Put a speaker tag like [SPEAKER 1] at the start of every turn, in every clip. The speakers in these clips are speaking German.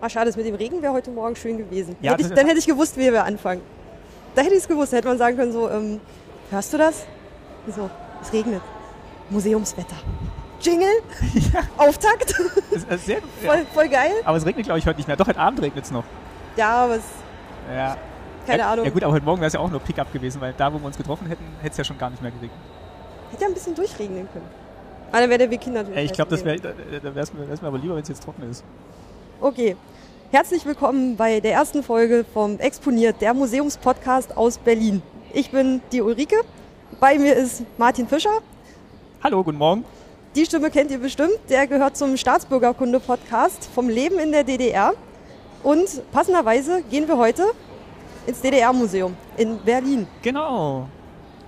[SPEAKER 1] Ach, Ah, schade, das mit dem Regen wäre heute Morgen schön gewesen.
[SPEAKER 2] Ja,
[SPEAKER 1] hätte
[SPEAKER 2] das
[SPEAKER 1] ich,
[SPEAKER 2] ist-
[SPEAKER 1] dann hätte ich gewusst, wie wir anfangen. Da hätte ich es gewusst. Da hätte man sagen können, so, ähm, hörst du das? So, es regnet. Museumswetter. Jingle, Auftakt,
[SPEAKER 2] Das ist sehr, ja.
[SPEAKER 1] voll, voll geil.
[SPEAKER 2] Aber es regnet, glaube ich, heute nicht mehr. Doch, heute Abend regnet es noch.
[SPEAKER 1] Ja, aber es,
[SPEAKER 2] Ja.
[SPEAKER 1] keine
[SPEAKER 2] ja,
[SPEAKER 1] Ahnung.
[SPEAKER 2] Ja gut, aber heute Morgen wäre es ja auch nur Pickup gewesen, weil da, wo wir uns getroffen hätten, hätte es ja schon gar nicht mehr geregnet.
[SPEAKER 1] Hätte ja ein bisschen durchregnen können. Aber dann wäre der Weg natürlich.
[SPEAKER 2] Ey, Äh, ich glaube, das
[SPEAKER 1] heiß gewesen.
[SPEAKER 2] wäre da wär's mir, wär's mir aber lieber, wenn es jetzt trocken ist.
[SPEAKER 1] Okay. Herzlich willkommen bei der ersten Folge vom Exponiert, der Museumspodcast aus Berlin. Ich bin die Ulrike. Bei mir ist Martin Fischer.
[SPEAKER 2] Hallo, guten Morgen.
[SPEAKER 1] Die Stimme kennt ihr bestimmt. Der gehört zum Staatsbürgerkunde-Podcast vom Leben in der DDR. Und passenderweise gehen wir heute ins DDR-Museum in Berlin.
[SPEAKER 2] Genau.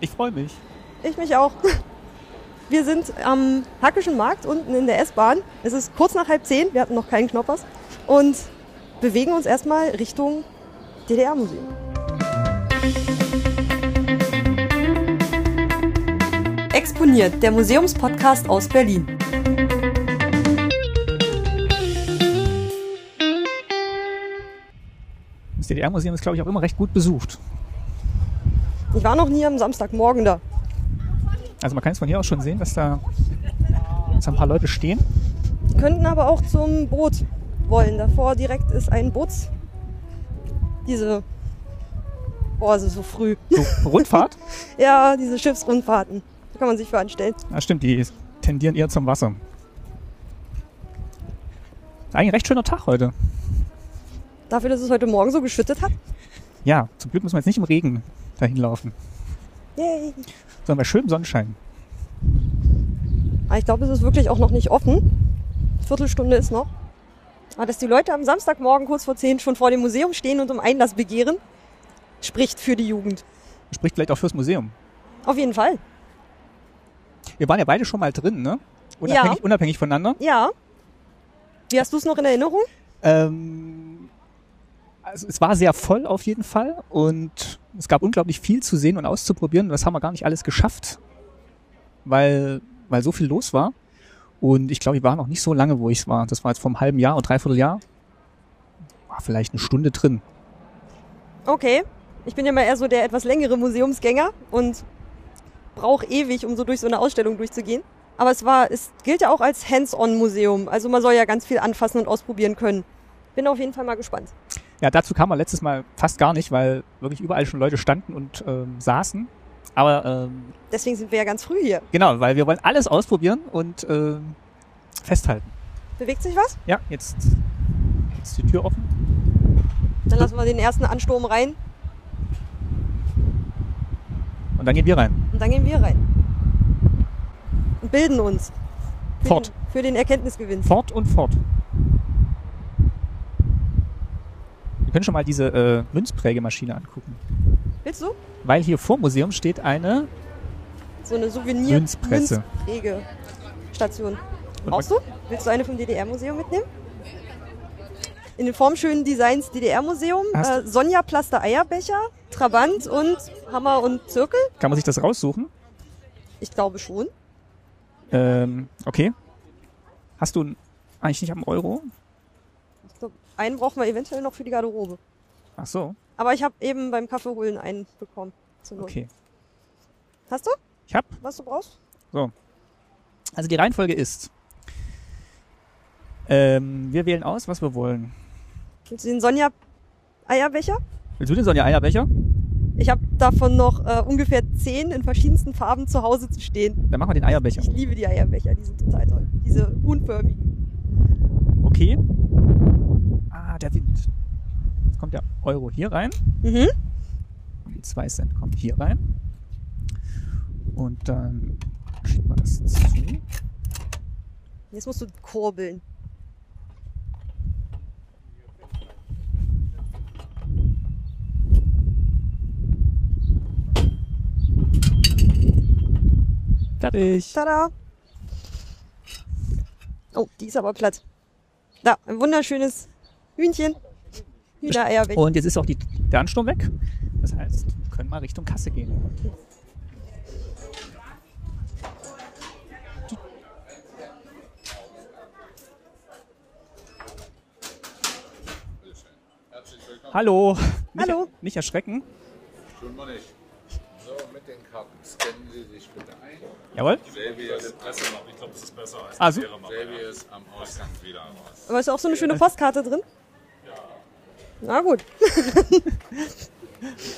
[SPEAKER 2] Ich freue mich.
[SPEAKER 1] Ich mich auch. Wir sind am Hackischen Markt unten in der S-Bahn. Es ist kurz nach halb zehn. Wir hatten noch keinen Knoppers. Und bewegen uns erstmal Richtung DDR-Museum. Exponiert, der Museumspodcast aus Berlin.
[SPEAKER 2] Das DDR-Museum ist, glaube ich, auch immer recht gut besucht.
[SPEAKER 1] Ich war noch nie am Samstagmorgen da.
[SPEAKER 2] Also man kann es von hier aus schon sehen, dass da, dass da ein paar Leute stehen.
[SPEAKER 1] Könnten aber auch zum Boot wollen. Davor direkt ist ein Boots. Diese. Boah, es ist so früh.
[SPEAKER 2] So, Rundfahrt.
[SPEAKER 1] Ja, diese Schiffsrundfahrten. Da kann man sich für anstellen.
[SPEAKER 2] Ja, Ah, stimmt, die tendieren eher zum Wasser. Eigentlich ein recht schöner Tag heute.
[SPEAKER 1] Dafür, dass es heute Morgen so geschüttet hat.
[SPEAKER 2] Ja, zum Glück müssen wir jetzt nicht im Regen dahin laufen,
[SPEAKER 1] Yay.
[SPEAKER 2] sondern bei schönem Sonnenschein.
[SPEAKER 1] Aber Ah, ich glaube, es ist wirklich auch noch nicht offen. Viertelstunde ist noch. Aber dass die Leute am Samstagmorgen kurz vor 10 schon vor dem Museum stehen und um Einlass begehren, spricht für die Jugend.
[SPEAKER 2] Spricht vielleicht auch fürs Museum.
[SPEAKER 1] Auf jeden Fall.
[SPEAKER 2] Wir waren ja beide schon mal drin, ne? Unabhängig, unabhängig voneinander.
[SPEAKER 1] Ja. Wie hast du es noch in Erinnerung?
[SPEAKER 2] Ähm, also es war sehr voll auf jeden Fall und es gab unglaublich viel zu sehen und auszuprobieren. Das haben wir gar nicht alles geschafft, weil, weil so viel los war. Und ich glaube, ich war noch nicht so lange, wo ich war. Das war jetzt vor einem halben Jahr und dreiviertel Jahr. War vielleicht eine Stunde drin.
[SPEAKER 1] Okay. Ich bin ja mal eher so der etwas längere Museumsgänger und brauche ewig, um so durch so eine Ausstellung durchzugehen. Aber es war, es gilt ja auch als Hands-on-Museum. Also man soll ja ganz viel anfassen und ausprobieren können. Bin auf jeden Fall mal gespannt.
[SPEAKER 2] Ja, dazu kam man letztes Mal fast gar nicht, weil wirklich überall schon Leute standen und ähm, saßen. Aber ähm,
[SPEAKER 1] Deswegen sind wir ja ganz früh hier.
[SPEAKER 2] genau, weil wir wollen alles ausprobieren und ähm, festhalten.
[SPEAKER 1] Bewegt sich was?
[SPEAKER 2] Ja, jetzt ist die Tür offen.
[SPEAKER 1] Dann lassen wir den ersten Ansturm rein
[SPEAKER 2] Und dann gehen wir rein.
[SPEAKER 1] und dann gehen wir rein. Und bilden uns. Für
[SPEAKER 2] Fort.
[SPEAKER 1] Den, für den Erkenntnisgewinn.
[SPEAKER 2] Fort und fort. Wir können schon mal diese äh, Münzprägemaschine angucken.
[SPEAKER 1] Willst du?
[SPEAKER 2] Weil hier vor Museum steht eine.
[SPEAKER 1] So eine Souvenir-
[SPEAKER 2] Münzpresse.
[SPEAKER 1] Münzprägestation.
[SPEAKER 2] Und
[SPEAKER 1] Brauchst
[SPEAKER 2] man-
[SPEAKER 1] du? Willst du eine vom DDR-Museum mitnehmen? In den formschönen Designs DDR-Museum,
[SPEAKER 2] Hast
[SPEAKER 1] äh, Sonja Plaster Eierbecher, Trabant und Hammer und Zirkel?
[SPEAKER 2] Kann man sich das raussuchen?
[SPEAKER 1] Ich glaube schon.
[SPEAKER 2] Ähm, okay. Hast du ein, eigentlich nicht am Euro?
[SPEAKER 1] Ich glaub, einen brauchen wir eventuell noch für die Garderobe.
[SPEAKER 2] Ach so,
[SPEAKER 1] Aber ich habe eben beim Kaffee holen einen bekommen. Zur Not.
[SPEAKER 2] okay.
[SPEAKER 1] Hast du,
[SPEAKER 2] Ich hab.
[SPEAKER 1] was du brauchst?
[SPEAKER 2] Also die Reihenfolge ist. Ähm, wir wählen aus, was wir wollen.
[SPEAKER 1] Willst du den Sonja Eierbecher?
[SPEAKER 2] Willst du den Sonja Eierbecher?
[SPEAKER 1] Ich habe davon noch äh, ungefähr zehn in verschiedensten Farben zu Hause zu stehen.
[SPEAKER 2] Dann machen wir den Eierbecher.
[SPEAKER 1] Ich liebe die Eierbecher, die sind total toll. Diese unförmigen.
[SPEAKER 2] Okay. Ah, der Wind. Jetzt kommt der Euro hier rein.
[SPEAKER 1] Mhm.
[SPEAKER 2] Die 2 Cent kommen hier rein. Und dann schickt man das zu.
[SPEAKER 1] Jetzt musst du kurbeln.
[SPEAKER 2] Fertig.
[SPEAKER 1] Tada! Oh, die ist aber platt. Da, ein wunderschönes Hühnchen. Hühnereierbecher.
[SPEAKER 2] Und jetzt ist auch die, der Ansturm weg. Das heißt, wir können mal Richtung Kasse gehen. Hallo. Nicht,
[SPEAKER 1] Hallo.
[SPEAKER 2] Nicht erschrecken.
[SPEAKER 3] Schon mal nicht. So, mit den Karten scannen Sie sich bitte ein.
[SPEAKER 2] Jawohl.
[SPEAKER 3] Selbius,
[SPEAKER 4] Ich glaube, das ist besser als
[SPEAKER 2] Also,
[SPEAKER 3] Genau. Selbius am Ausgang wieder raus.
[SPEAKER 1] Aber ist auch so eine schöne Postkarte drin? Na gut,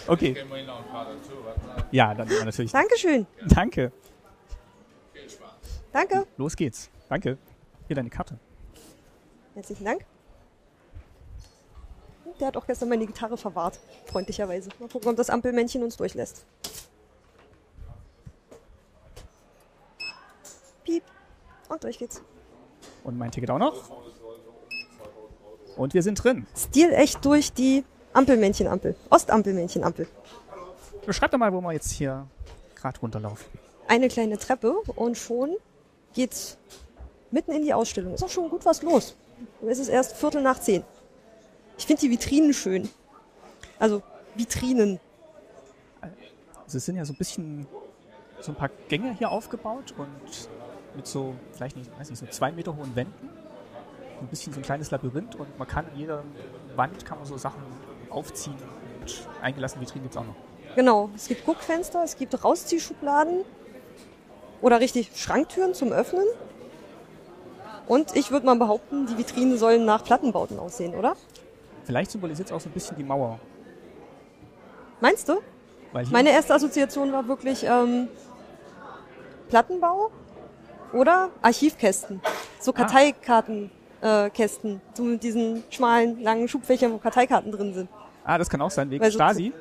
[SPEAKER 2] okay.
[SPEAKER 3] Gehen wir Ihnen noch ein paar dazu. Warten Sie.
[SPEAKER 2] Ja, dann natürlich.
[SPEAKER 1] Dankeschön.
[SPEAKER 2] Danke.
[SPEAKER 3] Viel Spaß.
[SPEAKER 1] Danke.
[SPEAKER 2] Los geht's. Danke. Hier deine Karte.
[SPEAKER 1] Herzlichen Dank. Der hat auch gestern meine Gitarre verwahrt, freundlicherweise. Mal gucken, ob das Ampelmännchen uns durchlässt. Piep. Und durch geht's.
[SPEAKER 2] Und mein Ticket auch noch. Und wir sind drin.
[SPEAKER 1] Stil echt durch die Ampelmännchen-Ampel. Ostampelmännchen-Ampel.
[SPEAKER 2] Beschreib doch mal, wo wir jetzt hier gerade runterlaufen.
[SPEAKER 1] Eine kleine Treppe und schon geht's mitten in die Ausstellung. Ist auch schon gut was los. Es ist erst Viertel nach zehn. Ich finde die Vitrinen schön. Also Vitrinen.
[SPEAKER 2] Also es sind ja so ein bisschen so ein paar Gänge hier aufgebaut und mit so, vielleicht nicht, weiß nicht, so zwei Meter hohen Wänden. So ein bisschen so ein kleines Labyrinth und man kann an jeder Wand kann man so Sachen aufziehen und eingelassene Vitrinen gibt's auch noch.
[SPEAKER 1] Genau, es gibt Guckfenster, es gibt Rausziehschubladen oder richtig Schranktüren zum Öffnen. Und ich würde mal behaupten, die Vitrinen sollen nach Plattenbauten aussehen, oder?
[SPEAKER 2] Vielleicht symbolisiert es auch so ein bisschen die Mauer.
[SPEAKER 1] Meinst du?
[SPEAKER 2] Weil hier
[SPEAKER 1] Meine erste Assoziation war wirklich ähm, Plattenbau oder Archivkästen. So Karteikartenkästen. Äh, Kästen. so mit diesen schmalen, langen Schubfächern, wo Karteikarten drin sind.
[SPEAKER 2] Ah, das kann auch sein, wegen
[SPEAKER 1] Weil so-
[SPEAKER 2] Stasi.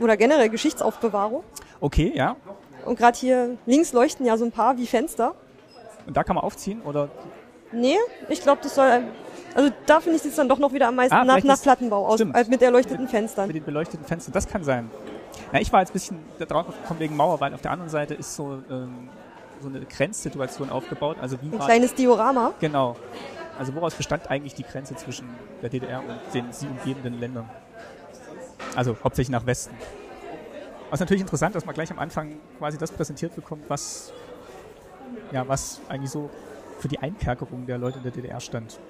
[SPEAKER 1] Oder generell Geschichtsaufbewahrung.
[SPEAKER 2] Okay, ja.
[SPEAKER 1] Und gerade hier links leuchten ja so ein paar wie Fenster.
[SPEAKER 2] Und da kann man aufziehen oder
[SPEAKER 1] Nee, ich glaube, das soll. Also da finde ich es dann doch noch wieder am meisten
[SPEAKER 2] Ah,
[SPEAKER 1] nach,
[SPEAKER 2] vielleicht
[SPEAKER 1] nach
[SPEAKER 2] ist-
[SPEAKER 1] Plattenbau aus,
[SPEAKER 2] stimmt.
[SPEAKER 1] äh, mit erleuchteten Fenstern.
[SPEAKER 2] mit den beleuchteten Fenstern. Das kann sein. Na, ich war jetzt ein bisschen da drauf gekommen wegen Mauer, weil auf der anderen Seite ist so, ähm, so eine Grenzsituation aufgebaut. Also wie
[SPEAKER 1] Ein
[SPEAKER 2] war-
[SPEAKER 1] kleines Diorama.
[SPEAKER 2] Genau. Also woraus bestand eigentlich die Grenze zwischen der DDR und den sie umgebenden Ländern? Also hauptsächlich nach Westen. Was natürlich interessant, dass man gleich am Anfang quasi das präsentiert bekommt, was ja was eigentlich so für die Einkerkerung der Leute in der DDR stand.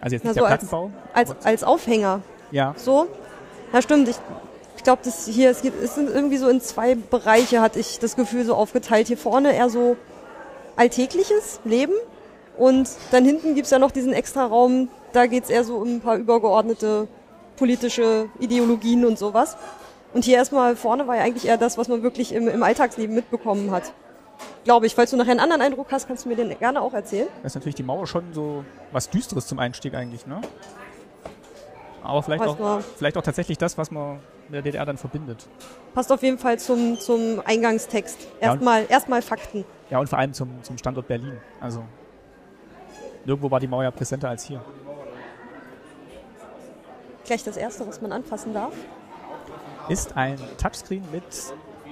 [SPEAKER 2] Also jetzt
[SPEAKER 1] Na,
[SPEAKER 2] nicht
[SPEAKER 1] so
[SPEAKER 2] der
[SPEAKER 1] als-
[SPEAKER 2] Plattenbau.
[SPEAKER 1] Als,
[SPEAKER 2] aber-
[SPEAKER 1] als Aufhänger.
[SPEAKER 2] ja,
[SPEAKER 1] So. Ja, stimmt. Ich, ich glaube, das hier, es gibt, es sind irgendwie so in zwei Bereiche, hatte ich das Gefühl, so aufgeteilt. Hier vorne eher so alltägliches Leben. Und dann hinten gibt's ja noch diesen extra Raum, da geht's eher so um ein paar übergeordnete politische Ideologien und sowas. Und hier erstmal vorne war ja eigentlich eher das, was man wirklich im, im Alltagsleben mitbekommen hat. Glaube ich. Falls du nachher einen anderen Eindruck hast, kannst du mir den gerne auch erzählen.
[SPEAKER 2] da ist natürlich die Mauer schon so was Düsteres zum Einstieg eigentlich, ne? Aber vielleicht
[SPEAKER 1] Was
[SPEAKER 2] auch,
[SPEAKER 1] war-
[SPEAKER 2] vielleicht auch tatsächlich das, was man mit der DDR dann verbindet.
[SPEAKER 1] Passt auf jeden Fall zum, zum Eingangstext.
[SPEAKER 2] Ja, und-
[SPEAKER 1] Erstmal, erstmal Fakten.
[SPEAKER 2] Ja, und vor allem zum, zum Standort Berlin. Also nirgendwo war die Mauer ja präsenter als hier.
[SPEAKER 1] Gleich das erste, was man anfassen darf.
[SPEAKER 2] Ist ein Touchscreen mit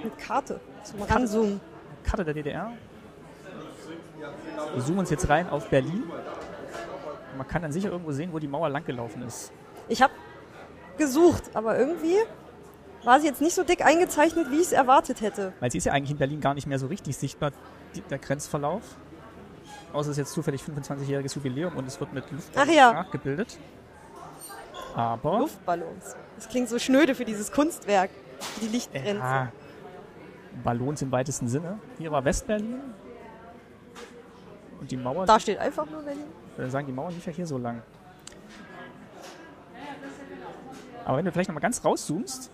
[SPEAKER 1] Mit Karte zum Ranzoomen.
[SPEAKER 2] Karte der DDR. Wir zoomen uns jetzt rein auf Berlin. Man kann dann sicher irgendwo sehen, wo die Mauer langgelaufen ist.
[SPEAKER 1] Ich habe gesucht, aber irgendwie war sie jetzt nicht so dick eingezeichnet, wie ich es erwartet hätte.
[SPEAKER 2] Weil sie ist ja eigentlich in Berlin gar nicht mehr so richtig sichtbar, die, der Grenzverlauf. Außer es ist jetzt zufällig 25-jähriges Jubiläum und es wird mit Luft
[SPEAKER 1] Ach ja.
[SPEAKER 2] nachgebildet. Aber
[SPEAKER 1] Luftballons. Das klingt so schnöde für dieses Kunstwerk, für die Lichtgrenze.
[SPEAKER 2] Ja. Ballons im weitesten Sinne. Hier war Westberlin. Und die Mauer,
[SPEAKER 1] Da steht einfach nur Berlin.
[SPEAKER 2] äh, sagen die Mauer lief ja hier so lang. Aber wenn du vielleicht nochmal ganz rauszoomst,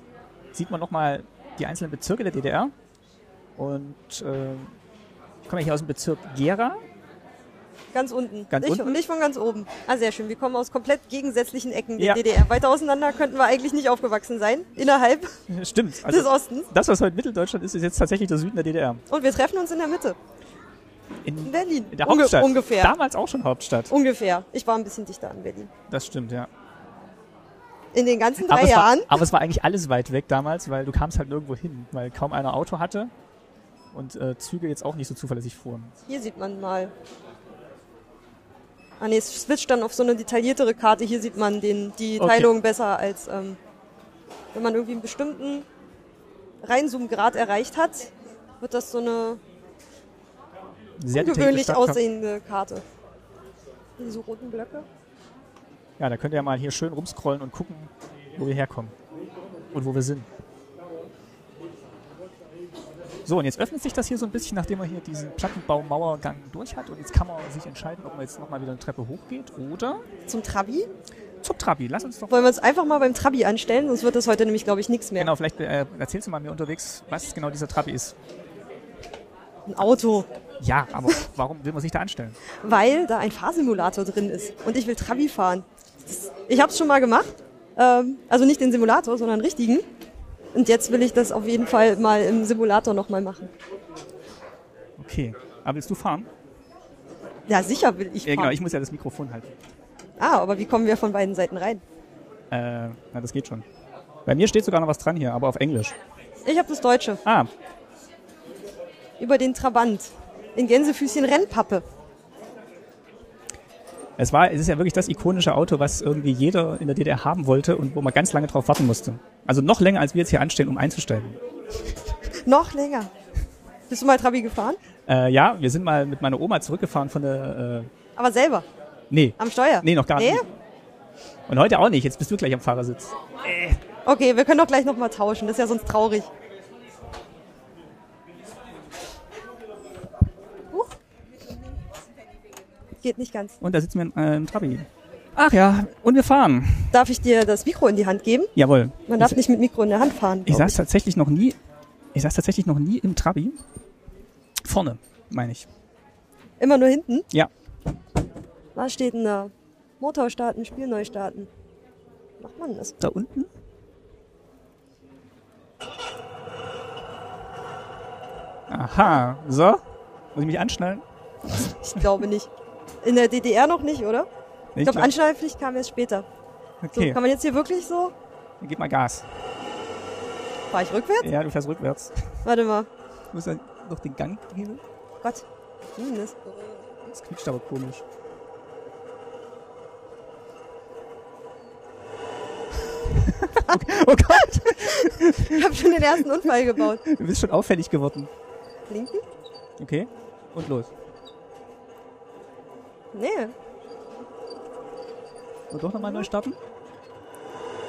[SPEAKER 2] sieht man nochmal die einzelnen Bezirke der DDR. Und äh, ich komme ja hier aus dem Bezirk Gera.
[SPEAKER 1] Ganz unten.
[SPEAKER 2] Ganz
[SPEAKER 1] ich,
[SPEAKER 2] unten?
[SPEAKER 1] Und nicht von ganz oben. Ah, sehr schön. Wir kommen aus komplett gegensätzlichen Ecken der
[SPEAKER 2] Ja.
[SPEAKER 1] DDR. Weiter auseinander könnten wir eigentlich nicht aufgewachsen sein. Innerhalb
[SPEAKER 2] Stimmt.
[SPEAKER 1] des
[SPEAKER 2] Also
[SPEAKER 1] Ostens.
[SPEAKER 2] das, was heute Mitteldeutschland ist, ist jetzt tatsächlich der Süden der DDR.
[SPEAKER 1] Und wir treffen uns in der Mitte. In
[SPEAKER 2] In,
[SPEAKER 1] Berlin.
[SPEAKER 2] in der
[SPEAKER 1] Unge-
[SPEAKER 2] Hauptstadt.
[SPEAKER 1] Ungefähr. Oh.
[SPEAKER 2] Damals auch schon Hauptstadt.
[SPEAKER 1] Ungefähr. Ich war ein bisschen dichter an Berlin.
[SPEAKER 2] Das stimmt, ja.
[SPEAKER 1] In den ganzen drei
[SPEAKER 2] es
[SPEAKER 1] Jahren.
[SPEAKER 2] War, aber es war eigentlich alles weit weg damals, weil du kamst halt nirgendwo hin, weil kaum einer Auto hatte und äh, Züge jetzt auch nicht so zuverlässig fuhren.
[SPEAKER 1] Hier sieht man mal. Ah ne, es switcht dann auf so eine detailliertere Karte. Hier sieht man den, die
[SPEAKER 2] Okay.
[SPEAKER 1] Teilung besser als ähm, wenn man irgendwie einen bestimmten Reinzoomgrad erreicht hat, wird das so eine
[SPEAKER 2] Sehr detaillierte
[SPEAKER 1] gewöhnlich
[SPEAKER 2] Stadtkarte.
[SPEAKER 1] aussehende Karte. Diese roten Blöcke.
[SPEAKER 2] Ja, da könnt ihr ja mal hier schön rumscrollen und gucken, wo wir herkommen und wo wir sind. So, und jetzt öffnet sich das hier so ein bisschen, nachdem man hier diesen Plattenbaumauergang durch hat. Und jetzt kann man sich entscheiden, ob man jetzt nochmal wieder eine Treppe hochgeht oder
[SPEAKER 1] Zum Trabi?
[SPEAKER 2] zum Trabi. Lass uns doch
[SPEAKER 1] Wollen wir uns einfach mal beim Trabi anstellen, sonst wird das heute nämlich, glaube ich, nichts mehr.
[SPEAKER 2] Genau, vielleicht äh, erzählst du mal mir unterwegs, was genau dieser Trabi ist.
[SPEAKER 1] Ein Auto.
[SPEAKER 2] Ja, aber warum will man sich da anstellen?
[SPEAKER 1] weil da ein Fahrsimulator drin ist und ich will Trabi fahren. Das- Ich habe es schon mal gemacht, ähm, also nicht den Simulator, sondern einen richtigen. Und jetzt will ich das auf jeden Fall mal im Simulator nochmal machen.
[SPEAKER 2] Okay. Aber willst du fahren?
[SPEAKER 1] Ja, sicher will ich
[SPEAKER 2] Ja,
[SPEAKER 1] fahren.
[SPEAKER 2] genau, ich muss ja das Mikrofon halten.
[SPEAKER 1] ah, aber wie kommen wir von beiden Seiten rein?
[SPEAKER 2] Äh, na, das geht schon. Bei mir steht sogar noch was dran hier, aber auf Englisch.
[SPEAKER 1] Ich habe das Deutsche.
[SPEAKER 2] Ah,
[SPEAKER 1] Über den Trabant. In Gänsefüßchen Rennpappe.
[SPEAKER 2] es war, es ist ja wirklich das ikonische Auto, was irgendwie jeder in der DDR haben wollte und wo man ganz lange drauf warten musste. Also noch länger, als wir jetzt hier anstehen, um einzusteigen.
[SPEAKER 1] Noch länger. Bist du mal Trabi gefahren?
[SPEAKER 2] Äh, ja, wir sind mal mit meiner Oma zurückgefahren von der, äh,
[SPEAKER 1] Aber selber.
[SPEAKER 2] nee,
[SPEAKER 1] Am Steuer.
[SPEAKER 2] nee, noch gar
[SPEAKER 1] Nee?
[SPEAKER 2] nicht. Und heute auch nicht, jetzt bist du gleich am Fahrersitz.
[SPEAKER 1] Okay, wir können doch gleich nochmal tauschen. Das ist ja sonst traurig. Huch. Geht nicht ganz.
[SPEAKER 2] Und da sitzen wir im, äh, im Trabi. Ach ja, und wir fahren.
[SPEAKER 1] Darf ich dir das Mikro in die Hand geben?
[SPEAKER 2] Jawohl.
[SPEAKER 1] Man darf
[SPEAKER 2] ich,
[SPEAKER 1] nicht mit Mikro in der Hand fahren.
[SPEAKER 2] ich
[SPEAKER 1] glaub
[SPEAKER 2] saß tatsächlich noch nie, ich saß tatsächlich noch nie im Trabi. Vorne, meine ich.
[SPEAKER 1] ich. Immer nur hinten.
[SPEAKER 2] Ja.
[SPEAKER 1] Was steht denn da? Motor starten, Spiel neu starten. Macht man das?
[SPEAKER 2] Da unten? Aha, so. Muss ich mich anschnallen?
[SPEAKER 1] Ich glaube nicht. In der DDR noch nicht, oder?
[SPEAKER 2] Nee,
[SPEAKER 1] Ich glaube,
[SPEAKER 2] glaub-
[SPEAKER 1] Anschnallpflicht kam erst später. So,
[SPEAKER 2] okay,
[SPEAKER 1] kann man jetzt hier wirklich so?
[SPEAKER 2] dann gib mal Gas.
[SPEAKER 1] Fahr ich rückwärts?
[SPEAKER 2] Ja, du fährst rückwärts.
[SPEAKER 1] Warte mal.
[SPEAKER 2] Du musst ja noch den Gang heben.
[SPEAKER 1] Gott. Hm, das
[SPEAKER 2] Das quietscht aber komisch. okay. Oh Gott,
[SPEAKER 1] Ich habe schon den ersten Unfall gebaut.
[SPEAKER 2] du bist schon auffällig geworden.
[SPEAKER 1] Linken?
[SPEAKER 2] Okay, und los.
[SPEAKER 1] Nee.
[SPEAKER 2] Und doch nochmal neu starten?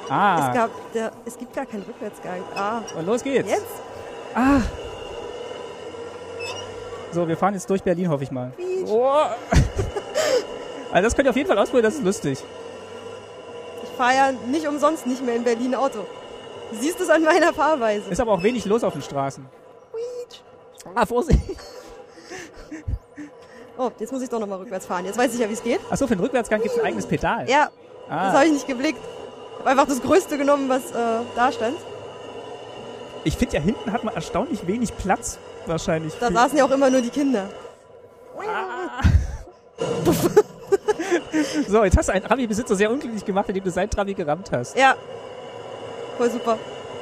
[SPEAKER 2] Ah,
[SPEAKER 1] Es, gab, der, es gibt gar keinen Rückwärtsgang. Ah,
[SPEAKER 2] und los geht's.
[SPEAKER 1] jetzt?
[SPEAKER 2] Ah. So, wir fahren jetzt durch Berlin, hoffe ich mal.
[SPEAKER 1] Quietsch.
[SPEAKER 2] Oh. Also das könnt ihr auf jeden Fall ausprobieren, das ist lustig.
[SPEAKER 1] Ich fahre ja nicht umsonst nicht mehr in Berlin Auto. Du siehst es an meiner Fahrweise.
[SPEAKER 2] Ist aber auch wenig los auf den Straßen.
[SPEAKER 1] Quietsch.
[SPEAKER 2] Ah, Vorsicht.
[SPEAKER 1] Oh, jetzt muss ich doch nochmal rückwärts fahren. Jetzt weiß ich ja, wie es geht.
[SPEAKER 2] Achso, für den Rückwärtsgang gibt's ein eigenes Pedal.
[SPEAKER 1] Ja, das
[SPEAKER 2] ah.
[SPEAKER 1] habe ich nicht geblickt. Hab einfach das Größte genommen, was äh, da stand.
[SPEAKER 2] Ich finde ja, hinten hat man erstaunlich wenig Platz wahrscheinlich.
[SPEAKER 1] Da
[SPEAKER 2] für-
[SPEAKER 1] saßen ja auch immer nur die Kinder.
[SPEAKER 2] So, jetzt hast du einen Trabi-Besitzer sehr unglücklich gemacht, indem du sein Trabi gerammt hast.
[SPEAKER 1] Ja. Voll super.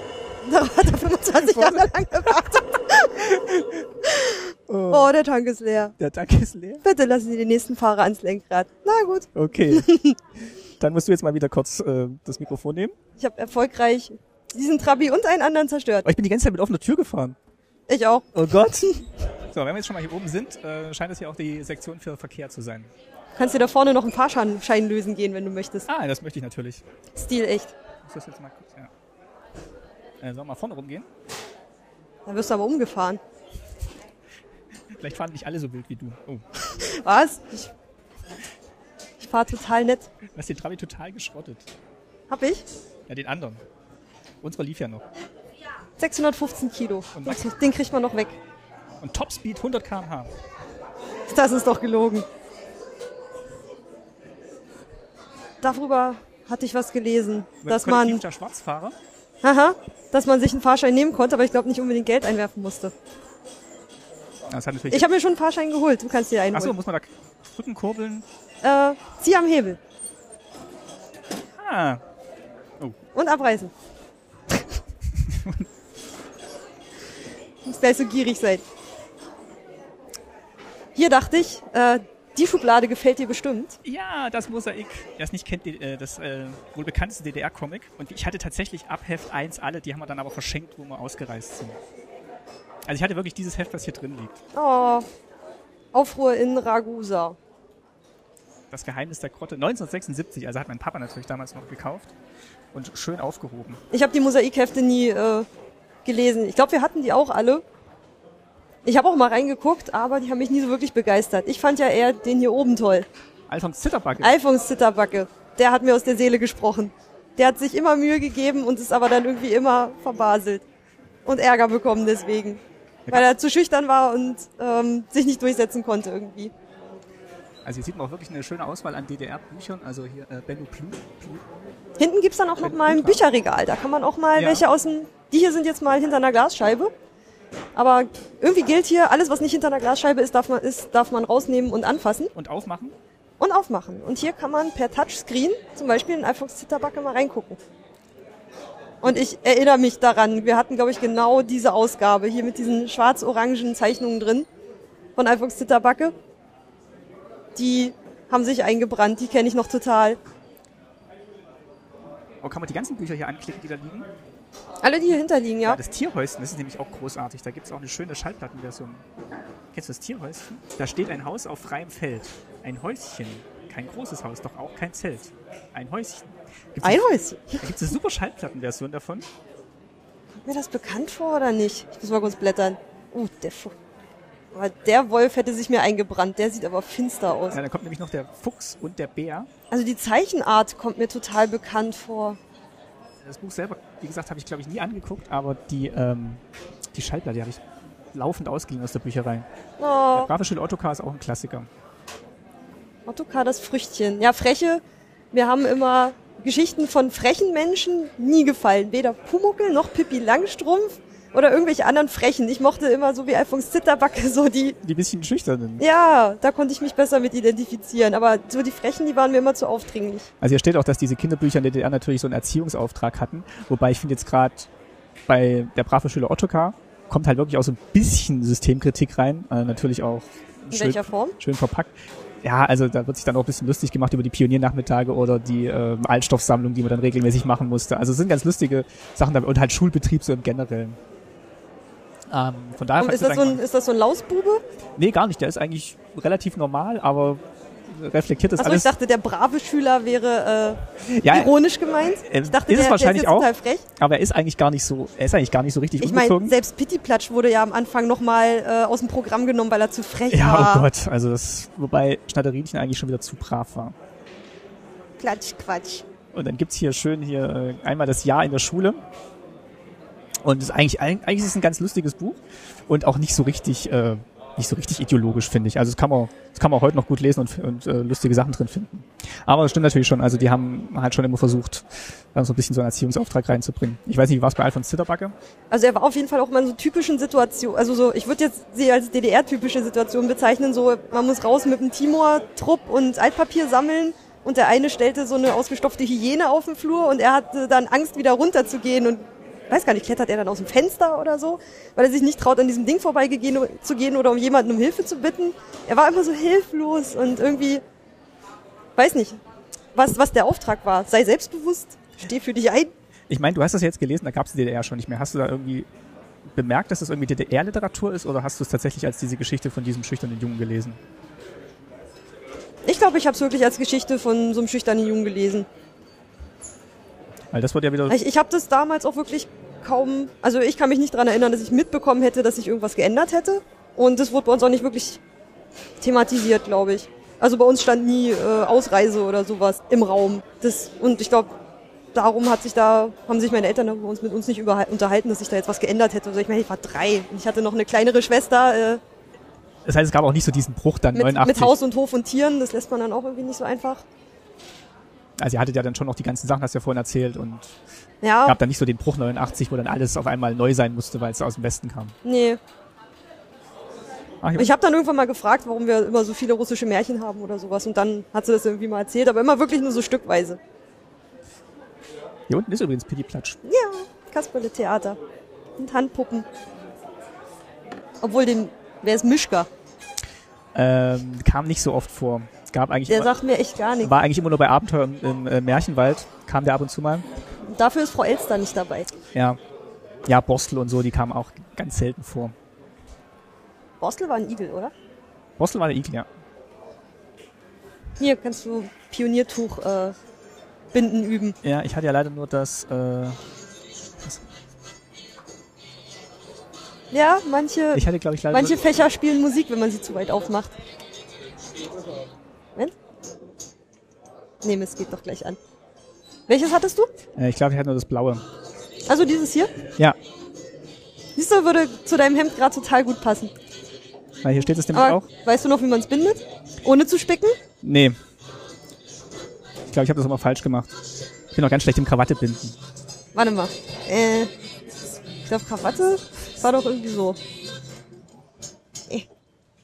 [SPEAKER 1] Da hat er 25 Jahre lang gewartet. Oh, der Tank ist leer.
[SPEAKER 2] Der Tank ist leer.
[SPEAKER 1] Bitte lassen Sie den nächsten Fahrer ans Lenkrad. Na gut.
[SPEAKER 2] Okay. Dann musst du jetzt mal wieder kurz äh, das Mikrofon nehmen.
[SPEAKER 1] Ich habe erfolgreich diesen Trabi und einen anderen
[SPEAKER 2] Oh,
[SPEAKER 1] zerstört.
[SPEAKER 2] ich bin die ganze Zeit mit offener Tür gefahren.
[SPEAKER 1] Ich auch.
[SPEAKER 2] Oh Gott. So, wenn wir jetzt schon mal hier oben sind, äh, scheint es hier auch die Sektion für Verkehr zu sein.
[SPEAKER 1] Kannst dir da vorne noch einen Fahrschein lösen gehen, wenn du möchtest.
[SPEAKER 2] Ah, das möchte ich natürlich.
[SPEAKER 1] Stil echt.
[SPEAKER 2] Muss das jetzt mal kurz, ja. Äh, sollen wir mal vorne rumgehen?
[SPEAKER 1] Dann wirst du aber umgefahren.
[SPEAKER 2] Vielleicht fahren nicht alle so wild wie du. Oh.
[SPEAKER 1] Was? Ich, ich fahr total nett.
[SPEAKER 2] Du hast den Trabi total geschrottet.
[SPEAKER 1] Hab ich?
[SPEAKER 2] Ja, den anderen. Unsere lief ja noch.
[SPEAKER 1] 615 Kilo.
[SPEAKER 2] Und
[SPEAKER 1] Den,
[SPEAKER 2] Max?
[SPEAKER 1] krieg- den kriegt man noch weg.
[SPEAKER 2] Und Topspeed 100 km/h.
[SPEAKER 1] Das ist doch gelogen. Darüber hatte ich was gelesen, dass man,
[SPEAKER 2] Der Schwarzfahrer.
[SPEAKER 1] aha, dass man sich einen Fahrschein nehmen konnte, aber ich glaube nicht unbedingt Geld einwerfen musste.
[SPEAKER 2] Das hat natürlich.
[SPEAKER 1] Ich habe mir schon einen Fahrschein geholt. Du kannst dir einen
[SPEAKER 2] Achso,
[SPEAKER 1] holen.
[SPEAKER 2] muss man da Rückenkurbeln.
[SPEAKER 1] Äh, zieh am Hebel.
[SPEAKER 2] Ah.
[SPEAKER 1] Und abreißen. Muss gleich so gierig sein. Hier dachte ich, äh, die Schublade gefällt dir bestimmt.
[SPEAKER 2] Ja, das Mosaik. Wer es nicht kennt, die, äh, das äh, wohl bekannteste DDR-Comic. Und ich hatte tatsächlich ab Heft 1 alle, die haben wir dann aber verschenkt, wo wir ausgereist sind. Also ich hatte wirklich dieses Heft, was hier drin liegt.
[SPEAKER 1] Oh. Aufruhr in Ragusa.
[SPEAKER 2] Das Geheimnis der Grotte 1976, also hat mein Papa natürlich damals noch gekauft. und schön aufgehoben.
[SPEAKER 1] Ich habe die Mosaikhefte nie äh, gelesen. Ich glaube, wir hatten die auch alle. Ich habe auch mal reingeguckt, aber die haben mich nie so wirklich begeistert. Ich fand ja eher den hier oben toll.
[SPEAKER 2] Alfons Zitterbacke.
[SPEAKER 1] Alfons Zitterbacke. Der hat mir aus der Seele gesprochen. Der hat sich immer Mühe gegeben und ist aber dann irgendwie immer verbaselt. Und Ärger bekommen deswegen. Weil er zu schüchtern war und ähm, sich nicht durchsetzen konnte irgendwie.
[SPEAKER 2] Also hier sieht man auch wirklich eine schöne Auswahl an DDR-Büchern. Also hier äh, Benno Plü. Plü.
[SPEAKER 1] Hinten gibt's dann auch noch
[SPEAKER 2] Wenn
[SPEAKER 1] mal ein
[SPEAKER 2] Ultra.
[SPEAKER 1] Bücherregal. Da kann man auch mal
[SPEAKER 2] Ja.
[SPEAKER 1] welche aus dem. Die hier sind jetzt mal hinter einer Glasscheibe. Aber irgendwie gilt hier, alles was nicht hinter einer Glasscheibe ist, darf man, ist, darf man rausnehmen und anfassen
[SPEAKER 2] Und aufmachen.
[SPEAKER 1] und aufmachen. Und hier kann man per Touchscreen zum Beispiel in Alfons Zitterbacke mal reingucken. Und ich erinnere mich daran, wir hatten, glaube ich, genau diese Ausgabe hier mit diesen schwarz-orangen Zeichnungen drin von Alfons Zitterbacke. Die haben sich eingebrannt, die kenne ich noch total.
[SPEAKER 2] Oh, kann man die ganzen Bücher hier anklicken, die da liegen?
[SPEAKER 1] Alle, die hier hinterliegen, ja.
[SPEAKER 2] Das Tierhäuschen, das ist nämlich auch großartig. Da gibt's auch eine schöne Schallplattenversion. Kennst du das Tierhäuschen? Da steht ein Haus auf freiem Feld. Ein Häuschen. Kein großes Haus, doch auch kein Zelt. Ein Häuschen. Gibt's
[SPEAKER 1] Ein Häuschen.
[SPEAKER 2] Da gibt's eine super Schallplattenversion davon.
[SPEAKER 1] Kommt mir das bekannt vor oder nicht? Ich muss mal kurz blättern. Uh, der Fu aber der Wolf hätte sich mir eingebrannt. Der sieht aber finster aus.
[SPEAKER 2] Ja, dann kommt nämlich noch der Fuchs und der Bär.
[SPEAKER 1] Also die Zeichenart kommt mir total bekannt vor.
[SPEAKER 2] Das Buch selber, wie gesagt, habe ich glaube ich nie angeguckt, aber die, ähm, die Schallplatte die habe ich laufend ausgeliehen aus der Bücherei.
[SPEAKER 1] Oh,
[SPEAKER 2] Brave Schild Ottokar ist auch ein Klassiker.
[SPEAKER 1] Ottokar, das Früchtchen. Ja, Freche. Wir haben immer Geschichten von frechen Menschen nie gefallen. Weder Pumuckel noch Pippi Langstrumpf oder irgendwelche anderen Frechen. Ich mochte immer so wie Alfons Zitterbacke so die
[SPEAKER 2] Die bisschen schüchternen.
[SPEAKER 1] Ja, da konnte ich mich besser mit identifizieren. Aber so die Frechen, die waren mir immer zu aufdringlich.
[SPEAKER 2] Also hier steht auch, dass diese Kinderbücher in der DDR natürlich so einen Erziehungsauftrag hatten. Wobei ich finde jetzt gerade bei der brave Schüler Ottokar kommt halt wirklich auch so ein bisschen Systemkritik rein. Äh, natürlich auch
[SPEAKER 1] In
[SPEAKER 2] schön,
[SPEAKER 1] welcher Form?
[SPEAKER 2] schön verpackt. Ja, also da wird sich dann auch ein bisschen lustig gemacht über die Pioniernachmittage oder die äh, Altstoffsammlung, die man dann regelmäßig machen musste. Also es sind ganz lustige Sachen dabei und halt Schulbetrieb so im Generellen. Ähm, von daher
[SPEAKER 1] Und
[SPEAKER 2] fand
[SPEAKER 1] ist
[SPEAKER 2] ich
[SPEAKER 1] das, so ein,
[SPEAKER 2] eigentlich-
[SPEAKER 1] ist das so ein Lausbube?
[SPEAKER 2] nee, gar nicht. Der ist eigentlich relativ normal, aber reflektiert das
[SPEAKER 1] Achso, ich
[SPEAKER 2] alles.
[SPEAKER 1] dachte, der brave Schüler wäre äh,
[SPEAKER 2] Ja,
[SPEAKER 1] ironisch gemeint.
[SPEAKER 2] äh,
[SPEAKER 1] Ich dachte,
[SPEAKER 2] ist es
[SPEAKER 1] der,
[SPEAKER 2] wahrscheinlich
[SPEAKER 1] der ist jetzt
[SPEAKER 2] auch.
[SPEAKER 1] total frech.
[SPEAKER 2] aber er ist eigentlich gar nicht so, er ist eigentlich gar nicht so richtig
[SPEAKER 1] Ich
[SPEAKER 2] umgezogen.
[SPEAKER 1] meine, selbst Pittiplatsch wurde ja am Anfang nochmal äh, aus dem Programm genommen, weil er zu frech
[SPEAKER 2] Ja,
[SPEAKER 1] war.
[SPEAKER 2] oh Gott, also das, wobei Schnatterinchen eigentlich schon wieder zu brav war.
[SPEAKER 1] Klatsch, Quatsch.
[SPEAKER 2] Und dann gibt's hier schön hier äh, einmal das Jahr in der Schule. Und es ist eigentlich, eigentlich ist es ein ganz lustiges Buch und auch nicht so richtig, äh, nicht so richtig ideologisch, finde ich. Also das kann man, das kann man heute noch gut lesen und, und äh, lustige Sachen drin finden. Aber das stimmt natürlich schon, also die haben halt schon immer versucht, da so ein bisschen so einen Erziehungsauftrag reinzubringen. Ich weiß nicht, wie war es bei Alfons Zitterbacke?
[SPEAKER 1] Also er war auf jeden Fall auch immer in so typischen Situationen, also so, ich würde jetzt sie als DDR-typische Situation bezeichnen, so man muss raus mit dem Timor-Trupp und Altpapier sammeln und der eine stellte so eine ausgestopfte Hyäne auf den Flur und er hatte dann Angst, wieder runterzugehen und weiß gar nicht, klettert er dann aus dem Fenster oder so, weil er sich nicht traut, an diesem Ding vorbeigehen zu gehen oder um jemanden um Hilfe zu bitten. Er war immer so hilflos und irgendwie, weiß nicht, was, was der Auftrag war. Sei selbstbewusst, steh für dich ein.
[SPEAKER 2] Ich meine, du hast das jetzt gelesen, da gab's die DDR schon nicht mehr. Hast du da irgendwie bemerkt, dass das irgendwie DDR-Literatur ist oder hast du es tatsächlich als diese Geschichte von diesem schüchternen Jungen gelesen?
[SPEAKER 1] Ich glaube, ich habe es wirklich als Geschichte von so einem schüchternen Jungen gelesen.
[SPEAKER 2] Weil das wird ja wieder.
[SPEAKER 1] Ich, ich habe das damals auch wirklich kaum, also ich kann mich nicht daran erinnern, dass ich mitbekommen hätte, dass sich irgendwas geändert hätte. Und das wurde bei uns auch nicht wirklich thematisiert, glaube ich. Also bei uns stand nie äh, Ausreise oder sowas im Raum. Das, und ich glaube, darum hat sich da, haben sich meine Eltern bei uns mit uns nicht überhal- unterhalten, dass sich da jetzt was geändert hätte. Also ich meine, ich war drei und ich hatte noch eine kleinere Schwester äh,
[SPEAKER 2] Das heißt, es gab auch nicht so diesen Bruch dann
[SPEAKER 1] mit,
[SPEAKER 2] 89.
[SPEAKER 1] mit Haus und Hof und Tieren. Das lässt man dann auch irgendwie nicht so einfach.
[SPEAKER 2] Also ihr hattet ja dann schon noch die ganzen Sachen, hast du ja vorhin erzählt und
[SPEAKER 1] Ja,
[SPEAKER 2] gab dann nicht so den Bruch 89, wo dann alles auf einmal neu sein musste, weil es aus dem Westen kam.
[SPEAKER 1] nee.
[SPEAKER 2] Ach,
[SPEAKER 1] Ich habe dann irgendwann mal gefragt, warum wir immer so viele russische Märchen haben oder sowas. Und dann hat sie das irgendwie mal erzählt, aber immer wirklich nur so stückweise.
[SPEAKER 2] hier unten ist übrigens Pittiplatsch.
[SPEAKER 1] Ja, Kasperle Theater. Und Handpuppen. Obwohl dem, wer ist Mischka?
[SPEAKER 2] Ähm, kam nicht so oft vor. Es gab eigentlich
[SPEAKER 1] Der
[SPEAKER 2] immer,
[SPEAKER 1] sagt mir echt gar nichts.
[SPEAKER 2] war eigentlich immer nur bei Abenteuern im äh, Märchenwald, kam der ab und zu mal.
[SPEAKER 1] Dafür ist Frau Elster nicht dabei.
[SPEAKER 2] Ja. Ja, Borstel und so, die kamen auch ganz selten vor.
[SPEAKER 1] Borstel war ein Igel, oder?
[SPEAKER 2] Borstel war der Igel, ja.
[SPEAKER 1] Hier kannst du Pioniertuch äh, Binden üben.
[SPEAKER 2] Ja, ich hatte ja leider nur das. Äh,
[SPEAKER 1] Ja, manche,
[SPEAKER 2] ich also hatte, glaube ich, leider.
[SPEAKER 1] manche
[SPEAKER 2] nur,
[SPEAKER 1] Fächer spielen Musik, wenn man sie zu weit aufmacht. Moment. Nee, es geht doch gleich an. Welches hattest du?
[SPEAKER 2] äh, ich glaube, ich hatte nur das Blaue.
[SPEAKER 1] Also dieses hier?
[SPEAKER 2] Ja,
[SPEAKER 1] Siehst du, würde zu deinem Hemd gerade total gut passen.
[SPEAKER 2] weil hier steht es nämlich
[SPEAKER 1] Aber
[SPEAKER 2] auch.
[SPEAKER 1] weißt du noch, wie man es bindet? Ohne zu spicken?
[SPEAKER 2] Nee. Ich glaube, ich habe das immer falsch gemacht. Ich bin auch ganz schlecht im Krawatte binden.
[SPEAKER 1] Warte mal. Äh, ich glaube, Krawatte war doch irgendwie so. Eh.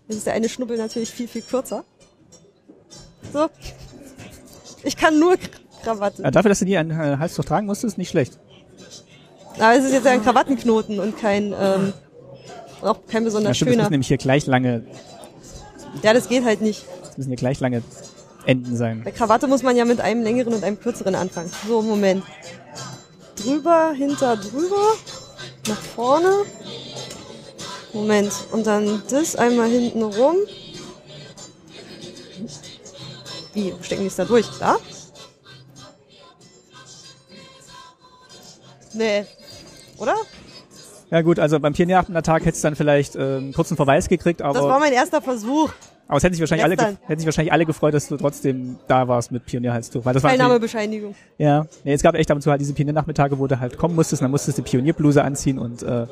[SPEAKER 1] Jetzt ist der eine Schnubbel natürlich viel, viel kürzer. So. Ich kann nur Kr- Krawatte.
[SPEAKER 2] Ja, dafür, dass du nie ein äh, Halstuch tragen musstest, nicht schlecht.
[SPEAKER 1] Aber es ist jetzt ja ein Krawattenknoten und kein, ähm, und auch kein
[SPEAKER 2] Ja,
[SPEAKER 1] besonders
[SPEAKER 2] stimmt, das
[SPEAKER 1] schöner.
[SPEAKER 2] müssen nämlich hier gleich lange,
[SPEAKER 1] Ja, das geht halt nicht.
[SPEAKER 2] das müssen hier gleich lange Enden sein.
[SPEAKER 1] Bei Krawatte muss man ja mit einem längeren und einem kürzeren anfangen. So, Moment. Drüber, hinter, drüber, nach vorne. Moment. Und dann das einmal hinten rum. Wie? Stecken die es da durch? Da? Nee. Oder?
[SPEAKER 2] Ja gut, also beim Pionierabender-Tag hättest du dann vielleicht äh, einen kurzen Verweis gekriegt,
[SPEAKER 1] Das war
[SPEAKER 2] aber,
[SPEAKER 1] mein erster Versuch.
[SPEAKER 2] aber es hätten sich, wahrscheinlich alle, ge-
[SPEAKER 1] gestern.
[SPEAKER 2] hätten sich wahrscheinlich alle gefreut, dass du trotzdem da warst mit Pionierhalstuch. Weil das war natürlich-
[SPEAKER 1] Teilnahmebescheinigung.
[SPEAKER 2] Ja, nee, es gab echt ab und zu halt diese Pioniernachmittage, wo du halt kommen musstest, und dann musstest du Pionierbluse anziehen und äh,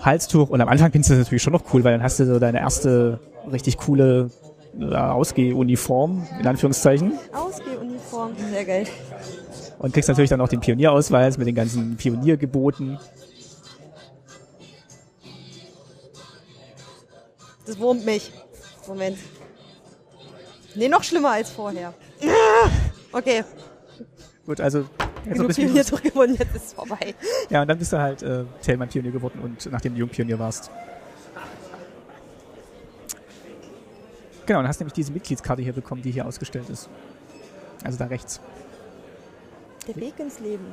[SPEAKER 2] Halstuch. Und am Anfang findest du das natürlich schon noch cool, weil dann hast du so deine erste richtig coole äh, Ausgehuniform, in Anführungszeichen.
[SPEAKER 1] Ausgehuniform. Sehr geil.
[SPEAKER 2] Und kriegst natürlich dann auch den Pionierausweis mit den ganzen Pioniergeboten.
[SPEAKER 1] Das wurmt mich. Moment. Nee, noch schlimmer als vorher.
[SPEAKER 2] Ah!
[SPEAKER 1] Okay,
[SPEAKER 2] Also Gut, also... jetzt so ein
[SPEAKER 1] genug
[SPEAKER 2] bisschen-
[SPEAKER 1] hier durchgewonnen, jetzt ist es vorbei.
[SPEAKER 2] ja, und dann bist du halt äh, Thälmann Pionier geworden und nachdem du Jungpionier warst. Genau, und hast nämlich diese Mitgliedskarte hier bekommen, die hier ausgestellt ist. Also da rechts.
[SPEAKER 1] Der Weg ins Leben.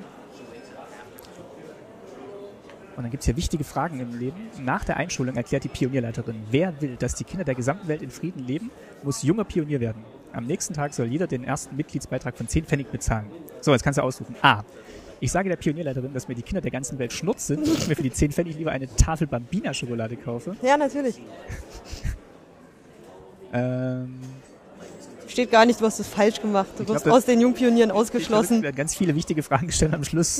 [SPEAKER 2] Und dann gibt's hier wichtige Fragen im Leben. Nach der Einschulung erklärt die Pionierleiterin, wer will, dass die Kinder der gesamten Welt in Frieden leben, muss junger Pionier werden. Am nächsten Tag soll jeder den ersten Mitgliedsbeitrag von 10 Pfennig bezahlen. So, jetzt kannst du ausrufen. A. Ich sage der Pionierleiterin, dass mir die Kinder der ganzen Welt schnurz sind und ich mir für die 10 Pfennig lieber eine Tafel Bambina-Schokolade kaufe.
[SPEAKER 1] Ja, natürlich.
[SPEAKER 2] Ähm,
[SPEAKER 1] Steht gar nicht, du hast es falsch gemacht. Du
[SPEAKER 2] Ich glaub,
[SPEAKER 1] wirst
[SPEAKER 2] das-
[SPEAKER 1] aus den Jungpionieren
[SPEAKER 2] ich glaube, es
[SPEAKER 1] ausgeschlossen.
[SPEAKER 2] werden ganz viele wichtige Fragen gestellt am Schluss.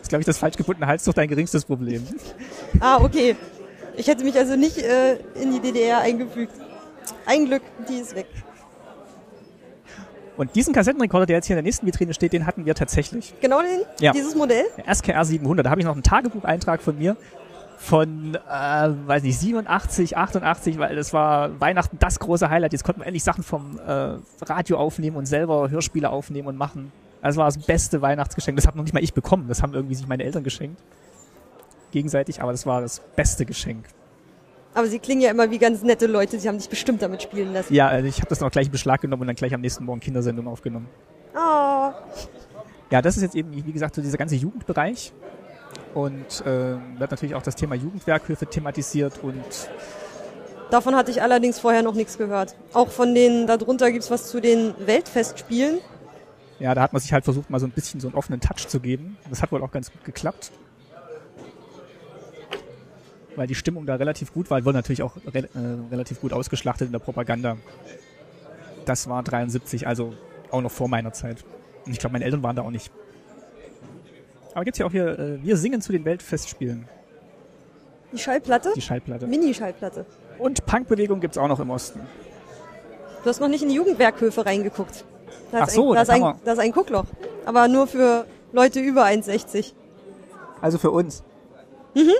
[SPEAKER 2] ist, glaube ich, das falsch gebundene Halstuch dein geringstes Problem.
[SPEAKER 1] Ah, okay. Ich hätte mich also nicht äh, in die DDR eingefügt. Ein Glück, die ist weg.
[SPEAKER 2] Und diesen Kassettenrekorder, der jetzt hier in der nächsten Vitrine steht, den hatten wir tatsächlich.
[SPEAKER 1] Genau den?
[SPEAKER 2] Ja.
[SPEAKER 1] Dieses Modell?
[SPEAKER 2] Der SKR 700. Da habe ich noch einen Tagebucheintrag von mir von, äh, weiß nicht, 87, 88, weil das war Weihnachten das große Highlight. Jetzt konnten wir endlich Sachen vom äh, Radio aufnehmen und selber Hörspiele aufnehmen und machen. Das war das beste Weihnachtsgeschenk. Das habe noch nicht mal ich bekommen. Das haben irgendwie sich meine Eltern geschenkt. Gegenseitig, aber das war das beste Geschenk.
[SPEAKER 1] Aber sie klingen ja immer wie ganz nette Leute, sie haben dich bestimmt damit spielen lassen.
[SPEAKER 2] Ja, also ich habe das noch gleich in Beschlag genommen und dann gleich am nächsten Morgen Kindersendung aufgenommen.
[SPEAKER 1] Ah.
[SPEAKER 2] Ja, das ist jetzt eben, wie gesagt, so dieser ganze Jugendbereich. Und äh, wird natürlich auch das Thema Jugendwerkhöfe thematisiert und
[SPEAKER 1] Davon hatte ich allerdings vorher noch nichts gehört. Auch von den, darunter gibt's was zu den Weltfestspielen.
[SPEAKER 2] Ja, da hat man sich halt versucht, mal so ein bisschen so einen offenen Touch zu geben. Das hat wohl auch ganz gut geklappt. Weil die Stimmung da relativ gut war, wurde natürlich auch re äh, relativ gut ausgeschlachtet in der Propaganda. Das war 73, also auch noch vor meiner Zeit. Und ich glaube, meine Eltern waren da auch nicht. Aber gibt's ja auch hier, äh, wir singen zu den Weltfestspielen,
[SPEAKER 1] Die Schallplatte?
[SPEAKER 2] die Schallplatte.
[SPEAKER 1] Mini-Schallplatte.
[SPEAKER 2] Und Punkbewegung gibt's auch noch im Osten.
[SPEAKER 1] Du hast noch nicht in die Jugendwerkhöfe reingeguckt. Da
[SPEAKER 2] Ach
[SPEAKER 1] ist
[SPEAKER 2] so,
[SPEAKER 1] ein, da,
[SPEAKER 2] da
[SPEAKER 1] ist
[SPEAKER 2] kann
[SPEAKER 1] ein,
[SPEAKER 2] man-
[SPEAKER 1] da ist ein Guckloch. Aber nur für Leute über 1,60.
[SPEAKER 2] Also für uns. Mhm.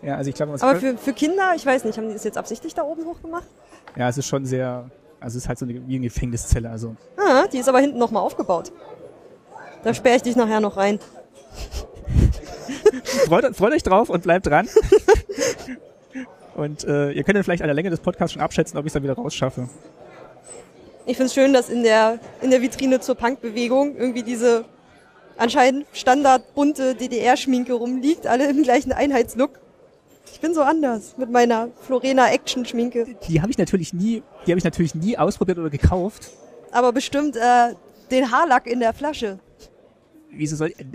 [SPEAKER 2] Ja, also ich glaube, man
[SPEAKER 1] Aber für, für Kinder, ich weiß nicht, haben die das jetzt absichtlich da oben hochgemacht?
[SPEAKER 2] Ja, es ist schon sehr, also es ist halt so eine, wie eine Gefängniszelle. Also
[SPEAKER 1] Ah, die ist aber hinten nochmal aufgebaut. Da sperre ich dich nachher noch rein.
[SPEAKER 2] freut, freut euch drauf und bleibt dran. und äh, ihr könnt dann vielleicht an der Länge des Podcasts schon abschätzen, ob ich es dann wieder rausschaffe.
[SPEAKER 1] Ich find's schön, dass in der, in der Vitrine zur Punkbewegung irgendwie diese anscheinend standard bunte DDR-Schminke rumliegt, alle im gleichen Einheitslook. Ich bin so anders mit meiner Florena-Action-Schminke.
[SPEAKER 2] Die habe ich natürlich nie, die habe ich natürlich nie ausprobiert oder gekauft.
[SPEAKER 1] Aber bestimmt äh, den Haarlack in der Flasche.
[SPEAKER 2] Wieso soll ich.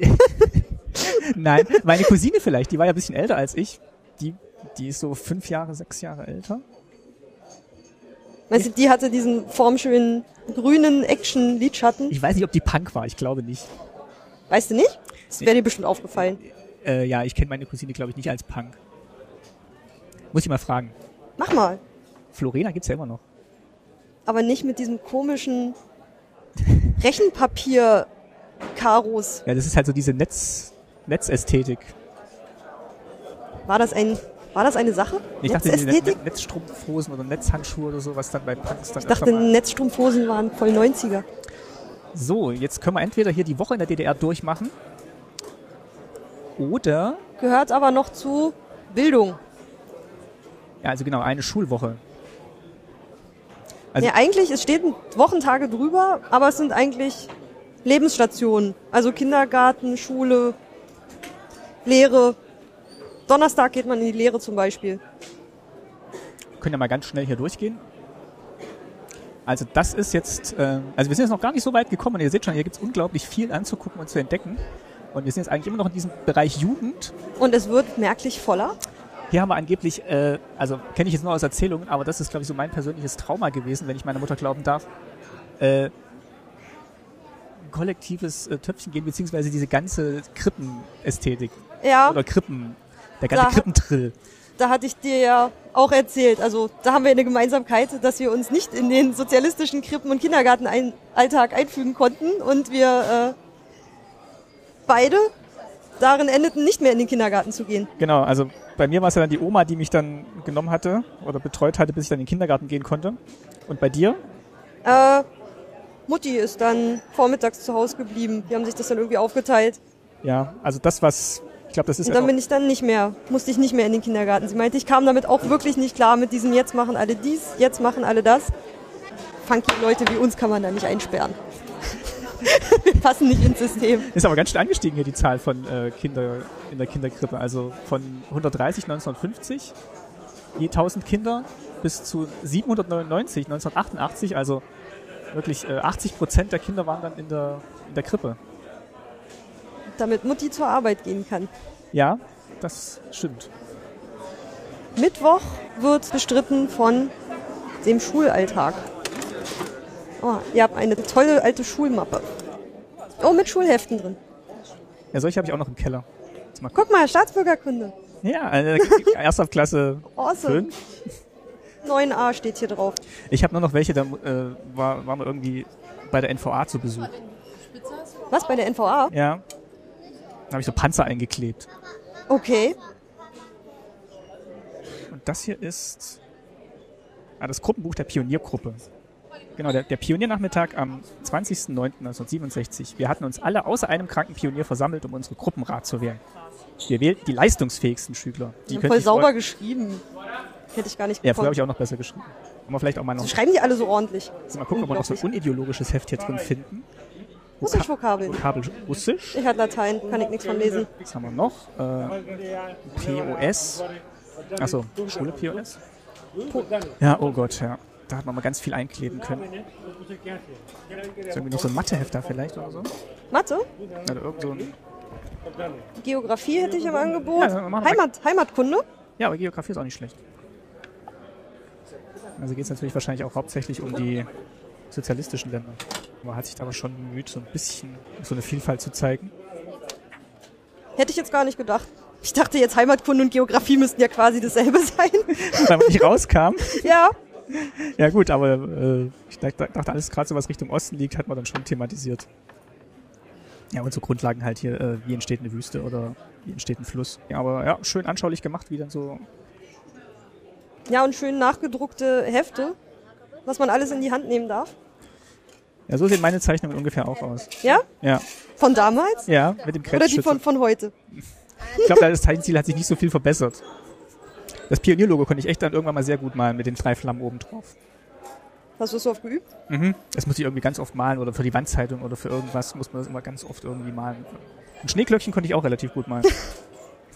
[SPEAKER 2] Nein, meine Cousine vielleicht, die war ja ein bisschen älter als ich. Die, die ist so fünf Jahre, sechs Jahre älter.
[SPEAKER 1] Weißt du, die hatte diesen formschönen grünen Action-Lidschatten.
[SPEAKER 2] Ich weiß nicht, ob die Punk war, ich glaube nicht.
[SPEAKER 1] Weißt du nicht? Das wäre dir bestimmt aufgefallen.
[SPEAKER 2] Äh, ja, ich kenne meine Cousine, glaube ich, nicht als Punk. Muss ich mal fragen.
[SPEAKER 1] Mach mal.
[SPEAKER 2] Florena gibt's ja immer noch.
[SPEAKER 1] Aber nicht mit diesem komischen Rechenpapier-Karos.
[SPEAKER 2] Ja, das ist halt so diese Netz, Netzästhetik.
[SPEAKER 1] War das ein, war das eine Sache?
[SPEAKER 2] Ich dachte, diese Net-
[SPEAKER 1] Netzästhetik?
[SPEAKER 2] Net- Netzstrumpfhosen oder Netzhandschuhe oder so, was dann bei Punks dann
[SPEAKER 1] Ich dachte,
[SPEAKER 2] öfter mal-
[SPEAKER 1] Netzstrumpfhosen waren voll 90er.
[SPEAKER 2] So, jetzt können wir entweder hier die Woche in der DDR durchmachen oder,
[SPEAKER 1] Gehört aber noch zu Bildung.
[SPEAKER 2] ja, also genau, eine Schulwoche. Also-
[SPEAKER 1] ja, eigentlich, es steht Wochentage drüber, aber es sind eigentlich Lebensstationen. Also Kindergarten, Schule, Lehre. Donnerstag geht man in die Lehre zum Beispiel.
[SPEAKER 2] Wir können ja mal ganz schnell hier durchgehen. Also das ist jetzt, äh, also wir sind jetzt noch gar nicht so weit gekommen und ihr seht schon, hier gibt's unglaublich viel anzugucken und zu entdecken. Und wir sind jetzt eigentlich immer noch in diesem Bereich Jugend
[SPEAKER 1] Und es wird merklich voller.
[SPEAKER 2] Hier haben wir angeblich, äh, also kenne ich jetzt nur aus Erzählungen, aber das ist, glaube ich, so mein persönliches Trauma gewesen, wenn ich meiner Mutter glauben darf. Äh, ein kollektives äh, Töpfchen gehen, beziehungsweise diese ganze Krippenästhetik
[SPEAKER 1] Ja,
[SPEAKER 2] oder Krippen, der ganze
[SPEAKER 1] Da-
[SPEAKER 2] Krippentrill.
[SPEAKER 1] da hatte ich dir ja auch erzählt. Also da haben wir eine Gemeinsamkeit, dass wir uns nicht in den sozialistischen Krippen- und Kindergartenalltag einfügen konnten und wir äh, beide darin endeten, nicht mehr in den Kindergarten zu gehen.
[SPEAKER 2] Genau, also bei mir war es ja dann die Oma, die mich dann genommen hatte oder betreut hatte, bis ich dann in den Kindergarten gehen konnte. Und bei dir?
[SPEAKER 1] Äh, Mutti ist dann vormittags zu Hause geblieben. Die haben sich das dann irgendwie aufgeteilt.
[SPEAKER 2] Ja, also das, was, ich glaube, das ist
[SPEAKER 1] Und
[SPEAKER 2] ja
[SPEAKER 1] dann
[SPEAKER 2] auch-
[SPEAKER 1] bin ich dann nicht mehr, musste ich nicht mehr in den Kindergarten. Sie meinte, ich kam damit auch wirklich nicht klar mit diesem jetzt machen alle dies, jetzt machen alle das. Funky Leute wie uns kann man da nicht einsperren. Wir passen nicht ins System.
[SPEAKER 2] Ist aber ganz schön angestiegen hier die Zahl von äh, Kinder in der Kinderkrippe. Also von 130 1950 je 1000 Kinder bis zu 799 1988. Also wirklich äh, 80 Prozent der Kinder waren dann in der, in der Krippe.
[SPEAKER 1] Damit Mutti zur Arbeit gehen kann.
[SPEAKER 2] Ja, das stimmt.
[SPEAKER 1] Mittwoch wird bestritten von dem Schulalltag. Oh, ihr habt eine tolle alte Schulmappe. Oh, mit Schulheften drin.
[SPEAKER 2] Ja, solche habe ich auch noch im Keller.
[SPEAKER 1] Guck mal, Staatsbürgerkunde.
[SPEAKER 2] Ja, äh, erster Klasse
[SPEAKER 1] Awesome.
[SPEAKER 2] 5.
[SPEAKER 1] 9a steht hier drauf.
[SPEAKER 2] Ich habe nur noch welche, da äh, war, waren wir irgendwie bei der NVA zu Besuch.
[SPEAKER 1] Was, bei der NVA?
[SPEAKER 2] Ja. Da habe ich so Panzer eingeklebt.
[SPEAKER 1] Okay.
[SPEAKER 2] Und das hier ist ah, das Gruppenbuch der Pioniergruppe. Genau, der, der Pioniernachmittag am 20.09.1967. Wir hatten uns alle außer einem kranken Pionier versammelt, um unsere Gruppenrat zu wählen. Wir wählten die leistungsfähigsten Schüler. Die könnte
[SPEAKER 1] Voll
[SPEAKER 2] ich
[SPEAKER 1] sauber
[SPEAKER 2] Vorher,
[SPEAKER 1] geschrieben. Hätte ich gar nicht
[SPEAKER 2] ja, früher
[SPEAKER 1] gekonnt.
[SPEAKER 2] habe ich auch noch besser geschrieben. Haben wir vielleicht auch mal noch.
[SPEAKER 1] so schreiben die alle so ordentlich.
[SPEAKER 2] Mal gucken, ob wir noch so ein unideologisches Heft hier drin finden.
[SPEAKER 1] Russisch-Vokabeln.
[SPEAKER 2] Kabel Russisch.
[SPEAKER 1] Ich hatte Latein, kann ich nichts von lesen.
[SPEAKER 2] Was haben wir noch? Äh, POS. Achso, Schule POS. Ja, oh Gott, ja. Da hat man mal ganz viel einkleben können. Ist irgendwie noch so ein Matheheft da vielleicht oder so?
[SPEAKER 1] Mathe,
[SPEAKER 2] Oder irgend so ein
[SPEAKER 1] Geografie hätte ich im Angebot.
[SPEAKER 2] Ja, machen wir
[SPEAKER 1] Heimat, Heimatkunde.
[SPEAKER 2] ja, aber Geografie ist auch nicht schlecht. Also geht es natürlich wahrscheinlich auch hauptsächlich um die sozialistischen Länder. Man hat sich da aber schon bemüht, so ein bisschen so eine Vielfalt zu zeigen.
[SPEAKER 1] Hätte ich jetzt gar nicht gedacht. Ich dachte jetzt Heimatkunde und Geografie müssten ja quasi dasselbe sein.
[SPEAKER 2] Weil man nicht rauskam.
[SPEAKER 1] ja,
[SPEAKER 2] Ja gut, aber äh, ich dacht- dachte, alles gerade so was Richtung Osten liegt, hat man dann schon thematisiert. Ja, und so Grundlagen halt hier, äh, wie entsteht eine Wüste oder wie entsteht ein Fluss. Ja, aber ja, schön anschaulich gemacht, wie dann so.
[SPEAKER 1] ja und schön nachgedruckte Hefte, was man alles in die Hand nehmen darf.
[SPEAKER 2] Ja, so sehen meine Zeichnungen ungefähr auch aus.
[SPEAKER 1] Ja,
[SPEAKER 2] Ja,
[SPEAKER 1] von damals
[SPEAKER 2] ja, mit
[SPEAKER 1] oder
[SPEAKER 2] dem
[SPEAKER 1] die von,
[SPEAKER 2] Krebsschützer.
[SPEAKER 1] von heute.
[SPEAKER 2] Ich glaube, das Zeichenziel hat sich nicht so viel verbessert. Das Pionierlogo konnte ich echt dann irgendwann mal sehr gut malen mit den drei Flammen oben drauf.
[SPEAKER 1] Hast du das so oft geübt?
[SPEAKER 2] Mhm. Das muss ich irgendwie ganz oft malen oder für die Wandzeitung oder für irgendwas muss man das immer ganz oft irgendwie malen. Ein Schneeglöckchen konnte ich auch relativ gut malen.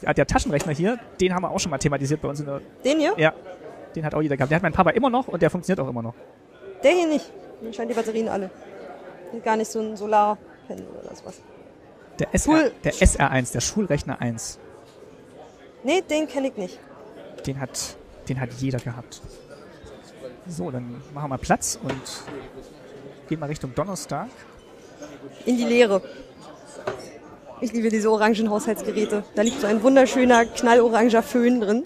[SPEAKER 2] Ja, der Taschenrechner hier, den haben wir auch schon mal thematisiert bei uns in der.
[SPEAKER 1] Den hier?
[SPEAKER 2] Ja, den hat auch jeder gehabt. Den hat mein Papa immer noch und der funktioniert auch immer noch.
[SPEAKER 1] Der hier nicht. Dann scheinen die Batterien alle. Gar nicht so ein Solarpanel oder sowas.
[SPEAKER 2] Der, SR,
[SPEAKER 1] Cool.
[SPEAKER 2] der SR1, der Schulrechner 1,
[SPEAKER 1] Nee, den kenne ich nicht.
[SPEAKER 2] den hat, den hat jeder gehabt. So, dann machen wir mal Platz und gehen mal Richtung Donnerstag.
[SPEAKER 1] In die Leere. Ich liebe diese orangen Haushaltsgeräte. Da liegt so ein wunderschöner, knalloranger Föhn drin.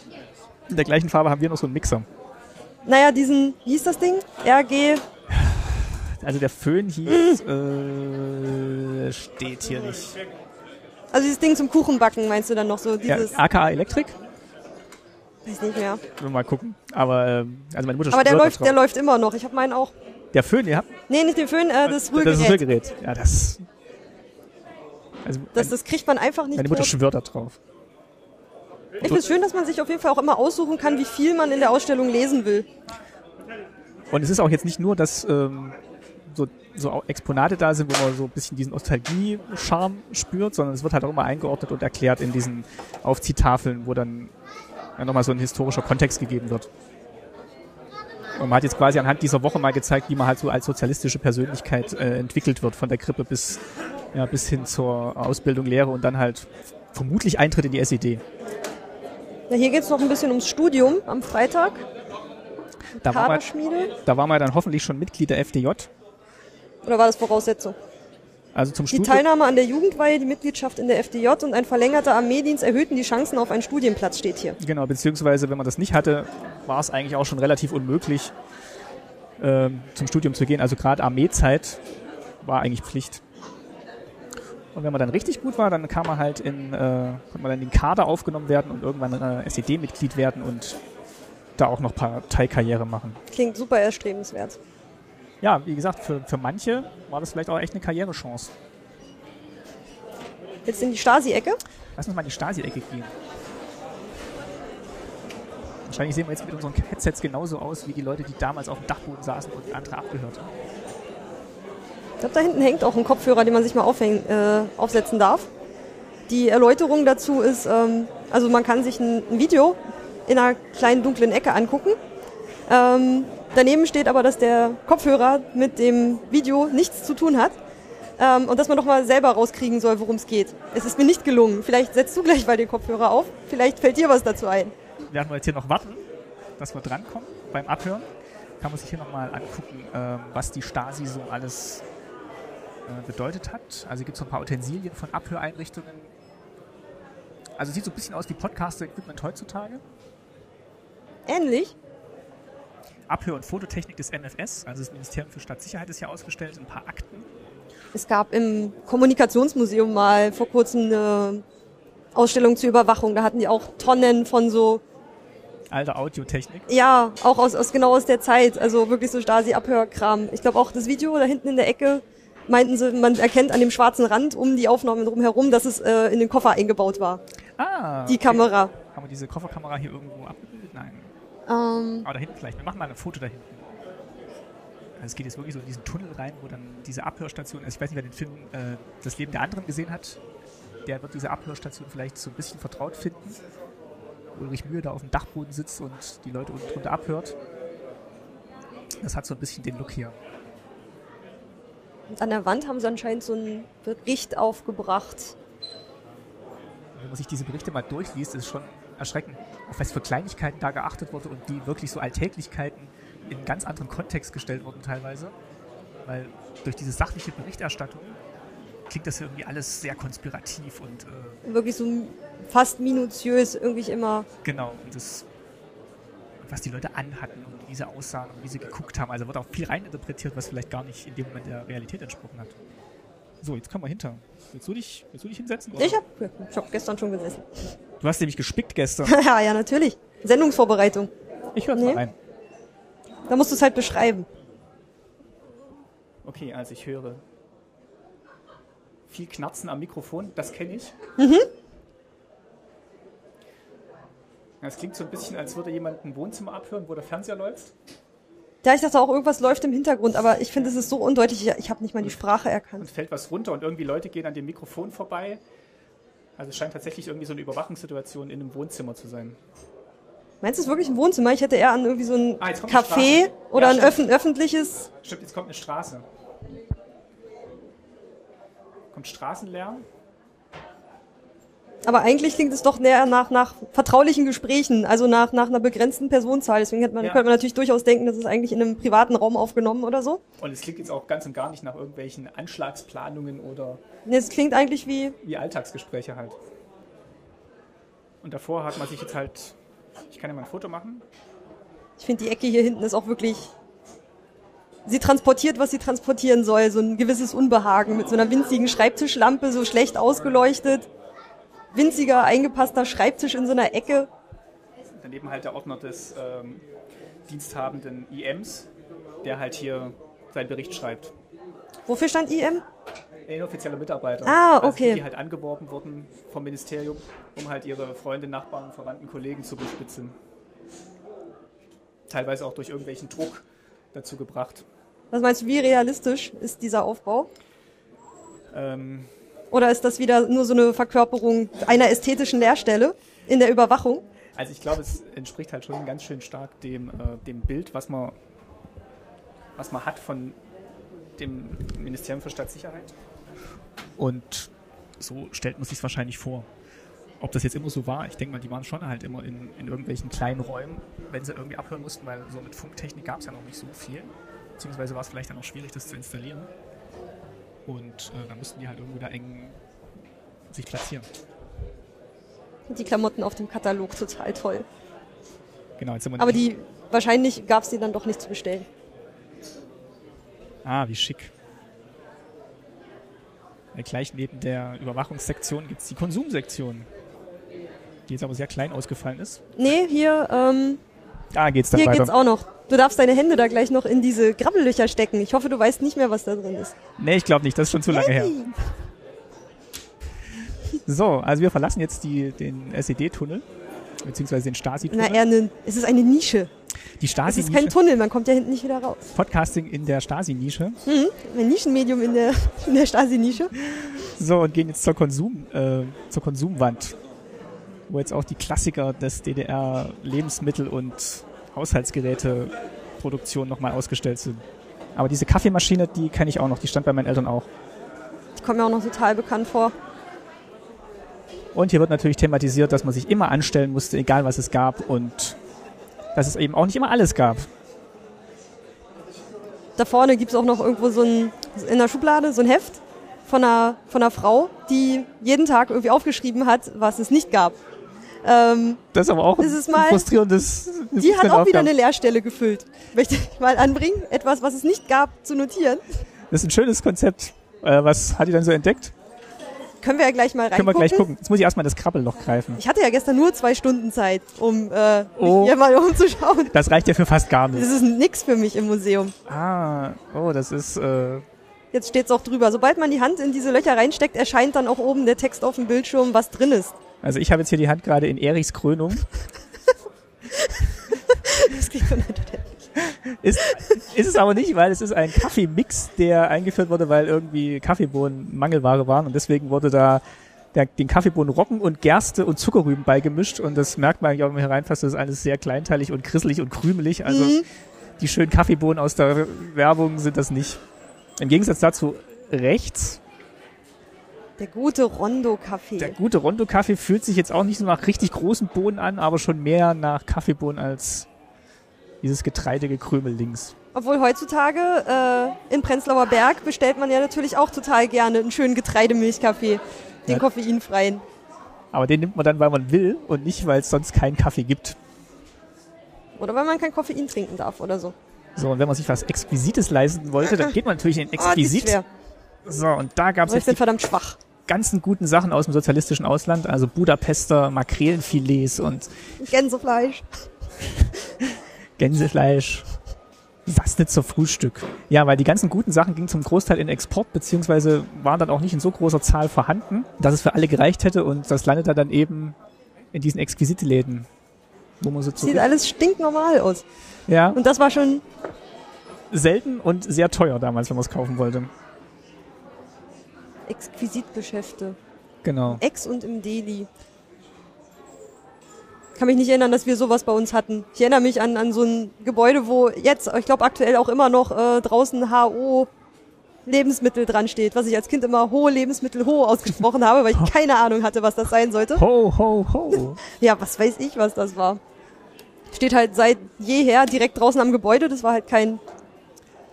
[SPEAKER 2] In der gleichen Farbe haben wir noch so einen Mixer.
[SPEAKER 1] Naja, diesen, wie hieß das Ding? RG.
[SPEAKER 2] Also der Föhn hieß, äh, steht hier nicht.
[SPEAKER 1] Also dieses Ding zum Kuchenbacken, meinst du dann noch so?
[SPEAKER 2] Ja, Ah.
[SPEAKER 1] Dieses,
[SPEAKER 2] AKA Elektrik.
[SPEAKER 1] weiß nicht mehr.
[SPEAKER 2] Wollen wir mal gucken. Aber, ähm, also meine Mutter
[SPEAKER 1] Aber der
[SPEAKER 2] schwört
[SPEAKER 1] läuft,
[SPEAKER 2] da
[SPEAKER 1] der
[SPEAKER 2] drauf.
[SPEAKER 1] läuft immer noch. Ich habe meinen auch.
[SPEAKER 2] Der Föhn, ja.
[SPEAKER 1] Nee, nicht den Föhn, äh, das Rührgerät.
[SPEAKER 2] Das
[SPEAKER 1] Das,
[SPEAKER 2] ist Rührgerät. Ja, das. Also,
[SPEAKER 1] das, kriegt man einfach nicht
[SPEAKER 2] meine Mutter
[SPEAKER 1] tot.
[SPEAKER 2] schwört da drauf.
[SPEAKER 1] Ich finde es schön, dass man sich auf jeden Fall auch immer aussuchen kann, wie viel man in der Ausstellung lesen will.
[SPEAKER 2] Und es ist auch jetzt nicht nur, dass ähm, so, so auch Exponate da sind, wo man so ein bisschen diesen Nostalgie-Charme spürt, sondern es wird halt auch immer eingeordnet und erklärt in diesen Aufziehtafeln, wo dann ja, nochmal so ein historischer Kontext gegeben wird. Und man hat jetzt quasi anhand dieser Woche mal gezeigt, wie man halt so als sozialistische Persönlichkeit äh, entwickelt wird, von der Krippe bis, ja, bis hin zur Ausbildung, Lehre und dann halt vermutlich Eintritt in die E SED.
[SPEAKER 1] Na, hier geht's noch ein bisschen ums Studium am Freitag.
[SPEAKER 2] Da war, man,
[SPEAKER 1] Kaderschmiede.
[SPEAKER 2] da war man dann hoffentlich schon Mitglied der FDJ.
[SPEAKER 1] Oder war das Voraussetzung?
[SPEAKER 2] Also zum
[SPEAKER 1] Die
[SPEAKER 2] Studium.
[SPEAKER 1] Teilnahme an der Jugendweihe, die Mitgliedschaft in der FDJ und ein verlängerter Armeedienst erhöhten die Chancen auf einen Studienplatz, steht hier.
[SPEAKER 2] Genau, beziehungsweise wenn man das nicht hatte, war es eigentlich auch schon relativ unmöglich, ähm, zum Studium zu gehen. Also gerade Armeezeit war eigentlich Pflicht. Und wenn man dann richtig gut war, dann kam man halt in, äh, konnte man dann in den Kader aufgenommen werden und irgendwann äh, SED-Mitglied werden und da auch noch Parteikarriere machen.
[SPEAKER 1] Klingt super erstrebenswert.
[SPEAKER 2] Ja, wie gesagt, für, für manche war das vielleicht auch echt eine Karrierechance.
[SPEAKER 1] Jetzt in die Stasi-Ecke.
[SPEAKER 2] Lass uns mal in die Stasi-Ecke gehen. Wahrscheinlich sehen wir jetzt mit unseren Headsets genauso aus wie die Leute, die damals auf dem Dachboden saßen und andere abgehört haben.
[SPEAKER 1] Ich glaube, da hinten hängt auch ein Kopfhörer, den man sich mal aufhängen, äh, aufsetzen darf. Die Erläuterung dazu ist, ähm, also man kann sich ein, ein Video in einer kleinen dunklen Ecke angucken. Ähm, daneben steht aber, dass der Kopfhörer mit dem Video nichts zu tun hat. Ähm, und dass man doch mal selber rauskriegen soll, worum es geht. Es ist mir nicht gelungen. Vielleicht setzt du gleich mal den Kopfhörer auf. Vielleicht fällt dir was dazu ein.
[SPEAKER 2] werden wir jetzt hier noch warten, dass wir drankommen beim Abhören. Kann man sich hier nochmal angucken, ähm, was die Stasi so alles äh, bedeutet hat. Also gibt es noch ein paar Utensilien von Abhöreinrichtungen. Also sieht so ein bisschen aus wie Podcaster-Equipment heutzutage.
[SPEAKER 1] Ähnlich.
[SPEAKER 2] Abhör- und Fototechnik des MFS, also das Ministerium für Staatssicherheit ist hier ausgestellt, ein paar Akten.
[SPEAKER 1] Es gab im Kommunikationsmuseum mal vor kurzem eine Ausstellung zur Überwachung. Da hatten die auch Tonnen von so,
[SPEAKER 2] Alte Audiotechnik.
[SPEAKER 1] ja, auch aus, aus genau aus der Zeit. Also wirklich so Stasi-Abhörkram. Ich glaube auch das Video da hinten in der Ecke meinten sie, man erkennt an dem schwarzen Rand um die Aufnahmen drumherum, dass es äh, in den Koffer eingebaut war.
[SPEAKER 2] Ah,
[SPEAKER 1] Die Kamera.
[SPEAKER 2] Haben wir diese Kofferkamera hier irgendwo abgebildet? Nein.
[SPEAKER 1] Ähm,
[SPEAKER 2] Aber da hinten vielleicht. Wir machen mal ein Foto da hinten. Also es geht jetzt wirklich so in diesen Tunnel rein, wo dann diese Abhörstation, also ich weiß nicht, wer den Film äh, Das Leben der anderen gesehen hat, der wird diese Abhörstation vielleicht so ein bisschen vertraut finden. Ulrich Mühe da auf dem Dachboden sitzt und die Leute unten drunter abhört. Das hat so ein bisschen den Look hier.
[SPEAKER 1] und an der Wand haben sie anscheinend so einen Bericht aufgebracht.
[SPEAKER 2] Und wenn man sich diese Berichte mal durchliest, ist es schon erschreckend, auf was für Kleinigkeiten da geachtet wurde und die wirklich so Alltäglichkeiten in einen ganz anderen Kontext gestellt wurden teilweise. Weil durch diese sachliche Berichterstattung klingt das ja irgendwie alles sehr konspirativ und äh,
[SPEAKER 1] Wirklich so fast minutiös, irgendwie immer.
[SPEAKER 2] genau, und das und was die Leute anhatten und wie sie aussahen und wie sie geguckt haben. Also wird auch viel reininterpretiert, was vielleicht gar nicht in dem Moment der Realität entsprochen hat. So, jetzt können wir hinter. Willst du dich, willst du dich hinsetzen?
[SPEAKER 1] Ich hab, ich hab gestern schon gesessen.
[SPEAKER 2] du hast nämlich gespickt gestern.
[SPEAKER 1] ja, ja, natürlich. Sendungsvorbereitung.
[SPEAKER 2] Ich höre
[SPEAKER 1] Nee.
[SPEAKER 2] mal rein.
[SPEAKER 1] Da musst du es halt beschreiben.
[SPEAKER 2] Okay, also ich höre viel Knarzen am Mikrofon, das kenne ich. Das klingt so ein bisschen, als würde jemand ein Wohnzimmer abhören, wo der Fernseher läuft.
[SPEAKER 1] Ja, ich dachte auch, irgendwas läuft im Hintergrund, aber ich finde, es ist so undeutlich, ich, ich habe nicht mal die Sprache
[SPEAKER 2] Und
[SPEAKER 1] erkannt.
[SPEAKER 2] fällt was runter und irgendwie Leute gehen an dem Mikrofon vorbei. Also es scheint tatsächlich irgendwie so eine Überwachungssituation in einem Wohnzimmer zu sein.
[SPEAKER 1] Meinst du es ist wirklich ein Wohnzimmer? Ich hätte eher an irgendwie so ein
[SPEAKER 2] Ah, jetzt kommt die
[SPEAKER 1] Café
[SPEAKER 2] Straße.
[SPEAKER 1] oder
[SPEAKER 2] Ja,
[SPEAKER 1] ein
[SPEAKER 2] stimmt.
[SPEAKER 1] öffn öffentliches.
[SPEAKER 2] Stimmt, jetzt kommt eine Straße. kommt Straßenlärm.
[SPEAKER 1] Aber eigentlich klingt es doch näher nach, nach vertraulichen Gesprächen, also nach, nach einer begrenzten Personenzahl. Deswegen hätte man,
[SPEAKER 2] Ja.
[SPEAKER 1] könnte man natürlich durchaus denken, das ist eigentlich in einem privaten Raum aufgenommen oder so.
[SPEAKER 2] Und es klingt jetzt auch ganz und gar nicht nach irgendwelchen Anschlagsplanungen oder
[SPEAKER 1] Nee, Es klingt eigentlich wie,
[SPEAKER 2] wie Alltagsgespräche halt. Und davor hat man sich jetzt halt, ich kann ja mal ein Foto machen.
[SPEAKER 1] ich finde die Ecke hier hinten ist auch wirklich, sie transportiert, was sie transportieren soll. So ein gewisses Unbehagen mit so einer winzigen Schreibtischlampe, so schlecht ausgeleuchtet. Winziger, eingepasster Schreibtisch in so einer Ecke.
[SPEAKER 2] Daneben halt der Ordner des ähm, diensthabenden IMs, der halt hier seinen Bericht schreibt.
[SPEAKER 1] Wofür stand IM?
[SPEAKER 2] Inoffizielle Mitarbeiter.
[SPEAKER 1] Ah, okay.
[SPEAKER 2] Also die halt angeworben wurden vom Ministerium, um halt ihre Freunde, Nachbarn, Verwandten, Kollegen zu bespitzeln. Teilweise auch durch irgendwelchen Druck dazu gebracht.
[SPEAKER 1] Was meinst du, wie realistisch ist dieser Aufbau?
[SPEAKER 2] Ähm,
[SPEAKER 1] Oder ist das wieder nur so eine Verkörperung einer ästhetischen Leerstelle in der Überwachung?
[SPEAKER 2] also ich glaube, es entspricht halt schon ganz schön stark dem, äh, dem Bild, was man, was man hat von dem Ministerium für Staatssicherheit. Und so stellt man sich es wahrscheinlich vor. Ob das jetzt immer so war, ich denke mal, die waren schon halt immer in, in irgendwelchen kleinen Räumen, wenn sie irgendwie abhören mussten, weil so mit Funktechnik gab es ja noch nicht so viel. Beziehungsweise war es vielleicht dann auch schwierig, das zu installieren. Und äh, dann mussten die halt irgendwo da eng sich platzieren.
[SPEAKER 1] Die Klamotten auf dem Katalog total toll.
[SPEAKER 2] Genau, jetzt sind wir
[SPEAKER 1] Aber die wahrscheinlich gab es die dann doch nicht zu bestellen.
[SPEAKER 2] Ah, wie schick. Ja, Gleich neben der Überwachungssektion gibt's die Konsumsektion, die jetzt aber sehr klein ausgefallen ist.
[SPEAKER 1] Nee, hier, ähm,
[SPEAKER 2] Da geht's dann
[SPEAKER 1] hier
[SPEAKER 2] weiter.
[SPEAKER 1] geht's auch noch. Du darfst deine Hände da gleich noch in diese Grabbellöcher stecken. Ich hoffe, du weißt nicht mehr, was da drin ist.
[SPEAKER 2] Nee, ich glaube nicht, das ist schon zu lange her.
[SPEAKER 1] Hey.
[SPEAKER 2] So, also wir verlassen jetzt die, den SED-Tunnel, beziehungsweise den
[SPEAKER 1] Na,
[SPEAKER 2] Stasi-Tunnel.
[SPEAKER 1] eher eine, es ist eine Nische.
[SPEAKER 2] Die
[SPEAKER 1] Es ist kein
[SPEAKER 2] Stasi-Nische,
[SPEAKER 1] Tunnel, man kommt ja hinten nicht wieder raus.
[SPEAKER 2] Podcasting in der Stasi-Nische.
[SPEAKER 1] Ein Nischenmedium in der, in der Stasi-Nische.
[SPEAKER 2] So, und gehen jetzt zur, Konsum, äh, zur Konsumwand, wo jetzt auch die Klassiker des DDR Lebensmittel- und Haushaltsgeräteproduktion nochmal ausgestellt sind. Aber diese Kaffeemaschine, die kenne ich auch noch, die stand bei meinen Eltern auch.
[SPEAKER 1] Die kommen mir auch noch total bekannt vor.
[SPEAKER 2] Und hier wird natürlich thematisiert, dass man sich immer anstellen musste, egal was es gab und dass es eben auch nicht immer alles gab.
[SPEAKER 1] Da vorne gibt's auch noch irgendwo so ein, in der Schublade so ein Heft von einer, von einer Frau, die jeden Tag irgendwie aufgeschrieben hat, was es nicht gab. Ähm,
[SPEAKER 2] Das ist aber auch
[SPEAKER 1] Es ist
[SPEAKER 2] ein
[SPEAKER 1] mal-
[SPEAKER 2] frustrierendes.
[SPEAKER 1] die hat auch wieder
[SPEAKER 2] Aufgabe.
[SPEAKER 1] eine Leerstelle gefüllt. Möchte ich mal anbringen, etwas, was es nicht gab, zu notieren.
[SPEAKER 2] Das ist ein schönes Konzept. Äh, was hat die dann so entdeckt?
[SPEAKER 1] Können wir ja gleich mal reingucken.
[SPEAKER 2] Können wir gleich gucken. Jetzt muss ich erstmal das Krabbelloch greifen.
[SPEAKER 1] Ich hatte ja gestern nur zwei Stunden Zeit, um äh,
[SPEAKER 2] Oh.
[SPEAKER 1] mich hier mal umzuschauen.
[SPEAKER 2] Das reicht ja für fast gar nichts.
[SPEAKER 1] Das ist nix für mich im Museum.
[SPEAKER 2] Ah, oh, das ist. Äh,
[SPEAKER 1] Jetzt steht's auch drüber. Sobald man die Hand in diese Löcher reinsteckt, erscheint dann auch oben der Text auf dem Bildschirm, was drin ist.
[SPEAKER 2] also ich habe jetzt hier die Hand gerade in Erichs Krönung.
[SPEAKER 1] Das klingt so nett.
[SPEAKER 2] Ist, ist es aber nicht, weil es ist ein Kaffeemix, der eingeführt wurde, weil irgendwie Kaffeebohnen Mangelware waren und deswegen wurde da der, den Kaffeebohnen Roggen und Gerste und Zuckerrüben beigemischt und das merkt man ja, wenn man hier reinfasst, das ist alles sehr kleinteilig und grisselig und krümelig. Also die schönen Kaffeebohnen aus der Werbung sind das nicht. Im Gegensatz dazu rechts
[SPEAKER 1] Der gute Rondo-Kaffee.
[SPEAKER 2] Der gute Rondo-Kaffee fühlt sich jetzt auch nicht so nach richtig großen Bohnen an, aber schon mehr nach Kaffeebohnen als dieses getreidige Krümel links.
[SPEAKER 1] Obwohl heutzutage äh, in Prenzlauer Berg bestellt man ja natürlich auch total gerne einen schönen Getreidemilchkaffee, den
[SPEAKER 2] Ja.
[SPEAKER 1] koffeinfreien.
[SPEAKER 2] Aber den nimmt man dann, weil man will und nicht, weil es sonst keinen Kaffee gibt.
[SPEAKER 1] Oder weil man kein Koffein trinken darf oder so.
[SPEAKER 2] So, und wenn man sich was Exquisites leisten wollte, dann geht man natürlich in den
[SPEAKER 1] Oh, die ist
[SPEAKER 2] Exquisit.
[SPEAKER 1] schwer.
[SPEAKER 2] so, und da gab es
[SPEAKER 1] Aber ich
[SPEAKER 2] jetzt
[SPEAKER 1] bin
[SPEAKER 2] die
[SPEAKER 1] verdammt schwach.
[SPEAKER 2] ganzen guten Sachen aus dem sozialistischen Ausland, also Budapester Makrelenfilets und
[SPEAKER 1] Gänsefleisch.
[SPEAKER 2] Gänsefleisch. Was nicht zum Frühstück? Ja, weil die ganzen guten Sachen gingen zum Großteil in Export, beziehungsweise waren dann auch nicht in so großer Zahl vorhanden, dass es für alle gereicht hätte und das landete dann eben in diesen exquisite Läden, wo man so
[SPEAKER 1] Sieht
[SPEAKER 2] zu
[SPEAKER 1] alles stinknormal aus.
[SPEAKER 2] ja,
[SPEAKER 1] Und das war schon,
[SPEAKER 2] selten und sehr teuer damals, wenn man es kaufen wollte.
[SPEAKER 1] Exquisitgeschäfte.
[SPEAKER 2] Genau.
[SPEAKER 1] Ex und im Deli. Kann mich nicht erinnern, dass wir sowas bei uns hatten. Ich erinnere mich an, an so ein Gebäude, wo jetzt, ich glaube aktuell auch immer noch äh, draußen HO, Lebensmittel dran steht, was ich als Kind immer hohe Lebensmittel ho ausgesprochen habe, weil ich keine Ahnung hatte, was das sein sollte.
[SPEAKER 2] Ho, ho, ho.
[SPEAKER 1] Ja, was weiß ich, was das war. Steht halt seit jeher direkt draußen am Gebäude. Das war halt kein,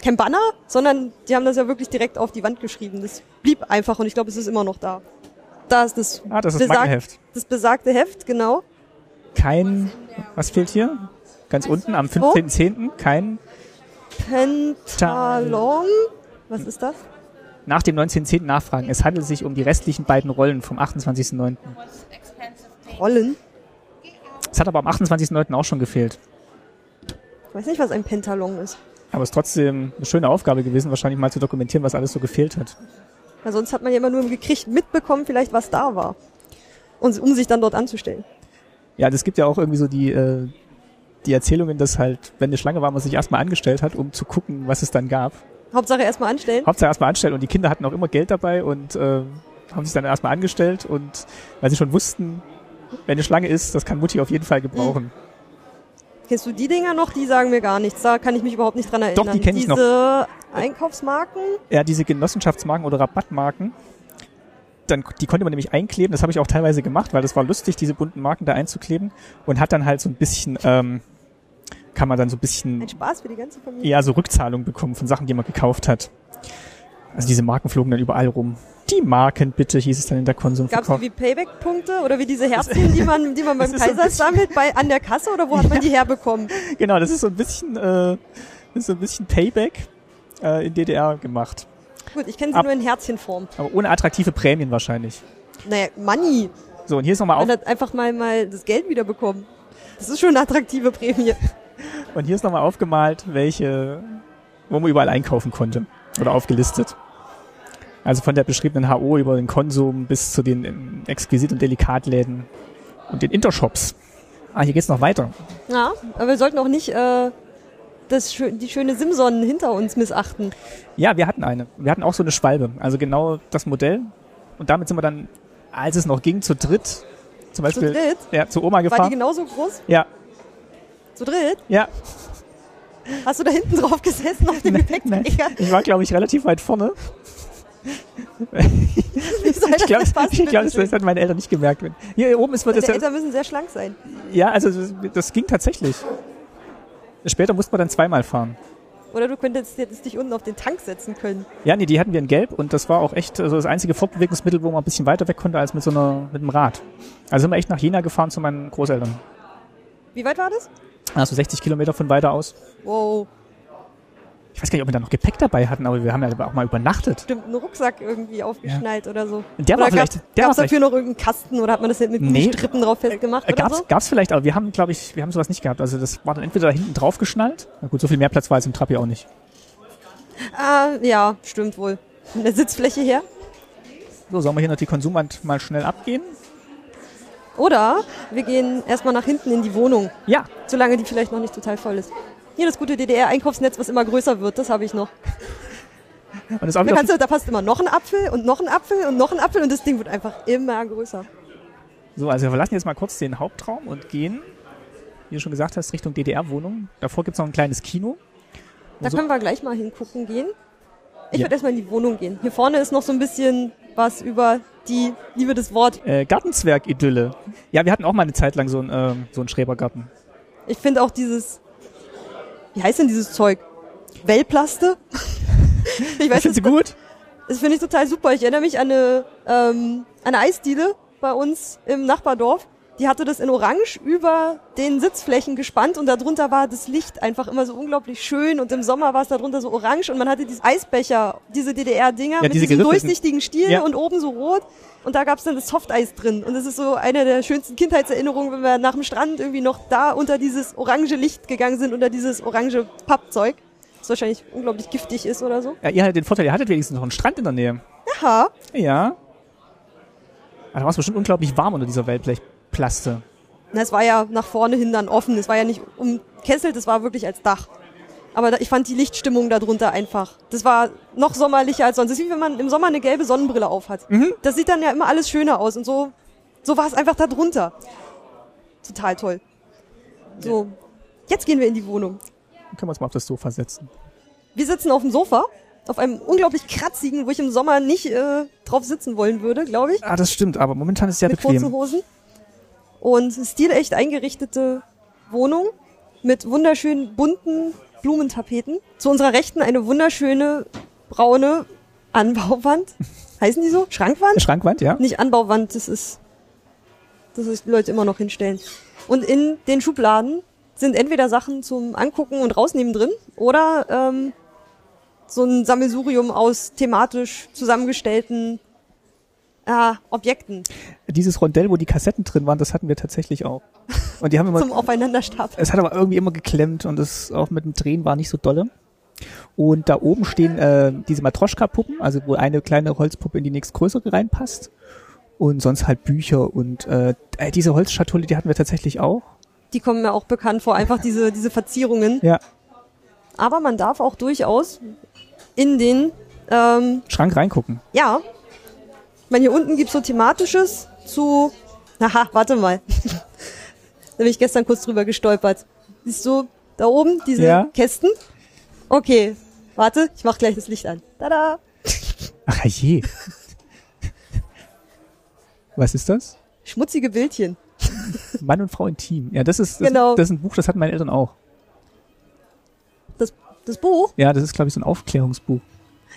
[SPEAKER 1] kein Banner, sondern die haben das ja wirklich direkt auf die Wand geschrieben. Das blieb einfach und ich glaube, es ist immer noch da. Da ist das,
[SPEAKER 2] Ah, das ist Markenheft.
[SPEAKER 1] das besagte Heft, genau.
[SPEAKER 2] Kein, was fehlt hier? Ganz unten am 15.10. kein,
[SPEAKER 1] Pentalon. Was ist das?
[SPEAKER 2] nach dem 19.10. nachfragen. Es handelt sich um die restlichen beiden Rollen vom 28.09.
[SPEAKER 1] Rollen?
[SPEAKER 2] Es hat aber am 28.09. auch schon gefehlt.
[SPEAKER 1] Ich weiß nicht, was ein Pentalon ist.
[SPEAKER 2] Aber es ist trotzdem eine schöne Aufgabe gewesen, wahrscheinlich mal zu dokumentieren, was alles so gefehlt hat.
[SPEAKER 1] Weil sonst hat man ja immer nur gekriegt, mitbekommen vielleicht, was da war. Und, um sich dann dort anzustellen.
[SPEAKER 2] Ja, das gibt ja auch irgendwie so die, äh, die Erzählungen, dass halt, wenn eine Schlange war, man sich erstmal angestellt hat, um zu gucken, was es dann gab.
[SPEAKER 1] Hauptsache erstmal anstellen.
[SPEAKER 2] Hauptsache erstmal anstellen und die Kinder hatten auch immer Geld dabei und äh, haben sich dann erstmal angestellt und weil sie schon wussten, wenn eine Schlange ist, das kann Mutti auf jeden Fall gebrauchen.
[SPEAKER 1] Kennst du die Dinger noch? Die sagen mir gar nichts. Da kann ich mich überhaupt nicht dran erinnern.
[SPEAKER 2] Doch, die kenn ich
[SPEAKER 1] Diese
[SPEAKER 2] noch.
[SPEAKER 1] Einkaufsmarken?
[SPEAKER 2] Ja, diese Genossenschaftsmarken oder Rabattmarken, dann, die konnte man nämlich einkleben, das habe ich auch teilweise gemacht, weil das war lustig, diese bunten Marken da einzukleben und hat dann halt so ein bisschen, ähm, kann man dann so ein bisschen
[SPEAKER 1] Ein Spaß für die ganze Familie.
[SPEAKER 2] eher so Rückzahlung bekommen von Sachen, die man gekauft hat. Also diese Marken flogen dann überall rum. Die Marken bitte, hieß es dann in der
[SPEAKER 1] Gab's die
[SPEAKER 2] Konsumverkauf.
[SPEAKER 1] wie Payback-Punkte oder wie diese Herzchen, die man, die man beim
[SPEAKER 2] ist so ein
[SPEAKER 1] Kaiser sammelt, bei, an der Kasse oder wo hat man die herbekommen?
[SPEAKER 2] Genau, das ist so ein bisschen, äh, das ist so ein bisschen Payback äh, in DDR gemacht.
[SPEAKER 1] Gut, ich kenne sie
[SPEAKER 2] Ab-
[SPEAKER 1] nur in Herzchenform.
[SPEAKER 2] Aber ohne attraktive Prämien wahrscheinlich.
[SPEAKER 1] Naja, Money.
[SPEAKER 2] So, und hier ist nochmal
[SPEAKER 1] Man
[SPEAKER 2] auf,
[SPEAKER 1] hat einfach mal, mal das Geld wiederbekommen. Das ist schon eine attraktive Prämie.
[SPEAKER 2] und hier ist noch mal aufgemalt, welche, wo man überall einkaufen konnte. Oder aufgelistet. Also von der beschriebenen HO über den Konsum bis zu den ähm, Exquisit- und Delikatläden und den Intershops. Ah, hier geht's noch weiter.
[SPEAKER 1] Ja, aber wir sollten auch nicht äh, das, schö- die schöne Simson hinter uns missachten.
[SPEAKER 2] Ja, wir hatten eine. Wir hatten auch so eine Schwalbe. Also genau das Modell. Und damit sind wir dann, als es noch ging, zu dritt zum
[SPEAKER 1] Zu
[SPEAKER 2] Beispiel
[SPEAKER 1] dritt?
[SPEAKER 2] Ja, zu Oma
[SPEAKER 1] War die genau-
[SPEAKER 2] gefahren.
[SPEAKER 1] genauso groß?
[SPEAKER 2] Ja,
[SPEAKER 1] Zu dritt?
[SPEAKER 2] ja.
[SPEAKER 1] Hast du da hinten drauf gesessen auf dem
[SPEAKER 2] Nein,
[SPEAKER 1] Gepäckträger?
[SPEAKER 2] ich war, glaube ich, relativ weit vorne.
[SPEAKER 1] Wie soll
[SPEAKER 2] Ich glaube,
[SPEAKER 1] das passen,
[SPEAKER 2] ich glaub, das,
[SPEAKER 1] bitteschön?
[SPEAKER 2] das hat meine Eltern nicht gemerkt. Hier oben ist man das
[SPEAKER 1] Deine
[SPEAKER 2] ja,
[SPEAKER 1] Eltern müssen sehr schlank sein.
[SPEAKER 2] ja, also das, das ging tatsächlich. Später musste man dann zweimal fahren.
[SPEAKER 1] Oder du könntest jetzt dich unten auf den Tank setzen können.
[SPEAKER 2] Ja, nee, die hatten wir in Gelb und das war auch echt also das einzige Fortbewegungsmittel, wo man ein bisschen weiter weg konnte als mit so einer mit dem Rad. Also sind wir echt nach Jena gefahren zu meinen Großeltern.
[SPEAKER 1] Wie weit war das?
[SPEAKER 2] Also 60 Kilometer von weiter aus.
[SPEAKER 1] Wow,
[SPEAKER 2] Ich weiß gar nicht, ob wir da noch Gepäck dabei hatten, aber wir haben ja auch mal übernachtet.
[SPEAKER 1] stimmt, einen Rucksack irgendwie aufgeschnallt oder so.
[SPEAKER 2] Und der
[SPEAKER 1] oder
[SPEAKER 2] war vielleicht-
[SPEAKER 1] gab's-
[SPEAKER 2] der war
[SPEAKER 1] gab's dafür noch irgendeinen Kasten oder hat man das mit
[SPEAKER 2] Nee.
[SPEAKER 1] Strippen drauf festgemacht
[SPEAKER 2] Äh,
[SPEAKER 1] oder
[SPEAKER 2] Gab's,
[SPEAKER 1] so?
[SPEAKER 2] gab's vielleicht, aber wir haben, glaube ich, wir haben sowas nicht gehabt. Also das war dann entweder da hinten drauf geschnallt. Na gut, so viel mehr Platz war jetzt im Trapp ja auch nicht.
[SPEAKER 1] Ah, ja, stimmt wohl. Von der Sitzfläche her.
[SPEAKER 2] So, sollen wir hier noch die Konsumwand mal schnell abgehen?
[SPEAKER 1] Oder wir gehen erstmal nach hinten in die Wohnung,
[SPEAKER 2] Ja,
[SPEAKER 1] solange die vielleicht noch nicht total voll ist. Hier das gute DDR-Einkaufsnetz, was immer größer wird, das habe ich noch.
[SPEAKER 2] und das ist auch
[SPEAKER 1] Da,
[SPEAKER 2] wieder
[SPEAKER 1] kannst du, da passt immer noch ein Apfel und noch ein Apfel und noch ein Apfel und das Ding wird einfach immer größer.
[SPEAKER 2] So, also wir verlassen jetzt mal kurz den Hauptraum und gehen, wie du schon gesagt hast, Richtung DDR-Wohnung. Davor gibt's noch ein kleines Kino.
[SPEAKER 1] Da
[SPEAKER 2] So.
[SPEAKER 1] können wir gleich mal hingucken gehen. Ich
[SPEAKER 2] Also Ja.
[SPEAKER 1] würde erstmal in die Wohnung gehen. Hier vorne ist noch so ein bisschen was über die Liebe des Wort.
[SPEAKER 2] Äh, Gartenzwerg-Idylle. Ja, wir hatten auch mal eine Zeit lang so einen, ähm, so einen Schrebergarten.
[SPEAKER 1] Ich finde auch dieses, wie heißt denn dieses Zeug? Wellplaste? ich weiß
[SPEAKER 2] Findest
[SPEAKER 1] nicht,
[SPEAKER 2] du gut?
[SPEAKER 1] das finde ich total super. Ich erinnere mich an eine, ähm, an eine Eisdiele bei uns im Nachbardorf. Die hatte das in Orange über den Sitzflächen gespannt und darunter war das Licht einfach immer so unglaublich schön und im Sommer war es darunter so orange und man hatte diese Eisbecher, diese DDR-Dinger mit
[SPEAKER 2] diese
[SPEAKER 1] diesem
[SPEAKER 2] geriffelten-
[SPEAKER 1] durchsichtigen Stiel
[SPEAKER 2] Ja.
[SPEAKER 1] und oben so rot und da gab's dann das Softeis drin und das ist so eine der schönsten Kindheitserinnerungen, wenn wir nach dem Strand irgendwie noch da unter dieses orange Licht gegangen sind, unter dieses orange Pappzeug, das wahrscheinlich unglaublich giftig ist oder so.
[SPEAKER 2] Ja, ihr hattet den Vorteil, ihr hattet wenigstens noch einen Strand in der Nähe.
[SPEAKER 1] Ha,
[SPEAKER 2] Ja. Aber da war es bestimmt unglaublich warm unter dieser Wellblechplaste.
[SPEAKER 1] Na, es war ja nach vorne hin dann offen. Es war ja nicht umkesselt, es war wirklich als Dach. Aber da, ich fand die Lichtstimmung darunter einfach. Das war noch sommerlicher als sonst. Das ist wie wenn man im Sommer eine gelbe Sonnenbrille aufhat. Das sieht dann ja immer alles schöner aus. Und so, so war es einfach da drunter. Total toll. So, jetzt gehen wir in die Wohnung.
[SPEAKER 2] Dann können wir uns mal auf das Sofa setzen.
[SPEAKER 1] Wir sitzen auf dem Sofa. auf einem unglaublich kratzigen, wo ich im Sommer nicht äh, drauf sitzen wollen würde, glaube ich.
[SPEAKER 2] Ah, das stimmt, aber momentan ist es ja
[SPEAKER 1] mit kurzen
[SPEAKER 2] bequem.
[SPEAKER 1] Hosen. Und stilecht eingerichtete Wohnung mit wunderschönen bunten Blumentapeten. Zu unserer Rechten eine wunderschöne braune Anbauwand. Heißen die so? Schrankwand?
[SPEAKER 2] Schrankwand, ja?
[SPEAKER 1] Nicht Anbauwand, das ist, das ist Leute immer noch hinstellen. Und in den Schubladen sind entweder Sachen zum Angucken und Rausnehmen drin oder ähm, so ein Sammelsurium aus thematisch zusammengestellten äh, Objekten
[SPEAKER 2] Dieses Rondell, wo die Kassetten drin waren, das hatten wir tatsächlich auch. Und die haben immer
[SPEAKER 1] zum Aufeinanderstapeln.
[SPEAKER 2] Es hat aber irgendwie immer geklemmt und es auch mit dem Drehen war nicht so dolle. Und da oben stehen äh, diese Matroschka-Puppen, also wo eine kleine Holzpuppe in die nächstgrößere reinpasst. Und sonst halt Bücher und äh, äh, diese Holzschatulle, die hatten wir tatsächlich auch.
[SPEAKER 1] Die kommen mir auch bekannt vor, einfach diese, diese Verzierungen.
[SPEAKER 2] Ja.
[SPEAKER 1] Aber man darf auch durchaus in den, ähm,
[SPEAKER 2] Schrank reingucken.
[SPEAKER 1] ja, ich meine, hier unten gibt's so thematisches zu, aha, warte mal. da bin ich gestern kurz drüber gestolpert. Siehst du da oben diese
[SPEAKER 2] Ja.
[SPEAKER 1] Kästen? Okay, warte, ich mach gleich das Licht an. Tada!
[SPEAKER 2] Ach je. Was ist das?
[SPEAKER 1] Schmutzige Bildchen.
[SPEAKER 2] Mann und Frau intim. Ja, das ist das,
[SPEAKER 1] Genau.
[SPEAKER 2] das ist ein Buch, das hatten meine Eltern auch.
[SPEAKER 1] Das, das Buch,
[SPEAKER 2] Ja, das ist glaube ich so ein Aufklärungsbuch.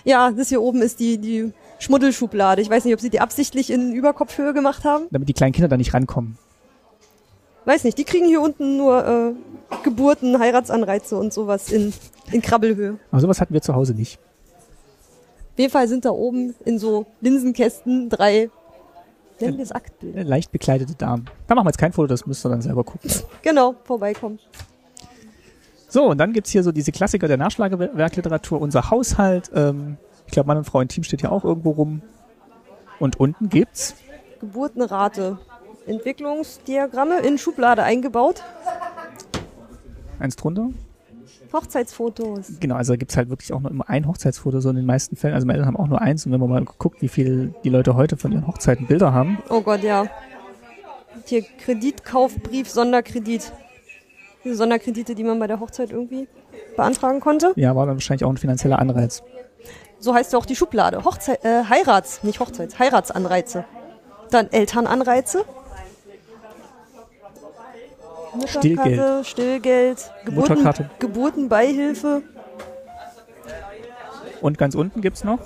[SPEAKER 1] ja, das hier oben ist die, die Schmuddelschublade. Ich weiß nicht, ob sie die absichtlich in Überkopfhöhe gemacht haben.
[SPEAKER 2] damit die kleinen Kinder da nicht rankommen.
[SPEAKER 1] weiß nicht, die kriegen hier unten nur äh, Geburten, Heiratsanreize und sowas in, in Krabbelhöhe.
[SPEAKER 2] Aber sowas hatten wir zu Hause nicht.
[SPEAKER 1] Auf jeden Fall sind da oben in so Linsenkästen drei, nennen wir es Aktbilder.
[SPEAKER 2] Äh, Leicht bekleidete Damen. Da machen wir jetzt kein Foto, das müsst ihr dann selber gucken.
[SPEAKER 1] Genau, vorbeikommen.
[SPEAKER 2] So, und dann gibt's hier so diese Klassiker der Nachschlagewerkliteratur, unser Haushalt. Ähm, ich glaube, Mann und Frau im Team steht hier auch irgendwo rum. Und unten gibt's
[SPEAKER 1] Geburtenrate. Entwicklungsdiagramme in Schublade eingebaut.
[SPEAKER 2] eins drunter.
[SPEAKER 1] Hochzeitsfotos.
[SPEAKER 2] Genau, also da gibt's halt wirklich auch nur immer ein Hochzeitsfoto, so in den meisten Fällen. Also meine Eltern haben auch nur eins. Und wenn man mal guckt, wie viel die Leute heute von ihren Hochzeiten Bilder haben,
[SPEAKER 1] Oh Gott, ja. Hier Kreditkaufbrief, Sonderkredit. Diese Sonderkredite, die man bei der Hochzeit irgendwie beantragen konnte.
[SPEAKER 2] ja, war dann wahrscheinlich auch ein finanzieller Anreiz.
[SPEAKER 1] So heißt ja auch die Schublade. Hochzei- äh, Heirats, nicht Hochzeits, Heiratsanreize. Dann Elternanreize. Mutterkarte,
[SPEAKER 2] Stillgeld.
[SPEAKER 1] Stillgeld, Geburten,
[SPEAKER 2] Mutterkarte.
[SPEAKER 1] Geburtenbeihilfe,
[SPEAKER 2] Und ganz unten gibt's noch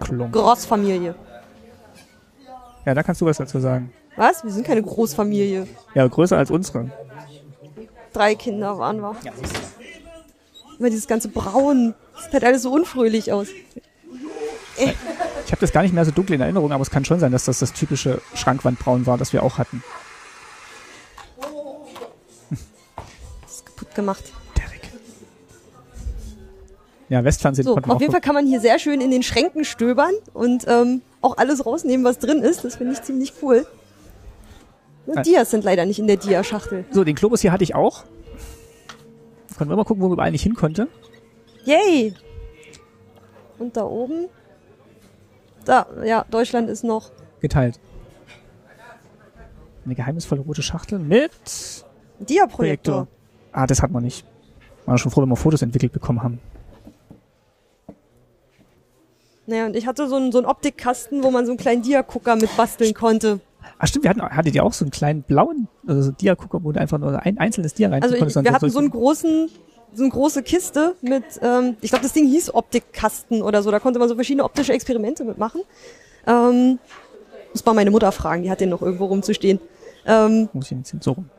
[SPEAKER 2] Klump.
[SPEAKER 1] Großfamilie.
[SPEAKER 2] Ja, da kannst du was dazu sagen.
[SPEAKER 1] Was? Wir sind keine Großfamilie.
[SPEAKER 2] Ja, größer als unsere.
[SPEAKER 1] Drei Kinder waren wir. Immer dieses ganze Braun. Das sieht halt alles so unfröhlich aus.
[SPEAKER 2] Ich habe das gar nicht mehr so dunkel in Erinnerung, aber es kann schon sein, dass das das typische Schrankwandbraun war, das wir auch hatten.
[SPEAKER 1] Das ist kaputt gemacht.
[SPEAKER 2] Derek. Ja, Westfernsehen
[SPEAKER 1] So,
[SPEAKER 2] konnten wir
[SPEAKER 1] auf jeden
[SPEAKER 2] auch
[SPEAKER 1] Fall kann man hier sehr schön in den Schränken stöbern und ähm, auch alles rausnehmen, was drin ist. Das finde ich ziemlich cool. Nur
[SPEAKER 2] Ah.
[SPEAKER 1] Dias sind leider nicht in der Dia-Schachtel.
[SPEAKER 2] gucken. So, den Globus hier hatte ich auch. Konnten wir mal gucken, wo man eigentlich hin konnte.
[SPEAKER 1] Yay! Und da oben? Da, ja, Deutschland ist noch.
[SPEAKER 2] Geteilt. Eine geheimnisvolle rote Schachtel mit
[SPEAKER 1] Dia-Projektor.
[SPEAKER 2] Projektor. Ah, das hat man nicht. War schon froh, wenn wir Fotos entwickelt bekommen haben.
[SPEAKER 1] Naja, und ich hatte so einen, so einen Optikkasten, wo man so einen kleinen Dia-Gucker mit basteln konnte.
[SPEAKER 2] Ah, stimmt, wir hatten, hattet ihr auch so einen kleinen blauen, also so einen Dia-Gucker, wo du einfach nur ein einzelnes Dia rein
[SPEAKER 1] Also ich, wir hatten so einen
[SPEAKER 2] ein
[SPEAKER 1] großen, so eine große Kiste mit, ähm, ich glaube, das Ding hieß Optikkasten oder so. Da konnte man so verschiedene optische Experimente mitmachen. Ähm, muss mal meine Mutter fragen, die hat den noch irgendwo rumzustehen. Ähm,
[SPEAKER 2] Muss ich jetzt hin, so rum.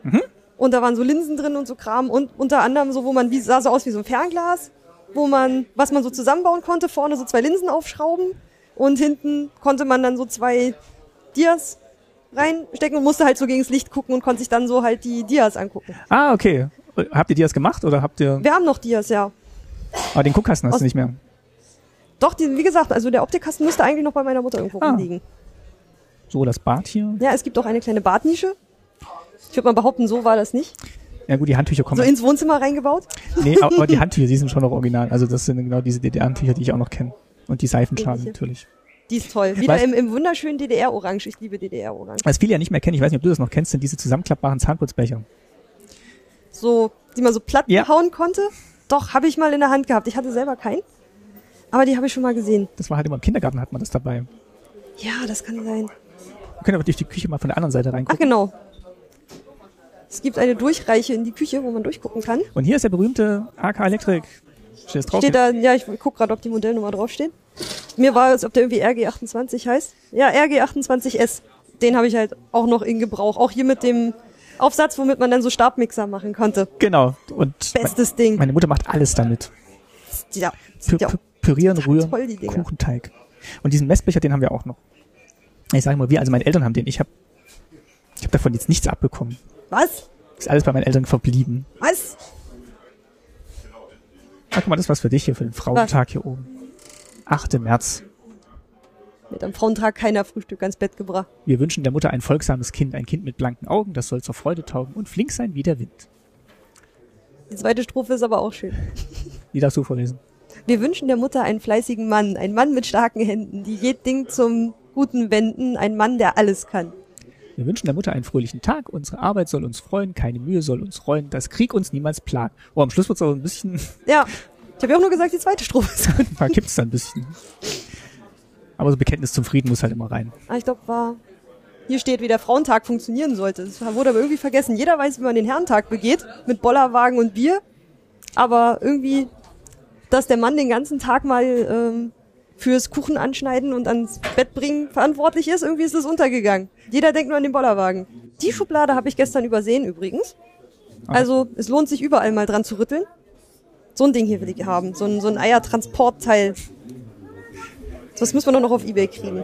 [SPEAKER 1] und da waren so Linsen drin und so Kram und unter anderem so, wo man, wie sah so aus wie so ein Fernglas, wo man, was man so zusammenbauen konnte, vorne so zwei Linsen aufschrauben und hinten konnte man dann so zwei Dias reinstecken und musste halt so gegens Licht gucken und konnte sich dann so halt die Dias angucken.
[SPEAKER 2] Ah, okay. Habt ihr die das gemacht oder habt ihr.
[SPEAKER 1] Wir haben noch Dias, ja.
[SPEAKER 2] Ah, den Guckkasten hast
[SPEAKER 1] Aus-
[SPEAKER 2] du nicht mehr.
[SPEAKER 1] Doch, die, wie gesagt, also der Optikkasten müsste eigentlich noch bei meiner Mutter irgendwo
[SPEAKER 2] Ah.
[SPEAKER 1] rumliegen.
[SPEAKER 2] So, das Bad hier.
[SPEAKER 1] Ja, es gibt auch eine kleine Badnische. Ich würde mal behaupten, so war das nicht.
[SPEAKER 2] Ja gut, die Handtücher kommen.
[SPEAKER 1] So ins Wohnzimmer reingebaut.
[SPEAKER 2] nee, aber aber die Handtücher, die sind schon noch original. Also das sind genau diese DDR-Handtücher, die ich auch noch kenne. Und die Seifenschalen
[SPEAKER 1] Ähnliche.
[SPEAKER 2] natürlich.
[SPEAKER 1] Die ist toll. Wieder
[SPEAKER 2] Weißt-
[SPEAKER 1] im, im wunderschönen DDR-Orange. Ich liebe DDR-Orange.
[SPEAKER 2] Was viele ja nicht mehr kennen, ich weiß nicht, ob du das noch kennst, sind diese zusammenklappbaren Zahnputzbecher.
[SPEAKER 1] So, die man so platt
[SPEAKER 2] Ja.
[SPEAKER 1] hauen konnte. Doch, habe ich mal in der Hand gehabt. Ich hatte selber keinen. Aber die habe ich schon mal gesehen.
[SPEAKER 2] Das war halt immer im Kindergarten, hat man das dabei.
[SPEAKER 1] Ja, das kann sein.
[SPEAKER 2] Wir können aber durch die Küche mal von der anderen Seite
[SPEAKER 1] Ach
[SPEAKER 2] reingucken.
[SPEAKER 1] genau. Es gibt eine Durchreiche in die Küche, wo man durchgucken kann.
[SPEAKER 2] Und hier ist der berühmte AK Electric. Steht das drauf?
[SPEAKER 1] Steht da, ja, ich guck gerade, ob die Modellnummer draufsteht. Mir war es, ob der irgendwie RG28 heißt. Ja, RG28S. Den habe ich halt auch noch in Gebrauch. Auch hier mit dem Aufsatz, womit man dann so Stabmixer machen konnte.
[SPEAKER 2] genau. Und
[SPEAKER 1] Bestes Ding.
[SPEAKER 2] meine Mutter macht alles damit.
[SPEAKER 1] Ja,
[SPEAKER 2] Pü
[SPEAKER 1] ja
[SPEAKER 2] pü- pürieren, rühren,
[SPEAKER 1] toll, die Dinger.
[SPEAKER 2] Kuchenteig. Und diesen Messbecher, den haben wir auch noch. Ich sage mal, wir, also meine Eltern haben den. Ich habe ich hab davon jetzt nichts abbekommen.
[SPEAKER 1] was?
[SPEAKER 2] Ist alles bei meinen Eltern verblieben.
[SPEAKER 1] Was?
[SPEAKER 2] Ach, guck mal, das war's für dich hier für den Frauentag hier oben. 8. März.
[SPEAKER 1] Mit am Frauentag keiner Frühstück ans Bett gebracht.
[SPEAKER 2] Wir wünschen der Mutter ein folgsames Kind, ein Kind mit blanken Augen, das soll zur Freude taugen und flink sein wie der Wind.
[SPEAKER 1] Die zweite Strophe ist aber auch schön.
[SPEAKER 2] Die darfst du vorlesen.
[SPEAKER 1] Wir wünschen der Mutter einen fleißigen Mann, einen Mann mit starken Händen, die jed Ding zum Guten wenden, ein Mann, der alles kann.
[SPEAKER 2] Wir wünschen der Mutter einen fröhlichen Tag. Unsere Arbeit soll uns freuen, keine Mühe soll uns reuen, dass Krieg uns niemals plagt. Oh, am Schluss wird's aber ein bisschen,
[SPEAKER 1] Ja, ich habe ja auch nur gesagt, die zweite Strophe ist gut.
[SPEAKER 2] da kippt's dann ein bisschen. Aber so Bekenntnis zum Frieden muss halt immer rein.
[SPEAKER 1] Ah, ich glaube, war. Hier steht, wie der Frauentag funktionieren sollte. Das wurde aber irgendwie vergessen. Jeder weiß, wie man den Herrentag begeht, mit Bollerwagen und Bier. Aber irgendwie, dass der Mann den ganzen Tag mal ähm, fürs Kuchen anschneiden und ans Bett bringen verantwortlich ist, irgendwie ist das untergegangen. Jeder denkt nur an den Bollerwagen. Die Schublade habe ich gestern übersehen übrigens. Also es lohnt sich überall mal dran zu rütteln. So ein Ding hier will ich haben, so ein, so ein Eiertransportteil. Das müssen wir doch noch auf Ebay kriegen.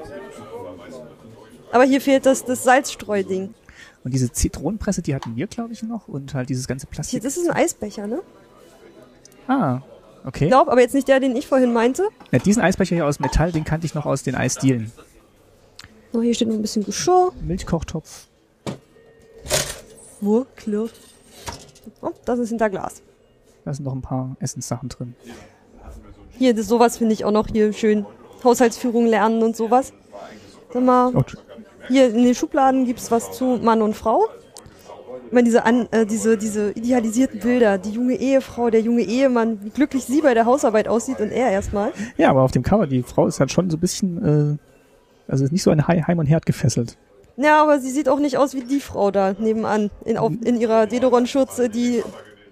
[SPEAKER 1] Aber hier fehlt das, das Salzstreuding.
[SPEAKER 2] Und diese Zitronenpresse, die hatten wir, glaube ich, noch. Und halt dieses ganze
[SPEAKER 1] Hier,
[SPEAKER 2] Plastik.
[SPEAKER 1] das ist ein Eisbecher, ne?
[SPEAKER 2] Ah, okay.
[SPEAKER 1] Ich glaube, aber jetzt nicht der, den ich vorhin meinte.
[SPEAKER 2] Ja, diesen Eisbecher hier aus Metall, den kannte ich noch aus den Eisdielen.
[SPEAKER 1] So, Oh, hier steht noch ein bisschen Geschirr.
[SPEAKER 2] Milchkochtopf.
[SPEAKER 1] Wo? Klirr. Oh, das ist hinter Glas.
[SPEAKER 2] Da sind noch ein paar Essenssachen drin.
[SPEAKER 1] Hier, das, sowas finde ich auch noch hier schön. Haushaltsführung lernen und sowas. Sag mal,
[SPEAKER 2] Oh, tsch-
[SPEAKER 1] Hier in den Schubladen gibt's was zu Mann und Frau. Immer diese, an, äh, diese, diese idealisierten Bilder, die junge Ehefrau, der junge Ehemann, wie glücklich sie bei der Hausarbeit aussieht und er erstmal.
[SPEAKER 2] ja, aber auf dem Cover, die Frau ist halt schon so ein bisschen, äh, also ist nicht so ein Hei- Heim und Herd gefesselt.
[SPEAKER 1] Ja, aber sie sieht auch nicht aus wie die Frau da nebenan in, auf, in ihrer Dederon-Schürze, die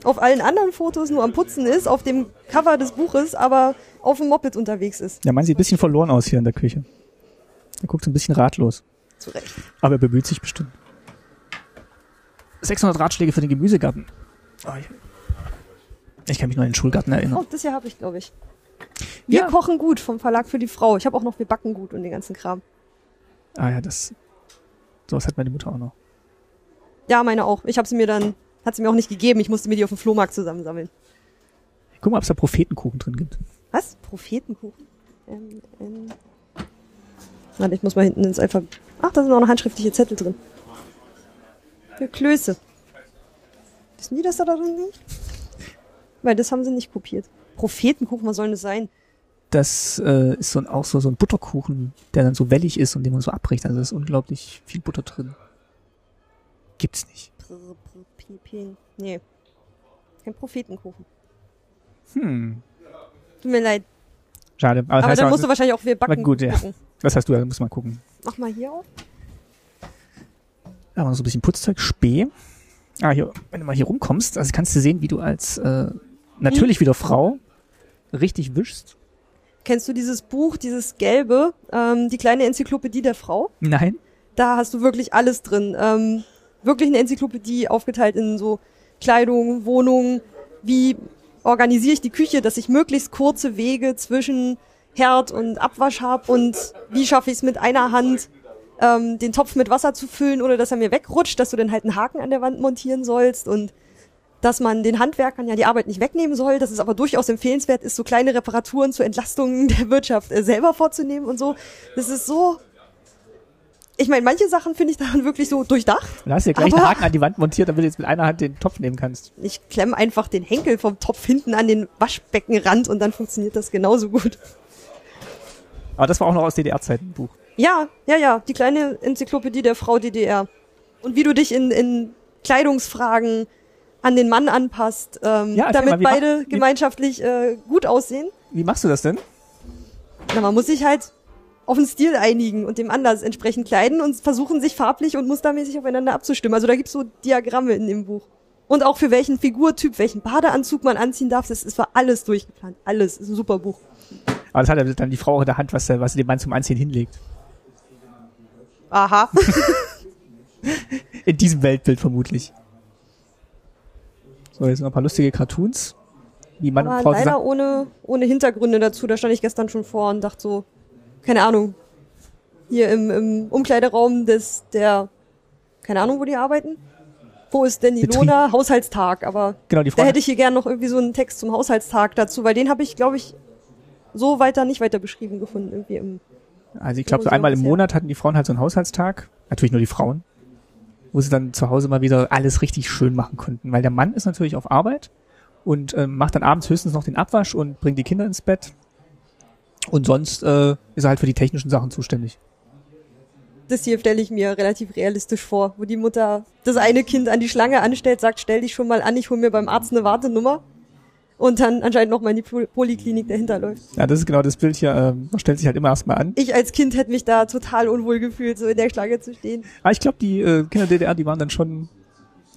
[SPEAKER 1] auf allen anderen Fotos nur am Putzen ist, auf dem Cover des Buches, aber auf dem Moped unterwegs ist.
[SPEAKER 2] Ja, man sieht ein bisschen verloren aus hier in der Küche. Er guckt so ein bisschen ratlos.
[SPEAKER 1] Zu Recht.
[SPEAKER 2] Aber er bemüht sich bestimmt. 600 Ratschläge für den Gemüsegarten. Oh, ich- ich kann mich nur an den Schulgarten
[SPEAKER 1] Oh,
[SPEAKER 2] erinnern.
[SPEAKER 1] das hier habe ich, glaube ich. Wir
[SPEAKER 2] Ja.
[SPEAKER 1] kochen gut vom Verlag für die Frau. Ich habe auch noch Wir backen gut und den ganzen Kram.
[SPEAKER 2] Ah ja, das. Sowas hat meine Mutter auch noch.
[SPEAKER 1] Ja, meine auch. Ich habe sie mir dann, hat sie mir auch nicht gegeben. Ich musste mir die auf dem Flohmarkt zusammensammeln.
[SPEAKER 2] Guck mal, ob es da Prophetenkuchen drin gibt.
[SPEAKER 1] Was? Prophetenkuchen? Ähm, ähm. Warte, ich muss mal hinten ins Alphabet. Ach, da sind auch noch handschriftliche Zettel drin. Für Klöße. Wissen die, dass da drin sind? Weil das haben sie nicht kopiert. Prophetenkuchen, was soll das sein?
[SPEAKER 2] Das äh, ist so ein, auch so, so ein Butterkuchen, der dann so wellig ist und den man so abbricht. Also da ist unglaublich viel Butter drin. Gibt's nicht.
[SPEAKER 1] Prr, prr, pi, pi. Nee. Kein Prophetenkuchen.
[SPEAKER 2] Hm.
[SPEAKER 1] Tut mir leid.
[SPEAKER 2] Schade. Aber, das
[SPEAKER 1] Aber
[SPEAKER 2] heißt
[SPEAKER 1] dann
[SPEAKER 2] auch,
[SPEAKER 1] musst du wahrscheinlich auch wir backen.
[SPEAKER 2] gut, ja.
[SPEAKER 1] gucken.
[SPEAKER 2] das hast du, ja, da muss man gucken.
[SPEAKER 1] Mach mal hier auf.
[SPEAKER 2] Da haben wir noch so ein bisschen Putzzeug, Spee. Ah, hier, wenn du mal hier rumkommst, also kannst du sehen, wie du als äh, natürlich wieder Frau richtig wischst.
[SPEAKER 1] Kennst du dieses Buch, dieses gelbe, ähm, die kleine Enzyklopädie der Frau?
[SPEAKER 2] Nein.
[SPEAKER 1] Da hast du wirklich alles drin. Ähm, wirklich eine Enzyklopädie aufgeteilt in so Kleidung, Wohnung, wie organisiere ich die Küche, dass ich möglichst kurze Wege zwischen Herd und Abwasch habe und wie schaffe ich es mit einer Hand, ähm, den Topf mit Wasser zu füllen oder dass er mir wegrutscht, dass du dann halt einen Haken an der Wand montieren sollst und dass man den Handwerkern ja die Arbeit nicht wegnehmen soll, dass es aber durchaus empfehlenswert ist, so kleine Reparaturen zur Entlastung der Wirtschaft äh, selber vorzunehmen und so. Das ist so. Ich meine, manche Sachen finde ich daran wirklich so durchdacht.
[SPEAKER 2] Da hast du ja gleich einen
[SPEAKER 1] Aber-
[SPEAKER 2] Haken an die Wand montiert, damit du jetzt mit einer Hand den Topf nehmen kannst.
[SPEAKER 1] Ich klemme einfach den Henkel vom Topf hinten an den Waschbeckenrand und dann funktioniert das genauso gut.
[SPEAKER 2] Aber das war auch noch aus DDR-Zeiten ein Buch.
[SPEAKER 1] Ja, ja, ja, die kleine Enzyklopädie der Frau DDR. Und wie du dich in, in Kleidungsfragen an den Mann anpasst, ähm,
[SPEAKER 2] Ja, erzähl
[SPEAKER 1] damit
[SPEAKER 2] mal, wie mach-
[SPEAKER 1] beide
[SPEAKER 2] wie-
[SPEAKER 1] gemeinschaftlich äh, gut aussehen.
[SPEAKER 2] Wie machst du das denn?
[SPEAKER 1] Na, man muss sich halt auf den Stil einigen und dem Anlass entsprechend kleiden und versuchen, sich farblich und mustermäßig aufeinander abzustimmen. Also da gibt's so Diagramme in dem Buch. Und auch für welchen Figurtyp, welchen Badeanzug man anziehen darf, das ist war alles durchgeplant. Alles. Ist ein super Buch.
[SPEAKER 2] Aber das hat ja dann die Frau auch in der Hand, was, der- was sie dem Mann zum Anziehen hinlegt.
[SPEAKER 1] Aha.
[SPEAKER 2] In diesem Weltbild vermutlich. So, jetzt noch ein paar lustige Cartoons. Wie Mann und
[SPEAKER 1] Aber
[SPEAKER 2] Frau
[SPEAKER 1] leider
[SPEAKER 2] zusammen.
[SPEAKER 1] ohne, ohne Hintergründe dazu. Da stand ich gestern schon vor und dachte so, keine Ahnung. Hier im, im Umkleideraum des, der, keine Ahnung, wo die arbeiten. Wo ist denn die
[SPEAKER 2] Betrieb.
[SPEAKER 1] Lona? Haushaltstag, aber
[SPEAKER 2] Genau, die
[SPEAKER 1] da
[SPEAKER 2] Frau.
[SPEAKER 1] hätte ich hier gern noch irgendwie so einen Text zum Haushaltstag dazu, weil den habe ich, glaube ich, so weiter nicht weiter beschrieben gefunden, irgendwie im
[SPEAKER 2] Also ich glaube, so
[SPEAKER 1] Museum
[SPEAKER 2] einmal im
[SPEAKER 1] bisher.
[SPEAKER 2] Monat hatten die Frauen halt so einen Haushaltstag. Natürlich nur die Frauen. Wo sie dann zu Hause mal wieder alles richtig schön machen konnten. Weil der Mann ist natürlich auf Arbeit und ähm, macht dann abends höchstens noch den Abwasch und bringt die Kinder ins Bett. Und sonst äh, ist er halt für die technischen Sachen zuständig.
[SPEAKER 1] Das hier stelle ich mir relativ realistisch vor, wo die Mutter das eine Kind an die Schlange anstellt, sagt, stell dich schon mal an, ich hole mir beim Arzt eine Wartenummer. Und dann anscheinend nochmal in die Pol- Poliklinik dahinter läuft.
[SPEAKER 2] Ja, das ist genau das Bild hier. Ähm, man stellt sich halt immer erstmal an.
[SPEAKER 1] Ich als Kind hätte mich da total unwohl gefühlt, so in der Schlange zu stehen.
[SPEAKER 2] Ah, ich glaube, die äh, Kinder DDR, die waren dann schon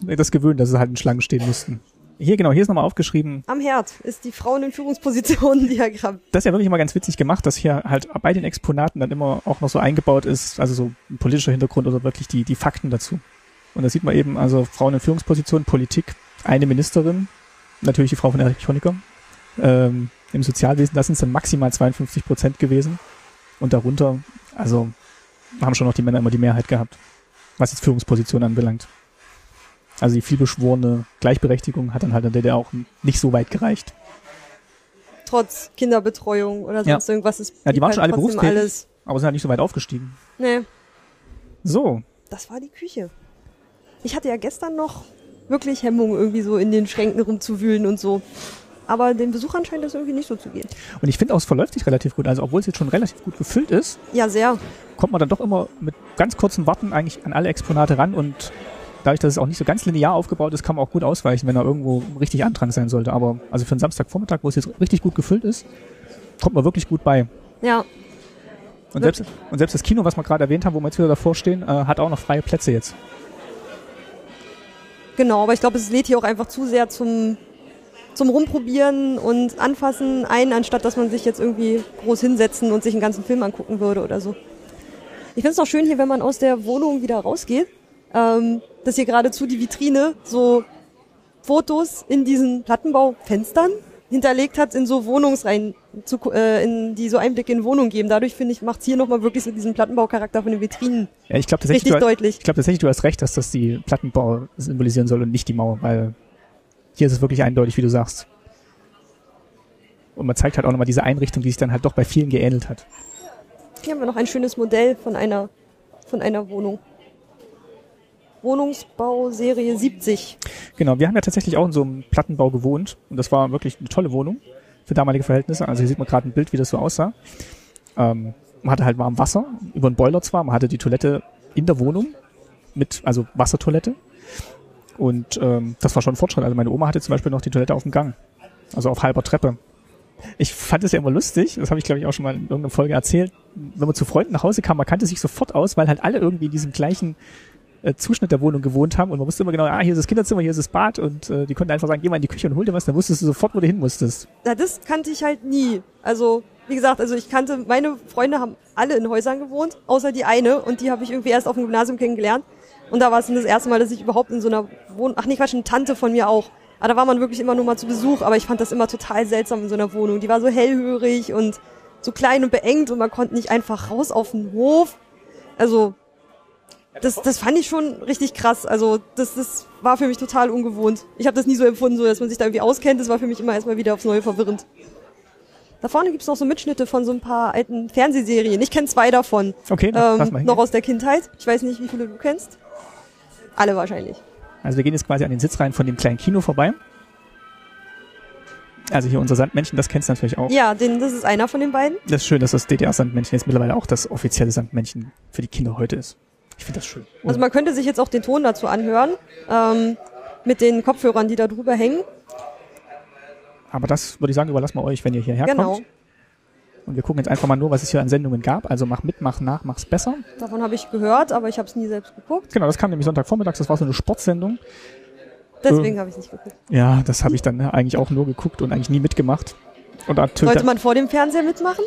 [SPEAKER 2] das gewöhnt, dass sie halt in Schlangen stehen mussten. Hier genau, hier ist nochmal aufgeschrieben,
[SPEAKER 1] Am Herd ist die Frauen in Führungspositionen Diagramm.
[SPEAKER 2] das ist ja wirklich immer ganz witzig gemacht, dass hier halt bei den Exponaten dann immer auch noch so eingebaut ist, also so ein politischer Hintergrund oder wirklich die, die Fakten dazu. Und da sieht man eben, also Frauen in Führungspositionen, Politik, eine Ministerin, natürlich die Frau von Erich Honecker. Ähm, Im Sozialwesen, das sind dann maximal 52 Prozent gewesen. Und darunter, also haben schon noch die Männer immer die Mehrheit gehabt, was jetzt Führungspositionen anbelangt. Also die vielbeschworene Gleichberechtigung hat dann halt in der DDR auch nicht so weit gereicht.
[SPEAKER 1] Trotz Kinderbetreuung oder sonst irgendwas ist
[SPEAKER 2] Ja, die
[SPEAKER 1] blieb
[SPEAKER 2] waren schon alle
[SPEAKER 1] trotzdem
[SPEAKER 2] berufstätig.
[SPEAKER 1] alles.
[SPEAKER 2] Aber sind halt nicht so weit aufgestiegen.
[SPEAKER 1] Nee,
[SPEAKER 2] So,
[SPEAKER 1] das war die Küche. Ich hatte ja gestern noch wirklich Hemmung, irgendwie so in den Schränken rumzuwühlen und so. Aber dem Besuchern scheint das irgendwie nicht so zu gehen.
[SPEAKER 2] Und ich finde auch, es verläuft sich relativ gut. Also obwohl es jetzt schon relativ gut gefüllt ist,
[SPEAKER 1] Ja, sehr.
[SPEAKER 2] kommt man dann doch immer mit ganz kurzen Warten eigentlich an alle Exponate ran und dadurch, dass es auch nicht so ganz linear aufgebaut ist, kann man auch gut ausweichen, wenn da irgendwo richtig Andrang sein sollte. Aber also für einen Samstagvormittag, wo es jetzt richtig gut gefüllt ist, kommt man wirklich gut bei.
[SPEAKER 1] Ja,
[SPEAKER 2] Und selbst, und selbst das Kino, was wir gerade erwähnt haben, wo wir jetzt wieder davor stehen, äh, hat auch noch freie Plätze jetzt.
[SPEAKER 1] genau. Aber ich glaube, es lädt hier auch einfach zu sehr zum, zum Rumprobieren und Anfassen ein, anstatt dass man sich jetzt irgendwie groß hinsetzen und sich einen ganzen Film angucken würde oder so. Ich finde es noch schön hier, wenn man aus der Wohnung wieder rausgeht, ähm, dass hier geradezu die Vitrine so Fotos in diesen Plattenbaufenstern hinterlegt hat, in so Wohnungsreihen, zu, äh, in, die so Einblicke in Wohnungen geben. Dadurch, finde ich, macht es hier nochmal wirklich so diesen Plattenbaucharakter von den Vitrinen
[SPEAKER 2] Ja, ich glaube tatsächlich,
[SPEAKER 1] richtig
[SPEAKER 2] du,
[SPEAKER 1] deutlich.
[SPEAKER 2] ich glaube tatsächlich, du hast recht, dass das die Plattenbau symbolisieren soll und nicht die Mauer, weil hier ist es wirklich eindeutig, wie du sagst. Und man zeigt halt auch nochmal diese Einrichtung, die sich dann halt doch bei vielen geähnelt hat.
[SPEAKER 1] Hier haben wir noch ein schönes Modell von einer, von einer Wohnung. Wohnungsbau Serie 70.
[SPEAKER 2] Genau, wir haben ja tatsächlich auch in so einem Plattenbau gewohnt und das war wirklich eine tolle Wohnung für damalige Verhältnisse. Also hier sieht man gerade ein Bild, wie das so aussah. Ähm, man hatte halt warm Wasser, über einen Boiler zwar, man hatte die Toilette in der Wohnung mit, also Wassertoilette. Und ähm, das war schon ein Fortschritt. Also meine Oma hatte zum Beispiel noch die Toilette auf dem Gang, also auf halber Treppe. Ich fand es ja immer lustig, das habe ich glaube ich auch schon mal in irgendeiner Folge erzählt. Wenn man zu Freunden nach Hause kam, man kannte sich sofort aus, weil halt alle irgendwie in diesem gleichen äh, Zuschnitt der Wohnung gewohnt haben und man wusste immer genau, ah, hier ist das Kinderzimmer, hier ist das Bad und äh, die konnten einfach sagen, geh mal in die Küche und hol dir was, dann wusstest du sofort, wo du hin musstest.
[SPEAKER 1] Na, das kannte ich halt nie. Also, wie gesagt, also ich kannte, meine Freunde haben alle in Häusern gewohnt, außer die eine und die habe ich irgendwie erst auf dem Gymnasium kennengelernt. Und da war es dann das erste Mal, dass ich überhaupt in so einer Wohnung, ach nee, Quatsch, eine Tante von mir auch. Aber da war man wirklich immer nur mal zu Besuch, aber ich fand das immer total seltsam in so einer Wohnung. Die war so hellhörig und so klein und beengt und man konnte nicht einfach raus auf den Hof. Also, das, das fand ich schon richtig krass. Also das, das war für mich total ungewohnt. Ich habe das nie so empfunden, so dass man sich da irgendwie auskennt. Das war für mich immer erstmal wieder aufs Neue verwirrend. Da vorne gibt's noch so Mitschnitte von so ein paar alten Fernsehserien. Ich kenne zwei davon.
[SPEAKER 2] Okay, dann lass mal
[SPEAKER 1] Ähm,
[SPEAKER 2] hingehen.
[SPEAKER 1] noch aus der Kindheit. Ich weiß nicht, wie viele du kennst. Alle wahrscheinlich.
[SPEAKER 2] Also wir gehen jetzt quasi an den Sitzreihen von dem kleinen Kino vorbei. Also hier unser Sandmännchen, das kennst du natürlich auch.
[SPEAKER 1] Ja, den, das ist einer von den beiden.
[SPEAKER 2] Das ist schön, dass das DDR-Sandmännchen jetzt mittlerweile auch das offizielle Sandmännchen für die Kinder heute ist. Ich finde das schön.
[SPEAKER 1] Also man könnte sich jetzt auch den Ton dazu anhören. Ähm, mit den Kopfhörern, die da drüber hängen.
[SPEAKER 2] Aber das würde ich sagen, überlassen wir euch, wenn ihr hierher
[SPEAKER 1] Genau.
[SPEAKER 2] kommt. Und wir gucken jetzt einfach mal nur, was es hier an Sendungen gab. Also mach mit, mach nach, mach's besser.
[SPEAKER 1] Davon habe ich gehört, aber ich habe es nie selbst geguckt.
[SPEAKER 2] Genau, das kam nämlich Sonntagvormittags, das war so eine Sportsendung.
[SPEAKER 1] Deswegen habe ich nicht geguckt.
[SPEAKER 2] Ja, das habe ich dann ne, eigentlich auch nur geguckt und eigentlich nie mitgemacht. Und natürlich
[SPEAKER 1] Sollte man vor dem Fernseher mitmachen?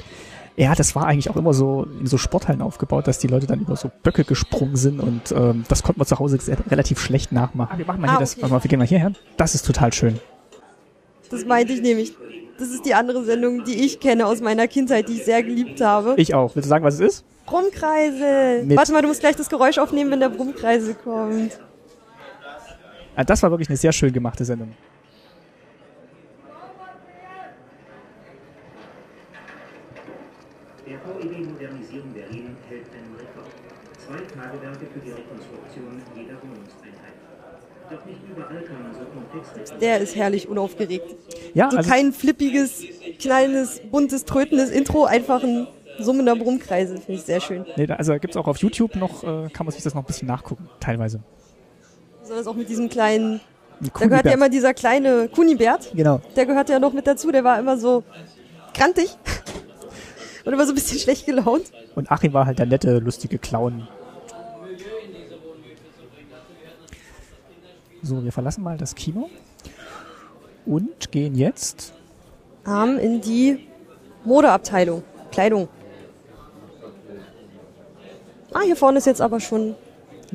[SPEAKER 2] ja, das war eigentlich auch immer so in so Sporthallen aufgebaut, dass die Leute dann über so Böcke gesprungen sind und ähm, das konnte man zu Hause sehr, relativ schlecht nachmachen. Ah, wir machen mal
[SPEAKER 1] Ah,
[SPEAKER 2] hier das,
[SPEAKER 1] okay.
[SPEAKER 2] warte mal, wir gehen mal hierher. Das ist total schön.
[SPEAKER 1] Das meinte ich nämlich. Das ist die andere Sendung, die ich kenne aus meiner Kindheit, die ich sehr geliebt habe.
[SPEAKER 2] Ich auch. Willst du sagen, was es ist?
[SPEAKER 1] Brummkreisel.
[SPEAKER 2] Mit-
[SPEAKER 1] Warte mal, du musst gleich das Geräusch aufnehmen, wenn der Brummkreisel kommt.
[SPEAKER 2] Ah, das war wirklich eine sehr schön gemachte Sendung.
[SPEAKER 5] Der VEB E Modernisierung Berlin hält einen Rekord. Zwei Tagewerke für die Rekonstruktion jeder Wohnungseinheit. Doch nicht überall kann man so komplexe
[SPEAKER 1] Der ist herrlich unaufgeregt.
[SPEAKER 2] Ja,
[SPEAKER 1] So
[SPEAKER 2] also
[SPEAKER 1] kein flippiges, knallendes, buntes, trötendes Intro, einfach ein summender Brummkreisel. Finde ich sehr schön.
[SPEAKER 2] Nee, da- also gibt's auch auf YouTube noch, äh, kann man sich das noch ein bisschen nachgucken, teilweise.
[SPEAKER 1] Besonders auch mit diesem kleinen,
[SPEAKER 2] Ein
[SPEAKER 1] da gehört
[SPEAKER 2] Kunibert.
[SPEAKER 1] ja immer dieser kleine Kunibert.
[SPEAKER 2] Genau.
[SPEAKER 1] Der gehört ja noch mit dazu. Der war immer so krantig und immer so ein bisschen schlecht gelaunt.
[SPEAKER 2] Und Achim war halt der nette, lustige Clown. So, wir verlassen mal das Kino und gehen jetzt.
[SPEAKER 1] Arm in die Modeabteilung. Kleidung. Ah, hier vorne ist jetzt aber schon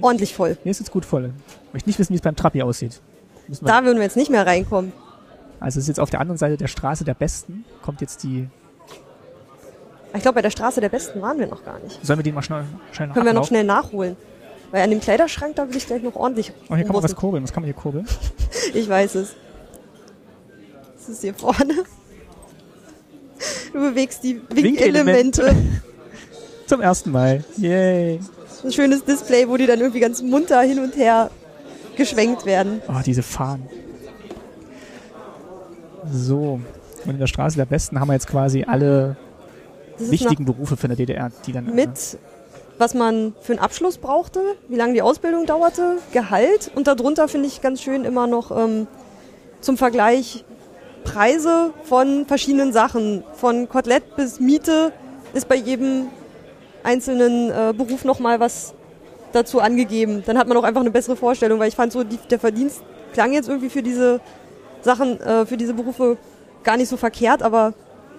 [SPEAKER 1] ordentlich voll.
[SPEAKER 2] Hier ist jetzt gut voll. Möchte nicht wissen, wie es beim Trappi aussieht. Müssen wir,
[SPEAKER 1] Da würden wir jetzt nicht mehr reinkommen.
[SPEAKER 2] also es ist jetzt auf der anderen Seite der Straße der Besten. Kommt jetzt die.
[SPEAKER 1] Ah, Ich glaube, bei der Straße der Besten waren wir noch gar nicht.
[SPEAKER 2] Sollen wir den mal schnell, schnell
[SPEAKER 1] Können wir noch
[SPEAKER 2] ablaufen?
[SPEAKER 1] schnell nachholen. Weil an dem Kleiderschrank, da will ich gleich noch ordentlich
[SPEAKER 2] Oh, hier kann man was
[SPEAKER 1] rumrütteln.
[SPEAKER 2] kurbeln. Was kann man hier kurbeln?
[SPEAKER 1] Ich weiß es. Das ist hier vorne. Du bewegst die
[SPEAKER 2] Winkelemente.
[SPEAKER 1] Winkelemente.
[SPEAKER 2] Zum ersten Mal. Yay.
[SPEAKER 1] Ein schönes Display, wo die dann irgendwie ganz munter hin und her geschwenkt werden.
[SPEAKER 2] Oh, diese Fahnen. So. Und in der Straße der Besten haben wir jetzt quasi alle
[SPEAKER 1] Das ist
[SPEAKER 2] wichtigen Berufe für der DDR, die dann. äh,
[SPEAKER 1] nach, mit, was man für einen Abschluss brauchte, wie lange die Ausbildung dauerte, Gehalt und darunter finde ich ganz schön immer noch ähm, zum Vergleich Preise von verschiedenen Sachen. Von Kotelett bis Miete ist bei jedem einzelnen äh, Beruf nochmal was dazu angegeben. Dann hat man auch einfach eine bessere Vorstellung, weil ich fand so, die, der Verdienst klang jetzt irgendwie für diese Sachen, äh, für diese Berufe gar nicht so verkehrt, aber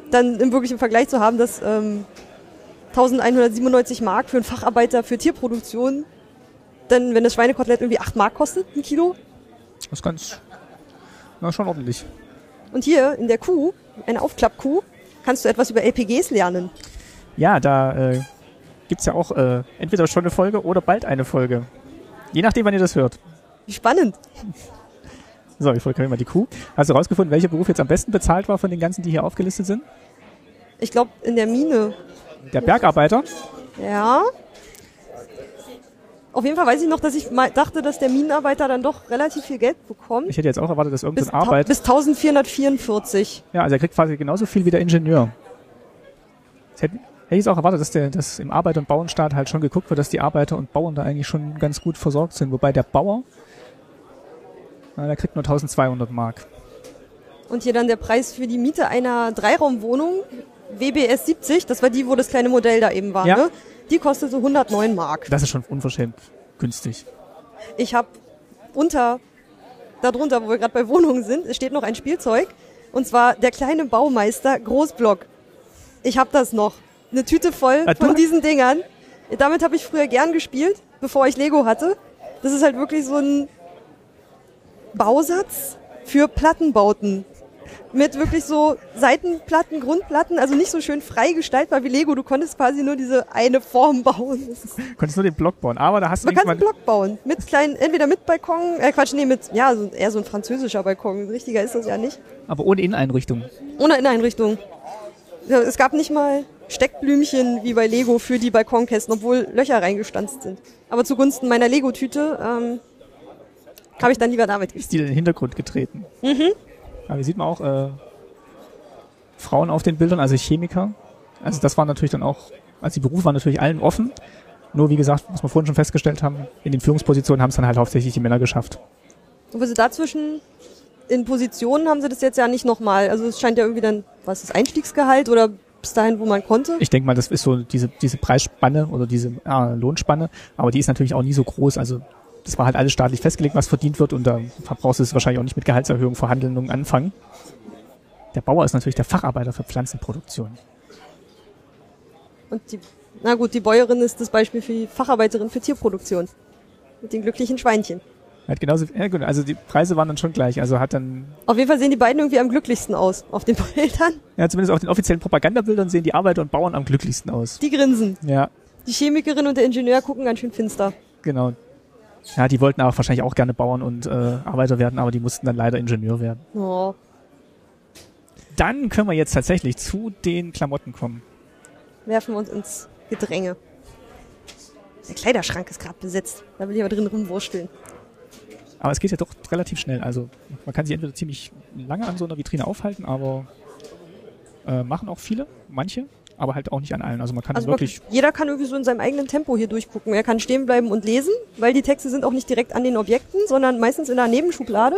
[SPEAKER 1] dann im wirklichen Vergleich zu haben, dass ähm, 1197 Mark für einen Facharbeiter für Tierproduktion, dann wenn das Schweinekotelett irgendwie 8 Mark kostet, ein Kilo,
[SPEAKER 2] Das ist ganz. Na, schon ordentlich.
[SPEAKER 1] und hier in der Kuh, eine Aufklappkuh, kannst du etwas über LPGs lernen.
[SPEAKER 2] Ja, da äh, gibt's ja auch äh, entweder schon eine Folge oder bald eine Folge. Je nachdem, wann ihr das hört.
[SPEAKER 1] Wie spannend.
[SPEAKER 2] So, ich folge mal die Kuh. Hast du rausgefunden, welcher Beruf jetzt am besten bezahlt war von den ganzen, die hier aufgelistet sind?
[SPEAKER 1] Ich glaube, in der Mine.
[SPEAKER 2] Der Bergarbeiter.
[SPEAKER 1] Ja. Auf jeden Fall weiß ich noch, dass ich mal dachte, dass der Minenarbeiter dann doch relativ viel Geld bekommt.
[SPEAKER 2] Ich hätte jetzt auch erwartet, dass irgendein
[SPEAKER 1] Bis,
[SPEAKER 2] so
[SPEAKER 1] tau-
[SPEAKER 2] Arbeit.
[SPEAKER 1] bis 1444.
[SPEAKER 2] Ja, also er kriegt quasi genauso viel wie der Ingenieur. Das hätte, hätte ich jetzt auch erwartet, dass, der, dass im Arbeit- und Bauernstaat halt schon geguckt wird, dass die Arbeiter und Bauern da eigentlich schon ganz gut versorgt sind. Wobei der Bauer, na, der kriegt nur 1200 Mark.
[SPEAKER 1] Und hier dann der Preis für die Miete einer Dreiraumwohnung, WBS 70, das war die, wo das kleine Modell da eben war,
[SPEAKER 2] Ja.
[SPEAKER 1] ne? Die kostete 109 Mark.
[SPEAKER 2] Das ist schon unverschämt günstig.
[SPEAKER 1] Ich habe unter, darunter, wo wir gerade bei Wohnungen sind, es steht noch ein Spielzeug. Und zwar der kleine Baumeister Großblock. Ich habe das noch. Eine Tüte voll
[SPEAKER 2] Ah, du
[SPEAKER 1] von
[SPEAKER 2] hast-
[SPEAKER 1] diesen Dingern. Damit habe ich früher gern gespielt, bevor ich Lego hatte. Das ist halt wirklich so ein Bausatz für Plattenbauten. Mit wirklich so Seitenplatten, Grundplatten, also nicht so schön frei gestaltbar wie Lego. Du konntest quasi nur diese eine Form bauen. Das ist
[SPEAKER 2] Konntest nur den Block bauen, aber da hast du
[SPEAKER 1] man kann einen
[SPEAKER 2] irgendwann-
[SPEAKER 1] Block bauen. Mit kleinen, entweder mit Balkon, äh Quatsch, nee, mit, ja, so, eher so ein französischer Balkon. Ein richtiger ist das ja nicht.
[SPEAKER 2] aber ohne Inneneinrichtung.
[SPEAKER 1] Ohne Inneneinrichtung. Ja, Es gab nicht mal Steckblümchen wie bei Lego für die Balkonkästen, obwohl Löcher reingestanzt sind. Aber zugunsten meiner Lego-Tüte, ähm, habe ich dann lieber damit gespielt.
[SPEAKER 2] Ist die in den Hintergrund getreten. Mhm. Aber hier sieht man auch äh, Frauen auf den Bildern, also Chemiker. Also das war natürlich dann auch, also die Berufe waren natürlich allen offen. Nur wie gesagt, was wir vorhin schon festgestellt haben, in den Führungspositionen haben es dann halt hauptsächlich die Männer geschafft.
[SPEAKER 1] Obwohl sie dazwischen in Positionen haben sie das jetzt ja nicht nochmal. Also es scheint ja irgendwie dann, was ist Einstiegsgehalt oder Shops dahin, wo man konnte.
[SPEAKER 2] Ich denke mal, das ist so diese, diese Preisspanne oder diese äh, Lohnspanne, aber die ist natürlich auch nie so groß. Also das war halt alles staatlich festgelegt, was verdient wird und da brauchst du es wahrscheinlich auch nicht mit Gehaltserhöhung Verhandlungen anfangen. Der Bauer ist natürlich der Facharbeiter für Pflanzenproduktion.
[SPEAKER 1] Und die, na gut, die Bäuerin ist das Beispiel für die Facharbeiterin für Tierproduktion. Mit den glücklichen Schweinchen.
[SPEAKER 2] Er Hat genauso, ja gut, also die Preise waren dann schon gleich. Also hat dann,
[SPEAKER 1] Auf jeden Fall sehen die beiden irgendwie am glücklichsten aus auf den Bildern.
[SPEAKER 2] ja zumindest auf den offiziellen Propagandabildern sehen die Arbeiter und Bauern am glücklichsten aus.
[SPEAKER 1] Die grinsen.
[SPEAKER 2] Ja,
[SPEAKER 1] Die Chemikerin und der Ingenieur gucken ganz schön finster.
[SPEAKER 2] genau. Ja, die wollten auch wahrscheinlich auch gerne Bauern und äh, Arbeiter werden, aber die mussten dann leider Ingenieur werden.
[SPEAKER 1] Oh.
[SPEAKER 2] Dann können wir jetzt tatsächlich zu den Klamotten kommen.
[SPEAKER 1] werfen uns ins Gedränge. Der Kleiderschrank ist gerade besetzt. Da will ich aber drin rumwurschteln.
[SPEAKER 2] Aber es geht ja doch relativ schnell. Also man kann sich entweder ziemlich lange an so einer Vitrine aufhalten, aber äh, machen auch viele, manche, aber halt auch nicht an allen. Also man kann
[SPEAKER 1] Also man-
[SPEAKER 2] wirklich,
[SPEAKER 1] jeder kann irgendwie so in seinem eigenen Tempo hier durchgucken. Er kann stehen bleiben und lesen, weil die Texte sind auch nicht direkt an den Objekten, sondern meistens in einer Nebenschublade.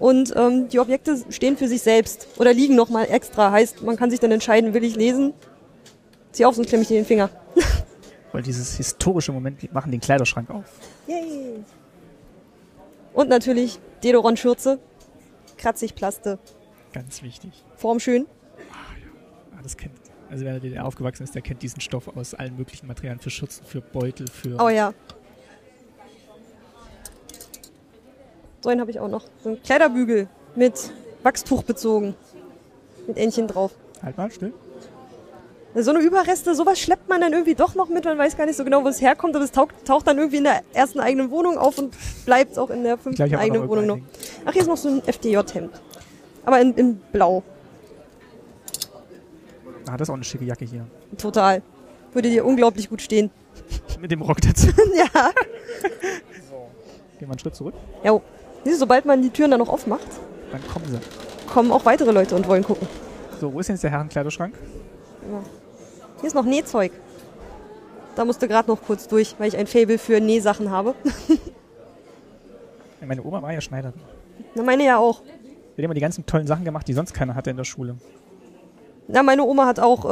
[SPEAKER 1] Und ähm, die Objekte stehen für sich selbst oder liegen nochmal extra. Heißt, man kann sich dann entscheiden, will ich lesen? Zieh auf, sonst klemme ich dir den Finger.
[SPEAKER 2] weil dieses historische Moment, wir machen den Kleiderschrank auf.
[SPEAKER 1] Yay. Und natürlich Dedoron-Schürze, kratzig Plaste,
[SPEAKER 2] Ganz wichtig.
[SPEAKER 1] formschön.
[SPEAKER 2] Ah, das kennt, also wer in der DDR aufgewachsen ist, der kennt diesen Stoff aus allen möglichen Materialien für Schürzen, für Beutel, für
[SPEAKER 1] Oh ja. So einen habe ich auch noch. So einen Kleiderbügel mit Wachstuch bezogen. Mit Entchen drauf. Also
[SPEAKER 2] halt mal still.
[SPEAKER 1] So eine Überreste, sowas schleppt man dann irgendwie doch noch mit. Man weiß gar nicht so genau, wo es herkommt, aber es taucht, taucht dann irgendwie in der ersten eigenen Wohnung auf und bleibt auch in der fünften
[SPEAKER 2] Gleich haben wir
[SPEAKER 1] eigenen
[SPEAKER 2] noch
[SPEAKER 1] Wohnung noch.
[SPEAKER 2] irgendein
[SPEAKER 1] Ach, hier ist noch so ein FDJ-Hemd. Aber in, in Blau.
[SPEAKER 2] Ah, das ist auch eine schicke Jacke hier.
[SPEAKER 1] Total. Würde dir unglaublich gut stehen.
[SPEAKER 2] Mit dem Rock dazu.
[SPEAKER 1] ja.
[SPEAKER 2] Gehen wir einen Schritt zurück,
[SPEAKER 1] Ja. Sobald man die Türen dann noch aufmacht,
[SPEAKER 2] dann kommen sie.
[SPEAKER 1] kommen auch weitere Leute und wollen gucken.
[SPEAKER 2] So, wo ist denn jetzt der Herrenkleiderschrank?
[SPEAKER 1] Hier ist noch Nähzeug. Da musste gerade noch kurz durch, weil ich ein Faible für Nähsachen habe.
[SPEAKER 2] Meine Oma war ja Schneiderin.
[SPEAKER 1] Na, meine ja auch.
[SPEAKER 2] Die hat immer die ganzen tollen Sachen gemacht, die sonst keiner hatte in der Schule.
[SPEAKER 1] Na, meine Oma hat auch äh,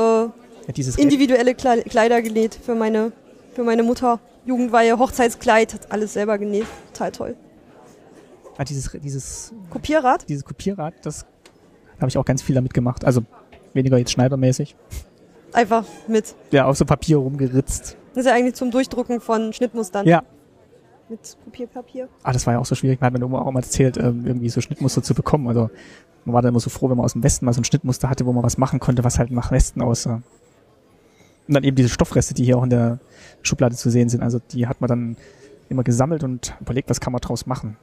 [SPEAKER 2] Ja, dieses
[SPEAKER 1] individuelle Kle Kleider genäht für meine, für meine Mutter. Jugendweihe, Hochzeitskleid, hat alles selber genäht. Total toll.
[SPEAKER 2] Räd- ah, dieses, dieses,
[SPEAKER 1] Kopierrad?
[SPEAKER 2] dieses Kopierrad, das da habe ich auch ganz viel damit gemacht. Also weniger jetzt schneidermäßig.
[SPEAKER 1] Einfach mit.
[SPEAKER 2] Ja, auf so Papier rumgeritzt.
[SPEAKER 1] Das ist ja eigentlich zum Durchdrucken von Schnittmustern.
[SPEAKER 2] Ja.
[SPEAKER 1] Mit Kopierpapier.
[SPEAKER 2] Ah, das war ja auch so schwierig. Man hat meine Oma auch immer erzählt, ähm, irgendwie so Schnittmuster zu bekommen. Also man war da immer so froh, wenn man aus dem Westen mal so ein Schnittmuster hatte, wo man was machen konnte, was halt nach Westen aussah. Und dann eben diese Stoffreste, die hier auch in der Schublade zu sehen sind. Also die hat man dann immer gesammelt und überlegt, was kann man draus machen.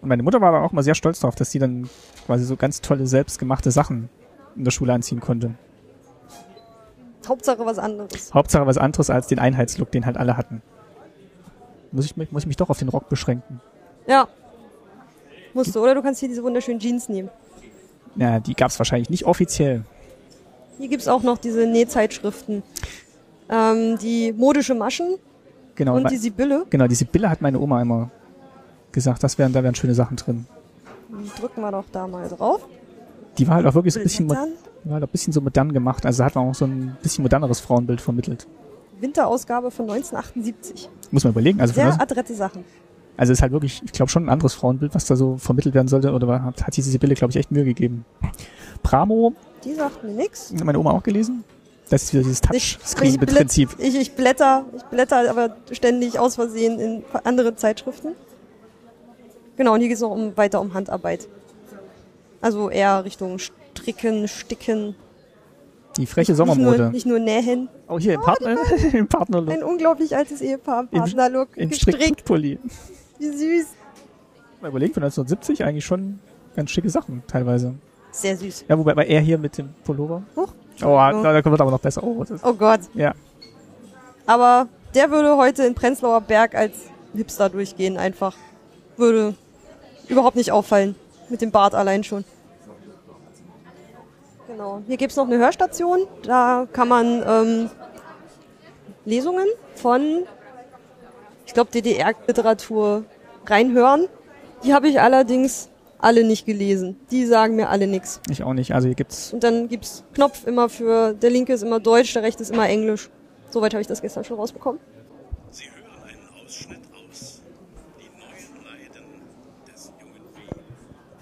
[SPEAKER 2] Und meine Mutter war da auch mal sehr stolz drauf, dass sie dann quasi so ganz tolle, selbstgemachte Sachen in der Schule anziehen konnte.
[SPEAKER 1] Hauptsache was anderes.
[SPEAKER 2] Hauptsache was anderes als den Einheitslook, den halt alle hatten. Muss ich, mich- muss ich mich doch auf den Rock beschränken.
[SPEAKER 1] Ja. Musste. Oder du kannst hier diese wunderschönen Jeans nehmen.
[SPEAKER 2] Ja, die gab's wahrscheinlich nicht offiziell.
[SPEAKER 1] Hier gibt's auch noch diese Nähzeitschriften. Ähm, die modische Maschen
[SPEAKER 2] Genau,
[SPEAKER 1] und
[SPEAKER 2] weil-
[SPEAKER 1] die Sibylle.
[SPEAKER 2] genau, die Sibylle hat meine Oma immer gesagt, das wären, da wären schöne Sachen drin.
[SPEAKER 1] drücken wir doch da mal drauf.
[SPEAKER 2] Die war halt auch wirklich so ein bisschen, mo-
[SPEAKER 1] Blättern.
[SPEAKER 2] die war halt auch ein bisschen so modern gemacht. Also hat man auch so ein bisschen moderneres Frauenbild vermittelt.
[SPEAKER 1] Winterausgabe von 1978.
[SPEAKER 2] Muss man überlegen. Also, für
[SPEAKER 1] Sehr
[SPEAKER 2] das,
[SPEAKER 1] adrette Sachen.
[SPEAKER 2] also ist halt wirklich, ich glaube schon ein anderes Frauenbild, was da so vermittelt werden sollte. Oder war- hat, hat diese Sibylle, glaube ich, echt Mühe gegeben. Pramo,
[SPEAKER 1] Die sagt mir nix.
[SPEAKER 2] hat meine Oma auch gelesen. Das ist wieder dieses
[SPEAKER 1] blätt-
[SPEAKER 2] Touchscreen-Prinzip.
[SPEAKER 1] ich, ich blätter, ich blätter aber ständig aus Versehen in andere Zeitschriften. Genau, und hier geht's noch um, weiter um Handarbeit. Also eher Richtung Stricken, Sticken.
[SPEAKER 2] Die freche
[SPEAKER 1] Nicht nur,
[SPEAKER 2] Sommermode.
[SPEAKER 1] nicht nur nähen.
[SPEAKER 2] Oh, hier im Partner, im Partnerlook.
[SPEAKER 1] Ein unglaublich altes Ehepaar, Partnerlook,
[SPEAKER 2] Im
[SPEAKER 1] gestrickt.
[SPEAKER 2] Strickpulli.
[SPEAKER 1] Wie süß.
[SPEAKER 2] Mal überlegen, von 1970 eigentlich schon ganz schicke Sachen teilweise.
[SPEAKER 1] Sehr süß.
[SPEAKER 2] Ja, wobei bei er hier mit dem Pullover.
[SPEAKER 1] Huch.
[SPEAKER 2] Oh, da, da wird aber noch besser. Oh, das,
[SPEAKER 1] Oh Gott.
[SPEAKER 2] ja.
[SPEAKER 1] Aber der würde heute in Prenzlauer Berg als Hipster durchgehen, einfach. Würde überhaupt nicht auffallen. Mit dem Bart allein schon. Genau. Hier gibt's noch eine Hörstation. Da kann man ähm, Lesungen von, ich glaube, DDR-Literatur reinhören. Die habe ich allerdings alle nicht gelesen. Die sagen mir alle nichts.
[SPEAKER 2] Ich auch nicht. Also hier gibt's
[SPEAKER 1] Und dann gibt's Knopf immer für, der linke ist immer Deutsch, der rechte ist immer Englisch. Soweit habe ich das gestern schon rausbekommen.
[SPEAKER 6] Sie hören einen Ausschnitt aus Die neuen Leiden des jungen W.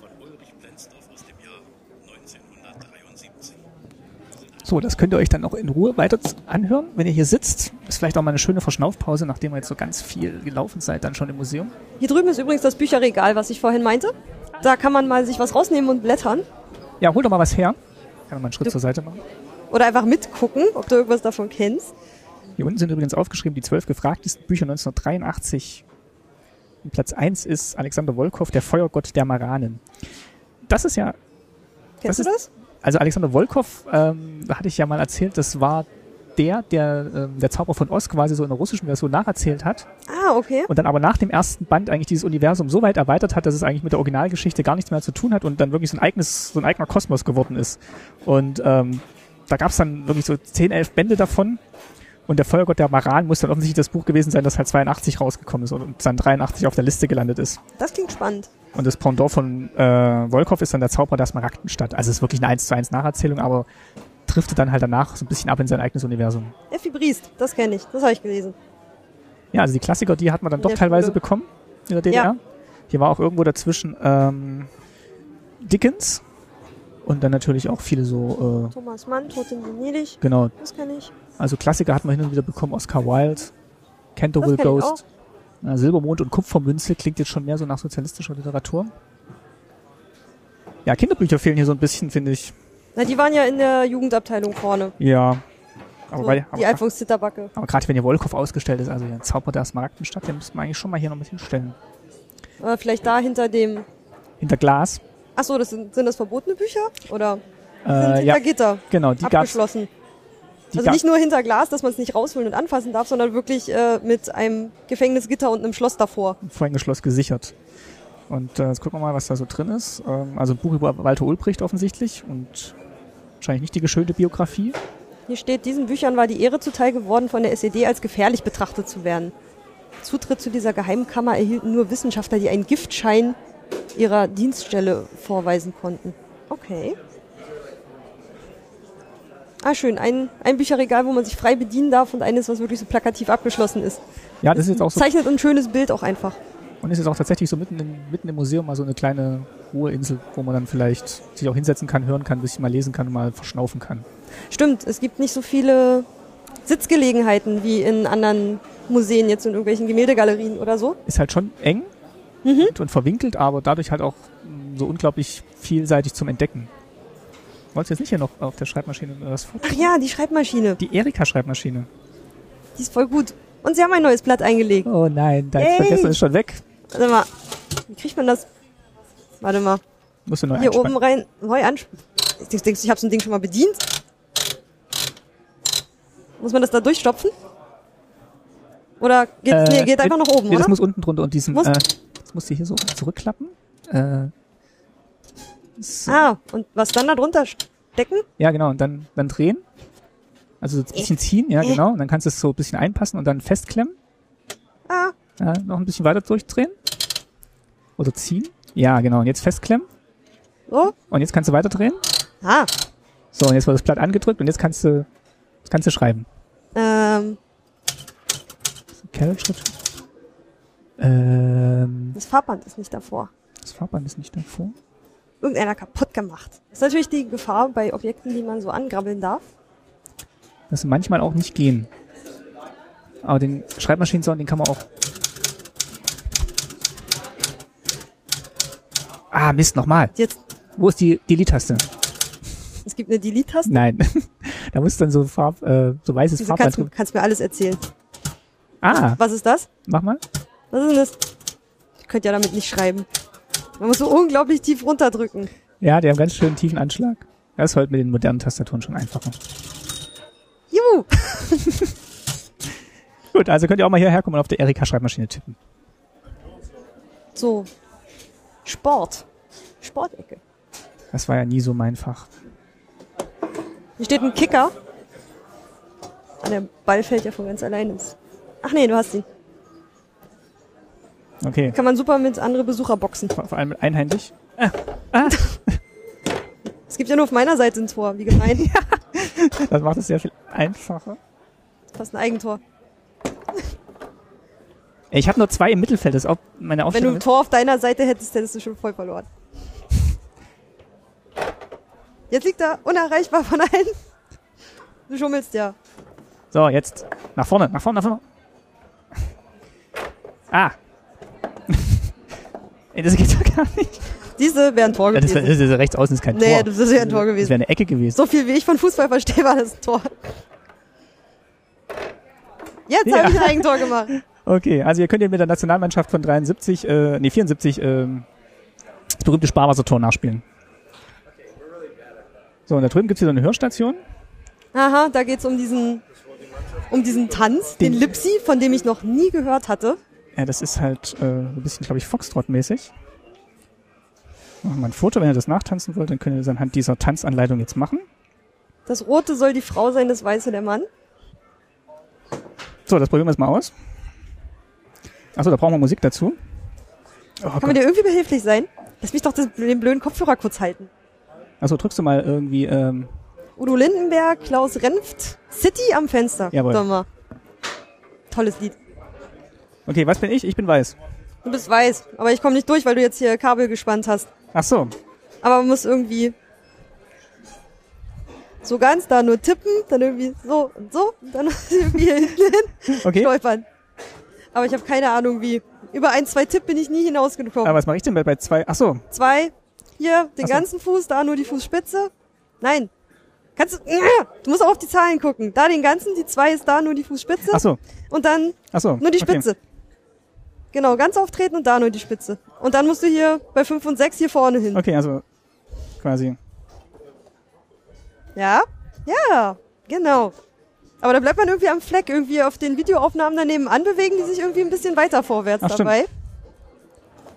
[SPEAKER 6] von Ulrich Plenzdorf aus dem Jahr 1973.
[SPEAKER 2] so, das könnt ihr euch dann auch in Ruhe weiter z- anhören, wenn ihr hier sitzt. Ist vielleicht auch mal eine schöne Verschnaufpause, nachdem ihr jetzt so ganz viel gelaufen seid, dann schon im Museum.
[SPEAKER 1] Hier drüben ist übrigens das Bücherregal, was ich vorhin meinte. Da kann man mal sich was rausnehmen und blättern.
[SPEAKER 2] Ja, hol doch mal was her. Kann man einen Schritt zur Seite machen.
[SPEAKER 1] Oder einfach mitgucken, ob du irgendwas davon kennst.
[SPEAKER 2] Hier unten sind übrigens aufgeschrieben die zwölf gefragtesten Bücher 1983. Und Platz eins ist Alexander Wolkow, der Feuergott der Maranen. Das ist ja
[SPEAKER 1] Kennst
[SPEAKER 2] Das
[SPEAKER 1] du
[SPEAKER 2] ist-
[SPEAKER 1] das?
[SPEAKER 2] Also Alexander Wolkow, ähm, da hatte ich ja mal erzählt, das war der, der ähm, der Zauber von Oz quasi so in der russischen Version nacherzählt hat
[SPEAKER 1] Ah, okay.
[SPEAKER 2] und dann aber nach dem ersten Band eigentlich dieses Universum so weit erweitert hat, dass es eigentlich mit der Originalgeschichte gar nichts mehr zu tun hat und dann wirklich so ein eigenes, so ein eigener Kosmos geworden ist. Und ähm, da gab es dann wirklich so 10, 11 Bände davon und der Feuergott der Maran muss dann offensichtlich das Buch gewesen sein, das halt 82 rausgekommen ist und dann 83 auf der Liste gelandet ist.
[SPEAKER 1] Das klingt spannend.
[SPEAKER 2] Und das Pendant von äh, Wolkow ist dann der Zauberer der Smaragdenstadt. Also es ist wirklich eine 1 zu 1 Nacherzählung, aber driftet dann halt danach so ein bisschen ab in sein eigenes Universum.
[SPEAKER 1] Effi Briest, das kenne ich, das habe ich gelesen.
[SPEAKER 2] Ja, also die Klassiker, die hat man dann doch
[SPEAKER 1] Der
[SPEAKER 2] teilweise
[SPEAKER 1] Schule.
[SPEAKER 2] bekommen in der DDR.
[SPEAKER 1] Ja.
[SPEAKER 2] Hier war auch irgendwo dazwischen ähm, Dickens und dann natürlich auch viele so, äh,
[SPEAKER 1] Thomas Mann, Tod in Venedig,
[SPEAKER 2] genau,
[SPEAKER 1] das kenne ich.
[SPEAKER 2] also Klassiker hat man hin und wieder bekommen, Oscar Wilde,
[SPEAKER 1] Das
[SPEAKER 2] Canterville
[SPEAKER 1] kenn ich
[SPEAKER 2] Ghost, na, Silbermond und Kupfermünze klingt jetzt schon mehr so nach sozialistischer Literatur. Ja, Kinderbücher fehlen hier so ein bisschen, finde ich.
[SPEAKER 1] Na, die waren ja in der Jugendabteilung vorne.
[SPEAKER 2] Ja. Aber,
[SPEAKER 1] So,
[SPEAKER 2] weil,
[SPEAKER 1] die
[SPEAKER 2] aber,
[SPEAKER 1] Alfons Zitterbacke.
[SPEAKER 2] aber gerade wenn hier Wolkow ausgestellt ist, also der Zauber der Smaragdenstadt, den müssten wir eigentlich schon mal hier noch mit hinstellen.
[SPEAKER 1] Äh, vielleicht da hinter dem.
[SPEAKER 2] Hinter Glas.
[SPEAKER 1] Ach so, das sind, sind das verbotene Bücher? Oder sind
[SPEAKER 2] Äh,
[SPEAKER 1] hinter
[SPEAKER 2] ja,
[SPEAKER 1] Gitter
[SPEAKER 2] genau, die gab's.
[SPEAKER 1] abgeschlossen?
[SPEAKER 2] Die
[SPEAKER 1] also
[SPEAKER 2] gab-
[SPEAKER 1] nicht nur hinter Glas, dass man es nicht rausholen und anfassen darf, sondern wirklich äh, mit einem Gefängnisgitter und einem Schloss davor.
[SPEAKER 2] vorhin geschlossen gesichert. Und äh, jetzt gucken wir mal, was da so drin ist. Ähm, also ein Buch über Walter Ulbricht offensichtlich und wahrscheinlich nicht die geschönte Biografie.
[SPEAKER 1] Hier steht, diesen Büchern war die Ehre zuteil geworden, von der SED als gefährlich betrachtet zu werden. Zutritt zu dieser Geheimkammer erhielten nur Wissenschaftler, die einen Giftschein ihrer Dienststelle vorweisen konnten. Okay. Ah, schön. Ein, ein Bücherregal, wo man sich frei bedienen darf und eines, was wirklich so plakativ abgeschlossen ist.
[SPEAKER 2] Ja, das ist jetzt auch so
[SPEAKER 1] Zeichnet ein schönes Bild auch einfach.
[SPEAKER 2] und ist jetzt auch tatsächlich so mitten, in, mitten im Museum mal so eine kleine Ruheinsel, wo man dann vielleicht sich auch hinsetzen kann, hören kann, ein bisschen mal lesen kann und mal verschnaufen kann.
[SPEAKER 1] Stimmt, es gibt nicht so viele Sitzgelegenheiten wie in anderen Museen, jetzt in irgendwelchen Gemäldegalerien oder so.
[SPEAKER 2] ist halt schon eng und, und verwinkelt, aber dadurch halt auch mh, so unglaublich vielseitig zum Entdecken. Wolltest du jetzt nicht hier noch auf der Schreibmaschine was vor?
[SPEAKER 1] Ach ja, die Schreibmaschine.
[SPEAKER 2] Die Erika-Schreibmaschine.
[SPEAKER 1] Die ist voll gut. Und sie haben ein neues Blatt eingelegt.
[SPEAKER 2] Oh nein, dein
[SPEAKER 1] Yay.
[SPEAKER 2] Vergessen ist schon weg.
[SPEAKER 1] Warte mal. Wie kriegt man das? Warte mal.
[SPEAKER 2] Musst du neu
[SPEAKER 1] Hier
[SPEAKER 2] einspannen.
[SPEAKER 1] oben rein. Neu anspannen. Denkst du, ich habe so ein Ding schon mal bedient? Muss man das da durchstopfen? Oder geht, nee, geht einfach
[SPEAKER 2] mit-
[SPEAKER 1] nach oben,
[SPEAKER 2] Äh, nee,
[SPEAKER 1] oder?
[SPEAKER 2] Das muss unten drunter und diesen.
[SPEAKER 1] Muss-
[SPEAKER 2] äh, das musst du hier so zurückklappen. Äh, so.
[SPEAKER 1] ah, und was dann da drunter stecken?
[SPEAKER 2] Ja, genau, und dann, dann drehen. Also so ein bisschen ziehen, ja, genau. Und dann kannst du es so ein bisschen einpassen und dann festklemmen.
[SPEAKER 1] Ah,
[SPEAKER 2] Ja, noch ein bisschen weiter durchdrehen. Oder ziehen. Ja, genau. Und jetzt festklemmen.
[SPEAKER 1] so.
[SPEAKER 2] Und jetzt kannst du weiterdrehen.
[SPEAKER 1] Ah,
[SPEAKER 2] So, und jetzt war das Blatt angedrückt und jetzt kannst du, jetzt kannst du schreiben.
[SPEAKER 1] ähm,
[SPEAKER 2] Carol-Schrift. Ähm,
[SPEAKER 1] das Farbband ist nicht davor.
[SPEAKER 2] das Farbband ist nicht davor.
[SPEAKER 1] Irgendeiner kaputt gemacht. Das ist natürlich die Gefahr bei Objekten, die man so angrabbeln darf.
[SPEAKER 2] Das manchmal auch nicht gehen. Aber den Schreibmaschinensound, den kann man auch. Ah, Mist, nochmal.
[SPEAKER 1] Jetzt,
[SPEAKER 2] Wo ist die Delete-Taste?
[SPEAKER 1] es gibt eine Delete-Taste.
[SPEAKER 2] Nein. da muss dann so Farb, äh, so weißes
[SPEAKER 1] Wieso
[SPEAKER 2] Farbband
[SPEAKER 1] kannst du
[SPEAKER 2] drin.
[SPEAKER 1] kannst mir alles erzählen?
[SPEAKER 2] Ah,
[SPEAKER 1] Was ist das?
[SPEAKER 2] mach mal.
[SPEAKER 1] Was ist denn das? Ich könnte ja damit nicht schreiben. Man muss so unglaublich tief runterdrücken.
[SPEAKER 2] Ja, die haben ganz schön tiefen Anschlag. Das ist heute mit den modernen Tastaturen schon einfacher.
[SPEAKER 1] Juhu!
[SPEAKER 2] Gut, also könnt ihr auch mal hierher kommen und auf der Erika-Schreibmaschine tippen.
[SPEAKER 1] So. Sport. Sportecke.
[SPEAKER 2] Das war ja nie so mein Fach.
[SPEAKER 1] Hier steht ein Kicker. Ah, der Ball fällt ja von ganz allein ins. Ach nee, du hast ihn.
[SPEAKER 2] Okay,
[SPEAKER 1] Kann man super mit andere Besucher boxen.
[SPEAKER 2] vor, vor allem einhändig.
[SPEAKER 1] Es gibt ja nur auf meiner Seite ein Tor, wie gemein.
[SPEAKER 2] Das macht es sehr viel einfacher.
[SPEAKER 1] Fast ein Eigentor.
[SPEAKER 2] Ich habe nur zwei im Mittelfeld, das ist auch meine
[SPEAKER 1] Wenn du
[SPEAKER 2] Aufstellung.
[SPEAKER 1] ein Tor auf deiner Seite hättest, hättest du schon voll verloren. Jetzt liegt er unerreichbar von allen. Du schummelst ja.
[SPEAKER 2] ist. So, jetzt nach vorne, nach vorne, nach vorne. Ah. Ey, das geht doch gar nicht.
[SPEAKER 1] Diese wären Tor
[SPEAKER 2] Ja, Das wäre
[SPEAKER 1] gewesen.
[SPEAKER 2] das wär rechts außen ist kein
[SPEAKER 1] Nee,
[SPEAKER 2] Tor.
[SPEAKER 1] das wäre ein Tor
[SPEAKER 2] Das
[SPEAKER 1] gewesen.
[SPEAKER 2] wäre eine Ecke gewesen.
[SPEAKER 1] So viel wie ich von Fußball verstehe, war das ein Tor. Jetzt
[SPEAKER 2] Ja.
[SPEAKER 1] habe ich ein Eigentor gemacht.
[SPEAKER 2] Okay, also ihr könnt ihr mit der Nationalmannschaft von 73, äh, nee 74, ähm, das berühmte Sparwassertor nachspielen. So, und da drüben gibt's wieder eine Hörstation.
[SPEAKER 1] Aha, da geht's um diesen um diesen Tanz, den,
[SPEAKER 2] Den-
[SPEAKER 1] Lipsi, von dem ich noch nie gehört hatte.
[SPEAKER 2] Ja, das ist halt äh, ein bisschen, glaube ich, Foxtrot-mäßig. Machen wir mal ein Foto, wenn ihr das nachtanzen wollt, dann könnt ihr das anhand dieser Tanzanleitung jetzt machen.
[SPEAKER 1] Das Rote soll die Frau sein, das Weiße der Mann.
[SPEAKER 2] So, das probieren wir jetzt mal aus. Achso, da brauchen wir Musik dazu. Oh
[SPEAKER 1] Kann man
[SPEAKER 2] Gott.
[SPEAKER 1] dir irgendwie behilflich sein? Lass mich doch das, den blöden Kopfhörer kurz halten.
[SPEAKER 2] Achso, drückst du mal irgendwie, ähm,
[SPEAKER 1] Udo Lindenberg, Klaus Renft, City am Fenster.
[SPEAKER 2] Jawohl.
[SPEAKER 1] Sag mal. Tolles Lied.
[SPEAKER 2] okay, was bin ich? Ich bin weiß.
[SPEAKER 1] Du bist weiß, aber ich komme nicht durch, weil du jetzt hier Kabel gespannt hast.
[SPEAKER 2] Ach so,
[SPEAKER 1] Aber man muss irgendwie so ganz da nur tippen, dann irgendwie so und so und dann irgendwie hinten hin
[SPEAKER 2] okay.
[SPEAKER 1] stolpern. Aber ich habe keine Ahnung wie. Über ein, zwei Tipp bin ich nie hinausgekommen.
[SPEAKER 2] Aber Ah, was mache ich denn bei, bei zwei? Achso,
[SPEAKER 1] zwei, hier den
[SPEAKER 2] Ach so.
[SPEAKER 1] ganzen Fuß, da nur die Fußspitze. Nein. Kannst du, äh, du musst auch auf die Zahlen gucken. Da den ganzen, die zwei ist da nur die Fußspitze.
[SPEAKER 2] achso,
[SPEAKER 1] Und dann
[SPEAKER 2] achso.
[SPEAKER 1] nur die Spitze. Genau, ganz auftreten und da nur die Spitze. Und dann musst du hier bei fünf und sechs hier vorne hin.
[SPEAKER 2] Okay, also quasi.
[SPEAKER 1] Ja, ja, genau. Aber da bleibt man irgendwie am Fleck, irgendwie auf den Videoaufnahmen daneben anbewegen, die sich irgendwie ein bisschen weiter vorwärts
[SPEAKER 2] Ach, stimmt.
[SPEAKER 1] dabei.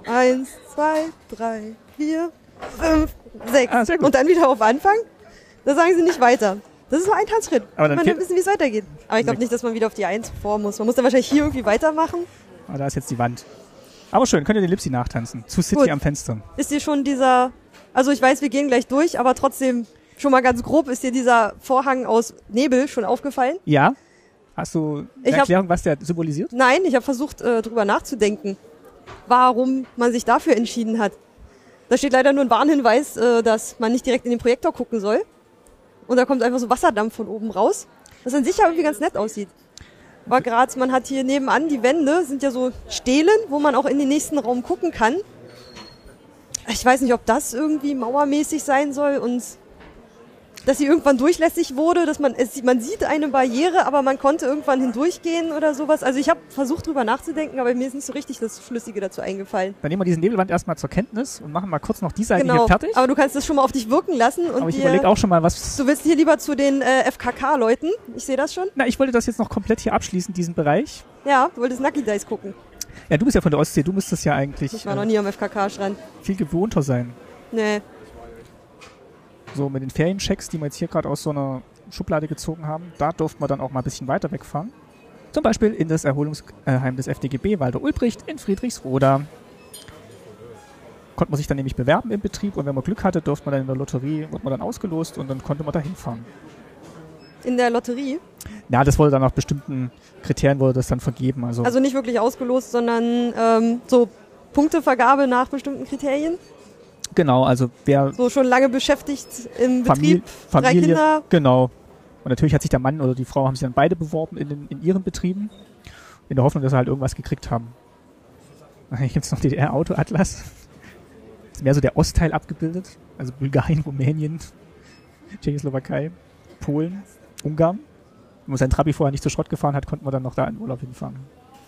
[SPEAKER 1] Eins, zwei, drei, vier, fünf, sechs.
[SPEAKER 2] Ah, sehr gut.
[SPEAKER 1] Und dann wieder auf Anfang. Da sagen sie nicht weiter. Das ist nur ein Tanzschritt.
[SPEAKER 2] Aber dann
[SPEAKER 1] man will
[SPEAKER 2] fehlt-
[SPEAKER 1] wissen, wie es weitergeht. Aber ich glaube nicht, dass man wieder auf die Eins vor muss. Man muss dann wahrscheinlich hier irgendwie weitermachen.
[SPEAKER 2] Ah, da ist jetzt die Wand. Aber schön, könnt ihr den Lipsi nachtanzen. Zu City
[SPEAKER 1] Gut.
[SPEAKER 2] am Fenster.
[SPEAKER 1] Ist hier schon dieser, also ich weiß, wir gehen gleich durch, aber trotzdem schon mal ganz grob ist dir dieser Vorhang aus Nebel schon aufgefallen.
[SPEAKER 2] Ja? Hast du eine
[SPEAKER 1] Ich hab-
[SPEAKER 2] Erklärung, was der symbolisiert?
[SPEAKER 1] Nein, ich habe versucht, äh, drüber nachzudenken, warum man sich dafür entschieden hat. Da steht leider nur ein Warnhinweis, äh, dass man nicht direkt in den Projektor gucken soll. Und da kommt einfach so Wasserdampf von oben raus, was an sich ja irgendwie ganz nett aussieht. Aber gerade, man hat hier nebenan die Wände, sind ja so Stelen, wo man auch in den nächsten Raum gucken kann. Ich weiß nicht, ob das irgendwie mauermäßig sein soll und dass sie irgendwann durchlässig wurde, dass man es, man sieht eine Barriere, aber man konnte irgendwann hindurchgehen oder sowas. Also ich habe versucht drüber nachzudenken, aber mir ist nicht so richtig das Schlüssige dazu eingefallen.
[SPEAKER 2] Dann nehmen wir diesen Nebelwand erstmal zur Kenntnis und machen mal kurz noch die Seite hier fertig.
[SPEAKER 1] Genau. Aber du kannst es schon mal auf dich wirken lassen und
[SPEAKER 2] Aber ich überlege
[SPEAKER 1] dir,
[SPEAKER 2] auch schon mal, was.
[SPEAKER 1] du willst hier lieber zu den äh, FKK-Leuten. Ich sehe das schon.
[SPEAKER 2] Na, ich wollte das jetzt noch komplett hier abschließen, diesen Bereich.
[SPEAKER 1] Ja, du wolltest Nucky Dice gucken.
[SPEAKER 2] Ja, du bist ja von der Ostsee, du müsstest ja eigentlich
[SPEAKER 1] Ich war noch
[SPEAKER 2] äh,
[SPEAKER 1] nie am FKK-Strand.
[SPEAKER 2] viel gewohnter sein.
[SPEAKER 1] Nee.
[SPEAKER 2] So, mit den Ferienchecks, die wir jetzt hier gerade aus so einer Schublade gezogen haben, da durften wir dann auch mal ein bisschen weiter wegfahren. Zum Beispiel in das Erholungsheim des FDGB Walter Ulbricht in Friedrichsroda. Konnte man sich dann nämlich bewerben im Betrieb und wenn man Glück hatte, durfte man dann in der Lotterie, wurde man dann ausgelost und dann konnte man da hinfahren.
[SPEAKER 1] In der Lotterie.
[SPEAKER 2] Ja, das wurde dann nach bestimmten Kriterien wurde das dann vergeben. Also,
[SPEAKER 1] Also nicht wirklich ausgelost, sondern ähm, so Punktevergabe nach bestimmten Kriterien.
[SPEAKER 2] genau, also wer
[SPEAKER 1] So schon lange beschäftigt im
[SPEAKER 2] Famili-
[SPEAKER 1] Betrieb. drei Kinder,
[SPEAKER 2] Genau. Und natürlich hat sich der Mann oder die Frau haben sich dann beide beworben in, den, in ihren Betrieben. In der Hoffnung, dass sie halt irgendwas gekriegt haben. Hier gibt's noch DDR-Auto-Atlas. Ist mehr so der Ostteil abgebildet. Also Bulgarien, Rumänien, Tschechoslowakei, Polen, Ungarn. Wenn man sein Trabi vorher nicht zu Schrott gefahren hat, konnten wir dann noch da in Urlaub hinfahren.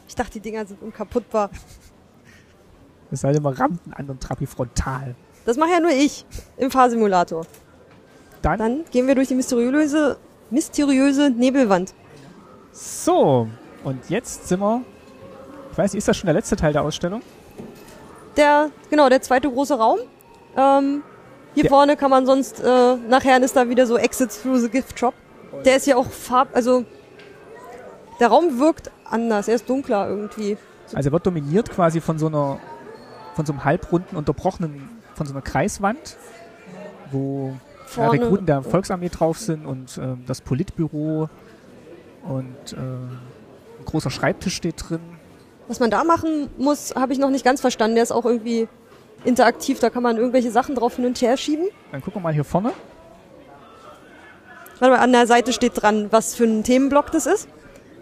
[SPEAKER 1] Ich dachte, die Dinger sind unkaputtbar.
[SPEAKER 2] Es sei denn, man rammt einen anderen Trabi frontal.
[SPEAKER 1] Das mache ja nur ich im Fahrsimulator.
[SPEAKER 2] Dann,
[SPEAKER 1] Dann gehen wir durch die mysteriöse, mysteriöse Nebelwand.
[SPEAKER 2] so. Und jetzt sind wir, ich weiß nicht, ist das schon der letzte Teil der Ausstellung?
[SPEAKER 1] Der, genau, der zweite große Raum. Ähm, hier
[SPEAKER 2] Der-
[SPEAKER 1] vorne kann man sonst, äh, nachher ist da wieder so Exit through the Gift Shop. Der ist ja auch farb, also der Raum wirkt anders, er ist dunkler irgendwie.
[SPEAKER 2] Also er wird dominiert quasi von so einer, von so einem halbrunden, unterbrochenen von so einer Kreiswand, wo ja,
[SPEAKER 1] Vorne-
[SPEAKER 2] Rekruten der Volksarmee drauf sind und ähm, das Politbüro und äh, ein großer Schreibtisch steht drin.
[SPEAKER 1] Was man da machen muss, habe ich noch nicht ganz verstanden. Der ist auch irgendwie interaktiv. Da kann man irgendwelche Sachen drauf hin und her schieben.
[SPEAKER 2] Dann gucken wir mal hier vorne.
[SPEAKER 1] Warte mal, an der Seite steht dran, was für ein Themenblock das ist.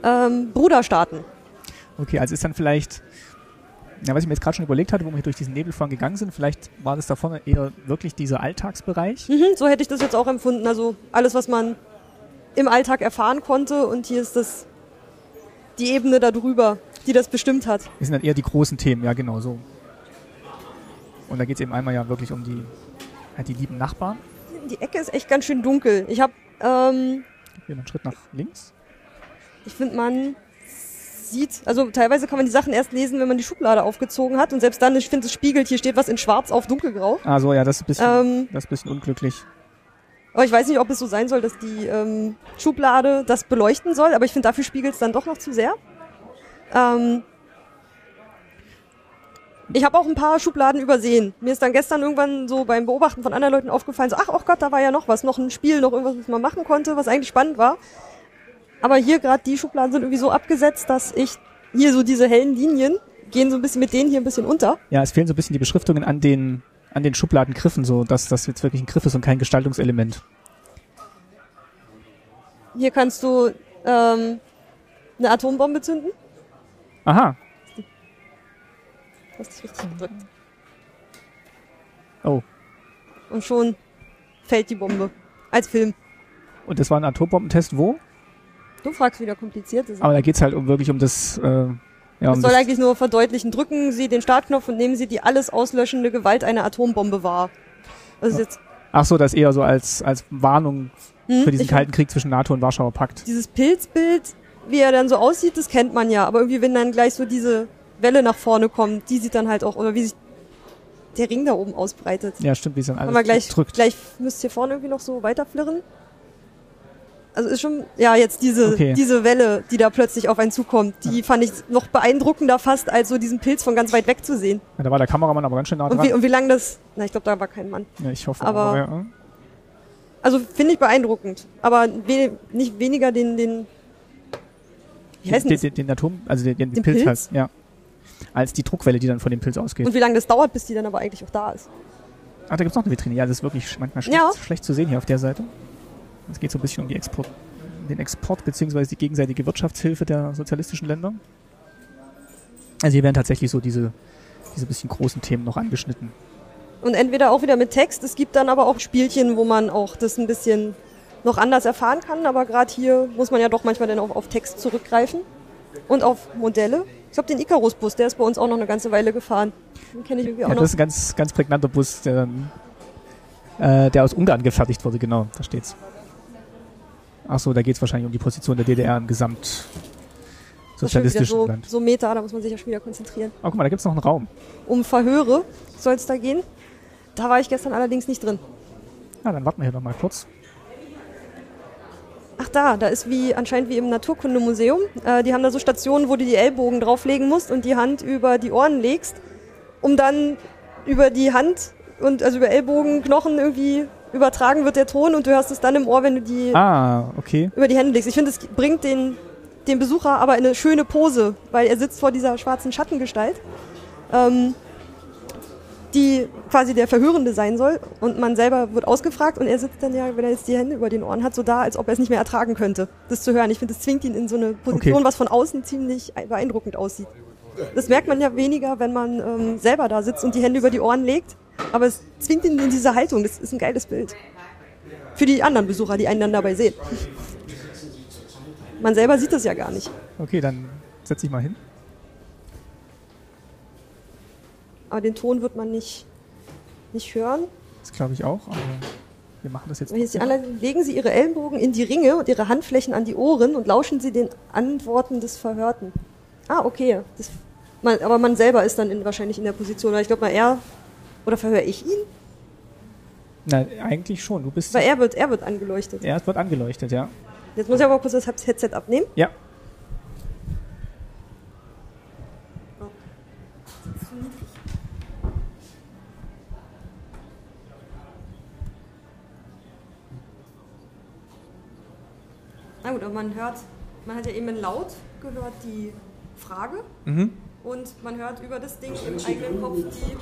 [SPEAKER 1] Ähm, Bruderstaaten.
[SPEAKER 2] Okay, also ist dann vielleicht, ja, was ich mir jetzt gerade schon überlegt hatte, wo wir hier durch diesen Nebel vorhin gegangen sind, vielleicht war das da vorne eher wirklich dieser Alltagsbereich.
[SPEAKER 1] Mhm, so hätte ich das jetzt auch empfunden. Also alles, was man im Alltag erfahren konnte. Und hier ist das die Ebene darüber, die das bestimmt hat.
[SPEAKER 2] Das sind dann eher die großen Themen, ja genau so. Und da geht es eben einmal ja wirklich um die, halt die lieben Nachbarn.
[SPEAKER 1] Die Ecke ist echt ganz schön dunkel. Ich habe, ähm,
[SPEAKER 2] Hier noch einen Schritt nach links.
[SPEAKER 1] ich finde, man sieht, also teilweise kann man die Sachen erst lesen, wenn man die Schublade aufgezogen hat. Und selbst dann, ich finde, es spiegelt, hier steht was in schwarz auf dunkelgrau.
[SPEAKER 2] Ah so, ja, das ist ein bisschen,
[SPEAKER 1] Ähm,
[SPEAKER 2] das ist ein bisschen unglücklich.
[SPEAKER 1] aber ich weiß nicht, ob es so sein soll, dass die ähm, Schublade das beleuchten soll, aber ich finde, dafür spiegelt es dann doch noch zu sehr. Ähm, ich habe auch ein paar Schubladen übersehen. Mir ist dann gestern irgendwann so beim Beobachten von anderen Leuten aufgefallen, so, ach, oh Gott, da war ja noch was, noch ein Spiel, noch irgendwas, was man machen konnte, was eigentlich spannend war. Aber hier gerade die Schubladen sind irgendwie so abgesetzt, dass ich hier so diese hellen Linien gehen so ein bisschen mit denen hier ein bisschen unter.
[SPEAKER 2] Ja, es fehlen so ein bisschen die Beschriftungen an den, an den Schubladengriffen, so dass das jetzt wirklich ein Griff ist und kein Gestaltungselement.
[SPEAKER 1] Hier kannst du ähm, eine Atombombe zünden.
[SPEAKER 2] Aha.
[SPEAKER 1] Hast dich richtig gedrückt.
[SPEAKER 2] Oh.
[SPEAKER 1] Und schon fällt die Bombe. Als Film.
[SPEAKER 2] Und das war ein Atombombentest wo?
[SPEAKER 1] Du fragst wieder komplizierte Sachen.
[SPEAKER 2] Aber da geht's halt um wirklich um das, äh, ja, um
[SPEAKER 1] Es soll eigentlich nur verdeutlichen, drücken Sie den Startknopf und nehmen Sie die alles auslöschende Gewalt einer Atombombe wahr. Das ist jetzt
[SPEAKER 2] Ach so, das eher so als, als Warnung
[SPEAKER 1] Hm,
[SPEAKER 2] für diesen
[SPEAKER 1] ich-
[SPEAKER 2] kalten Krieg zwischen NATO und Warschauer Pakt.
[SPEAKER 1] dieses Pilzbild, wie er dann so aussieht, das kennt man ja. Aber irgendwie, wenn dann gleich so diese Welle nach vorne kommt, die sieht dann halt auch, oder wie sich der Ring da oben ausbreitet.
[SPEAKER 2] Ja, stimmt, wie es dann
[SPEAKER 1] Haben wir
[SPEAKER 2] alles
[SPEAKER 1] gleich,
[SPEAKER 2] drückt.
[SPEAKER 1] gleich müsst ihr vorne irgendwie noch so weiterflirren. Also ist schon, ja, jetzt diese,
[SPEAKER 2] Okay.
[SPEAKER 1] diese Welle, die da plötzlich auf einen zukommt, die fand ich noch beeindruckender fast, als so diesen Pilz von ganz weit weg zu sehen.
[SPEAKER 2] Ja, da war der Kameramann aber ganz schön nah
[SPEAKER 1] Und wie,
[SPEAKER 2] dran.
[SPEAKER 1] und wie lang das, na, ich glaube, da war kein Mann.
[SPEAKER 2] Ja, ich hoffe,
[SPEAKER 1] aber-
[SPEAKER 2] ja, hm.
[SPEAKER 1] Also finde ich beeindruckend, aber we nicht weniger den, den, wie heißt
[SPEAKER 2] den,
[SPEAKER 1] denn das?
[SPEAKER 2] den, den Atom, also den, den,
[SPEAKER 1] Den
[SPEAKER 2] Pilz,
[SPEAKER 1] Pilz?
[SPEAKER 2] halt, ja. Als die Druckwelle, die dann von dem Pilz ausgeht.
[SPEAKER 1] Und wie lange das dauert, bis die dann aber eigentlich auch da ist.
[SPEAKER 2] Ach, da gibt's noch eine Vitrine. Ja, das ist wirklich sch- manchmal schlecht,
[SPEAKER 1] Ja.
[SPEAKER 2] schlecht zu sehen hier auf der Seite. Es geht so ein bisschen um die Export, den Export beziehungsweise die gegenseitige Wirtschaftshilfe der sozialistischen Länder. Also hier werden tatsächlich so diese, diese bisschen großen Themen noch angeschnitten.
[SPEAKER 1] Und entweder auch wieder mit Text, es gibt dann aber auch Spielchen, wo man auch das ein bisschen noch anders erfahren kann, aber gerade hier muss man ja doch manchmal dann auch auf Text zurückgreifen und auf Modelle. Ich glaube, den Icarus-Bus, der ist bei uns auch noch eine ganze Weile gefahren. Den kenne ich irgendwie auch
[SPEAKER 2] Ja,
[SPEAKER 1] noch.
[SPEAKER 2] das ist ein ganz, ganz prägnanter Bus, der, dann, äh, der aus Ungarn gefertigt wurde, genau, da steht's. Ach so, da geht's wahrscheinlich um die Position der DDR im gesamt
[SPEAKER 1] Das ist schon wieder
[SPEAKER 2] sozialistischen
[SPEAKER 1] so,
[SPEAKER 2] Land.
[SPEAKER 1] so Meta, da muss man sich ja schon wieder konzentrieren.
[SPEAKER 2] Oh, guck mal, da gibt's noch einen Raum.
[SPEAKER 1] Um Verhöre soll es da gehen. Da war ich gestern allerdings nicht drin.
[SPEAKER 2] Ja, Ah, dann warten wir hier noch mal kurz.
[SPEAKER 1] Ach da, da ist wie anscheinend wie im Naturkundemuseum. Äh, die haben da so Stationen, wo du die Ellbogen drauflegen musst und die Hand über die Ohren legst, um dann über die Hand und also über Ellbogen, Knochen irgendwie übertragen wird der Ton und du hörst es dann im Ohr, wenn du die
[SPEAKER 2] Ah, okay.
[SPEAKER 1] über die Hände legst. Ich finde, es bringt den, den Besucher aber in eine schöne Pose, weil er sitzt vor dieser schwarzen Schattengestalt, ähm, die quasi der Verhörende sein soll und man selber wird ausgefragt und er sitzt dann ja, wenn er jetzt die Hände über den Ohren hat, so da, als ob er es nicht mehr ertragen könnte, das zu hören. Ich finde, das zwingt ihn in so eine Position,
[SPEAKER 2] Okay.
[SPEAKER 1] was von außen ziemlich beeindruckend aussieht. Das merkt man ja weniger, wenn man ähm, selber da sitzt und die Hände über die Ohren legt, aber es zwingt ihn in diese Haltung. Das ist ein geiles Bild. Für die anderen Besucher, die einen dann dabei sehen. Man selber sieht das ja gar nicht.
[SPEAKER 2] Okay, dann setz dich mal hin.
[SPEAKER 1] Aber den Ton wird man nicht, nicht hören.
[SPEAKER 2] Das glaube ich auch, aber wir machen das jetzt.
[SPEAKER 1] Aber Hier ist die
[SPEAKER 2] trotzdem.
[SPEAKER 1] Anleitung. Legen Sie Ihre Ellenbogen in die Ringe und Ihre Handflächen an die Ohren und lauschen Sie den Antworten des Verhörten. Ah, okay. Das, man, aber man selber ist dann in, wahrscheinlich in der Position, weil ich glaube mal er, oder verhöre ich ihn?
[SPEAKER 2] Na, eigentlich schon. Du bist.
[SPEAKER 1] Weil er wird, er wird angeleuchtet.
[SPEAKER 2] Erst wird angeleuchtet, ja.
[SPEAKER 1] Jetzt muss ich aber kurz das Headset abnehmen.
[SPEAKER 2] Ja.
[SPEAKER 1] Na gut, aber man hört, man hat ja eben laut gehört die Frage und man hört über das Ding im eigenen Kopf die,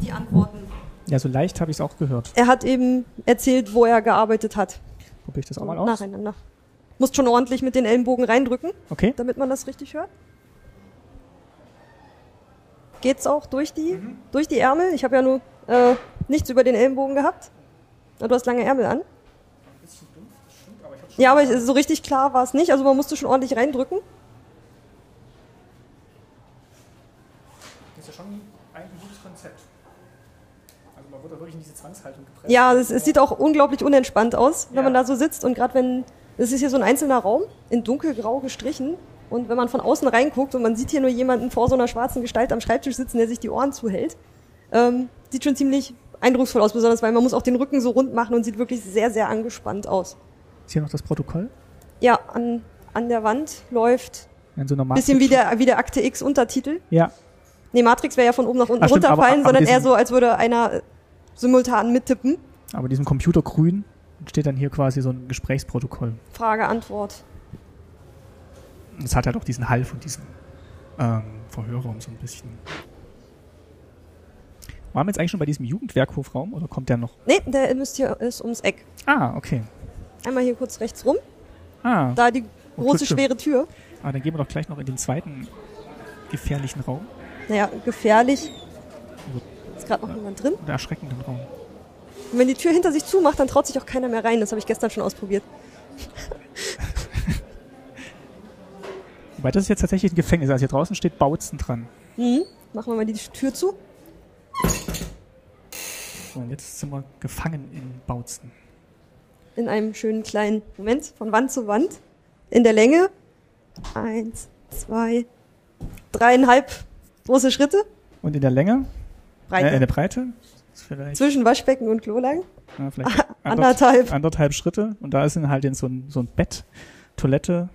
[SPEAKER 1] die Antworten.
[SPEAKER 2] Ja, so leicht habe ich es auch gehört.
[SPEAKER 1] Er hat eben erzählt, wo er gearbeitet hat.
[SPEAKER 2] Probiere ich das auch mal aus.
[SPEAKER 1] Nacheinander. Musst schon ordentlich mit den Ellenbogen reindrücken,
[SPEAKER 2] Okay.
[SPEAKER 1] damit man das richtig hört. Geht's auch durch die, durch die Ärmel? Ich habe ja nur äh, nichts über den Ellenbogen gehabt. Na, Du hast lange Ärmel an. Ja, aber ich- so richtig klar war es nicht. Also man musste schon ordentlich reindrücken.
[SPEAKER 7] Das ist ja schon eigentlich ein gutes Konzept. Also man wird da wirklich in diese Zwangshaltung gepresst.
[SPEAKER 1] Ja, es, es sieht auch unglaublich unentspannt aus, wenn
[SPEAKER 7] Ja.
[SPEAKER 1] man da so sitzt. Und gerade wenn, es ist hier so ein einzelner Raum, in dunkelgrau gestrichen. Und wenn man von außen reinguckt und man sieht hier nur jemanden vor so einer schwarzen Gestalt am Schreibtisch sitzen, der sich die Ohren zuhält, ähm, sieht schon ziemlich eindrucksvoll aus, besonders weil man muss auch den Rücken so rund machen und sieht wirklich sehr, sehr angespannt aus.
[SPEAKER 2] Ist hier noch das Protokoll?
[SPEAKER 1] Ja, an, an der Wand läuft
[SPEAKER 2] In so einer Matrix.
[SPEAKER 1] bisschen wie der, wie der Akte X Untertitel.
[SPEAKER 2] Ja,
[SPEAKER 1] Nee, Matrix wäre ja von oben nach unten
[SPEAKER 2] Ah, stimmt, aber-
[SPEAKER 1] runterfallen,
[SPEAKER 2] aber
[SPEAKER 1] sondern eher
[SPEAKER 2] diesen-
[SPEAKER 1] so, als würde einer äh, simultan mittippen.
[SPEAKER 2] aber diesem Computergrün steht dann hier quasi so ein Gesprächsprotokoll.
[SPEAKER 1] Frage, Antwort.
[SPEAKER 2] Und Es hat halt auch diesen Hall von diesem ähm, Verhörraum so ein bisschen. Waren wir jetzt eigentlich schon bei diesem Jugendwerkhofraum oder kommt der noch?
[SPEAKER 1] Nee, der müsst hier ist ums Eck.
[SPEAKER 2] Ah, okay.
[SPEAKER 1] Einmal hier kurz rechts rum.
[SPEAKER 2] Ah,
[SPEAKER 1] Da die
[SPEAKER 2] Oh,
[SPEAKER 1] große,
[SPEAKER 2] stimmt.
[SPEAKER 1] schwere Tür.
[SPEAKER 2] aber Ah, dann gehen wir doch gleich noch in den zweiten gefährlichen Raum
[SPEAKER 1] Naja, gefährlich. Ist gerade noch jemand drin.
[SPEAKER 2] oder erschreckenden Raum.
[SPEAKER 1] Und wenn die Tür hinter sich zumacht, dann traut sich auch keiner mehr rein. Das habe ich gestern schon ausprobiert.
[SPEAKER 2] Wobei das ist jetzt tatsächlich ein Gefängnis. Also hier draußen steht Bautzen dran.
[SPEAKER 1] Mhm. Machen wir mal die Tür zu.
[SPEAKER 2] So, und jetzt sind wir gefangen in Bautzen.
[SPEAKER 1] In einem schönen kleinen Moment. Von Wand zu Wand. In der Länge. Eins, zwei, dreieinhalb große Schritte.
[SPEAKER 2] Und in der Länge,
[SPEAKER 1] Breite.
[SPEAKER 2] Äh, in der Breite, ist vielleicht,
[SPEAKER 1] Zwischen Waschbecken und Klolang.
[SPEAKER 2] na, vielleicht anderth-
[SPEAKER 1] Anderthalb.
[SPEAKER 2] anderthalb Schritte. Und da ist dann halt in so, ein, so ein Bett, Toilette,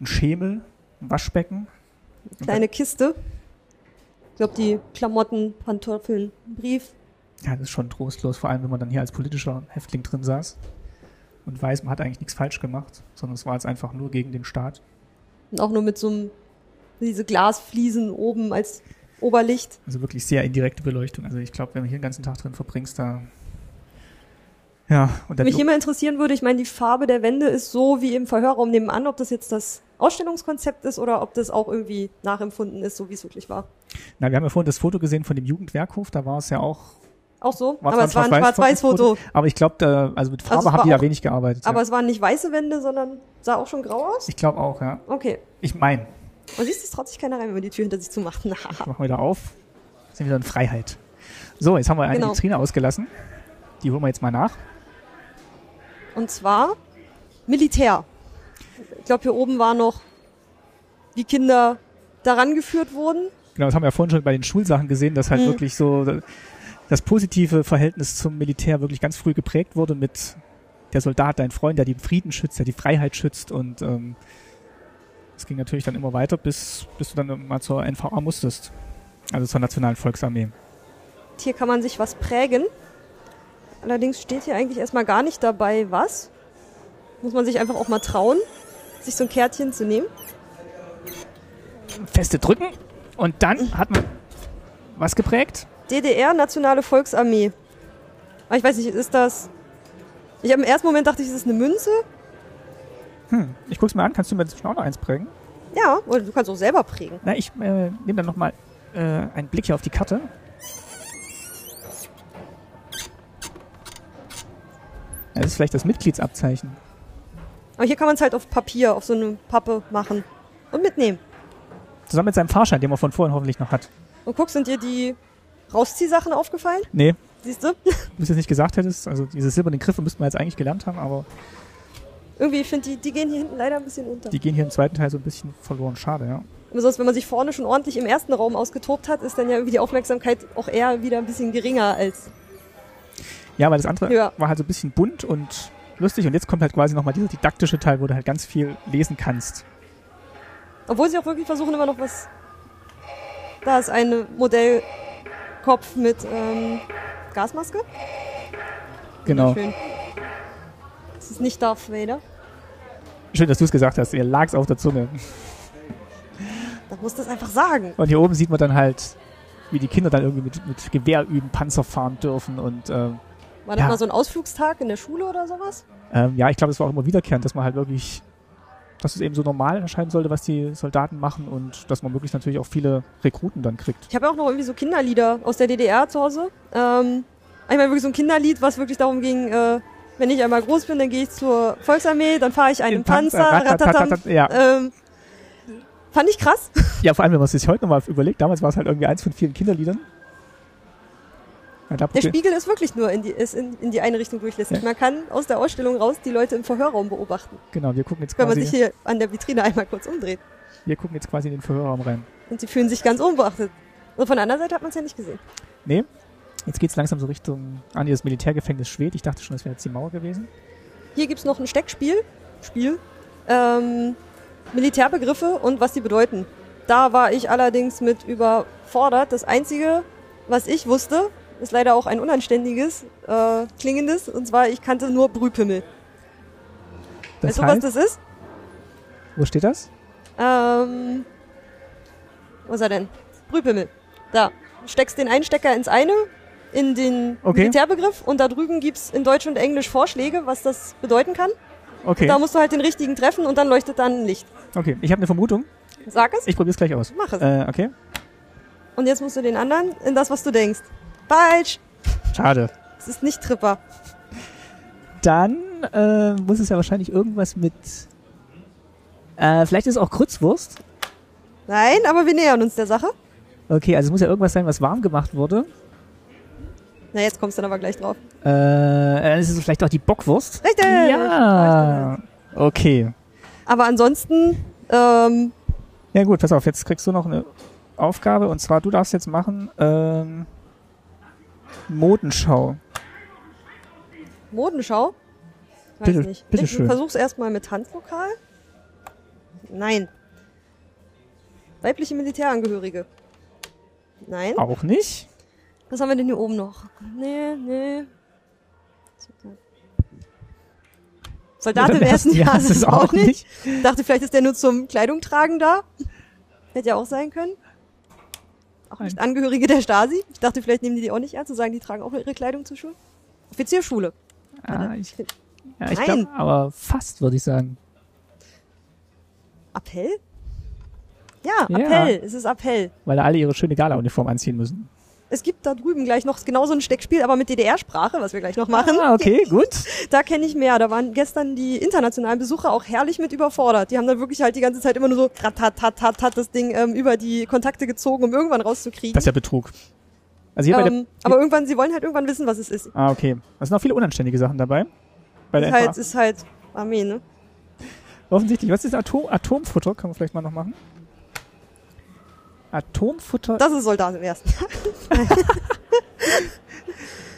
[SPEAKER 2] ein Schemel, ein Waschbecken.
[SPEAKER 1] Kleine Kiste. Ich glaube, die Klamotten, Pantoffeln, ein Brief.
[SPEAKER 2] Ja, das ist schon trostlos, vor allem wenn man dann hier als politischer Häftling drin saß und weiß, man hat eigentlich nichts falsch gemacht, sondern es war jetzt einfach nur gegen den Staat.
[SPEAKER 1] Und auch nur mit so einem, diese Glasfliesen oben als Oberlicht.
[SPEAKER 2] Also wirklich sehr indirekte Beleuchtung. Also ich glaube, wenn du hier den ganzen Tag drin verbringst, da. Ja, und dann.
[SPEAKER 1] Mich immer interessieren würde, ich meine, die Farbe der Wände ist so wie im Verhörraum nebenan, ob das jetzt das Ausstellungskonzept ist oder ob das auch irgendwie nachempfunden ist, so wie es wirklich war.
[SPEAKER 2] Na, wir haben ja vorhin das Foto gesehen von dem Jugendwerkhof, da war es ja auch.
[SPEAKER 1] Auch so,
[SPEAKER 2] war's
[SPEAKER 1] aber es war ein Schwarz-Weiß-Foto.
[SPEAKER 2] Aber ich glaube, da- also mit Farbe
[SPEAKER 1] Also es
[SPEAKER 2] haben die
[SPEAKER 1] war
[SPEAKER 2] ja
[SPEAKER 1] auch-
[SPEAKER 2] wenig gearbeitet.
[SPEAKER 1] Aber
[SPEAKER 2] ja.
[SPEAKER 1] es waren nicht weiße Wände, sondern sah auch schon grau aus.
[SPEAKER 2] Ich glaube auch, ja.
[SPEAKER 1] Okay.
[SPEAKER 2] Ich meine,
[SPEAKER 1] Man siehst, es traut sich keiner rein, wenn man die Tür hinter sich zumacht. Na,
[SPEAKER 2] machen wir wieder auf. Sind wieder in Freiheit. So, jetzt haben wir eine
[SPEAKER 1] Genau.
[SPEAKER 2] Vitrine ausgelassen. Die holen wir jetzt mal nach.
[SPEAKER 1] Und zwar Militär. Ich glaube, hier oben war noch, wie Kinder daran geführt wurden.
[SPEAKER 2] Genau, das haben wir ja vorhin schon bei den Schulsachen gesehen, dass halt wirklich so das positive Verhältnis zum Militär wirklich ganz früh geprägt wurde mit der Soldat, dein Freund, der den Frieden schützt, der die Freiheit schützt und ähm, es ging natürlich dann immer weiter, bis, bis du dann mal zur NVA musstest. Also zur Nationalen Volksarmee.
[SPEAKER 1] Hier kann man sich was prägen. Allerdings steht hier eigentlich erstmal gar nicht dabei, was. Muss man sich einfach auch mal trauen, sich so ein Kärtchen zu nehmen.
[SPEAKER 2] Feste drücken und dann hat man was geprägt?
[SPEAKER 1] DDR, Nationale Volksarmee. Aber ich weiß nicht, ist das. Ich habe im ersten Moment dachte ich, ist das eine Münze?
[SPEAKER 2] Ich guck's mir an, kannst du mir inzwischen auch noch eins prägen?
[SPEAKER 1] Ja, oder du kannst auch selber prägen.
[SPEAKER 2] Na, ich äh, nehme dann nochmal äh, einen Blick hier auf die Karte. Ja, Das ist vielleicht das Mitgliedsabzeichen.
[SPEAKER 1] Aber hier kann man es halt auf Papier, auf so eine Pappe machen und mitnehmen.
[SPEAKER 2] Zusammen mit seinem Fahrschein, den man von vorhin hoffentlich noch hat.
[SPEAKER 1] Und guck, sind dir die Rausziehsachen aufgefallen?
[SPEAKER 2] Nee,
[SPEAKER 1] Siehst du?
[SPEAKER 2] wenn du es jetzt nicht gesagt hättest, also diese silbernen Griffe müssten wir jetzt eigentlich gelernt haben, aber
[SPEAKER 1] Irgendwie, ich finde, die, die gehen hier hinten leider ein bisschen unter.
[SPEAKER 2] die gehen hier im zweiten Teil so ein bisschen verloren. Schade, ja.
[SPEAKER 1] Aber sonst, wenn man sich vorne schon ordentlich im ersten Raum ausgetobt hat, ist dann ja irgendwie die Aufmerksamkeit auch eher wieder ein bisschen geringer als.
[SPEAKER 2] Ja, weil das andere
[SPEAKER 1] Ja.
[SPEAKER 2] war halt so ein bisschen bunt und lustig und jetzt kommt halt quasi nochmal dieser didaktische Teil, wo du halt ganz viel lesen kannst.
[SPEAKER 1] Obwohl sie auch wirklich versuchen, immer noch was. Da ist ein Modellkopf mit ähm, Gasmaske.
[SPEAKER 2] Genau.
[SPEAKER 1] Schön. Das ist nicht Darth Vader.
[SPEAKER 2] Schön, dass du es gesagt hast. Ihr lag's auf der Zunge.
[SPEAKER 1] Dann musst du es einfach sagen.
[SPEAKER 2] Und hier oben sieht man dann halt, wie die Kinder dann irgendwie mit, mit Gewehr üben, Panzer fahren dürfen und ähm,
[SPEAKER 1] War das
[SPEAKER 2] Ja.
[SPEAKER 1] mal so ein Ausflugstag in der Schule oder sowas?
[SPEAKER 2] Ähm, ja, ich glaube, es war auch immer wiederkehrend, dass man halt wirklich, dass es eben so normal erscheinen sollte, was die Soldaten machen und dass man möglichst natürlich auch viele Rekruten dann kriegt.
[SPEAKER 1] Ich habe ja auch noch irgendwie so Kinderlieder aus der DDR zu Hause. Ähm, einmal wirklich so ein Kinderlied, was wirklich darum ging, äh, wenn ich einmal groß bin, dann gehe ich zur Volksarmee, dann fahre ich einen
[SPEAKER 2] Den Panzer, äh,
[SPEAKER 1] Panzer,
[SPEAKER 2] ratatatam,
[SPEAKER 1] ratatatam.
[SPEAKER 2] ja.
[SPEAKER 1] Ähm, fand ich krass.
[SPEAKER 2] Ja, vor allem, wenn man sich heute nochmal überlegt, damals war es halt irgendwie eins von vielen Kinderliedern. Ja, da-
[SPEAKER 1] Der Spiegel ist wirklich nur in die, ist in, in die eine Richtung durchlässig.
[SPEAKER 2] Ja.
[SPEAKER 1] Man kann aus der Ausstellung raus die Leute im Verhörraum beobachten,
[SPEAKER 2] genau, wir gucken jetzt
[SPEAKER 1] wenn man sich
[SPEAKER 2] quasi,
[SPEAKER 1] hier an der Vitrine einmal kurz umdreht.
[SPEAKER 2] wir gucken jetzt quasi in den Verhörraum rein.
[SPEAKER 1] Und sie fühlen sich ganz unbeachtet. Und von der anderen Seite hat man es ja nicht gesehen.
[SPEAKER 2] Nee, jetzt geht's langsam so Richtung, an das Militärgefängnis Schwedt. Ich dachte schon, das wäre jetzt die Mauer gewesen.
[SPEAKER 1] Hier gibt's noch ein Steckspiel. Spiel. Ähm, Militärbegriffe und was die bedeuten. Da war ich allerdings mit überfordert. Das Einzige, was ich wusste, ist leider auch ein unanständiges, äh, klingendes. Und zwar, ich kannte nur Brühpimmel. weißt
[SPEAKER 2] Das
[SPEAKER 1] du, was
[SPEAKER 2] heißt,
[SPEAKER 1] das ist?
[SPEAKER 2] wo steht das?
[SPEAKER 1] Ähm, wo ist er denn? Brühpimmel. Da. Steckst den Einstecker ins eine, in den
[SPEAKER 2] Okay.
[SPEAKER 1] Militärbegriff. Und da drüben gibt's in Deutsch und Englisch Vorschläge, was das bedeuten kann.
[SPEAKER 2] Okay,
[SPEAKER 1] Da musst du halt den richtigen treffen und dann leuchtet dann ein Licht.
[SPEAKER 2] okay. Ich habe eine Vermutung.
[SPEAKER 1] Sag es
[SPEAKER 2] Ich probiere es gleich aus.
[SPEAKER 1] Mach es.
[SPEAKER 2] Äh, okay.
[SPEAKER 1] und jetzt musst du den anderen in das, was du denkst. Falsch!
[SPEAKER 2] Schade.
[SPEAKER 1] Es ist nicht Tripper.
[SPEAKER 2] dann äh, muss es ja wahrscheinlich irgendwas mit. Äh, vielleicht ist es auch Kreuzwurst.
[SPEAKER 1] Nein, aber wir nähern uns der Sache.
[SPEAKER 2] Okay, also es muss ja irgendwas sein, was warm gemacht wurde.
[SPEAKER 1] Na, jetzt kommst du dann aber gleich drauf.
[SPEAKER 2] Äh, dann ist es vielleicht auch die Bockwurst.
[SPEAKER 1] Richtig!
[SPEAKER 2] Ja. Okay.
[SPEAKER 1] Aber ansonsten, ähm,
[SPEAKER 2] Ja gut, pass auf, jetzt kriegst du noch eine Aufgabe und zwar du darfst jetzt machen ähm, Modenschau.
[SPEAKER 1] Modenschau? Weiß
[SPEAKER 2] Bitte-
[SPEAKER 1] nicht.
[SPEAKER 2] bitte
[SPEAKER 1] ich
[SPEAKER 2] schön.
[SPEAKER 1] versuch's erstmal mit Handvokal. Nein. Weibliche Militärangehörige. Nein.
[SPEAKER 2] Auch nicht.
[SPEAKER 1] Was haben wir denn hier oben noch? Nee, nee. Soldat im ersten Jahr ist es auch nicht. Dachte, vielleicht ist der nur zum Kleidung tragen da. Hätte ja auch sein können. Auch nicht Angehörige der Stasi. Ich dachte, vielleicht nehmen die die auch nicht ernst und sagen, die tragen auch ihre Kleidung zur Schule. Offizierschule.
[SPEAKER 2] Ah, ich, ja, ich
[SPEAKER 1] Nein.
[SPEAKER 2] glaube, aber fast würde ich sagen.
[SPEAKER 1] Appell? Ja,
[SPEAKER 2] Ja.
[SPEAKER 1] Appell. Es ist Appell.
[SPEAKER 2] Weil da alle ihre schöne Gala-Uniform anziehen müssen.
[SPEAKER 1] Es gibt da drüben gleich noch genauso ein Steckspiel, aber mit DDR-Sprache, was wir gleich noch machen.
[SPEAKER 2] Ah, okay, gut.
[SPEAKER 1] Da kenne ich mehr. Da waren gestern die internationalen Besucher auch herrlich mit überfordert. Die haben dann wirklich halt die ganze Zeit immer nur so ratatatatat das Ding ähm, über die Kontakte gezogen, um irgendwann rauszukriegen.
[SPEAKER 2] Das ist ja Betrug. Also hier bei der,
[SPEAKER 1] ähm, aber irgendwann, sie wollen halt irgendwann wissen, was es ist.
[SPEAKER 2] Ah, okay. Da sind auch viele unanständige Sachen dabei. Bei
[SPEAKER 1] Ist
[SPEAKER 2] der
[SPEAKER 1] halt,
[SPEAKER 2] FA.
[SPEAKER 1] ist halt Armee, ne?
[SPEAKER 2] Offensichtlich. Was ist Atom Atomfutter? Können wir vielleicht mal noch machen. Atomfutter.
[SPEAKER 1] Das ist Soldat im ersten.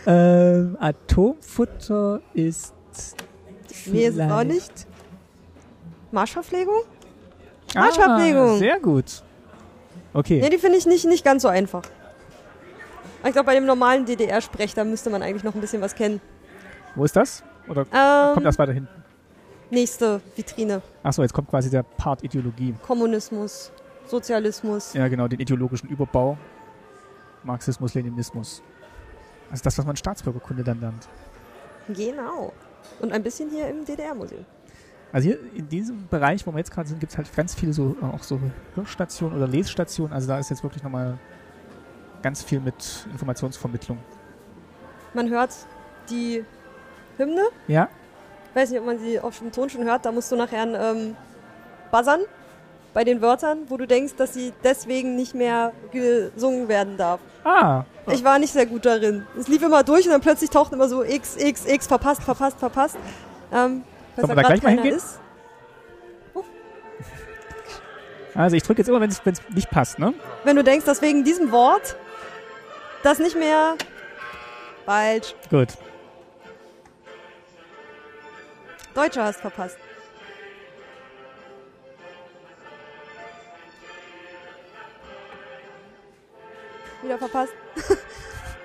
[SPEAKER 2] Ähm, Atomfutter ist.
[SPEAKER 1] Nee, ist es auch
[SPEAKER 2] vielleicht-
[SPEAKER 1] nicht. Marschverpflegung?
[SPEAKER 2] Ah,
[SPEAKER 1] Marschablegung.
[SPEAKER 2] sehr gut. Okay.
[SPEAKER 1] Nee, die finde ich nicht, nicht ganz so einfach. Aber Ich glaube, bei dem normalen DDR-Sprech, da müsste man eigentlich noch ein bisschen was kennen.
[SPEAKER 2] Wo ist das? Oder kommt
[SPEAKER 1] Ähm,
[SPEAKER 2] das weiter hin?
[SPEAKER 1] nächste Vitrine.
[SPEAKER 2] Achso, jetzt kommt quasi der Part Ideologie.
[SPEAKER 1] Kommunismus, Sozialismus.
[SPEAKER 2] Ja, genau, den ideologischen Überbau. Marxismus, Leninismus. Also das, was man Staatsbürgerkunde dann lernt.
[SPEAKER 1] Genau. Und ein bisschen hier im DDR-Museum.
[SPEAKER 2] Also hier in diesem Bereich, wo wir jetzt gerade sind, gibt es halt ganz viele so auch so Hörstationen oder Lesstationen. Also da ist jetzt wirklich nochmal ganz viel mit Informationsvermittlung.
[SPEAKER 1] Man hört die Hymne.
[SPEAKER 2] Ja,
[SPEAKER 1] Ich weiß nicht, ob man sie auf dem Ton schon hört. Da musst du nachher ähm, buzzern bei den Wörtern, wo du denkst, dass sie deswegen nicht mehr gesungen werden darf.
[SPEAKER 2] ah,
[SPEAKER 1] Ich war nicht sehr gut darin. Es lief immer durch und dann plötzlich tauchten immer so X, X, X, verpasst, verpasst, verpasst. Ähm,
[SPEAKER 2] Sollen wir da
[SPEAKER 1] grad
[SPEAKER 2] gleich mal
[SPEAKER 1] keiner
[SPEAKER 2] hingehen?
[SPEAKER 1] Ist.
[SPEAKER 2] also ich drücke jetzt immer, wenn es nicht passt, ne?
[SPEAKER 1] Wenn du denkst, dass wegen diesem Wort das nicht mehr falsch.
[SPEAKER 2] Gut.
[SPEAKER 1] Deutsche hast verpasst. Wieder verpasst.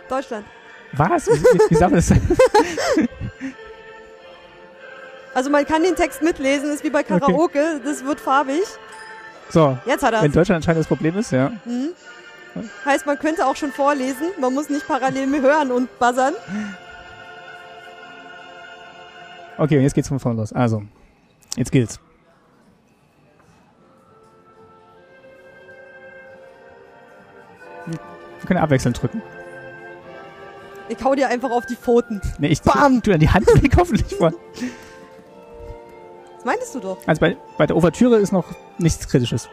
[SPEAKER 1] Deutschland.
[SPEAKER 2] Was? Wie, wie, wie sagt man das?
[SPEAKER 1] Also man kann den Text mitlesen, ist wie bei Karaoke, das wird farbig.
[SPEAKER 2] So,
[SPEAKER 1] Jetzt hat
[SPEAKER 2] wenn
[SPEAKER 1] er
[SPEAKER 2] Deutschland anscheinend das Problem ist, ja.
[SPEAKER 1] Heißt, man könnte auch schon vorlesen, man muss nicht parallel hören und buzzern.
[SPEAKER 2] Okay, und jetzt geht's von vorne los. Also, jetzt gilt's. Wir können abwechselnd drücken.
[SPEAKER 1] Ich hau dir einfach auf die Pfoten.
[SPEAKER 2] Nee, ich
[SPEAKER 1] Bam!
[SPEAKER 2] tu dann die Hand weg, hoffentlich. Mal.
[SPEAKER 1] Das meintest du doch.
[SPEAKER 2] Also bei, bei der Ouvertüre ist noch nichts Kritisches.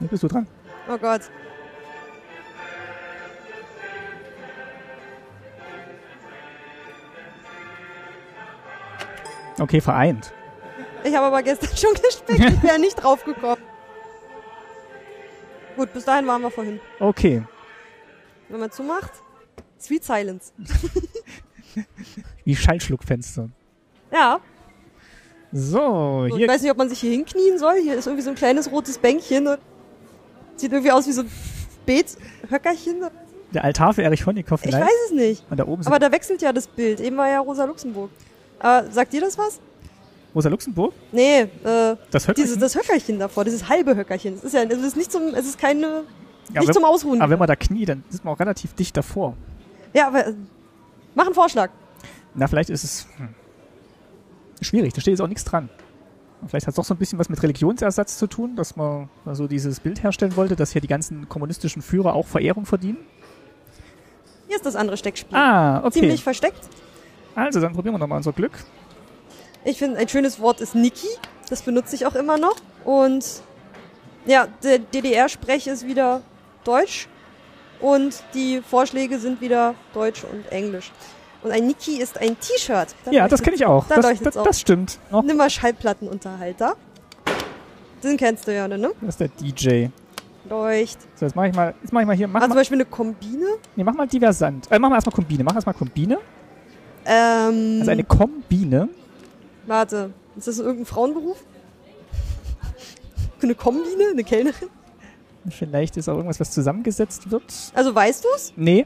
[SPEAKER 2] Jetzt bist du dran.
[SPEAKER 1] Oh Gott.
[SPEAKER 2] Okay, vereint.
[SPEAKER 1] Ich habe aber gestern schon gespickt, ich wäre nicht draufgekommen. Gut, bis dahin waren wir vorhin.
[SPEAKER 2] Okay.
[SPEAKER 1] Wenn man zumacht, Sweet Silence.
[SPEAKER 2] Wie Schallschluckfenster.
[SPEAKER 1] Ja,
[SPEAKER 2] So,
[SPEAKER 1] so, ich
[SPEAKER 2] hier.
[SPEAKER 1] weiß nicht, ob man sich hier hinknien soll. Hier ist irgendwie so ein kleines rotes Bänkchen und sieht irgendwie aus wie so ein Beethöckerchen.
[SPEAKER 2] Der Altar für Erich Honecker
[SPEAKER 1] Ich
[SPEAKER 2] vielleicht.
[SPEAKER 1] weiß es nicht.
[SPEAKER 2] Und da oben sind
[SPEAKER 1] Aber da wechselt ja das Bild. Eben war ja Rosa Luxemburg. Aber sagt dir das was?
[SPEAKER 2] Rosa Luxemburg.
[SPEAKER 1] Nee, äh,
[SPEAKER 2] Das hört
[SPEAKER 1] dieses,
[SPEAKER 2] man-
[SPEAKER 1] das Höckerchen davor, dieses halbe Höckerchen. Es ist ja, es ist nicht zum, es ist keine,
[SPEAKER 2] Ja,
[SPEAKER 1] nicht
[SPEAKER 2] wenn-
[SPEAKER 1] zum Ausruhen.
[SPEAKER 2] Aber wenn man da kniet, dann ist man auch relativ dicht davor.
[SPEAKER 1] ja, aber, äh, mach einen Vorschlag.
[SPEAKER 2] Na, vielleicht ist es hm, schwierig, da steht jetzt auch nichts dran. Und Vielleicht hat es doch so ein bisschen was mit Religionsersatz zu tun, dass man mal so dieses Bild herstellen wollte, dass hier die ganzen kommunistischen Führer auch Verehrung verdienen.
[SPEAKER 1] Hier ist das andere Steckspiel.
[SPEAKER 2] Ah, okay.
[SPEAKER 1] Ziemlich versteckt.
[SPEAKER 2] Also, dann probieren wir nochmal unser Glück.
[SPEAKER 1] Ich finde, ein schönes Wort ist Niki. Das benutze ich auch immer noch. Und ja, der DDR-Sprech ist wieder Deutsch. Und die Vorschläge sind wieder Deutsch und Englisch. Und ein Niki ist ein T-Shirt. Da
[SPEAKER 2] ja, das
[SPEAKER 1] leuchtet-
[SPEAKER 2] kenne ich auch.
[SPEAKER 1] da
[SPEAKER 2] Das,
[SPEAKER 1] leuchtet's
[SPEAKER 2] das,
[SPEAKER 1] auf.
[SPEAKER 2] das stimmt. Noch,
[SPEAKER 1] Nimm mal Schallplattenunterhalter. Den kennst du ja, ne?
[SPEAKER 2] das ist der DJ.
[SPEAKER 1] Leucht.
[SPEAKER 2] So, jetzt mache ich mal, jetzt mache ich mal hier, mach,
[SPEAKER 1] Ah, zum
[SPEAKER 2] mal,
[SPEAKER 1] Beispiel eine Kombine.
[SPEAKER 2] nee, mach mal Diversant. Äh, mach mal erstmal Kombine, mach erstmal Kombine.
[SPEAKER 1] Ähm,
[SPEAKER 2] Also eine Kombine.
[SPEAKER 1] warte, ist das irgendein Frauenberuf? Eine Kombine? Eine Kellnerin?
[SPEAKER 2] Vielleicht ist auch irgendwas, was zusammengesetzt wird.
[SPEAKER 1] Also weißt du's?
[SPEAKER 2] Nee.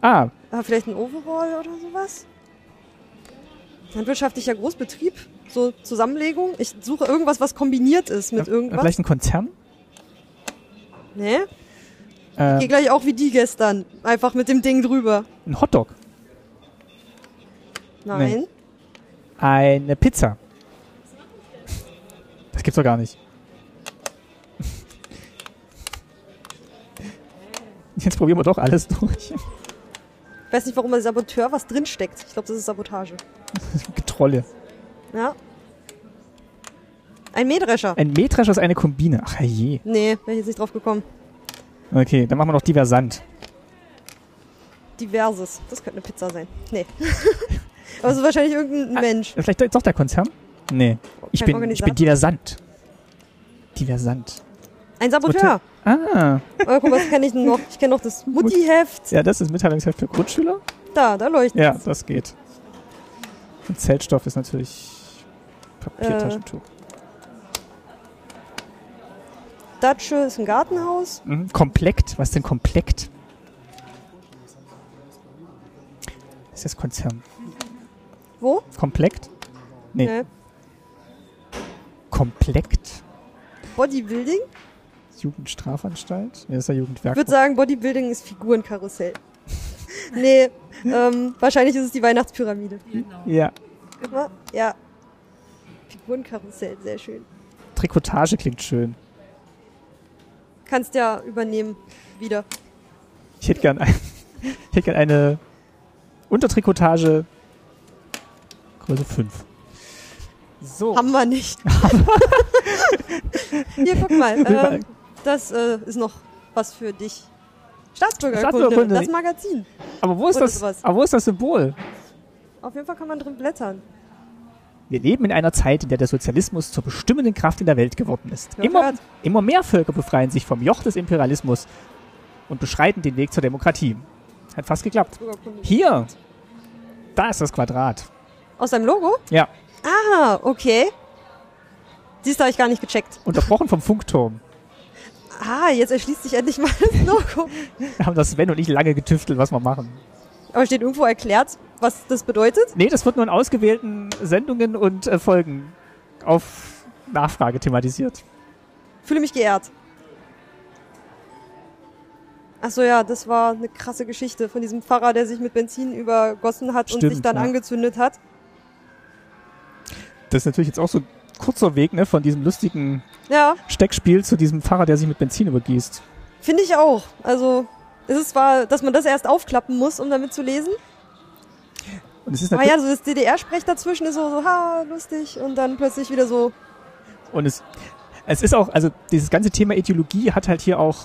[SPEAKER 2] Ah,
[SPEAKER 1] Ah, vielleicht ein Overall oder sowas? Landwirtschaftlicher Großbetrieb? So Zusammenlegung? Ich suche irgendwas, was kombiniert ist mit irgendwas.
[SPEAKER 2] vielleicht ein Konzern?
[SPEAKER 1] Nee? Geh
[SPEAKER 2] Äh,
[SPEAKER 1] gleich auch wie die gestern. Einfach mit dem Ding drüber.
[SPEAKER 2] ein Hotdog.
[SPEAKER 1] Nein.
[SPEAKER 2] Nee. Eine Pizza. Das gibt's doch gar nicht. Jetzt probieren wir doch alles durch.
[SPEAKER 1] Ich weiß nicht, warum als Saboteur was drinsteckt. Ich glaube, das ist Sabotage.
[SPEAKER 2] Getrolle.
[SPEAKER 1] Ja? Ein Mähdrescher.
[SPEAKER 2] Ein Mähdrescher ist eine Kombine. Ach je.
[SPEAKER 1] Nee, wäre ich jetzt nicht drauf gekommen.
[SPEAKER 2] Okay, dann machen wir noch Diversant.
[SPEAKER 1] Diverses. Das könnte eine Pizza sein. Nee. Aber es ist wahrscheinlich irgendein Mensch.
[SPEAKER 2] Äh, Vielleicht doch der Konzern? Nee. Ah, Ich
[SPEAKER 1] Kein
[SPEAKER 2] bin, ich
[SPEAKER 1] Organisator?
[SPEAKER 2] bin Diversant. Diversant.
[SPEAKER 1] Ein Saboteur.
[SPEAKER 2] Ah.
[SPEAKER 1] Aber guck mal, was kenne ich denn noch? Ich kenne noch das Muttiheft.
[SPEAKER 2] Ja, das ist Mitteilungsheft für Grundschüler.
[SPEAKER 1] Da, da leuchtet
[SPEAKER 2] Ja,
[SPEAKER 1] es.
[SPEAKER 2] das geht. Und Zeltstoff ist natürlich Papiertaschentuch.
[SPEAKER 1] Datsche ist ein Gartenhaus.
[SPEAKER 2] Mhm. Komplekt? Was ist denn Komplekt? Ist das Konzern?
[SPEAKER 1] Wo?
[SPEAKER 2] Komplekt? Nee.
[SPEAKER 1] Nee.
[SPEAKER 2] Komplekt?
[SPEAKER 1] Bodybuilding?
[SPEAKER 2] Jugendstrafanstalt? Nee, das ist ja
[SPEAKER 1] Ich
[SPEAKER 2] Jugendwerk.
[SPEAKER 1] würde sagen, Bodybuilding ist Figurenkarussell. nee, ähm, wahrscheinlich ist es die Weihnachtspyramide.
[SPEAKER 2] Ja.
[SPEAKER 1] Ja, Ja. Figurenkarussell, sehr schön.
[SPEAKER 2] Trikotage klingt schön.
[SPEAKER 1] Kannst ja übernehmen. Wieder.
[SPEAKER 2] Ich hätte gern, ein, ich hätte gern eine Untertrikotage Größe 5. So.
[SPEAKER 1] Haben wir nicht. Hier, guck mal. Ähm, das äh, ist noch was für dich. Staatsbürgerkunde,
[SPEAKER 2] Staatsbürgerkunde.
[SPEAKER 1] das Magazin.
[SPEAKER 2] Aber wo ist
[SPEAKER 1] Oder
[SPEAKER 2] das,
[SPEAKER 1] sowas.
[SPEAKER 2] aber wo ist das Symbol?
[SPEAKER 1] Auf jeden Fall kann man drin blättern.
[SPEAKER 2] Wir leben in einer Zeit, in der der Sozialismus zur bestimmenden Kraft in der Welt geworden ist.
[SPEAKER 1] Ja,
[SPEAKER 2] Immer,
[SPEAKER 1] klar.
[SPEAKER 2] immer mehr Völker befreien sich vom Joch des Imperialismus und beschreiten den Weg zur Demokratie. Hat fast geklappt.
[SPEAKER 1] Bürgerkunde.
[SPEAKER 2] Hier. Da ist das Quadrat.
[SPEAKER 1] Aus seinem Logo?
[SPEAKER 2] Ja.
[SPEAKER 1] Ah, okay. Siehst du, habe ich gar nicht gecheckt.
[SPEAKER 2] Unterbrochen vom Funkturm.
[SPEAKER 1] Ah, jetzt erschließt sich endlich mal das Logo.
[SPEAKER 2] Da haben das Sven und ich lange getüftelt, was wir machen.
[SPEAKER 1] Aber steht irgendwo erklärt, was das bedeutet?
[SPEAKER 2] Nee, das wird nur in ausgewählten Sendungen und äh, Folgen auf Nachfrage thematisiert.
[SPEAKER 1] Fühle mich geehrt. Ach so, ja, das war eine krasse Geschichte von diesem Pfarrer, der sich mit Benzin übergossen hat und
[SPEAKER 2] Stimmt,
[SPEAKER 1] sich dann
[SPEAKER 2] ja.
[SPEAKER 1] angezündet hat.
[SPEAKER 2] Das ist natürlich jetzt auch so ein kurzer Weg, ne, von diesem lustigen
[SPEAKER 1] Ja,
[SPEAKER 2] Steckspiel zu diesem Fahrer, der sich mit Benzin übergießt.
[SPEAKER 1] Finde ich auch. Also, es ist zwar, dass man das erst aufklappen muss, um damit zu lesen.
[SPEAKER 2] Und es ist
[SPEAKER 1] Aber
[SPEAKER 2] natürlich,
[SPEAKER 1] ja, so das DDR-Sprech dazwischen ist so, so, ha, lustig. Und dann plötzlich wieder so,
[SPEAKER 2] und es, es ist auch, also dieses ganze Thema Ideologie hat halt hier auch,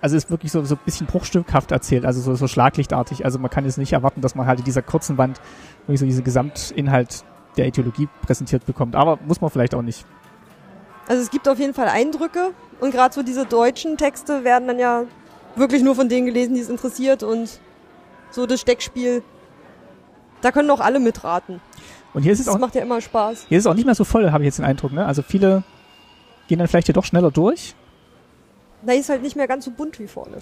[SPEAKER 2] also ist wirklich so, so ein bisschen bruchstückhaft erzählt, also so, so schlaglichtartig. Also man kann jetzt nicht erwarten, dass man halt in dieser kurzen Wand wirklich so diesen Gesamtinhalt der Ideologie präsentiert bekommt. Aber muss man vielleicht auch nicht.
[SPEAKER 1] also es gibt auf jeden Fall Eindrücke. Und gerade so diese deutschen Texte werden dann ja wirklich nur von denen gelesen, die es interessiert. Und so das Steckspiel, da können auch alle mitraten.
[SPEAKER 2] Und hier ist es
[SPEAKER 1] Das
[SPEAKER 2] auch,
[SPEAKER 1] macht ja immer Spaß.
[SPEAKER 2] hier ist es auch nicht mehr so voll, habe ich jetzt den Eindruck. Ne? Also viele gehen dann vielleicht hier doch schneller durch.
[SPEAKER 1] Da ist halt nicht mehr ganz so bunt wie vorne.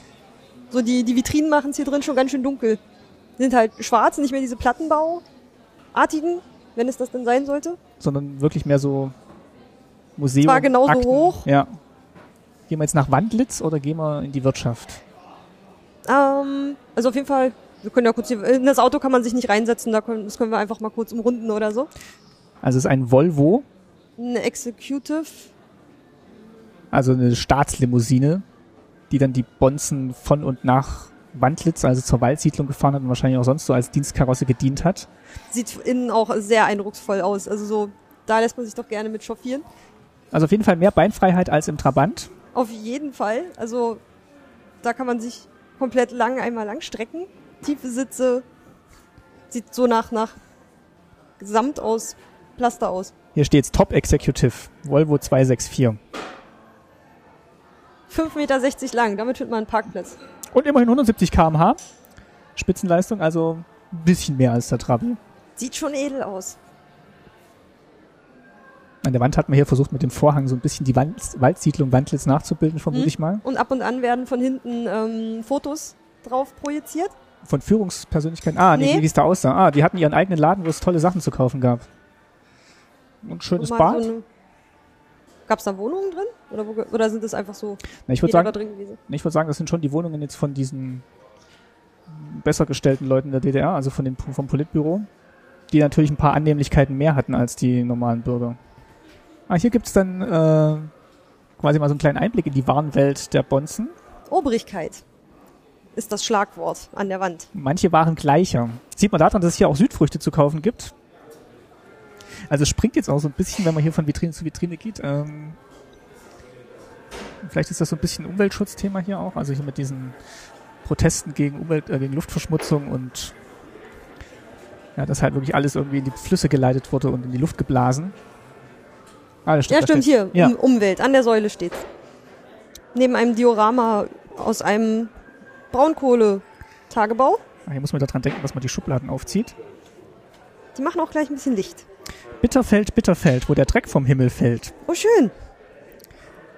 [SPEAKER 1] So die, die Vitrinen machen es hier drin schon ganz schön dunkel. Sind halt schwarz, nicht mehr diese Plattenbauartigen, wenn es das denn sein sollte.
[SPEAKER 2] sondern wirklich mehr so Museum.
[SPEAKER 1] Zwar genauso
[SPEAKER 2] Akten.
[SPEAKER 1] hoch.
[SPEAKER 2] Ja. Gehen wir jetzt nach Wandlitz oder gehen wir in die Wirtschaft?
[SPEAKER 1] Ähm, also auf jeden Fall, wir können ja kurz die, in das Auto kann man sich nicht reinsetzen, da können, das können wir einfach mal kurz umrunden oder so.
[SPEAKER 2] Also es ist ein Volvo,
[SPEAKER 1] Eine Executive.
[SPEAKER 2] also eine Staatslimousine, die dann die Bonzen von und nach Wandlitz, also zur Waldsiedlung gefahren hat und wahrscheinlich auch sonst so als Dienstkarosse gedient hat.
[SPEAKER 1] Sieht innen auch sehr eindrucksvoll aus. Also so, da lässt man sich doch gerne mit chauffieren.
[SPEAKER 2] Also auf jeden Fall mehr Beinfreiheit als im Trabant.
[SPEAKER 1] Auf jeden Fall. Also da kann man sich komplett lang einmal lang strecken. Tiefe Sitze. Sieht so nach, nach Samt aus, Plaster aus.
[SPEAKER 2] Hier steht Top Executive, Volvo 264.
[SPEAKER 1] 5,60 Meter lang, damit findet man einen Parkplatz.
[SPEAKER 2] Und immerhin 170 kmh. Spitzenleistung, also ein bisschen mehr als der Trabi.
[SPEAKER 1] Sieht schon edel aus.
[SPEAKER 2] An der Wand hat man hier versucht, mit dem Vorhang so ein bisschen die Wand, Waldsiedlung Wandlitz nachzubilden, vermute
[SPEAKER 1] Mhm.
[SPEAKER 2] ich mal.
[SPEAKER 1] Und ab und an werden von hinten ähm, Fotos drauf projiziert.
[SPEAKER 2] Von Führungspersönlichkeiten. Ah, nee,
[SPEAKER 1] Nee.
[SPEAKER 2] wie es da aussah. Ah, die hatten ihren eigenen Laden, wo es tolle Sachen zu kaufen gab. Und ein schönes
[SPEAKER 1] Und mal
[SPEAKER 2] Bad.
[SPEAKER 1] So eine, gab's da Wohnungen drin? Oder, wo, ge- oder sind das einfach so
[SPEAKER 2] Na, ich würde
[SPEAKER 1] jeder da
[SPEAKER 2] sagen,
[SPEAKER 1] drin gewesen?
[SPEAKER 2] ich würd sagen, das sind schon die Wohnungen jetzt von diesen besser gestellten Leuten der DDR, also von dem, vom Politbüro, die natürlich ein paar Annehmlichkeiten mehr hatten als die normalen Bürger. Ah, hier gibt's dann äh, quasi mal so einen kleinen Einblick in die Warenwelt der Bonzen.
[SPEAKER 1] Obrigkeit ist das Schlagwort an der Wand.
[SPEAKER 2] Manche waren gleicher. Sieht man daran, dass es hier auch Südfrüchte zu kaufen gibt. Also es springt jetzt auch so ein bisschen, wenn man hier von Vitrine zu Vitrine geht. Ähm, vielleicht ist das so ein bisschen Umweltschutzthema hier auch. Also hier mit diesen Protesten gegen Umwelt, äh, gegen Luftverschmutzung und ja, dass halt wirklich alles irgendwie in die Flüsse geleitet wurde und in die Luft geblasen. Ah, das
[SPEAKER 1] Ja,
[SPEAKER 2] da
[SPEAKER 1] stimmt, hier.
[SPEAKER 2] steht's. Ja.
[SPEAKER 1] Um, Umwelt. An der Säule steht's. Neben einem Diorama aus einem Braunkohletagebau.
[SPEAKER 2] Ah, Hier muss man daran denken, dass man die Schubladen aufzieht.
[SPEAKER 1] Die machen auch gleich ein bisschen Licht.
[SPEAKER 2] Bitterfeld, Bitterfeld, wo der Dreck vom Himmel fällt.
[SPEAKER 1] Oh, schön.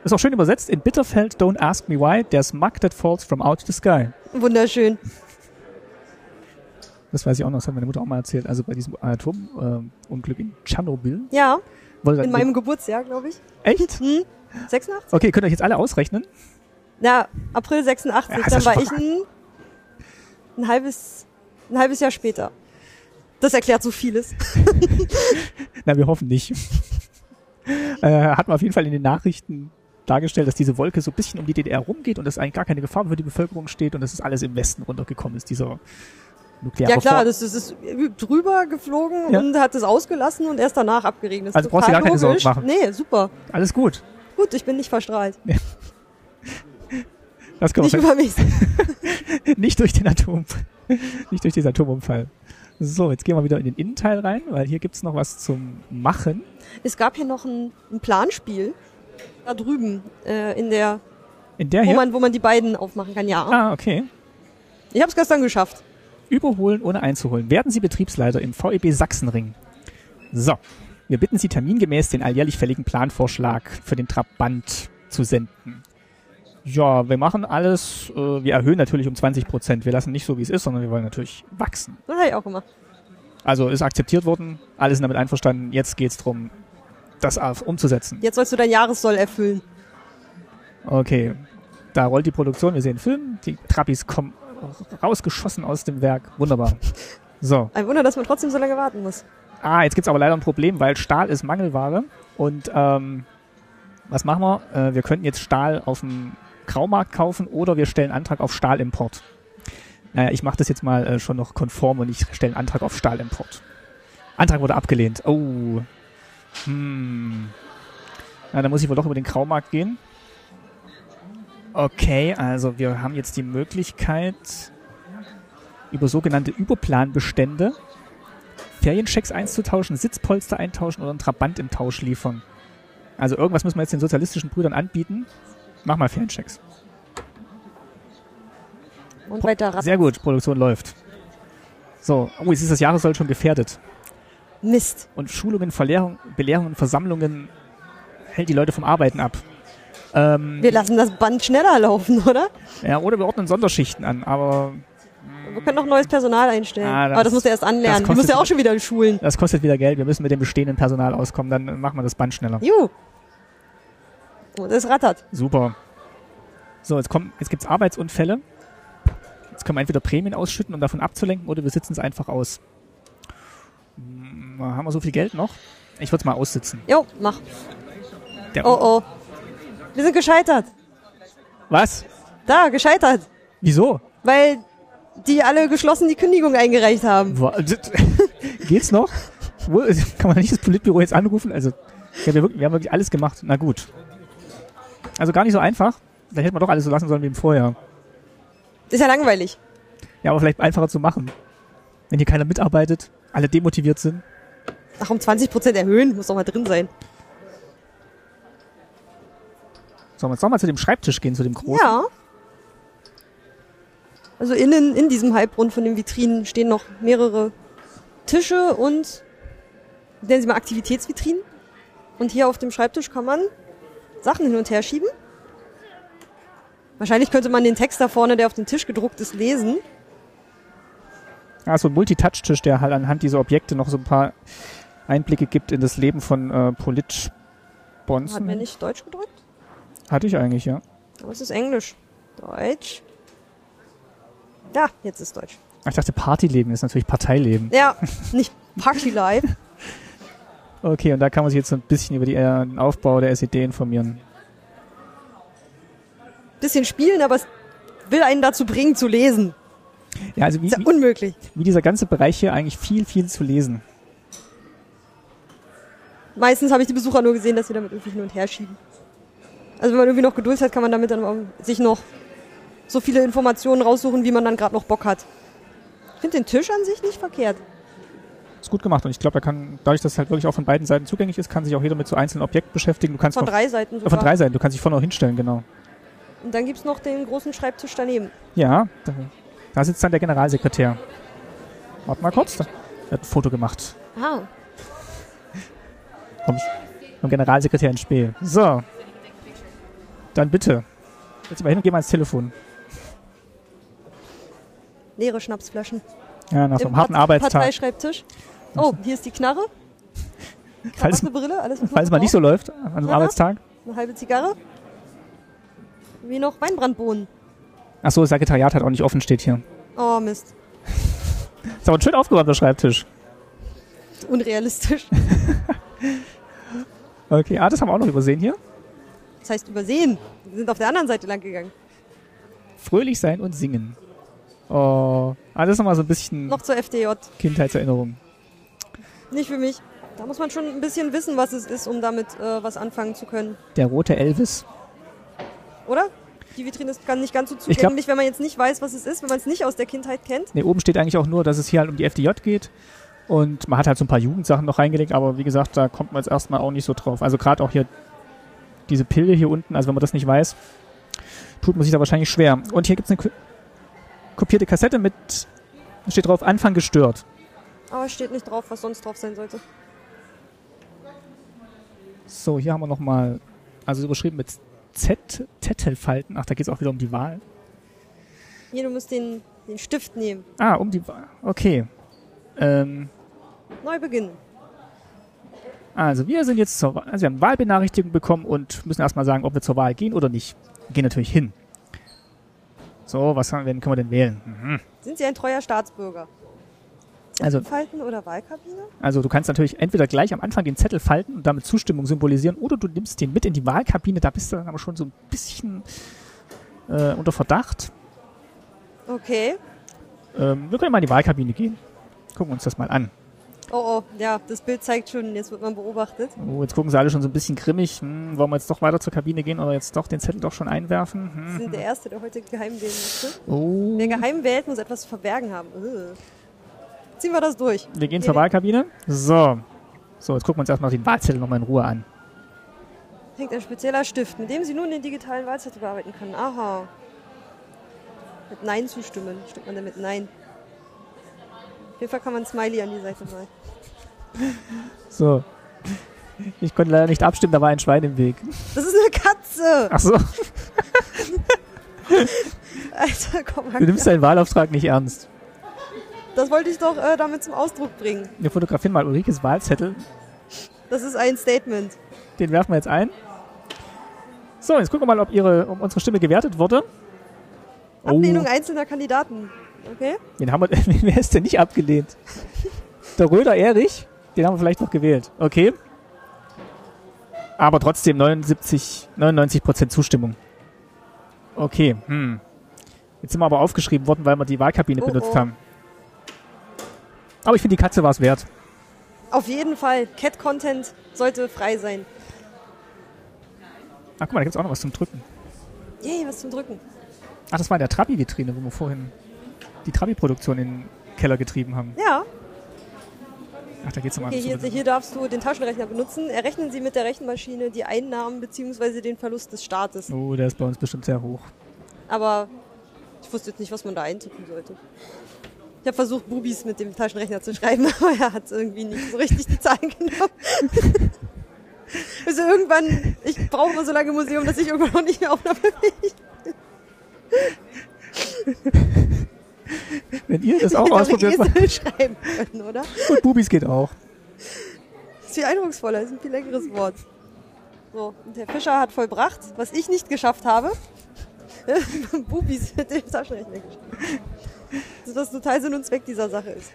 [SPEAKER 2] Ist auch schön übersetzt in Bitterfeld, Don't Ask Me Why, There's Mug That Falls From Out the Sky.
[SPEAKER 1] Wunderschön.
[SPEAKER 2] Das weiß ich auch noch, das hat meine Mutter auch mal erzählt. Also bei diesem Atomunglück in Tschernobyl.
[SPEAKER 1] Ja,
[SPEAKER 2] Wurde
[SPEAKER 1] in meinem Geburtsjahr, glaube ich.
[SPEAKER 2] Echt?
[SPEAKER 1] Hm? 86?
[SPEAKER 2] Okay, könnt ihr euch jetzt alle ausrechnen?
[SPEAKER 1] Na, April 86.
[SPEAKER 2] Ja, hast
[SPEAKER 1] dann
[SPEAKER 2] du
[SPEAKER 1] war
[SPEAKER 2] schon
[SPEAKER 1] ich ein, ein, halbes, ein halbes Jahr später. Das erklärt so vieles.
[SPEAKER 2] Na, wir hoffen nicht. äh, hat man auf jeden Fall in den Nachrichten dargestellt, dass diese Wolke so ein bisschen um die DDR rumgeht und dass eigentlich gar keine Gefahr für die Bevölkerung steht und dass es alles im Westen runtergekommen ist, dieser nukleare
[SPEAKER 1] Ja, klar,
[SPEAKER 2] Vor-
[SPEAKER 1] das, das ist drüber geflogen
[SPEAKER 2] Ja.
[SPEAKER 1] und hat es ausgelassen und erst danach abgeregnet. Das
[SPEAKER 2] Also
[SPEAKER 1] ist
[SPEAKER 2] brauchst du
[SPEAKER 1] total
[SPEAKER 2] dir gar keine
[SPEAKER 1] logisch.
[SPEAKER 2] Sorgen
[SPEAKER 1] Nee, super.
[SPEAKER 2] Alles gut.
[SPEAKER 1] Gut, ich bin nicht verstrahlt.
[SPEAKER 2] Das können
[SPEAKER 1] Nicht
[SPEAKER 2] wir
[SPEAKER 1] über mich.
[SPEAKER 2] nicht durch den Atom, nicht durch diesen Atomunfall. So, jetzt gehen wir wieder in den Innenteil rein, weil hier gibt's noch was zum Machen.
[SPEAKER 1] Es gab hier noch ein, ein Planspiel da drüben äh, in der,
[SPEAKER 2] In der
[SPEAKER 1] wo
[SPEAKER 2] hier.
[SPEAKER 1] man, wo man die beiden aufmachen kann. Ja,
[SPEAKER 2] Ah, okay.
[SPEAKER 1] ich habe es gestern geschafft.
[SPEAKER 2] Überholen ohne einzuholen. Werden Sie Betriebsleiter im VEB Sachsenring. So, wir bitten Sie termingemäß den alljährlich fälligen Planvorschlag für den Trabant zu senden. Ja, wir machen alles, äh, wir erhöhen natürlich um 20 Prozent. Wir lassen nicht so, wie es ist, sondern wir wollen natürlich wachsen.
[SPEAKER 1] Das habe ich auch gemacht.
[SPEAKER 2] Also ist akzeptiert worden, alle sind damit einverstanden. Jetzt geht's drum, das auf- umzusetzen.
[SPEAKER 1] Jetzt sollst du dein Jahressoll erfüllen.
[SPEAKER 2] Okay, da rollt die Produktion, wir sehen Film, die Trappis kommen rausgeschossen aus dem Werk. Wunderbar. So,
[SPEAKER 1] Ein Wunder, dass man trotzdem so lange warten muss.
[SPEAKER 2] ah, jetzt gibt's aber leider ein Problem, weil Stahl ist Mangelware. Und ähm, was machen wir? Äh, wir könnten jetzt Stahl auf dem Graumarkt kaufen oder wir stellen Antrag auf Stahlimport. Naja, ich mache das jetzt mal äh, schon noch konform und ich stelle einen Antrag auf Stahlimport. Antrag wurde abgelehnt. Oh. Hm. Na, dann muss ich wohl doch über den Graumarkt gehen. Okay, also wir haben jetzt die Möglichkeit, über sogenannte Überplanbestände Ferienchecks einzutauschen, Sitzpolster eintauschen oder einen Trabant im Tausch liefern. Also irgendwas müssen wir jetzt den sozialistischen Brüdern anbieten. Mach mal Ferienchecks.
[SPEAKER 1] Und weiter ran.
[SPEAKER 2] Sehr gut, Produktion läuft. So, oh, jetzt ist das Jahressoll schon gefährdet.
[SPEAKER 1] Mist.
[SPEAKER 2] Und Schulungen, Verlehrung, Belehrungen, Versammlungen hält die Leute vom Arbeiten ab. Ähm,
[SPEAKER 1] Wir lassen das Band schneller laufen, oder?
[SPEAKER 2] ja, oder wir ordnen Sonderschichten an, aber
[SPEAKER 1] Wir können noch neues Personal einstellen.
[SPEAKER 2] Ah, das-
[SPEAKER 1] Aber das musst du erst
[SPEAKER 2] das
[SPEAKER 1] anlernen. Du
[SPEAKER 2] kostet-
[SPEAKER 1] musst ja auch schon wieder schulen.
[SPEAKER 2] das kostet wieder Geld. Wir müssen mit dem bestehenden Personal auskommen, dann machen wir das Band schneller.
[SPEAKER 1] Juhu. Und es rattert.
[SPEAKER 2] Super. So, jetzt, kommen, jetzt gibt's Arbeitsunfälle. Jetzt können wir entweder Prämien ausschütten, um davon abzulenken, oder wir sitzen es einfach aus. Hm, haben wir so viel Geld noch? Ich würde es mal aussitzen.
[SPEAKER 1] Jo, mach.
[SPEAKER 2] Der-
[SPEAKER 1] Oh oh. Wir sind gescheitert.
[SPEAKER 2] Was?
[SPEAKER 1] Da, gescheitert.
[SPEAKER 2] Wieso?
[SPEAKER 1] Weil die alle geschlossen die Kündigung eingereicht haben.
[SPEAKER 2] Wa- Geht's noch? Wo- Kann man nicht das Politbüro jetzt anrufen? Also, ja, wir, wirklich, wir haben wirklich alles gemacht. Na gut. Also gar nicht so einfach. Vielleicht hätte man doch alles so lassen sollen wie im Vorjahr.
[SPEAKER 1] Ist ja langweilig.
[SPEAKER 2] Ja, aber vielleicht einfacher zu machen. Wenn hier keiner mitarbeitet, alle demotiviert sind.
[SPEAKER 1] Ach, um 20% erhöhen, muss doch mal drin sein.
[SPEAKER 2] Sollen wir jetzt nochmal zu dem Schreibtisch gehen, zu dem großen?
[SPEAKER 1] Ja. Also innen in diesem Halbrund von den Vitrinen stehen noch mehrere Tische und nennen sie mal Aktivitätsvitrinen. Und hier auf dem Schreibtisch kann man Sachen hin und her schieben. Wahrscheinlich könnte man den Text da vorne, der auf dem Tisch gedruckt ist, lesen.
[SPEAKER 2] Ah, so ein Multitouch-Tisch, der halt anhand dieser Objekte noch so ein paar Einblicke gibt in das Leben von äh, Polit
[SPEAKER 1] Hat mir
[SPEAKER 2] Bonzen.
[SPEAKER 1] nicht Deutsch gedrückt,
[SPEAKER 2] Hatte ich eigentlich, ja.
[SPEAKER 1] aber es ist Englisch. Deutsch. Ja, jetzt ist Deutsch.
[SPEAKER 2] Ah, Ich dachte, Partyleben ist natürlich Parteileben.
[SPEAKER 1] Ja, nicht Party Live.
[SPEAKER 2] Okay, und da kann man sich jetzt so ein bisschen über die, äh, den Aufbau der SED informieren.
[SPEAKER 1] Bisschen spielen, aber es will einen dazu bringen zu lesen.
[SPEAKER 2] Ja, also wie,
[SPEAKER 1] Ist ja
[SPEAKER 2] wie,
[SPEAKER 1] unmöglich.
[SPEAKER 2] wie dieser ganze Bereich hier eigentlich viel, viel zu lesen.
[SPEAKER 1] Meistens habe ich die Besucher nur gesehen, dass sie damit irgendwie hin und her schieben. Also wenn man irgendwie noch Geduld hat, kann man damit dann auch sich noch so viele Informationen raussuchen, wie man dann gerade noch Bock hat. Ich finde den Tisch an sich nicht verkehrt.
[SPEAKER 2] Ist gut gemacht und ich glaube, da kann, dadurch, dass es halt wirklich auch von beiden Seiten zugänglich ist, kann sich auch jeder mit so einzelnen Objekten beschäftigen. Du kannst
[SPEAKER 1] Von
[SPEAKER 2] noch-
[SPEAKER 1] drei Seiten
[SPEAKER 2] äh,
[SPEAKER 1] sogar.
[SPEAKER 2] von drei Seiten, du kannst dich vorne auch hinstellen, genau.
[SPEAKER 1] Und dann gibt's noch den großen Schreibtisch daneben.
[SPEAKER 2] Ja, da, da sitzt dann der Generalsekretär. Warte mal kurz, da er hat ein Foto gemacht.
[SPEAKER 1] Ah.
[SPEAKER 2] Vom, vom Generalsekretär ins Spiel. So. Dann bitte. Jetzt mal hin und geh mal ins Telefon.
[SPEAKER 1] Leere Schnapsflaschen.
[SPEAKER 2] Ja, nach so
[SPEAKER 1] Im
[SPEAKER 2] einem harten
[SPEAKER 1] Part-
[SPEAKER 2] Arbeitstag.
[SPEAKER 1] Parteischreibtisch. Oh, hier ist die Knarre.
[SPEAKER 2] Falls,
[SPEAKER 1] Krawatte, Brille, alles was man
[SPEAKER 2] falls mal nicht
[SPEAKER 1] braucht.
[SPEAKER 2] so läuft, an so einem
[SPEAKER 1] Aha.
[SPEAKER 2] Arbeitstag.
[SPEAKER 1] Eine halbe Zigarre. Wie noch Weinbrandbohnen.
[SPEAKER 2] Ach so, das Sekretariat hat auch nicht offen, steht hier.
[SPEAKER 1] Oh Mist.
[SPEAKER 2] Ist aber ein schön aufgeräumter Schreibtisch.
[SPEAKER 1] Unrealistisch.
[SPEAKER 2] Okay, ah, das haben wir auch noch übersehen hier.
[SPEAKER 1] Das heißt übersehen. Wir sind auf der anderen Seite lang gegangen.
[SPEAKER 2] Fröhlich sein und singen. Oh, ah, das ist nochmal so ein bisschen
[SPEAKER 1] Noch zur FDJ.
[SPEAKER 2] Kindheitserinnerung.
[SPEAKER 1] Nicht für mich. Da muss man schon ein bisschen wissen, was es ist, um damit äh, was anfangen zu können.
[SPEAKER 2] Der rote Elvis.
[SPEAKER 1] Oder? Die Vitrine ist kann nicht ganz so
[SPEAKER 2] glaub-
[SPEAKER 1] zugänglich, wenn man jetzt nicht weiß, was es ist, wenn man es nicht aus der Kindheit kennt.
[SPEAKER 2] Ne, oben steht eigentlich auch nur, dass es hier halt um die FDJ geht. Und man hat halt so ein paar Jugendsachen noch reingelegt, aber wie gesagt, da kommt man jetzt erstmal auch nicht so drauf. Also gerade auch hier diese Pille hier unten, also wenn man das nicht weiß, tut man sich da wahrscheinlich schwer. Und hier gibt's eine ko- kopierte Kassette mit Da steht drauf, Anfang gestört.
[SPEAKER 1] Aber steht nicht drauf, was sonst drauf sein sollte.
[SPEAKER 2] So, hier haben wir nochmal, also überschrieben mit Z, Zettelfalten. Ach, da geht es auch wieder um die Wahl.
[SPEAKER 1] Hier, du musst den, den Stift nehmen.
[SPEAKER 2] Ah, um die Wahl. Okay. Ähm,
[SPEAKER 1] Neu beginnen.
[SPEAKER 2] also, wir sind jetzt zur Wahl, also wir haben Wahlbenachrichtigung bekommen und müssen erstmal sagen, ob wir zur Wahl gehen oder nicht. Wir gehen natürlich hin. So, was haben wir, denn- können wir denn wählen? Mhm.
[SPEAKER 1] Sind Sie ein treuer Staatsbürger?
[SPEAKER 2] Also,
[SPEAKER 1] Falten oder Wahlkabine?
[SPEAKER 2] Also du kannst natürlich entweder gleich am Anfang den Zettel falten und damit Zustimmung symbolisieren oder du nimmst den mit in die Wahlkabine, da bist du dann aber schon so ein bisschen äh, unter Verdacht.
[SPEAKER 1] Okay.
[SPEAKER 2] Ähm, wir können mal in die Wahlkabine gehen. Gucken uns das mal an.
[SPEAKER 1] Oh, oh, ja, das Bild zeigt schon, jetzt wird man beobachtet.
[SPEAKER 2] Oh, jetzt gucken sie alle schon so ein bisschen grimmig. Hm, wollen wir jetzt doch weiter zur Kabine gehen oder jetzt doch den Zettel doch schon einwerfen?
[SPEAKER 1] Sie sind der Erste, der heute geheim wählen musste.
[SPEAKER 2] Hm. Oh.
[SPEAKER 1] Wer geheim wählt, muss etwas zu verbergen haben. Äh. Ziehen wir das durch.
[SPEAKER 2] Wir gehen zur Wahlkabine. So. So, jetzt gucken wir uns erstmal den Wahlzettel nochmal in Ruhe an.
[SPEAKER 1] Hängt ein spezieller Stift, mit dem Sie nun den digitalen Wahlzettel bearbeiten können. Aha. Mit Nein zustimmen. Stimmt man denn mit Nein? Auf jeden Fall kann man ein Smiley an die Seite malen.
[SPEAKER 2] So. Ich konnte leider nicht abstimmen, da war ein Schwein im Weg.
[SPEAKER 1] Das ist eine Katze!
[SPEAKER 2] Ach so,
[SPEAKER 1] Alter, komm
[SPEAKER 2] du
[SPEAKER 1] mal.
[SPEAKER 2] nimmst deinen Wahlauftrag nicht ernst.
[SPEAKER 1] Das wollte ich doch äh, damit zum Ausdruck bringen.
[SPEAKER 2] Wir fotografieren mal Ulrikes Wahlzettel.
[SPEAKER 1] Das ist ein Statement.
[SPEAKER 2] Den werfen wir jetzt ein. So, jetzt gucken wir mal, ob, ihre, ob unsere Stimme gewertet wurde. Oh.
[SPEAKER 1] Ablehnung einzelner Kandidaten. Okay?
[SPEAKER 2] den haben wir, wer ist denn nicht abgelehnt? Der Röder Erich, den haben wir vielleicht noch gewählt. Okay. Aber trotzdem 79, 99% Zustimmung. Okay, hm. Jetzt sind wir aber aufgeschrieben worden, weil wir die Wahlkabine
[SPEAKER 1] Oh,
[SPEAKER 2] benutzt
[SPEAKER 1] oh.
[SPEAKER 2] haben. Aber ich finde, die Katze war es wert.
[SPEAKER 1] Auf jeden Fall. Cat-Content sollte frei sein.
[SPEAKER 2] Ach, Ah, guck mal, da gibt es auch noch was zum Drücken.
[SPEAKER 1] Yay, was zum Drücken.
[SPEAKER 2] Ach, das war in der Trabi-Vitrine, wo wir vorhin die Trabi-Produktion in den Keller getrieben haben.
[SPEAKER 1] Ja,
[SPEAKER 2] Ach, da geht's nochmal
[SPEAKER 1] okay, hier,
[SPEAKER 2] um
[SPEAKER 1] hier darfst du den Taschenrechner benutzen. Errechnen Sie mit der Rechenmaschine die Einnahmen bzw. den Verlust des Staates.
[SPEAKER 2] Oh, der ist bei uns bestimmt sehr hoch.
[SPEAKER 1] Aber ich wusste jetzt nicht, was man da eintippen sollte. Ich habe versucht, Bubis mit dem Taschenrechner zu schreiben, aber er hat irgendwie nicht so richtig die Zahlen genommen. also irgendwann, ich brauche mal so lange im Museum, dass ich irgendwann auch nicht mehr aufnahmefähig bin.
[SPEAKER 2] Wenn ihr das auch ausprobiert macht,
[SPEAKER 1] Esel schreiben können, oder?
[SPEAKER 2] gut, Bubis geht auch.
[SPEAKER 1] Das ist viel eindrucksvoller, ist ein viel längeres Wort. So, und Herr Fischer hat vollbracht, was ich nicht geschafft habe. Bubis mit dem Taschenrechner geschrieben. Das ist was Also, total Sinn und Zweck dieser Sache ist.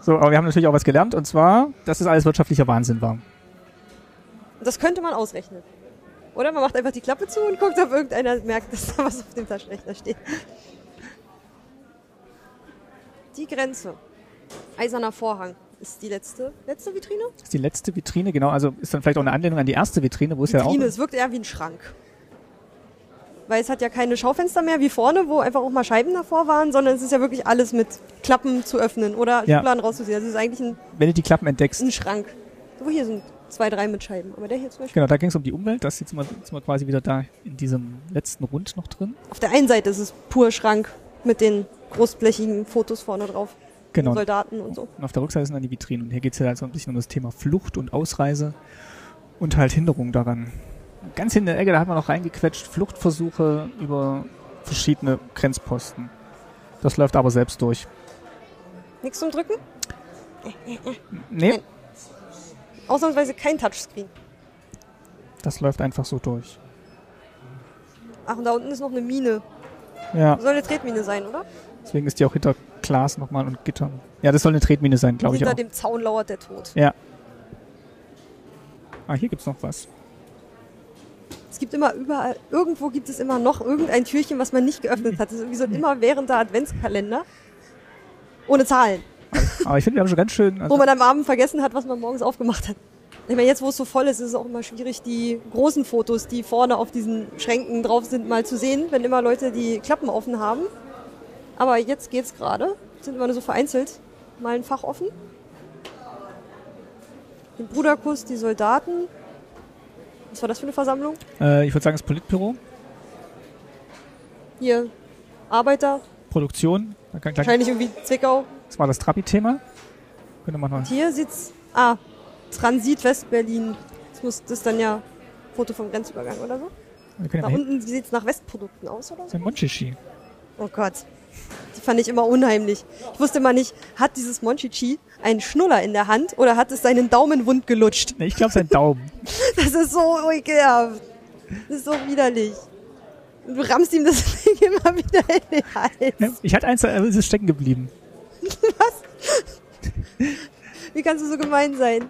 [SPEAKER 2] So, aber wir haben natürlich auch was gelernt, und zwar, dass das alles wirtschaftlicher Wahnsinn war.
[SPEAKER 1] Und das könnte man ausrechnen. Oder man macht einfach die Klappe zu und guckt, ob irgendeiner merkt, dass da was auf dem Taschenrechner steht. Die Grenze. Eiserner Vorhang ist die letzte, letzte Vitrine?
[SPEAKER 2] Das ist die letzte Vitrine, genau, also ist dann vielleicht auch eine Anlehnung an die erste Vitrine, wo es ja auch...
[SPEAKER 1] Vitrine, es wirkt eher wie ein Schrank. Weil es hat ja keine Schaufenster mehr wie vorne, wo einfach auch mal Scheiben davor waren, sondern es ist ja wirklich alles mit Klappen zu öffnen oder
[SPEAKER 2] Ja.
[SPEAKER 1] Schubladen rauszuziehen. Also es ist eigentlich ein,
[SPEAKER 2] Wenn du die Klappen entdeckst.
[SPEAKER 1] ein Schrank. So, hier sind zwei, drei mit Scheiben. Aber der hier zum Beispiel.
[SPEAKER 2] Genau, da ging es um die Umwelt, das jetzt sind wir, sind wir quasi wieder da in diesem letzten Rund noch drin.
[SPEAKER 1] Auf der einen Seite ist es pur Schrank mit den großblechigen Fotos vorne drauf.
[SPEAKER 2] Genau.
[SPEAKER 1] Soldaten und so.
[SPEAKER 2] Und auf der Rückseite sind dann die Vitrinen. Und hier geht's ja halt so ein bisschen um das Thema Flucht und Ausreise und halt Hinderungen daran. Ganz hinten in der Ecke, da hat man noch reingequetscht, Fluchtversuche über verschiedene Grenzposten. Das läuft aber selbst durch.
[SPEAKER 1] Nichts zum Drücken?
[SPEAKER 2] Nee,
[SPEAKER 1] Ausnahmsweise kein Touchscreen.
[SPEAKER 2] das läuft einfach so durch.
[SPEAKER 1] Ach, und da unten ist noch eine Mine.
[SPEAKER 2] Ja,
[SPEAKER 1] Soll eine Tretmine sein, oder?
[SPEAKER 2] deswegen ist die auch hinter Glas nochmal und Gittern. Ja, das soll eine Tretmine sein, glaube ich
[SPEAKER 1] Hinter
[SPEAKER 2] auch.
[SPEAKER 1] dem Zaun lauert der Tod.
[SPEAKER 2] Ja. Ah, hier gibt's noch was.
[SPEAKER 1] Es gibt immer überall, irgendwo gibt es immer noch irgendein Türchen, was man nicht geöffnet hat. Das ist irgendwie so ein immerwährender Adventskalender. Ohne Zahlen.
[SPEAKER 2] Aber Ah, ich finde, wir haben schon ganz schön...
[SPEAKER 1] Wo
[SPEAKER 2] Also,
[SPEAKER 1] man am Abend vergessen hat, was man morgens aufgemacht hat. Ich meine, jetzt wo es so voll ist, ist es auch immer schwierig, die großen Fotos, die vorne auf diesen Schränken drauf sind, mal zu sehen, wenn immer Leute die Klappen offen haben. Aber jetzt geht's gerade. Sind immer nur so vereinzelt. Mal ein Fach offen. Den Bruderkuss, die Soldaten. Was war das für eine Versammlung?
[SPEAKER 2] äh, ich würde sagen, das Politbüro,
[SPEAKER 1] Hier, Arbeiter,
[SPEAKER 2] Produktion, Dann kann, dann,
[SPEAKER 1] Wahrscheinlich irgendwie Zwickau.
[SPEAKER 2] das war das Trabi-Thema. Könnte man mal.
[SPEAKER 1] Hier sieht's. Ah, Transit West-Berlin. Das muss das ist dann ja Foto vom Grenzübergang oder so.
[SPEAKER 2] Wir können
[SPEAKER 1] Da
[SPEAKER 2] ja mal hin.
[SPEAKER 1] unten sieht's nach Westprodukten aus oder so.
[SPEAKER 2] Das ist ein Monchichi.
[SPEAKER 1] Oh Gott. Die fand ich immer unheimlich. Ich wusste immer nicht, hat dieses Monchichi einen Schnuller in der Hand oder hat es seinen Daumen wund gelutscht?
[SPEAKER 2] Nee, ich glaube, sein Daumen.
[SPEAKER 1] Das ist so ekelhaft. Das ist so widerlich. Und du rammst ihm das Ding immer wieder in den Hals.
[SPEAKER 2] Ne? Ich hatte eins, aber es ist stecken geblieben.
[SPEAKER 1] Wie kannst du so gemein sein?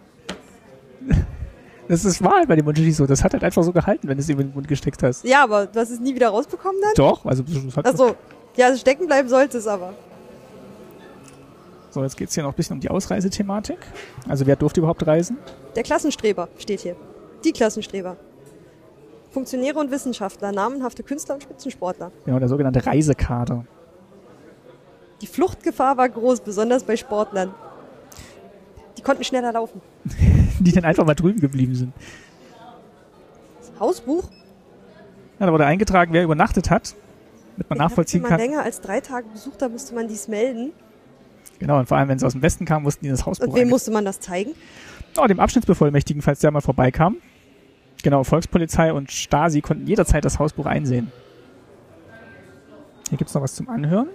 [SPEAKER 2] Das ist wahr halt bei dem Monchichi so. Das hat halt einfach so gehalten, wenn du es ihm in den Mund gesteckt hast.
[SPEAKER 1] Ja, aber du hast es nie wieder rausbekommen dann?
[SPEAKER 2] Doch, also das hat
[SPEAKER 1] Ach so. Ja, also stecken bleiben sollte es aber.
[SPEAKER 2] So, jetzt geht's hier noch ein bisschen um die Ausreisethematik. Also wer durfte überhaupt reisen?
[SPEAKER 1] Der Klassenstreber steht hier. Die Klassenstreber. Funktionäre und Wissenschaftler, namenhafte Künstler und Spitzensportler.
[SPEAKER 2] Genau, der sogenannte Reisekader.
[SPEAKER 1] Die Fluchtgefahr war groß, besonders bei Sportlern. Die konnten schneller laufen.
[SPEAKER 2] Die dann einfach mal drüben geblieben sind.
[SPEAKER 1] Das Hausbuch
[SPEAKER 2] Ja, da wurde eingetragen, wer übernachtet hat, damit man nachvollziehen
[SPEAKER 1] Wenn man
[SPEAKER 2] kann.
[SPEAKER 1] länger als drei Tage besucht hat, musste man dies melden.
[SPEAKER 2] Genau, und vor allem, wenn sie aus dem Westen kamen, mussten die in das Hausbuch
[SPEAKER 1] Und wem
[SPEAKER 2] einge-
[SPEAKER 1] musste man das zeigen?
[SPEAKER 2] Oh, dem Abschnittsbevollmächtigen, falls der mal vorbeikam. Genau, Volkspolizei und Stasi konnten jederzeit das Hausbuch einsehen. Hier gibt's noch was zum Anhören.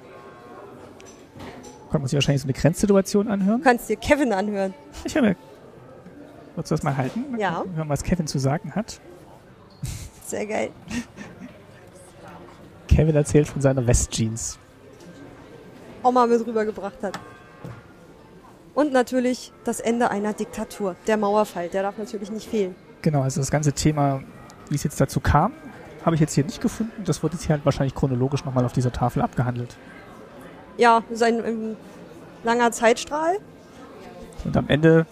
[SPEAKER 2] Kann man sich wahrscheinlich so eine Grenzsituation anhören.
[SPEAKER 1] Du kannst dir Kevin anhören.
[SPEAKER 2] Ich höre mir. Wolltest du das mal halten?
[SPEAKER 1] Ja.
[SPEAKER 2] Mal Hören, was Kevin zu sagen hat.
[SPEAKER 1] Sehr geil.
[SPEAKER 2] Kevin erzählt von seiner Westjeans.
[SPEAKER 1] Oma mit rübergebracht hat. Und natürlich das Ende einer Diktatur. Der Mauerfall, der darf natürlich nicht fehlen.
[SPEAKER 2] Genau, also das ganze Thema, wie es jetzt dazu kam, habe ich jetzt hier nicht gefunden. Das wird jetzt hier halt wahrscheinlich chronologisch nochmal auf dieser Tafel abgehandelt.
[SPEAKER 1] Ja, das ist ein, ein langer Zeitstrahl.
[SPEAKER 2] Und am Ende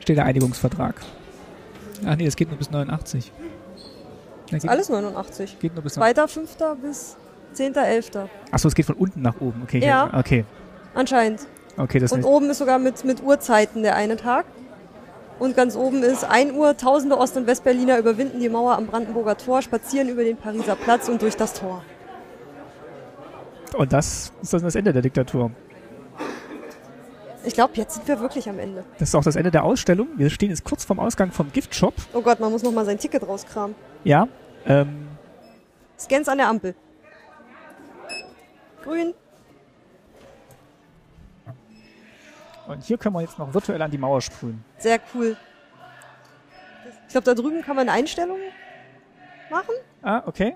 [SPEAKER 2] steht der Einigungsvertrag. Ach Ah, nee, das geht nur bis 89. Nein, geht,
[SPEAKER 1] Alles 89.
[SPEAKER 2] geht nur bis
[SPEAKER 1] 2., 5. bis 10., 11.
[SPEAKER 2] Achso, es geht von unten nach oben. Okay,
[SPEAKER 1] Ja.
[SPEAKER 2] hier- okay.
[SPEAKER 1] Anscheinend.
[SPEAKER 2] Okay, das
[SPEAKER 1] Und
[SPEAKER 2] heißt,
[SPEAKER 1] oben ist sogar mit, mit Uhrzeiten der eine Tag. Und ganz oben ist 1 Uhr, tausende Ost- und Westberliner überwinden die Mauer am Brandenburger Tor, spazieren über den Pariser Platz und durch das Tor.
[SPEAKER 2] und das ist dann das Ende der Diktatur.
[SPEAKER 1] Ich glaube, jetzt sind wir wirklich am Ende.
[SPEAKER 2] Das ist auch das Ende der Ausstellung. Wir stehen jetzt kurz vorm Ausgang vom Giftshop.
[SPEAKER 1] Oh Gott, man muss noch mal sein Ticket rauskramen.
[SPEAKER 2] Ja. Ähm,
[SPEAKER 1] Scans an der Ampel. Grün.
[SPEAKER 2] und hier können wir jetzt noch virtuell an die Mauer sprühen.
[SPEAKER 1] Sehr cool. Ich glaube, da drüben kann man Einstellungen machen.
[SPEAKER 2] Ah, okay.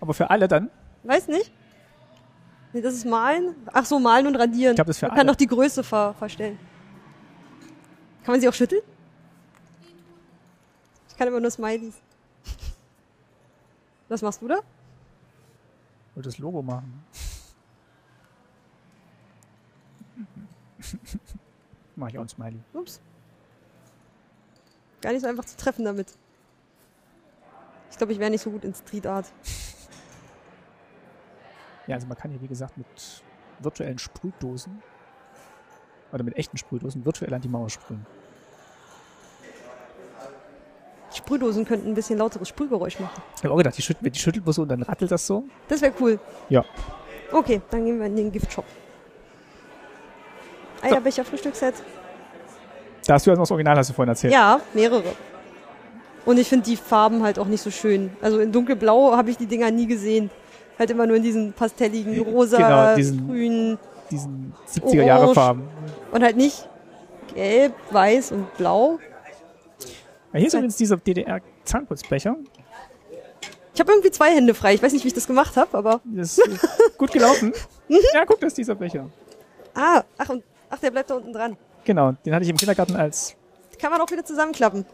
[SPEAKER 2] Aber für alle dann.
[SPEAKER 1] Weiß nicht. Nee, das ist Malen. Ach so, Malen und Radieren.
[SPEAKER 2] Ich glaub, das ist für
[SPEAKER 1] man kann
[SPEAKER 2] alle.
[SPEAKER 1] noch die Größe ver verstellen. Kann man sie auch schütteln? Ich kann immer nur Smileys. Was machst du da?
[SPEAKER 2] Wollte das Logo machen. Mach ich auch ein Smiley.
[SPEAKER 1] Ups. Gar nicht so einfach zu treffen damit. Ich glaube, ich wäre nicht so gut in Street Art.
[SPEAKER 2] Ja, also man kann hier, wie gesagt, mit virtuellen Sprühdosen oder mit echten Sprühdosen virtuell an die Mauer sprühen.
[SPEAKER 1] Sprühdosen könnten ein bisschen lauteres Sprühgeräusch machen.
[SPEAKER 2] Ich habe auch gedacht, die, schüt die schüttelt man so und dann rattelt das so.
[SPEAKER 1] Das wäre cool.
[SPEAKER 2] Ja.
[SPEAKER 1] Okay, dann gehen wir in den Giftshop. Eierbecher Frühstücksset.
[SPEAKER 2] Da hast du ja noch das Original, hast du vorhin erzählt.
[SPEAKER 1] Ja, mehrere. Und ich finde die Farben halt auch nicht so schön. Also in dunkelblau habe ich die Dinger nie gesehen. Halt immer nur in diesen pastelligen, rosa,
[SPEAKER 2] Genau, diesen-
[SPEAKER 1] grünen
[SPEAKER 2] Diesen 70er-Jahre-Farben.
[SPEAKER 1] und halt nicht gelb, weiß und blau.
[SPEAKER 2] Ja, hier ist übrigens dieser DDR-Zahnputzbecher.
[SPEAKER 1] Ich habe irgendwie zwei Hände frei. Ich weiß nicht, wie ich das gemacht habe, aber
[SPEAKER 2] Das ist gut gelaufen. Ja, guck, das ist dieser Becher.
[SPEAKER 1] ah, ach und ach, der bleibt da unten dran.
[SPEAKER 2] Genau, den hatte ich im Kindergarten als
[SPEAKER 1] Kann man auch wieder zusammenklappen.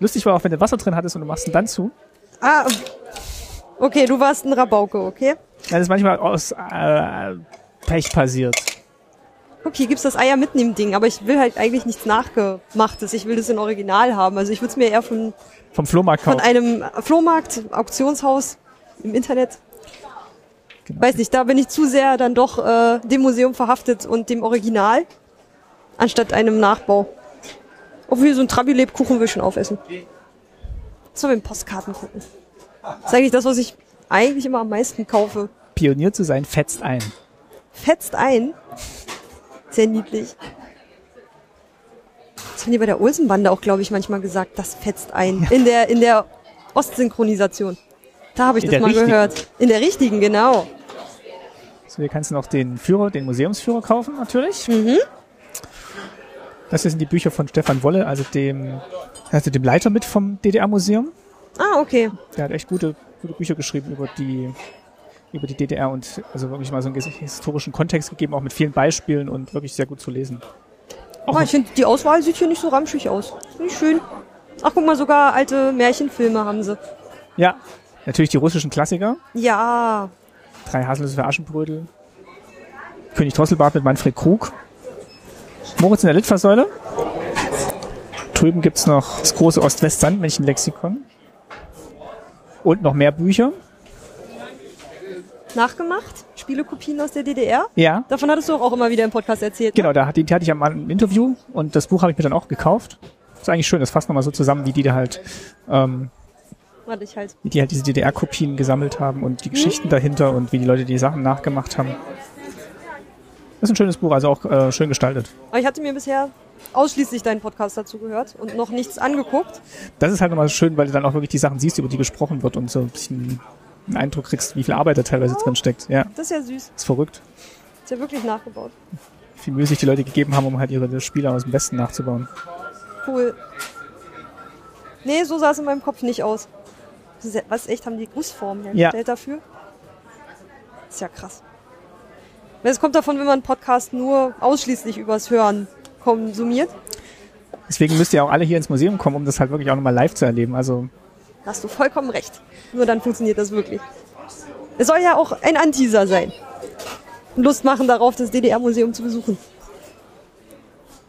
[SPEAKER 2] Lustig war auch, wenn du Wasser drin hattest und du machst ihn dann zu.
[SPEAKER 1] Ah. Okay, du warst ein Rabauke, okay?
[SPEAKER 2] Dann ist manchmal aus äh, Pech passiert.
[SPEAKER 1] Guck, hier gibt's das Eier mitnehmen Ding, aber ich will halt eigentlich nichts nachgemachtes. Ich will das in Original haben. Also ich würde es mir eher von
[SPEAKER 2] Vom Flohmarkt
[SPEAKER 1] von
[SPEAKER 2] kaufen.
[SPEAKER 1] einem Flohmarkt, Auktionshaus im Internet.
[SPEAKER 2] Genau.
[SPEAKER 1] Weiß nicht, da bin ich zu sehr dann doch äh, dem Museum verhaftet und dem Original, anstatt einem Nachbau. Obwohl so ein Trabi-Lebkuchen will ich schon aufessen. Sollen wir in Postkarten gucken? Das ist eigentlich das, was ich eigentlich immer am meisten kaufe.
[SPEAKER 2] Pionier zu sein, fetzt ein.
[SPEAKER 1] Fetzt ein. Sehr niedlich. Das haben die bei der Olsenbande auch, glaube ich, manchmal gesagt. Das fetzt ein. In der, in der Ostsynchronisation. Da habe ich
[SPEAKER 2] In
[SPEAKER 1] das
[SPEAKER 2] der
[SPEAKER 1] mal
[SPEAKER 2] richtigen.
[SPEAKER 1] gehört. In der richtigen, genau.
[SPEAKER 2] So, hier kannst du noch den Führer, den Museumsführer kaufen, natürlich. Das hier sind die Bücher von Stefan Wolle, also dem, also dem Leiter mit vom DDR-Museum.
[SPEAKER 1] Ah, okay.
[SPEAKER 2] Der hat echt gute, gute Bücher geschrieben über die, über die DDR und also wirklich mal so einen ges- historischen Kontext gegeben, auch mit vielen Beispielen und wirklich sehr gut zu lesen. Auch
[SPEAKER 1] Ah, ich finde, die Auswahl sieht hier nicht so ramschig aus. Finde ich schön. Ach, guck mal, sogar alte Märchenfilme haben sie.
[SPEAKER 2] Ja, natürlich die russischen Klassiker.
[SPEAKER 1] Ja.
[SPEAKER 2] Drei Haselnüsse für Aschenbrödel. König Drosselbart mit Manfred Krug. Moritz in der Litfaßsäule. Drüben gibt's noch das große Ost-West-Sandmännchen-Lexikon. Und noch mehr Bücher.
[SPEAKER 1] Nachgemacht. Spielekopien aus der DDR.
[SPEAKER 2] Ja,
[SPEAKER 1] Davon hattest du auch immer wieder im Podcast erzählt. ne?
[SPEAKER 2] genau, da hat- die die hatte ich am Anfang im Interview und das Buch habe ich mir dann auch gekauft. Ist eigentlich schön, das fasst nochmal so zusammen, wie die da halt, ähm,
[SPEAKER 1] Warte ich halt.
[SPEAKER 2] wie die halt diese DDR-Kopien gesammelt haben und die Geschichten dahinter und wie die Leute die Sachen nachgemacht haben. Das ist ein schönes Buch, also auch äh, schön gestaltet.
[SPEAKER 1] Aber ich hatte mir bisher ausschließlich deinen Podcast dazu gehört und noch nichts angeguckt.
[SPEAKER 2] das ist halt nochmal schön, weil du dann auch wirklich die Sachen siehst, über die gesprochen wird und so ein bisschen einen Eindruck kriegst, wie viel Arbeit da teilweise drin steckt. Ja,
[SPEAKER 1] Das ist ja süß.
[SPEAKER 2] ist verrückt.
[SPEAKER 1] Ist ja wirklich nachgebaut.
[SPEAKER 2] Wie viel Mühe sich die Leute gegeben haben, um halt ihre Spiele aus dem Westen nachzubauen.
[SPEAKER 1] Cool. Nee, so sah es in meinem Kopf nicht aus. Das ist ja- Was echt, haben die Gussformen hergestellt dafür? Ist ja krass. Es kommt davon, wenn man einen Podcast nur ausschließlich übers Hören konsumiert.
[SPEAKER 2] Deswegen müsst ihr auch alle hier ins Museum kommen, um das halt wirklich auch nochmal live zu erleben. Also,
[SPEAKER 1] Da hast du vollkommen recht. Nur dann funktioniert das wirklich. Es soll ja auch ein Anteaser sein. Lust machen darauf, das DDR-Museum zu besuchen.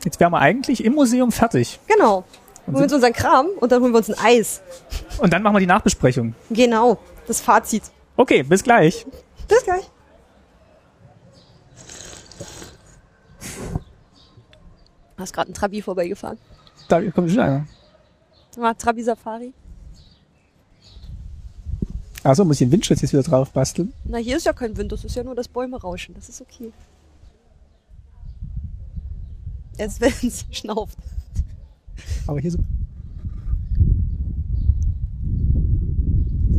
[SPEAKER 2] jetzt wären wir eigentlich im Museum fertig.
[SPEAKER 1] Genau. Holen wir uns unseren Kram und dann holen wir uns ein Eis.
[SPEAKER 2] Und dann machen wir die Nachbesprechung.
[SPEAKER 1] Genau. Das Fazit.
[SPEAKER 2] Okay, bis gleich.
[SPEAKER 1] Bis gleich. Da ist gerade ein Trabi vorbeigefahren. Ah,
[SPEAKER 2] Da kommt schon einer.
[SPEAKER 1] War Trabi Safari.
[SPEAKER 2] Achso, muss ich den Windschutz jetzt wieder drauf basteln?
[SPEAKER 1] Na, hier ist ja kein Wind, das ist ja nur das Bäume rauschen. Das ist okay. Erst wenn es schnauft.
[SPEAKER 2] Aber hier so.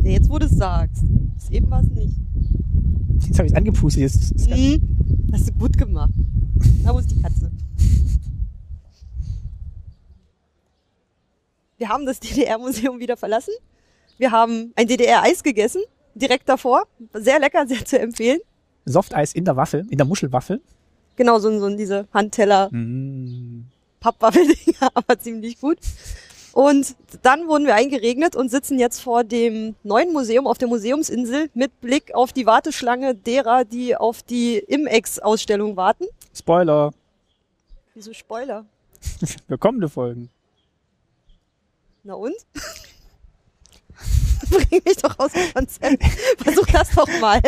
[SPEAKER 1] Ja, jetzt, wo du es sagst. Bis eben war es nicht.
[SPEAKER 2] Jetzt habe ich es angepustet. Jetzt ist es ganz-
[SPEAKER 1] Mhm. Hast du gut gemacht. Da muss die Katze. Wir haben das DDR-Museum wieder verlassen. Wir haben ein DDR-Eis gegessen, direkt davor. Sehr lecker, sehr zu empfehlen.
[SPEAKER 2] Softeis in der Waffel, in der Muschelwaffel.
[SPEAKER 1] Genau, so, so diese Handteller,
[SPEAKER 2] Mm.
[SPEAKER 1] Pappwaffeldinger, aber ziemlich gut. Und dann wurden wir eingeregnet und sitzen jetzt vor dem neuen Museum auf der Museumsinsel mit Blick auf die Warteschlange derer, die auf die Imex-Ausstellung warten.
[SPEAKER 2] Spoiler
[SPEAKER 1] Wieso Spoiler?
[SPEAKER 2] für kommende Folgen.
[SPEAKER 1] Na und? Bring mich doch aus dem Konzept. Versuch das doch mal.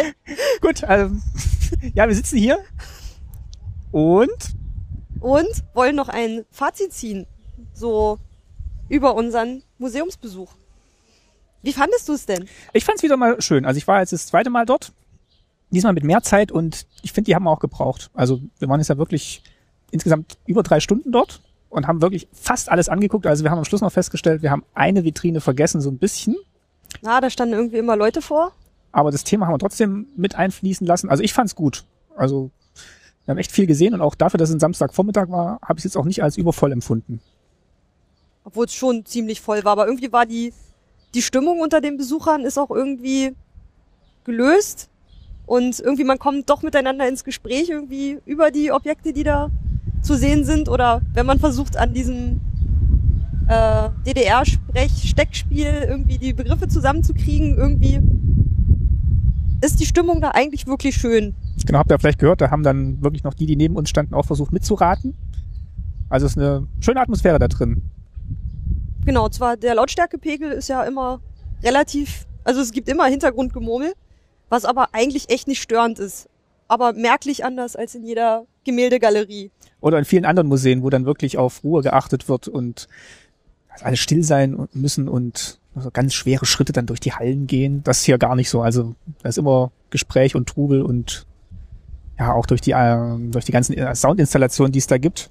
[SPEAKER 2] Gut, ähm, ja, wir sitzen hier und
[SPEAKER 1] Und wollen noch ein Fazit ziehen. So über unseren Museumsbesuch. Wie fandest du es denn?
[SPEAKER 2] ich fand es wieder mal schön. Also ich war jetzt das zweite Mal dort, diesmal mit mehr Zeit und ich finde, die haben wir auch gebraucht. Also wir waren jetzt ja wirklich insgesamt über drei Stunden dort und haben wirklich fast alles angeguckt. Also wir haben am Schluss noch festgestellt, wir haben eine Vitrine vergessen, so ein bisschen.
[SPEAKER 1] Na, da standen irgendwie immer Leute vor.
[SPEAKER 2] Aber das Thema haben wir trotzdem mit einfließen lassen. Also ich fand es gut. Also wir haben echt viel gesehen und auch dafür, dass es ein Samstagvormittag war, habe ich es jetzt auch nicht als übervoll empfunden.
[SPEAKER 1] obwohl es schon ziemlich voll war, aber irgendwie war die, die Stimmung unter den Besuchern ist auch irgendwie gelöst und irgendwie man kommt doch miteinander ins Gespräch irgendwie über die Objekte, die da zu sehen sind oder wenn man versucht an diesem äh, DDR-Sprech-Steckspiel irgendwie die Begriffe zusammenzukriegen, irgendwie ist die Stimmung da eigentlich wirklich schön.
[SPEAKER 2] Genau, habt ihr vielleicht gehört, da haben dann wirklich noch die, die neben uns standen, auch versucht mitzuraten. Also es ist eine schöne Atmosphäre da drin.
[SPEAKER 1] Genau, zwar der Lautstärkepegel ist ja immer relativ, also es gibt immer Hintergrundgemurmel, was aber eigentlich echt nicht störend ist. Aber merklich anders als in jeder Gemäldegalerie.
[SPEAKER 2] Oder in vielen anderen Museen, wo dann wirklich auf Ruhe geachtet wird und dass alle still sein und- müssen und so ganz schwere Schritte dann durch die Hallen gehen. Das ist hier gar nicht so. Also da ist immer Gespräch und Trubel und ja, auch durch die, äh, durch die ganzen äh, Soundinstallationen, die es da gibt,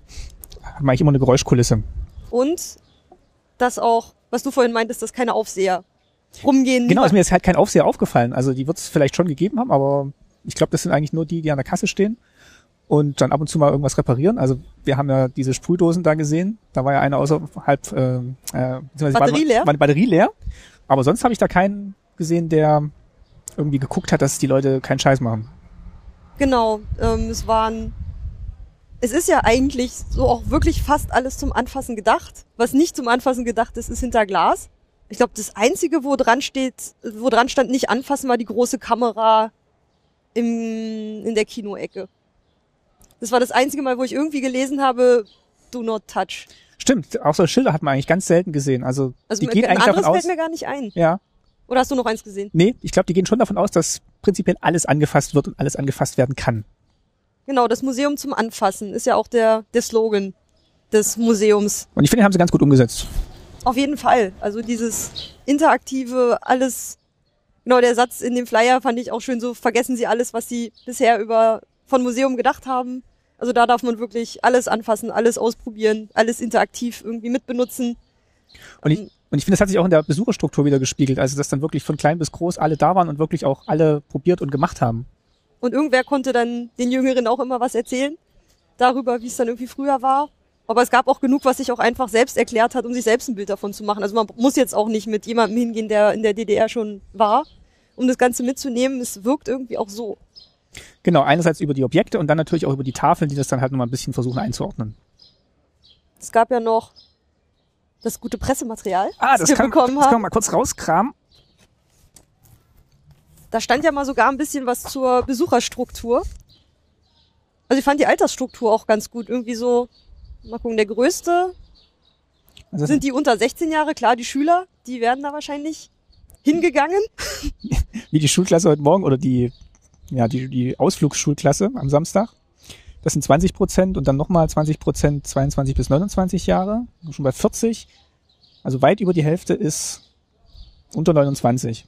[SPEAKER 2] mache ich immer eine Geräuschkulisse.
[SPEAKER 1] Und das auch, was du vorhin meintest, dass keine Aufseher rumgehen.
[SPEAKER 2] Genau, ist mir jetzt halt kein Aufseher aufgefallen. Also die wird es vielleicht schon gegeben haben, aber ich glaube, das sind eigentlich nur die, die an der Kasse stehen und dann ab und zu mal irgendwas reparieren. Also wir haben ja diese Sprühdosen da gesehen. Da war ja eine außerhalb äh, äh, beziehungsweise
[SPEAKER 1] Batterie
[SPEAKER 2] war,
[SPEAKER 1] leer?
[SPEAKER 2] War die Batterie leer. Aber sonst habe ich da keinen gesehen, der irgendwie geguckt hat, dass die Leute keinen Scheiß machen.
[SPEAKER 1] Genau, ähm, es waren. Es ist ja eigentlich so auch wirklich fast alles zum Anfassen gedacht. Was nicht zum Anfassen gedacht ist, ist hinter Glas. Ich glaube, das einzige, wo dran steht, wo dran stand, nicht anfassen, war die große Kamera im, in der Kinoecke. Das war das einzige Mal, wo ich irgendwie gelesen habe, do not touch.
[SPEAKER 2] Stimmt, auch so Schilder hat man eigentlich ganz selten gesehen. Also,
[SPEAKER 1] Also
[SPEAKER 2] die
[SPEAKER 1] mir-
[SPEAKER 2] gehen
[SPEAKER 1] ein
[SPEAKER 2] eigentlich davon
[SPEAKER 1] anderes ne?
[SPEAKER 2] aus.
[SPEAKER 1] fällt mir gar nicht ein.
[SPEAKER 2] Ja,
[SPEAKER 1] Oder hast du noch eins gesehen?
[SPEAKER 2] nee, ich glaube, die gehen schon davon aus, dass prinzipiell alles angefasst wird und alles angefasst werden kann.
[SPEAKER 1] Genau, das Museum zum Anfassen ist ja auch der, der Slogan des Museums.
[SPEAKER 2] Und ich finde, haben sie ganz gut umgesetzt.
[SPEAKER 1] Auf jeden Fall. Also dieses interaktive, alles, genau der Satz in dem Flyer fand ich auch schön so, vergessen Sie alles, was Sie bisher über von Museum gedacht haben. Also da darf man wirklich alles anfassen, alles ausprobieren, alles interaktiv irgendwie mitbenutzen.
[SPEAKER 2] Und ich, und ich finde, das hat sich auch in der Besucherstruktur wieder gespiegelt. Also, dass dann wirklich von klein bis groß alle da waren und wirklich auch alle probiert und gemacht haben.
[SPEAKER 1] Und irgendwer konnte dann den Jüngeren auch immer was erzählen darüber, wie es dann irgendwie früher war. Aber es gab auch genug, was sich auch einfach selbst erklärt hat, um sich selbst ein Bild davon zu machen. Also man muss jetzt auch nicht mit jemandem hingehen, der in der DDR schon war, um das Ganze mitzunehmen. Es wirkt irgendwie auch so.
[SPEAKER 2] Genau, einerseits über die Objekte und dann natürlich auch über die Tafeln, die das dann halt nochmal ein bisschen versuchen einzuordnen.
[SPEAKER 1] Es gab ja noch das gute Pressematerial, das wir bekommen
[SPEAKER 2] Ah, das kann man
[SPEAKER 1] haben.
[SPEAKER 2] mal kurz rauskramen.
[SPEAKER 1] Da stand ja mal sogar ein bisschen was zur Besucherstruktur. Also ich fand die Altersstruktur auch ganz gut. Irgendwie so, mal gucken, der größte
[SPEAKER 2] Also das,
[SPEAKER 1] sind die unter 16 Jahre. Klar, die Schüler, die werden da wahrscheinlich hingegangen.
[SPEAKER 2] wie die Schulklasse heute Morgen oder die, ja, die, die Ausflugsschulklasse am Samstag. Das sind 20 Prozent und dann nochmal 20 Prozent 22 bis 29 Jahre. Schon bei 40. Also weit über die Hälfte ist unter 29.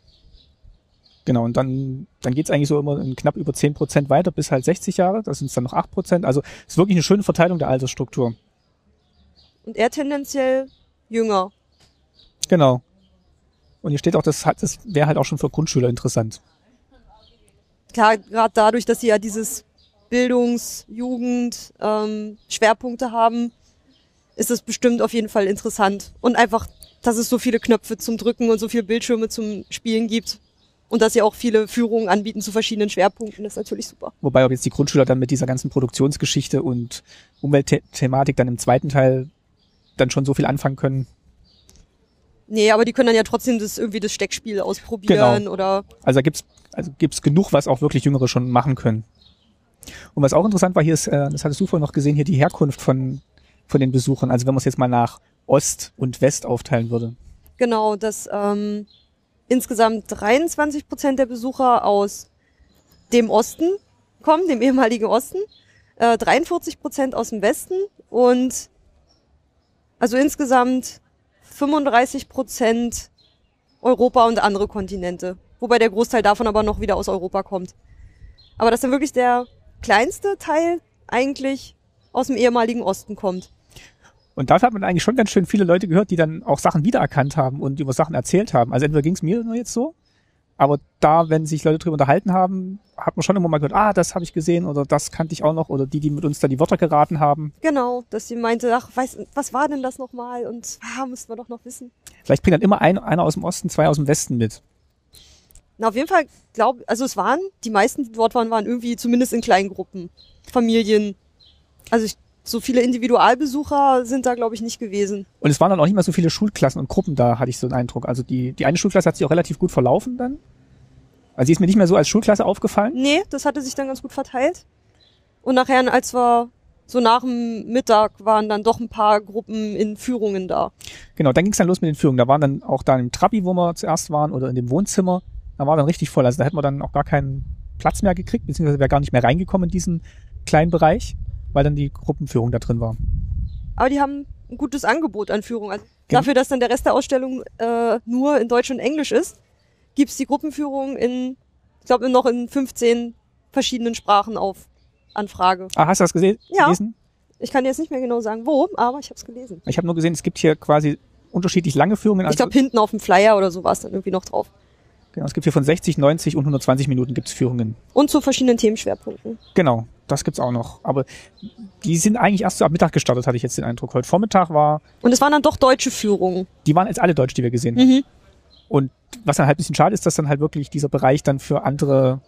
[SPEAKER 2] Genau, und dann, dann geht's eigentlich so immer in knapp über 10 Prozent weiter bis halt 60 Jahre. Das sind dann noch 8 Prozent. Also ist wirklich eine schöne Verteilung der Altersstruktur.
[SPEAKER 1] Und er tendenziell jünger.
[SPEAKER 2] Genau. Und hier steht auch, das, hat- das wäre halt auch schon für Grundschüler interessant.
[SPEAKER 1] Klar, gerade dadurch, dass sie ja dieses Bildungs-, Jugend-, ähm, Schwerpunkte haben, ist es bestimmt auf jeden Fall interessant. Und einfach, dass es so viele Knöpfe zum Drücken und so viele Bildschirme zum Spielen gibt. Und dass sie auch viele Führungen anbieten zu verschiedenen Schwerpunkten, das ist natürlich super.
[SPEAKER 2] Wobei, ob jetzt die Grundschüler dann mit dieser ganzen Produktionsgeschichte und Umweltthematik dann im zweiten Teil dann schon so viel anfangen können.
[SPEAKER 1] Nee, aber die können dann ja trotzdem das irgendwie das Steckspiel ausprobieren oder
[SPEAKER 2] Also da gibt's also gibt's genug, was auch wirklich Jüngere schon machen können. Und was auch interessant war hier ist, äh, das hattest du vorhin noch gesehen, hier die Herkunft von, von den Besuchern. Also wenn man es jetzt mal nach Ost und West aufteilen würde.
[SPEAKER 1] Genau, dass ähm, insgesamt 23 Prozent der Besucher aus dem Osten kommen, dem ehemaligen Osten, äh, 43 Prozent aus dem Westen und also insgesamt 35 Prozent Europa und andere Kontinente. Wobei der Großteil davon aber noch wieder aus Europa kommt. Aber dass dann wirklich der kleinste Teil eigentlich aus dem ehemaligen Osten kommt.
[SPEAKER 2] Und dafür hat man eigentlich schon ganz schön viele Leute gehört, die dann auch Sachen wiedererkannt haben und über Sachen erzählt haben. Also entweder ging es mir nur jetzt so, aber da, wenn sich Leute drüber unterhalten haben, hat man schon immer mal gehört, ah, das habe ich gesehen oder das kannte ich auch noch oder die, die mit uns da die Wörter geraten haben.
[SPEAKER 1] Genau, dass sie meinte, ach, weiß, was war denn das nochmal? Und ah, müssten wir doch noch wissen.
[SPEAKER 2] Vielleicht bringt dann immer ein, einer aus dem Osten, zwei aus dem Westen mit.
[SPEAKER 1] Na, auf jeden Fall, glaube also es waren, die meisten, die dort waren, waren irgendwie zumindest in kleinen Gruppen, Familien. Also ich, so viele Individualbesucher sind da, glaube ich, nicht gewesen.
[SPEAKER 2] Und es waren dann auch nicht mehr so viele Schulklassen und Gruppen da, hatte ich so einen Eindruck. Also die, die eine Schulklasse hat sich auch relativ gut verlaufen dann. Also sie ist mir nicht mehr so als Schulklasse aufgefallen.
[SPEAKER 1] Nee, das hatte sich dann ganz gut verteilt. Und nachher, als wir so nach dem Mittag waren dann doch ein paar Gruppen in Führungen da.
[SPEAKER 2] Genau, dann ging es dann los mit den Führungen. Da waren dann auch da im Trabi, wo wir zuerst waren, oder in dem Wohnzimmer. Da war dann richtig voll. Also da hätten wir dann auch gar keinen Platz mehr gekriegt, beziehungsweise wäre gar nicht mehr reingekommen in diesen kleinen Bereich, weil dann die Gruppenführung da drin war.
[SPEAKER 1] Aber die haben ein gutes Angebot an Führung. Also
[SPEAKER 2] Genau.
[SPEAKER 1] Dafür, dass dann der Rest der Ausstellung äh, nur in Deutsch und Englisch ist, gibt's die Gruppenführung in, ich glaube, noch in 15 verschiedenen Sprachen auf Anfrage.
[SPEAKER 2] Ah, hast du das gesehen?
[SPEAKER 1] Ja.
[SPEAKER 2] Gelesen?
[SPEAKER 1] Ich kann jetzt nicht mehr genau sagen, wo, aber ich habe es gelesen.
[SPEAKER 2] Ich habe nur gesehen, es gibt hier quasi unterschiedlich lange Führungen. Also,
[SPEAKER 1] Ich glaube, hinten auf dem Flyer oder so war es dann irgendwie noch drauf.
[SPEAKER 2] genau, es gibt hier von 60, 90 und 120 Minuten gibt's Führungen.
[SPEAKER 1] Und zu verschiedenen Themenschwerpunkten.
[SPEAKER 2] Genau, das gibt's auch noch. Aber die sind eigentlich erst so ab Mittag gestartet, hatte ich jetzt den Eindruck. Heute Vormittag war,
[SPEAKER 1] Und es waren dann doch deutsche Führungen.
[SPEAKER 2] die waren jetzt alle deutsch, die wir gesehen haben.
[SPEAKER 1] Mhm.
[SPEAKER 2] Und was dann halt ein bisschen schade ist, dass dann halt wirklich dieser Bereich dann für andere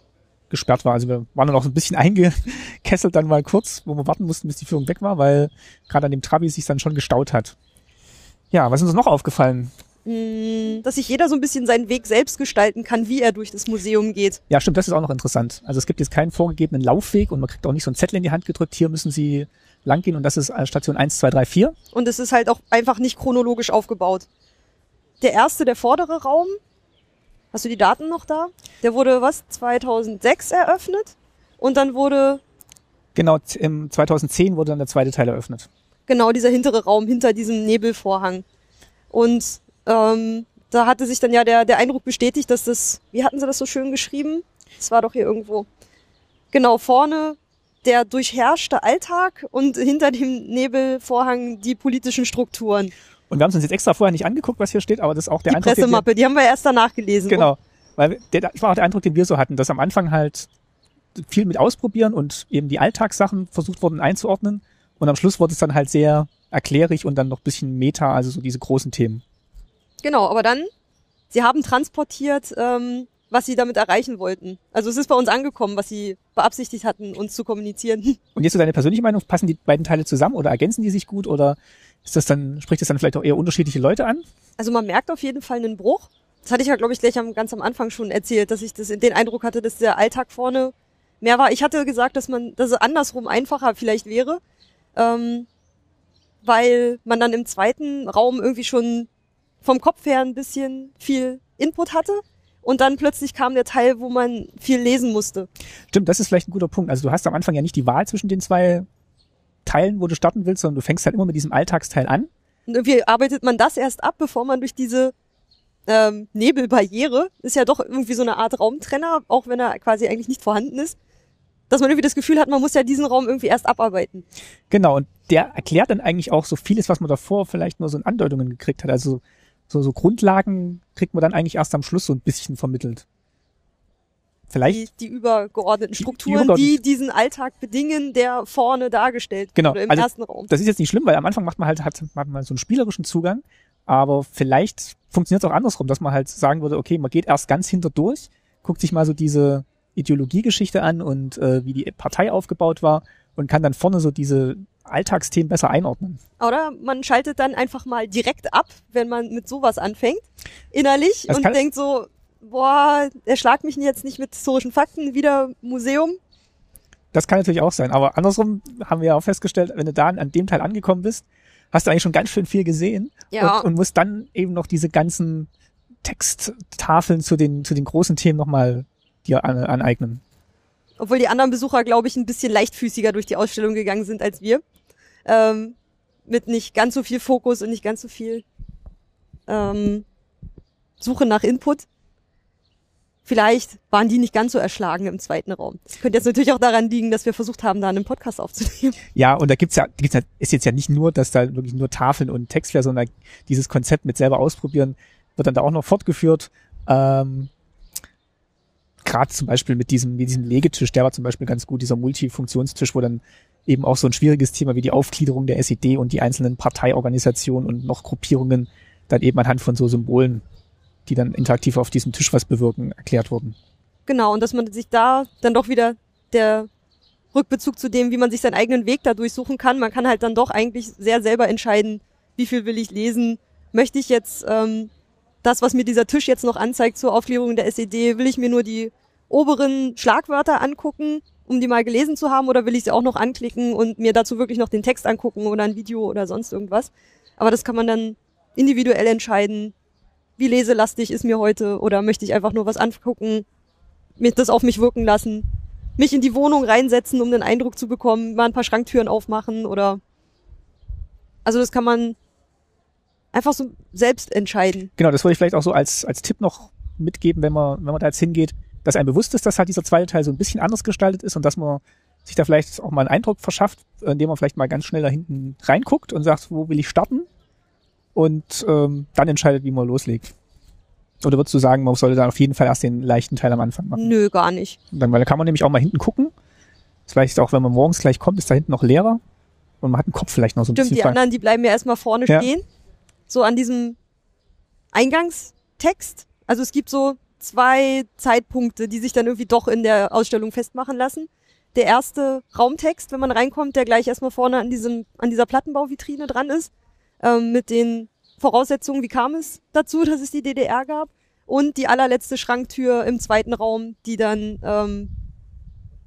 [SPEAKER 2] gesperrt war. Also wir waren dann auch so ein bisschen eingekesselt dann mal kurz, wo wir warten mussten, bis die Führung weg war, weil gerade an dem Trabi sich dann schon gestaut hat. Ja, was ist uns noch aufgefallen?
[SPEAKER 1] Dass sich jeder so ein bisschen seinen Weg selbst gestalten kann, wie er durch das Museum geht.
[SPEAKER 2] Ja, stimmt, das ist auch noch interessant. Also es gibt jetzt keinen vorgegebenen Laufweg und man kriegt auch nicht so einen Zettel in die Hand gedrückt, hier müssen Sie lang gehen und das ist äh, Station 1, 2, 3, 4.
[SPEAKER 1] Und es ist halt auch einfach nicht chronologisch aufgebaut. Der erste, der vordere Raum, hast du die Daten noch da? Der wurde, was, 2006 eröffnet? Und dann wurde
[SPEAKER 2] Genau, z- im 2010 wurde dann der zweite Teil eröffnet.
[SPEAKER 1] genau dieser hintere Raum hinter diesem Nebelvorhang. Und ähm, da hatte sich dann ja der, der Eindruck bestätigt, dass das, wie hatten sie das so schön geschrieben? Es war doch hier irgendwo. Genau, vorne der durchherrschte Alltag und hinter dem Nebelvorhang die politischen Strukturen.
[SPEAKER 2] Und wir haben es uns jetzt extra vorher nicht angeguckt, was hier steht, aber das ist auch der
[SPEAKER 1] Die
[SPEAKER 2] Eindruck, den wir-
[SPEAKER 1] Pressemappe, die haben wir erst danach gelesen.
[SPEAKER 2] Genau. Weil der, das war auch der Eindruck, den wir so hatten, dass am Anfang halt viel mit ausprobieren und eben die Alltagssachen versucht wurden einzuordnen. Und am Schluss wurde es dann halt sehr erklärig und dann noch ein bisschen Meta, also so diese großen Themen.
[SPEAKER 1] Genau, aber dann, sie haben transportiert, ähm, was sie damit erreichen wollten. Also es ist bei uns angekommen, was sie beabsichtigt hatten, uns zu kommunizieren.
[SPEAKER 2] Und jetzt so deine persönliche Meinung, passen die beiden Teile zusammen oder ergänzen die sich gut oder ist das dann, spricht das dann vielleicht auch eher unterschiedliche Leute an?
[SPEAKER 1] Also man merkt auf jeden Fall einen Bruch. Das hatte ich ja, glaube ich, gleich am, ganz am Anfang schon erzählt, dass ich das, den Eindruck hatte, dass der Alltag vorne mehr war. Ich hatte gesagt, dass man, dass es andersrum einfacher vielleicht wäre, ähm, weil man dann im zweiten Raum irgendwie schon vom Kopf her ein bisschen viel Input hatte. Und dann plötzlich kam der Teil, wo man viel lesen musste.
[SPEAKER 2] Stimmt, das ist vielleicht ein guter Punkt. Also du hast am Anfang ja nicht die Wahl zwischen den zwei Teilen, wo du starten willst, sondern du fängst halt immer mit diesem Alltagsteil an.
[SPEAKER 1] Und irgendwie arbeitet man das erst ab, bevor man durch diese ähm, Nebelbarriere, ist ja doch irgendwie so eine Art Raumtrenner, auch wenn er quasi eigentlich nicht vorhanden ist, dass man irgendwie das Gefühl hat, man muss ja diesen Raum irgendwie erst abarbeiten.
[SPEAKER 2] Genau, und der erklärt dann eigentlich auch so vieles, was man davor vielleicht nur so in Andeutungen gekriegt hat. Also so, so Grundlagen kriegt man dann eigentlich erst am Schluss so ein bisschen vermittelt. Vielleicht,
[SPEAKER 1] Die, die übergeordneten
[SPEAKER 2] Die- die
[SPEAKER 1] Strukturen, die,
[SPEAKER 2] übergeordneten-
[SPEAKER 1] diesen Alltag bedingen, der vorne dargestellt
[SPEAKER 2] Genau,
[SPEAKER 1] wurde im
[SPEAKER 2] also-
[SPEAKER 1] ersten Raum.
[SPEAKER 2] das ist jetzt nicht schlimm, weil am Anfang macht man halt hat man mal so einen spielerischen Zugang, aber vielleicht funktioniert es auch andersrum, dass man halt sagen würde, okay, man geht erst ganz hinterdurch, guckt sich mal so diese Ideologiegeschichte an und äh, wie die Partei aufgebaut war und kann dann vorne so diese Alltagsthemen besser einordnen.
[SPEAKER 1] Oder man schaltet dann einfach mal direkt ab, wenn man mit sowas anfängt, innerlich
[SPEAKER 2] Das
[SPEAKER 1] und
[SPEAKER 2] kann-
[SPEAKER 1] denkt so, boah, erschlag mich jetzt nicht mit historischen Fakten, wieder Museum,
[SPEAKER 2] Das kann natürlich auch sein. Aber andersrum haben wir ja auch festgestellt, wenn du da an dem Teil angekommen bist, hast du eigentlich schon ganz schön viel gesehen
[SPEAKER 1] Ja.
[SPEAKER 2] und, und musst dann eben noch diese ganzen Texttafeln zu den, zu den großen Themen nochmal dir an, aneignen.
[SPEAKER 1] obwohl die anderen Besucher, glaube ich, ein bisschen leichtfüßiger durch die Ausstellung gegangen sind als wir. Ähm, mit nicht ganz so viel Fokus und nicht ganz so viel ähm, Suche nach Input. Vielleicht waren die nicht ganz so erschlagen im zweiten Raum. Das könnte jetzt natürlich auch daran liegen, dass wir versucht haben, da einen Podcast aufzunehmen.
[SPEAKER 2] Ja, und da gibt's ja, gibt's ja, ist jetzt ja nicht nur, dass da wirklich nur Tafeln und Text wäre, sondern dieses Konzept mit selber ausprobieren wird dann da auch noch fortgeführt. Ähm, Gerade zum Beispiel mit diesem, mit diesem Legetisch, der war zum Beispiel ganz gut, dieser Multifunktionstisch, wo dann eben auch so ein schwieriges Thema wie die Aufgliederung der SED und die einzelnen Parteiorganisationen und noch Gruppierungen dann eben anhand von so Symbolen, die dann interaktiv auf diesem Tisch was bewirken, erklärt wurden.
[SPEAKER 1] Genau, und dass man sich da dann doch wieder der Rückbezug zu dem, wie man sich seinen eigenen Weg dadurch suchen kann. Man kann halt dann doch eigentlich sehr selber entscheiden, wie viel will ich lesen. Möchte ich jetzt ähm, das, was mir dieser Tisch jetzt noch anzeigt zur Aufklärung der SED, will ich mir nur die oberen Schlagwörter angucken, um die mal gelesen zu haben, oder will ich sie auch noch anklicken und mir dazu wirklich noch den Text angucken oder ein Video oder sonst irgendwas. Aber das kann man dann individuell entscheiden, wie leselastig ist mir heute oder möchte ich einfach nur was angucken, mir das auf mich wirken lassen, mich in die Wohnung reinsetzen, um den Eindruck zu bekommen, mal ein paar Schranktüren aufmachen oder also das kann man einfach so selbst entscheiden.
[SPEAKER 2] Genau, das würde ich vielleicht auch so als, als Tipp noch mitgeben, wenn man, wenn man da jetzt hingeht. dass einem bewusst ist, dass halt dieser zweite Teil so ein bisschen anders gestaltet ist und dass man sich da vielleicht auch mal einen Eindruck verschafft, indem man vielleicht mal ganz schnell da hinten reinguckt und sagt, wo will ich starten? Und ähm, dann entscheidet, wie man loslegt. Oder würdest du sagen, man sollte da auf jeden Fall erst den leichten Teil am Anfang machen?
[SPEAKER 1] Nö, gar nicht.
[SPEAKER 2] Dann, weil da kann man nämlich auch mal hinten gucken. Vielleicht auch, wenn man morgens gleich kommt, ist da hinten noch leerer und man hat den Kopf vielleicht noch so ein
[SPEAKER 1] Stimmt, die
[SPEAKER 2] bisschen frei.
[SPEAKER 1] anderen, die bleiben ja erstmal vorne
[SPEAKER 2] Ja.
[SPEAKER 1] stehen. So an diesem Eingangstext. Also es gibt so zwei Zeitpunkte, die sich dann irgendwie doch in der Ausstellung festmachen lassen. Der erste Raumtext, wenn man reinkommt, der gleich erstmal vorne an diesem, an dieser Plattenbauvitrine dran ist, ähm, mit den Voraussetzungen, wie kam es dazu, dass es die DDR gab. Und die allerletzte Schranktür im zweiten Raum, die dann ähm,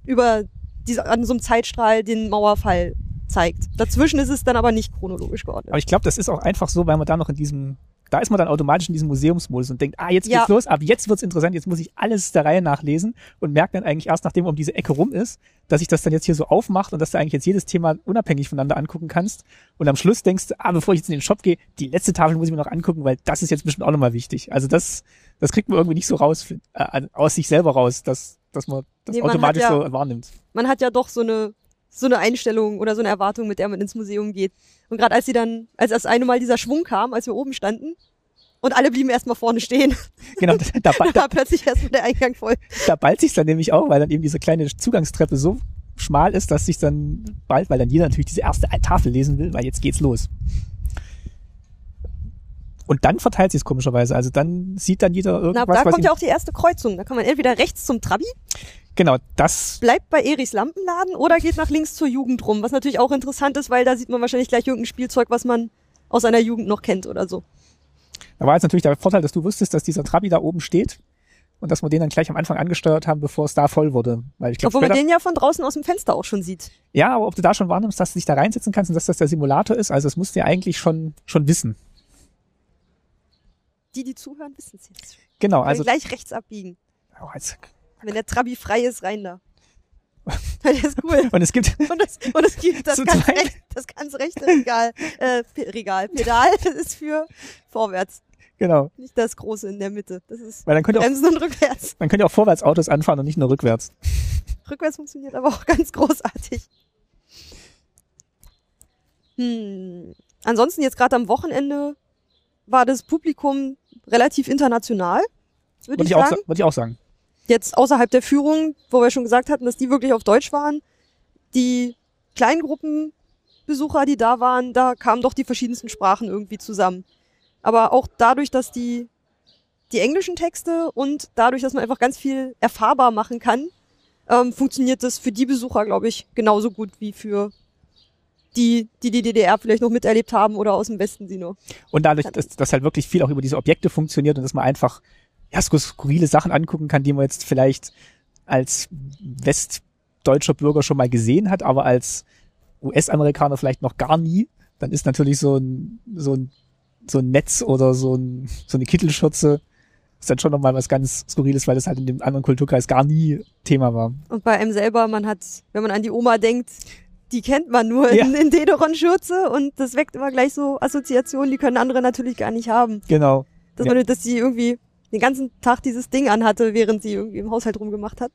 [SPEAKER 1] über diese, an so einem Zeitstrahl den Mauerfall zeigt. Dazwischen ist es dann aber nicht chronologisch geordnet.
[SPEAKER 2] Aber ich glaube, das ist auch einfach so, weil man da noch in diesem, da ist man dann automatisch in diesem Museumsmodus und denkt, ah, jetzt
[SPEAKER 1] Ja.
[SPEAKER 2] geht's los, ab jetzt wird's interessant, jetzt muss ich alles der Reihe nachlesen und merkt dann eigentlich erst, nachdem man um diese Ecke rum ist, dass sich das dann jetzt hier so aufmacht und dass du eigentlich jetzt jedes Thema unabhängig voneinander angucken kannst. Und am Schluss denkst du, ah, bevor ich jetzt in den Shop gehe, die letzte Tafel muss ich mir noch angucken, weil das ist jetzt bestimmt auch nochmal wichtig. Also das, das kriegt man irgendwie nicht so raus, find- äh, aus sich selber raus, dass, dass man das
[SPEAKER 1] Nee, man hat
[SPEAKER 2] automatisch
[SPEAKER 1] ja-
[SPEAKER 2] so wahrnimmt.
[SPEAKER 1] Man hat ja doch so eine, so eine Einstellung oder so eine Erwartung, mit der man ins Museum geht. Und gerade als sie dann, als das eine Mal dieser Schwung kam, als wir oben standen, und alle blieben erstmal vorne stehen,
[SPEAKER 2] Genau, da, da,
[SPEAKER 1] da war plötzlich erstmal der Eingang voll.
[SPEAKER 2] da ballt sich's dann nämlich auch, weil dann eben diese kleine Zugangstreppe so schmal ist, dass sich dann bald, weil dann jeder natürlich diese erste Tafel lesen will, weil jetzt geht's los. Und dann verteilt sich's komischerweise. Also dann sieht dann jeder
[SPEAKER 1] Na,
[SPEAKER 2] irgendwas,
[SPEAKER 1] ab da
[SPEAKER 2] was
[SPEAKER 1] kommt
[SPEAKER 2] ihm,
[SPEAKER 1] ja auch die erste Kreuzung. Da kann man entweder rechts zum Trabi,
[SPEAKER 2] genau das.
[SPEAKER 1] bleibt bei Erichs Lampenladen oder geht nach links zur Jugend rum, was natürlich auch interessant ist, weil da sieht man wahrscheinlich gleich irgendein Spielzeug, was man aus seiner Jugend noch kennt oder so.
[SPEAKER 2] Da war jetzt natürlich der Vorteil, dass du wusstest, dass dieser Trabi da oben steht und dass wir den dann gleich am Anfang angesteuert haben, bevor es da voll wurde. Weil ich glaube,
[SPEAKER 1] Obwohl man den ja von draußen aus dem Fenster auch schon sieht.
[SPEAKER 2] ja, aber ob du da schon wahrnimmst, dass du dich da reinsetzen kannst und dass das der Simulator ist, also das musst du ja eigentlich schon schon wissen.
[SPEAKER 1] Die, die zuhören, wissen es jetzt.
[SPEAKER 2] Genau,
[SPEAKER 1] Also
[SPEAKER 2] also
[SPEAKER 1] gleich rechts abbiegen.
[SPEAKER 2] oh, jetzt,
[SPEAKER 1] Wenn der Trabi frei ist, rein da. Weil der ist cool.
[SPEAKER 2] und es gibt
[SPEAKER 1] Und es, und es gibt das
[SPEAKER 2] Zu
[SPEAKER 1] ganz,
[SPEAKER 2] zweit.
[SPEAKER 1] recht, das ganz rechte Regal, äh, P- Regal, Pedal, das ist für vorwärts.
[SPEAKER 2] genau,
[SPEAKER 1] Nicht das große in der Mitte. Das ist
[SPEAKER 2] weil dann könnte auch
[SPEAKER 1] Bremsen und rückwärts.
[SPEAKER 2] Man könnte ja auch vorwärts Autos anfahren und nicht nur rückwärts.
[SPEAKER 1] Rückwärts funktioniert aber auch ganz großartig. Hm. Ansonsten jetzt gerade am Wochenende war das Publikum relativ international, würde
[SPEAKER 2] Würde
[SPEAKER 1] ich,
[SPEAKER 2] ich, auch,
[SPEAKER 1] sagen.
[SPEAKER 2] sa- würde ich auch sagen.
[SPEAKER 1] jetzt außerhalb der Führung, wo wir schon gesagt hatten, dass die wirklich auf Deutsch waren, die Kleingruppenbesucher, die da waren, da kamen doch die verschiedensten Sprachen irgendwie zusammen. Aber auch dadurch, dass die, die englischen Texte und dadurch, dass man einfach ganz viel erfahrbar machen kann, ähm, funktioniert das für die Besucher, glaube ich, genauso gut wie für die, die die DDR vielleicht noch miterlebt haben oder aus dem Westen sie nur.
[SPEAKER 2] Und dadurch, dass, dass halt wirklich viel auch über diese Objekte funktioniert und dass man einfach ja, skur- skurrile Sachen angucken kann, die man jetzt vielleicht als westdeutscher Bürger schon mal gesehen hat, aber als US-Amerikaner vielleicht noch gar nie, dann ist natürlich so ein, so ein, so ein Netz oder so, ein, so eine Kittelschürze ist dann schon nochmal was ganz Skurriles, weil das halt in dem anderen Kulturkreis gar nie Thema war.
[SPEAKER 1] Und bei einem selber, man hat, wenn man an die Oma denkt, die kennt man nur
[SPEAKER 2] Ja.
[SPEAKER 1] in, in Dederon-Schürze und das weckt immer gleich so Assoziationen, die können andere natürlich gar nicht haben.
[SPEAKER 2] Genau.
[SPEAKER 1] Dass
[SPEAKER 2] Ja.
[SPEAKER 1] man, dass sie irgendwie den ganzen Tag dieses Ding anhatte, während sie irgendwie im Haushalt rumgemacht hat.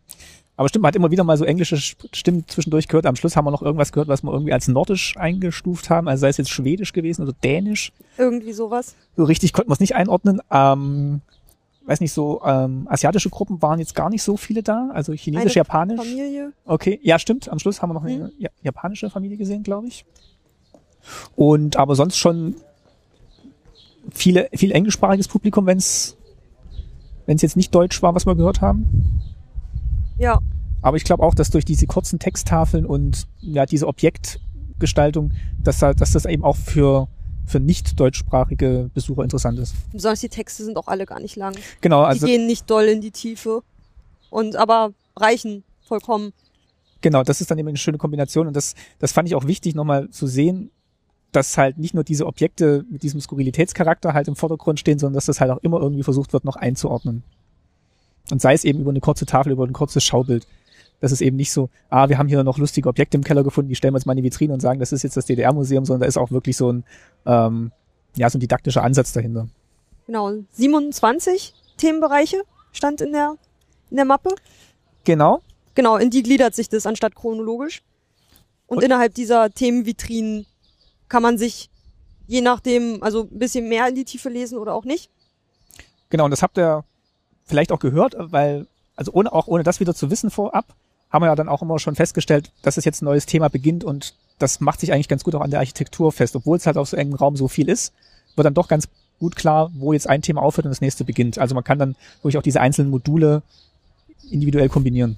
[SPEAKER 2] Aber stimmt, man hat immer wieder mal so englische Sp- Stimmen zwischendurch gehört. Am Schluss haben wir noch irgendwas gehört, was wir irgendwie als nordisch eingestuft haben. Also sei es jetzt schwedisch gewesen oder dänisch.
[SPEAKER 1] Irgendwie sowas.
[SPEAKER 2] So richtig konnten wir es nicht einordnen. Ähm, weiß nicht, so ähm, asiatische Gruppen waren jetzt gar nicht so viele da. Also chinesisch,
[SPEAKER 1] Eine
[SPEAKER 2] japanisch.
[SPEAKER 1] Familie. Hm.
[SPEAKER 2] Okay, ja stimmt. Am Schluss haben wir noch eine ja- japanische Familie gesehen, glaube ich. Und aber sonst schon viele, viel englischsprachiges Publikum, wenn es jetzt nicht deutsch war, was wir gehört haben.
[SPEAKER 1] Ja.
[SPEAKER 2] Aber ich glaube auch, dass durch diese kurzen Texttafeln und ja, diese Objektgestaltung, dass, da, dass das eben auch für, für nicht deutschsprachige Besucher interessant ist.
[SPEAKER 1] Besonders die Texte sind auch alle gar nicht lang.
[SPEAKER 2] Genau,
[SPEAKER 1] Die
[SPEAKER 2] also
[SPEAKER 1] gehen nicht doll in die Tiefe. Und aber reichen vollkommen.
[SPEAKER 2] genau, das ist dann eben eine schöne Kombination und das, das fand ich auch wichtig, nochmal zu sehen, dass halt nicht nur diese Objekte mit diesem Skurrilitätscharakter halt im Vordergrund stehen, sondern dass das halt auch immer irgendwie versucht wird, noch einzuordnen. Und sei es eben über eine kurze Tafel, über ein kurzes Schaubild. Das ist eben nicht so, ah, wir haben hier noch lustige Objekte im Keller gefunden, die stellen wir jetzt mal in die Vitrine und sagen, das ist jetzt das DDR-Museum, sondern da ist auch wirklich so ein, ähm, ja, so ein didaktischer Ansatz dahinter.
[SPEAKER 1] Genau. 27 Themenbereiche stand in der in der Mappe.
[SPEAKER 2] Genau.
[SPEAKER 1] Genau, in die gliedert sich das anstatt chronologisch. Und,
[SPEAKER 2] Und-
[SPEAKER 1] innerhalb dieser Themenvitrinen kann man sich je nachdem, also ein bisschen mehr in die Tiefe lesen oder auch nicht.
[SPEAKER 2] Genau, und das habt ihr vielleicht auch gehört, weil, also ohne, auch ohne das wieder zu wissen vorab, haben wir ja dann auch immer schon festgestellt, dass es jetzt ein neues Thema beginnt und das macht sich eigentlich ganz gut auch an der Architektur fest, obwohl es halt auf so engem Raum so viel ist, wird dann doch ganz gut klar, wo jetzt ein Thema aufhört und das nächste beginnt. Also man kann dann wirklich auch diese einzelnen Module individuell kombinieren.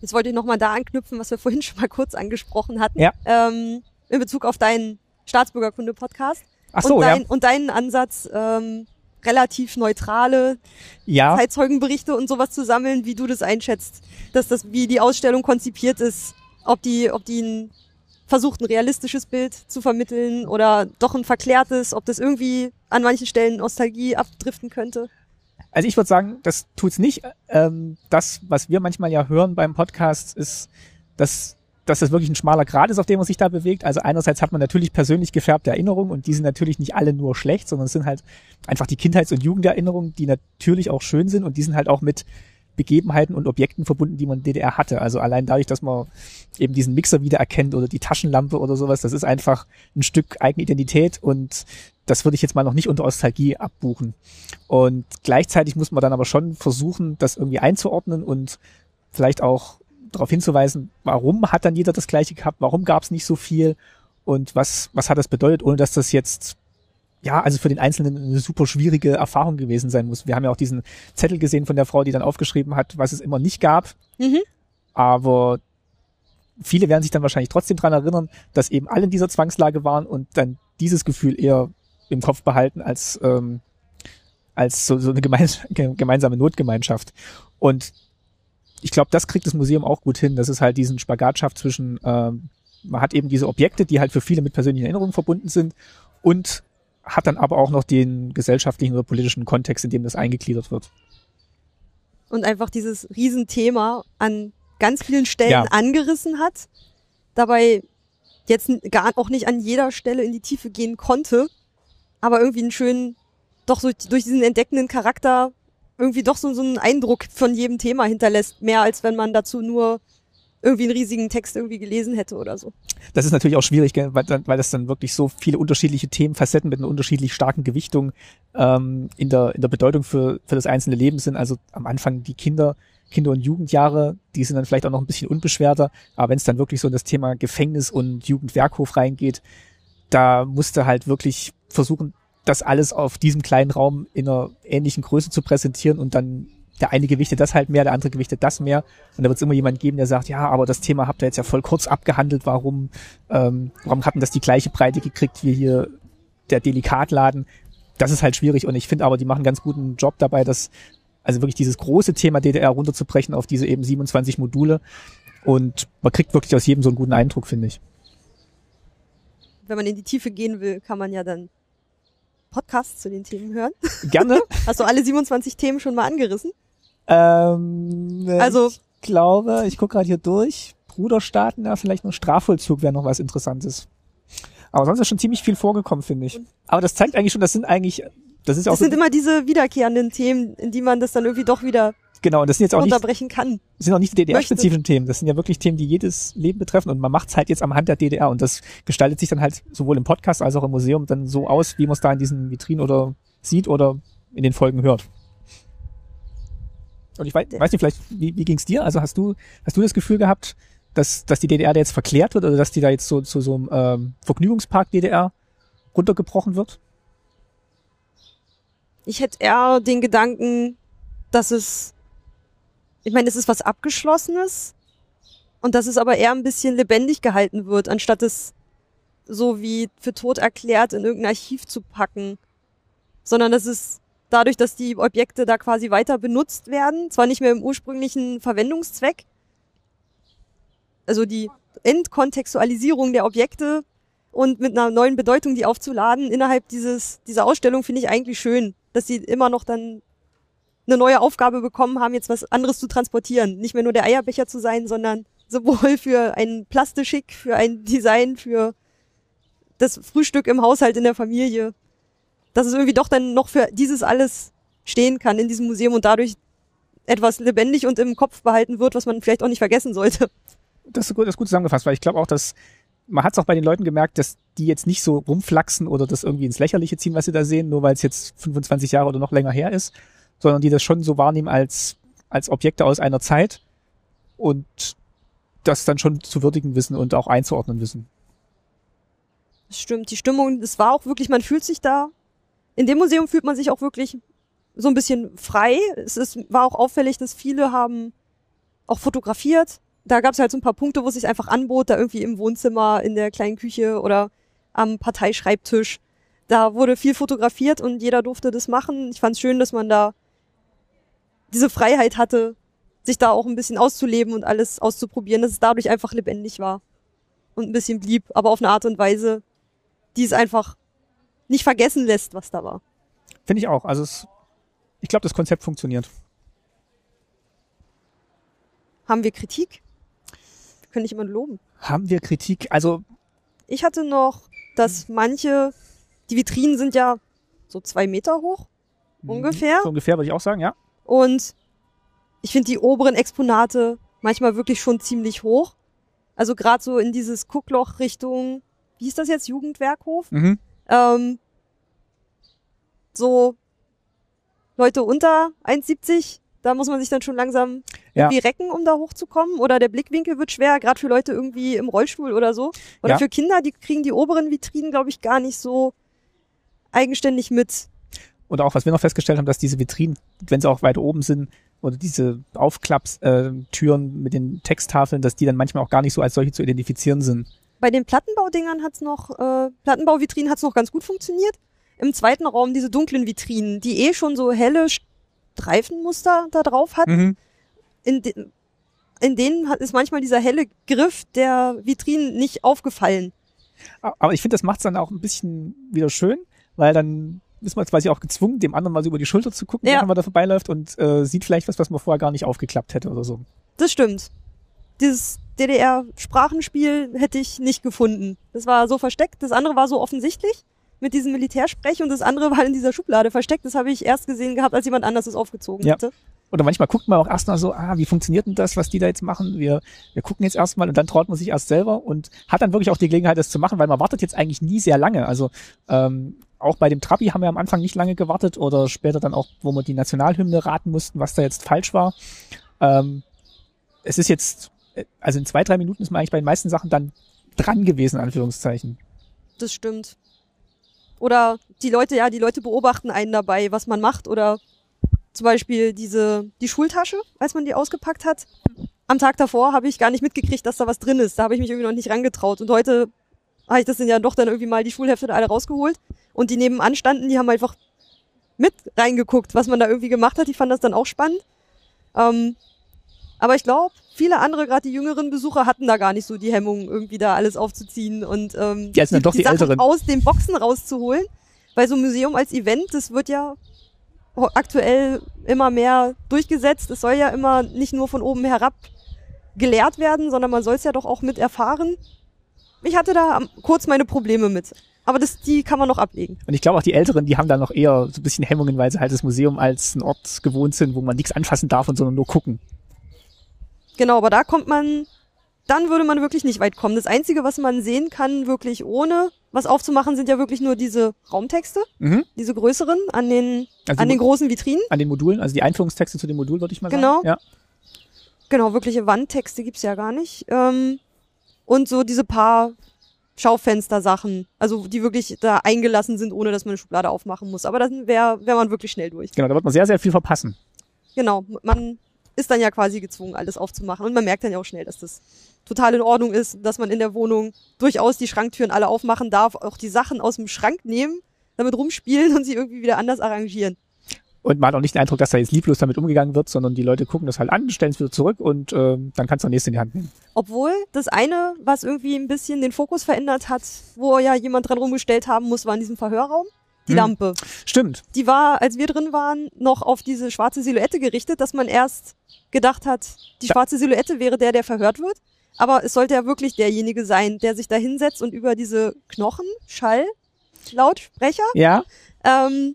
[SPEAKER 1] Jetzt wollte ich nochmal da anknüpfen, was wir vorhin schon mal kurz angesprochen hatten.
[SPEAKER 2] Ja.
[SPEAKER 1] Ähm, in Bezug auf deinen Staatsbürgerkunde-Podcast.
[SPEAKER 2] Ach so,
[SPEAKER 1] und,
[SPEAKER 2] ja.
[SPEAKER 1] dein, und deinen Ansatz, ähm, relativ neutrale
[SPEAKER 2] Ja,
[SPEAKER 1] Zeitzeugenberichte und sowas zu sammeln, wie du das einschätzt, dass das, wie die Ausstellung konzipiert ist, ob die, ob die ein, versucht, ein realistisches Bild zu vermitteln oder doch ein verklärtes, ob das irgendwie an manchen Stellen Nostalgie abdriften könnte.
[SPEAKER 2] Also ich würde sagen, das tut's nicht. Ähm, das, was wir manchmal ja hören beim Podcast, ist, dass, dass das wirklich ein schmaler Grat ist, auf dem man sich da bewegt. Also einerseits hat man natürlich persönlich gefärbte Erinnerungen und die sind natürlich nicht alle nur schlecht, sondern es sind halt einfach die Kindheits- und Jugenderinnerungen, die natürlich auch schön sind und die sind halt auch mit Begebenheiten und Objekten verbunden, die man in DDR hatte. Also allein dadurch, dass man eben diesen Mixer wiedererkennt oder die Taschenlampe oder sowas, das ist einfach ein Stück eigene Identität und das würde ich jetzt mal noch nicht unter Nostalgie abbuchen. Und gleichzeitig muss man dann aber schon versuchen, das irgendwie einzuordnen und vielleicht auch darauf hinzuweisen, warum hat dann jeder das Gleiche gehabt, warum gab es nicht so viel und was, was hat das bedeutet, ohne dass das jetzt, ja, also für den Einzelnen eine super schwierige Erfahrung gewesen sein muss. Wir haben ja auch diesen Zettel gesehen von der Frau, die dann aufgeschrieben hat, was es immer nicht gab.
[SPEAKER 1] Mhm.
[SPEAKER 2] Aber viele werden sich dann wahrscheinlich trotzdem dran erinnern, dass eben alle in dieser Zwangslage waren und dann dieses Gefühl eher im Kopf behalten als ähm, als so, so eine gemeins ge- gemeinsame Notgemeinschaft. Und ich glaube, das kriegt das Museum auch gut hin, dass es halt diesen Spagat schafft zwischen, ähm, man hat eben diese Objekte, die halt für viele mit persönlichen Erinnerungen verbunden sind und hat dann aber auch noch den gesellschaftlichen oder politischen Kontext, in dem das eingegliedert wird.
[SPEAKER 1] und einfach dieses Riesenthema an ganz vielen Stellen
[SPEAKER 2] Ja.
[SPEAKER 1] angerissen hat, dabei jetzt n- gar auch nicht an jeder Stelle in die Tiefe gehen konnte, aber irgendwie einen schönen, doch so, durch diesen entdeckenden Charakter irgendwie doch so, so einen Eindruck von jedem Thema hinterlässt, mehr als wenn man dazu nur irgendwie einen riesigen Text irgendwie gelesen hätte oder so.
[SPEAKER 2] Das ist natürlich auch schwierig, gell, weil, dann- weil das dann wirklich so viele unterschiedliche Themenfacetten mit einer unterschiedlich starken Gewichtung ähm, in, der, in der Bedeutung für, für das einzelne Leben sind. Also am Anfang die Kinder, Kinder- und Jugendjahre, die sind dann vielleicht auch noch ein bisschen unbeschwerter. Aber wenn es dann wirklich so in das Thema Gefängnis und Jugendwerkhof reingeht, da musste halt wirklich versuchen, das alles auf diesem kleinen Raum in einer ähnlichen Größe zu präsentieren und dann der eine gewichtet das halt mehr, der andere gewichtet das mehr. Und da wird es immer jemand geben, der sagt, ja, aber das Thema habt ihr jetzt ja voll kurz abgehandelt, warum, ähm, warum hat denn das die gleiche Breite gekriegt wie hier der Delikatladen? Das ist halt schwierig und ich finde aber, die machen ganz guten Job dabei, dass also wirklich dieses große Thema DDR runterzubrechen auf diese eben 27 Module und man kriegt wirklich aus jedem so einen guten Eindruck, finde ich.
[SPEAKER 1] Wenn man in die Tiefe gehen will, kann man ja dann Podcasts zu den Themen hören.
[SPEAKER 2] Gerne.
[SPEAKER 1] Hast du alle 27 Themen schon mal angerissen?
[SPEAKER 2] ähm,
[SPEAKER 1] Also
[SPEAKER 2] ich glaube, ich gucke gerade hier durch. Bruderstaaten, ja, vielleicht noch Strafvollzug wäre noch was Interessantes. Aber sonst ist schon ziemlich viel vorgekommen, finde ich. Aber das zeigt eigentlich schon, das sind eigentlich, das ist ja auch
[SPEAKER 1] Das
[SPEAKER 2] so,
[SPEAKER 1] sind immer diese wiederkehrenden Themen, in die man das dann irgendwie doch wieder
[SPEAKER 2] genau, und das sind jetzt auch nicht,
[SPEAKER 1] unterbrechen kann.
[SPEAKER 2] das sind auch nicht die DDR-spezifischen Themen. Das sind ja wirklich Themen, die jedes Leben betreffen und man macht es halt jetzt am Hand der DDR und das gestaltet sich dann halt sowohl im Podcast als auch im Museum dann so aus, wie man es da in diesen Vitrinen oder sieht oder in den Folgen hört. Und ich weiß, weiß nicht, vielleicht, wie, wie ging's dir? Also hast du, hast du das Gefühl gehabt, dass, dass die DDR da jetzt verklärt wird oder dass die da jetzt so zu so einem ähm, Vergnügungspark DDR runtergebrochen wird?
[SPEAKER 1] Ich hätte eher den Gedanken, dass es, ich meine, es ist was Abgeschlossenes und dass es aber eher ein bisschen lebendig gehalten wird, anstatt es so wie für tot erklärt in irgendein Archiv zu packen, sondern dass es dadurch, dass die Objekte da quasi weiter benutzt werden, zwar nicht mehr im ursprünglichen Verwendungszweck, also die Entkontextualisierung der Objekte und mit einer neuen Bedeutung die aufzuladen innerhalb dieses dieser Ausstellung finde ich eigentlich schön, dass sie immer noch dann eine neue Aufgabe bekommen haben, jetzt was anderes zu transportieren, nicht mehr nur der Eierbecher zu sein, sondern sowohl für ein Plastischick, für ein Design, für das Frühstück im Haushalt in der Familie, dass es irgendwie doch dann noch für dieses alles stehen kann in diesem Museum und dadurch etwas lebendig und im Kopf behalten wird, was man vielleicht auch nicht vergessen sollte.
[SPEAKER 2] Das ist gut, das ist gut zusammengefasst, weil ich glaube auch, dass man hat es auch bei den Leuten gemerkt, dass die jetzt nicht so rumflaxen oder das irgendwie ins Lächerliche ziehen, was sie da sehen, nur weil es jetzt 25 Jahre oder noch länger her ist, sondern die das schon so wahrnehmen als, als Objekte aus einer Zeit und das dann schon zu würdigen wissen und auch einzuordnen wissen.
[SPEAKER 1] Das stimmt, die Stimmung, es war auch wirklich, man fühlt sich da, in dem Museum fühlt man sich auch wirklich so ein bisschen frei. Es ist, war auch auffällig, dass viele haben auch fotografiert. Da gab es halt so ein paar Punkte, wo es sich einfach anbot, da irgendwie im Wohnzimmer, in der kleinen Küche oder am Parteischreibtisch. Da wurde viel fotografiert und jeder durfte das machen. Ich fand es schön, dass man da diese Freiheit hatte, sich da auch ein bisschen auszuleben und alles auszuprobieren, dass es dadurch einfach lebendig war und ein bisschen blieb, aber auf eine Art und Weise, die es einfach nicht vergessen lässt, was da war.
[SPEAKER 2] Finde ich auch. Also es, ich glaube, das Konzept funktioniert.
[SPEAKER 1] Haben wir Kritik? Wir können nicht jemanden loben.
[SPEAKER 2] Haben wir Kritik? Also
[SPEAKER 1] Ich hatte noch, dass manche, die Vitrinen sind ja so zwei Meter hoch ungefähr
[SPEAKER 2] Mhm. so ungefähr würde ich auch sagen, ja.
[SPEAKER 1] und ich finde die oberen Exponate manchmal wirklich schon ziemlich hoch. Also gerade so in dieses Guckloch Richtung, wie hieß das jetzt, Jugendwerkhof?
[SPEAKER 2] Mhm.
[SPEAKER 1] ähm, so Leute unter 1,70, da muss man sich dann schon langsam
[SPEAKER 2] Ja.
[SPEAKER 1] irgendwie recken, um da hochzukommen. Oder der Blickwinkel wird schwer, gerade für Leute irgendwie im Rollstuhl oder so. Oder
[SPEAKER 2] Ja.
[SPEAKER 1] für Kinder, die kriegen die oberen Vitrinen, glaube ich, gar nicht so eigenständig mit.
[SPEAKER 2] Und auch, was wir noch festgestellt haben, dass diese Vitrinen, wenn sie auch weiter oben sind, oder diese Aufklapptüren äh, Türen mit den Texttafeln, dass die dann manchmal auch gar nicht so als solche zu identifizieren sind.
[SPEAKER 1] Bei den Plattenbaudingern hat's noch, äh, Plattenbauvitrinen hat's noch ganz gut funktioniert. Im zweiten Raum diese dunklen Vitrinen, die eh schon so helle Streifenmuster da drauf hatten. in, de in denen hat, ist manchmal dieser helle Griff der Vitrinen nicht aufgefallen.
[SPEAKER 2] A- Aber ich finde, das macht es dann auch ein bisschen wieder schön, weil dann ist man quasi auch gezwungen, dem anderen mal so über die Schulter zu gucken,
[SPEAKER 1] Ja.
[SPEAKER 2] wenn man da vorbeiläuft und äh, sieht vielleicht was, was man vorher gar nicht aufgeklappt hätte oder so.
[SPEAKER 1] Das stimmt. Dieses DDR-Sprachenspiel hätte ich nicht gefunden. Das war so versteckt, das andere war so offensichtlich mit diesem Militärsprech und das andere war in dieser Schublade versteckt. Das habe ich erst gesehen gehabt, als jemand anders es aufgezogen
[SPEAKER 2] Ja.
[SPEAKER 1] hatte.
[SPEAKER 2] Oder manchmal guckt man auch erst mal so, ah, wie funktioniert denn das, was die da jetzt machen? Wir, wir gucken jetzt erstmal und dann traut man sich erst selber und hat dann wirklich auch die Gelegenheit, das zu machen, weil man wartet jetzt eigentlich nie sehr lange. Also ähm, auch bei dem Trabi haben wir am Anfang nicht lange gewartet oder später dann auch, wo wir die Nationalhymne raten mussten, was da jetzt falsch war. Ähm, es ist jetzt, äh, also in zwei, drei Minuten ist man eigentlich bei den meisten Sachen dann dran gewesen, in Anführungszeichen.
[SPEAKER 1] Das stimmt. Oder die Leute, ja, die Leute beobachten einen dabei, was man macht. Oder zum Beispiel diese, die Schultasche, als man die ausgepackt hat. Am Tag davor habe ich gar nicht mitgekriegt, dass da was drin ist. Da habe ich mich irgendwie noch nicht rangetraut. Und heute habe ich Ah, das denn ja doch dann irgendwie mal die Schulhefte da alle rausgeholt. Und die nebenan standen, die haben einfach mit reingeguckt, was man da irgendwie gemacht hat. Die fanden das dann auch spannend. Ähm, aber ich glaube, viele andere, gerade die jüngeren Besucher, hatten da gar nicht so die Hemmung, irgendwie da alles aufzuziehen und ähm,
[SPEAKER 2] Ja, es sind dann doch die
[SPEAKER 1] Sachen
[SPEAKER 2] Älteren.
[SPEAKER 1] aus den Boxen rauszuholen. Weil so ein Museum als Event, das wird ja ho- aktuell immer mehr durchgesetzt. Es soll ja immer nicht nur von oben herab gelehrt werden, sondern man soll es ja doch auch mit erfahren. Ich hatte da am- kurz meine Probleme mit. Aber das, die kann man noch ablegen.
[SPEAKER 2] Und ich glaube auch die Älteren, die haben da noch eher so ein bisschen Hemmungen, weil sie halt das Museum als einen Ort gewohnt sind, wo man nichts anfassen darf und sondern nur gucken.
[SPEAKER 1] Genau, aber da kommt man, dann würde man wirklich nicht weit kommen. Das Einzige, was man sehen kann, wirklich ohne was aufzumachen, sind ja wirklich nur diese Raumtexte,
[SPEAKER 2] Mhm.
[SPEAKER 1] diese größeren an den,
[SPEAKER 2] Also
[SPEAKER 1] an
[SPEAKER 2] die
[SPEAKER 1] den
[SPEAKER 2] Mo-
[SPEAKER 1] großen Vitrinen.
[SPEAKER 2] an den Modulen, also die Einführungstexte zu dem Modul, würde ich mal
[SPEAKER 1] Genau.
[SPEAKER 2] sagen. Ja.
[SPEAKER 1] Genau, wirkliche Wandtexte gibt's ja gar nicht. Ähm, und so diese paar Schaufenstersachen, also die wirklich da eingelassen sind, ohne dass man eine Schublade aufmachen muss. Aber dann wäre wär man wirklich schnell durch.
[SPEAKER 2] Genau, da wird man sehr, sehr viel verpassen.
[SPEAKER 1] Genau, man ist dann ja quasi gezwungen, alles aufzumachen. Und man merkt dann ja auch schnell, dass das total in Ordnung ist, dass man in der Wohnung durchaus die Schranktüren alle aufmachen darf, auch die Sachen aus dem Schrank nehmen, damit rumspielen und sie irgendwie wieder anders arrangieren.
[SPEAKER 2] Und man hat auch nicht den Eindruck, dass da jetzt lieblos damit umgegangen wird, sondern die Leute gucken das halt an, stellen es wieder zurück und ähm, dann kannst du das nächste in die Hand nehmen.
[SPEAKER 1] Obwohl das eine, was irgendwie ein bisschen den Fokus verändert hat, wo ja jemand dran rumgestellt haben muss, war in diesem Verhörraum. Die
[SPEAKER 2] Hm.
[SPEAKER 1] Lampe.
[SPEAKER 2] Stimmt.
[SPEAKER 1] Die war, als wir drin waren, noch auf diese schwarze Silhouette gerichtet, dass man erst gedacht hat, die
[SPEAKER 2] Da-
[SPEAKER 1] schwarze Silhouette wäre der, der verhört wird. Aber es sollte ja wirklich derjenige sein, der sich da hinsetzt und über diese Knochen, Schall, Lautsprecher
[SPEAKER 2] Ja,
[SPEAKER 1] ähm,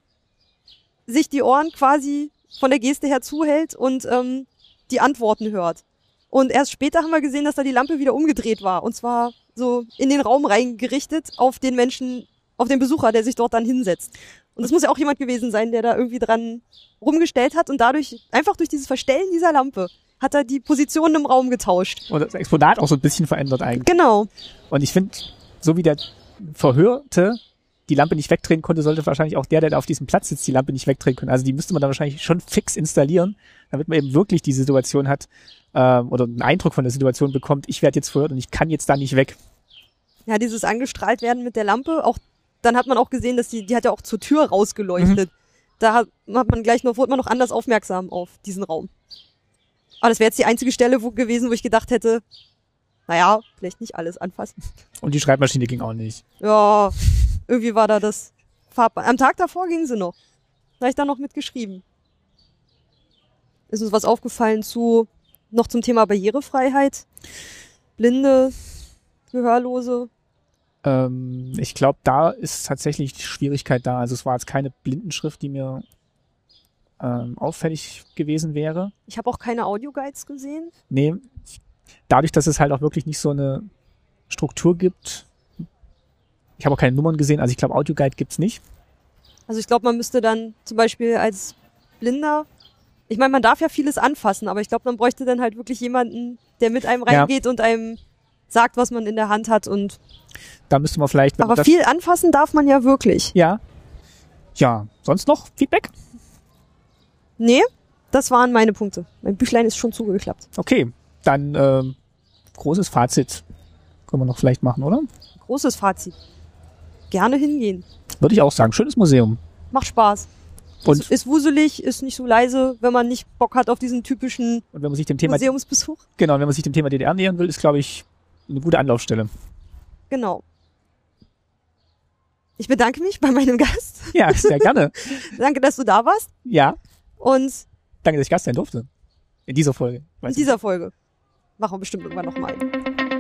[SPEAKER 1] sich die Ohren quasi von der Geste her zuhält und ähm, die Antworten hört. Und erst später haben wir gesehen, dass da die Lampe wieder umgedreht war. Und zwar so in den Raum reingerichtet auf den Menschen, auf den Besucher, der sich dort dann hinsetzt. Und das muss ja auch jemand gewesen sein, der da irgendwie dran rumgestellt hat und dadurch, einfach durch dieses Verstellen dieser Lampe, hat er die Positionen im Raum getauscht.
[SPEAKER 2] Und das Exponat auch so ein bisschen verändert eigentlich.
[SPEAKER 1] Genau.
[SPEAKER 2] Und ich finde, so wie der Verhörte die Lampe nicht wegdrehen konnte, sollte wahrscheinlich auch der, der da auf diesem Platz sitzt, die Lampe nicht wegdrehen können. Also die müsste man dann wahrscheinlich schon fix installieren, damit man eben wirklich die Situation hat ähm, oder einen Eindruck von der Situation bekommt, ich werde jetzt verhört und ich kann jetzt da nicht weg.
[SPEAKER 1] Ja, dieses angestrahlt werden mit der Lampe, auch dann hat man auch gesehen, dass die, die hat ja auch zur Tür rausgeleuchtet. Da hat, hat man gleich noch, wurde man noch anders aufmerksam auf diesen Raum. Aber das wäre jetzt die einzige Stelle wo, gewesen, wo ich gedacht hätte, naja, vielleicht nicht alles anfassen.
[SPEAKER 2] Und die Schreibmaschine ging auch nicht.
[SPEAKER 1] Ja, irgendwie war da das Farbband. Am Tag davor ging sie noch. Da hab ich da noch mitgeschrieben. Ist uns was aufgefallen zu, noch zum Thema Barrierefreiheit? Blinde, Gehörlose.
[SPEAKER 2] Ähm, ich glaube, da ist tatsächlich die Schwierigkeit da. Also es war jetzt keine Blindenschrift, die mir ähm, auffällig gewesen wäre.
[SPEAKER 1] Ich habe auch keine Audioguides gesehen.
[SPEAKER 2] Nee, ich- dadurch, dass es halt auch wirklich nicht so eine Struktur gibt. Ich habe auch keine Nummern gesehen, also ich glaube, Audioguide gibt's nicht.
[SPEAKER 1] Also ich glaube, man müsste dann zum Beispiel als Blinder, ich meine, man darf ja vieles anfassen, aber ich glaube, man bräuchte dann halt wirklich jemanden, der mit einem
[SPEAKER 2] Ja.
[SPEAKER 1] reingeht und einem sagt, was man in der Hand hat und
[SPEAKER 2] Da müsste man vielleicht. wenn man
[SPEAKER 1] aber
[SPEAKER 2] das-
[SPEAKER 1] viel anfassen darf man ja wirklich.
[SPEAKER 2] Ja. Ja, sonst noch Feedback?
[SPEAKER 1] Nee, das waren meine Punkte. Mein Büchlein ist schon zugeklappt.
[SPEAKER 2] Okay, dann ähm, großes Fazit können wir noch vielleicht machen, oder?
[SPEAKER 1] Großes Fazit. Gerne hingehen.
[SPEAKER 2] Würde ich auch sagen, schönes Museum.
[SPEAKER 1] Macht Spaß.
[SPEAKER 2] Und,
[SPEAKER 1] Ist, ist wuselig, ist nicht so leise, wenn man nicht Bock hat auf diesen typischen
[SPEAKER 2] und wenn man sich dem Thema
[SPEAKER 1] Museumsbesuch.
[SPEAKER 2] genau, wenn man sich dem Thema DDR nähern will, ist glaube ich eine gute Anlaufstelle.
[SPEAKER 1] Genau. Ich bedanke mich bei meinem Gast.
[SPEAKER 2] Ja, sehr gerne.
[SPEAKER 1] Danke, dass du da warst.
[SPEAKER 2] Ja,
[SPEAKER 1] Und
[SPEAKER 2] danke, dass ich Gast sein durfte in dieser Folge.
[SPEAKER 1] in
[SPEAKER 2] Weiß
[SPEAKER 1] dieser Folge machen wir bestimmt irgendwann nochmal.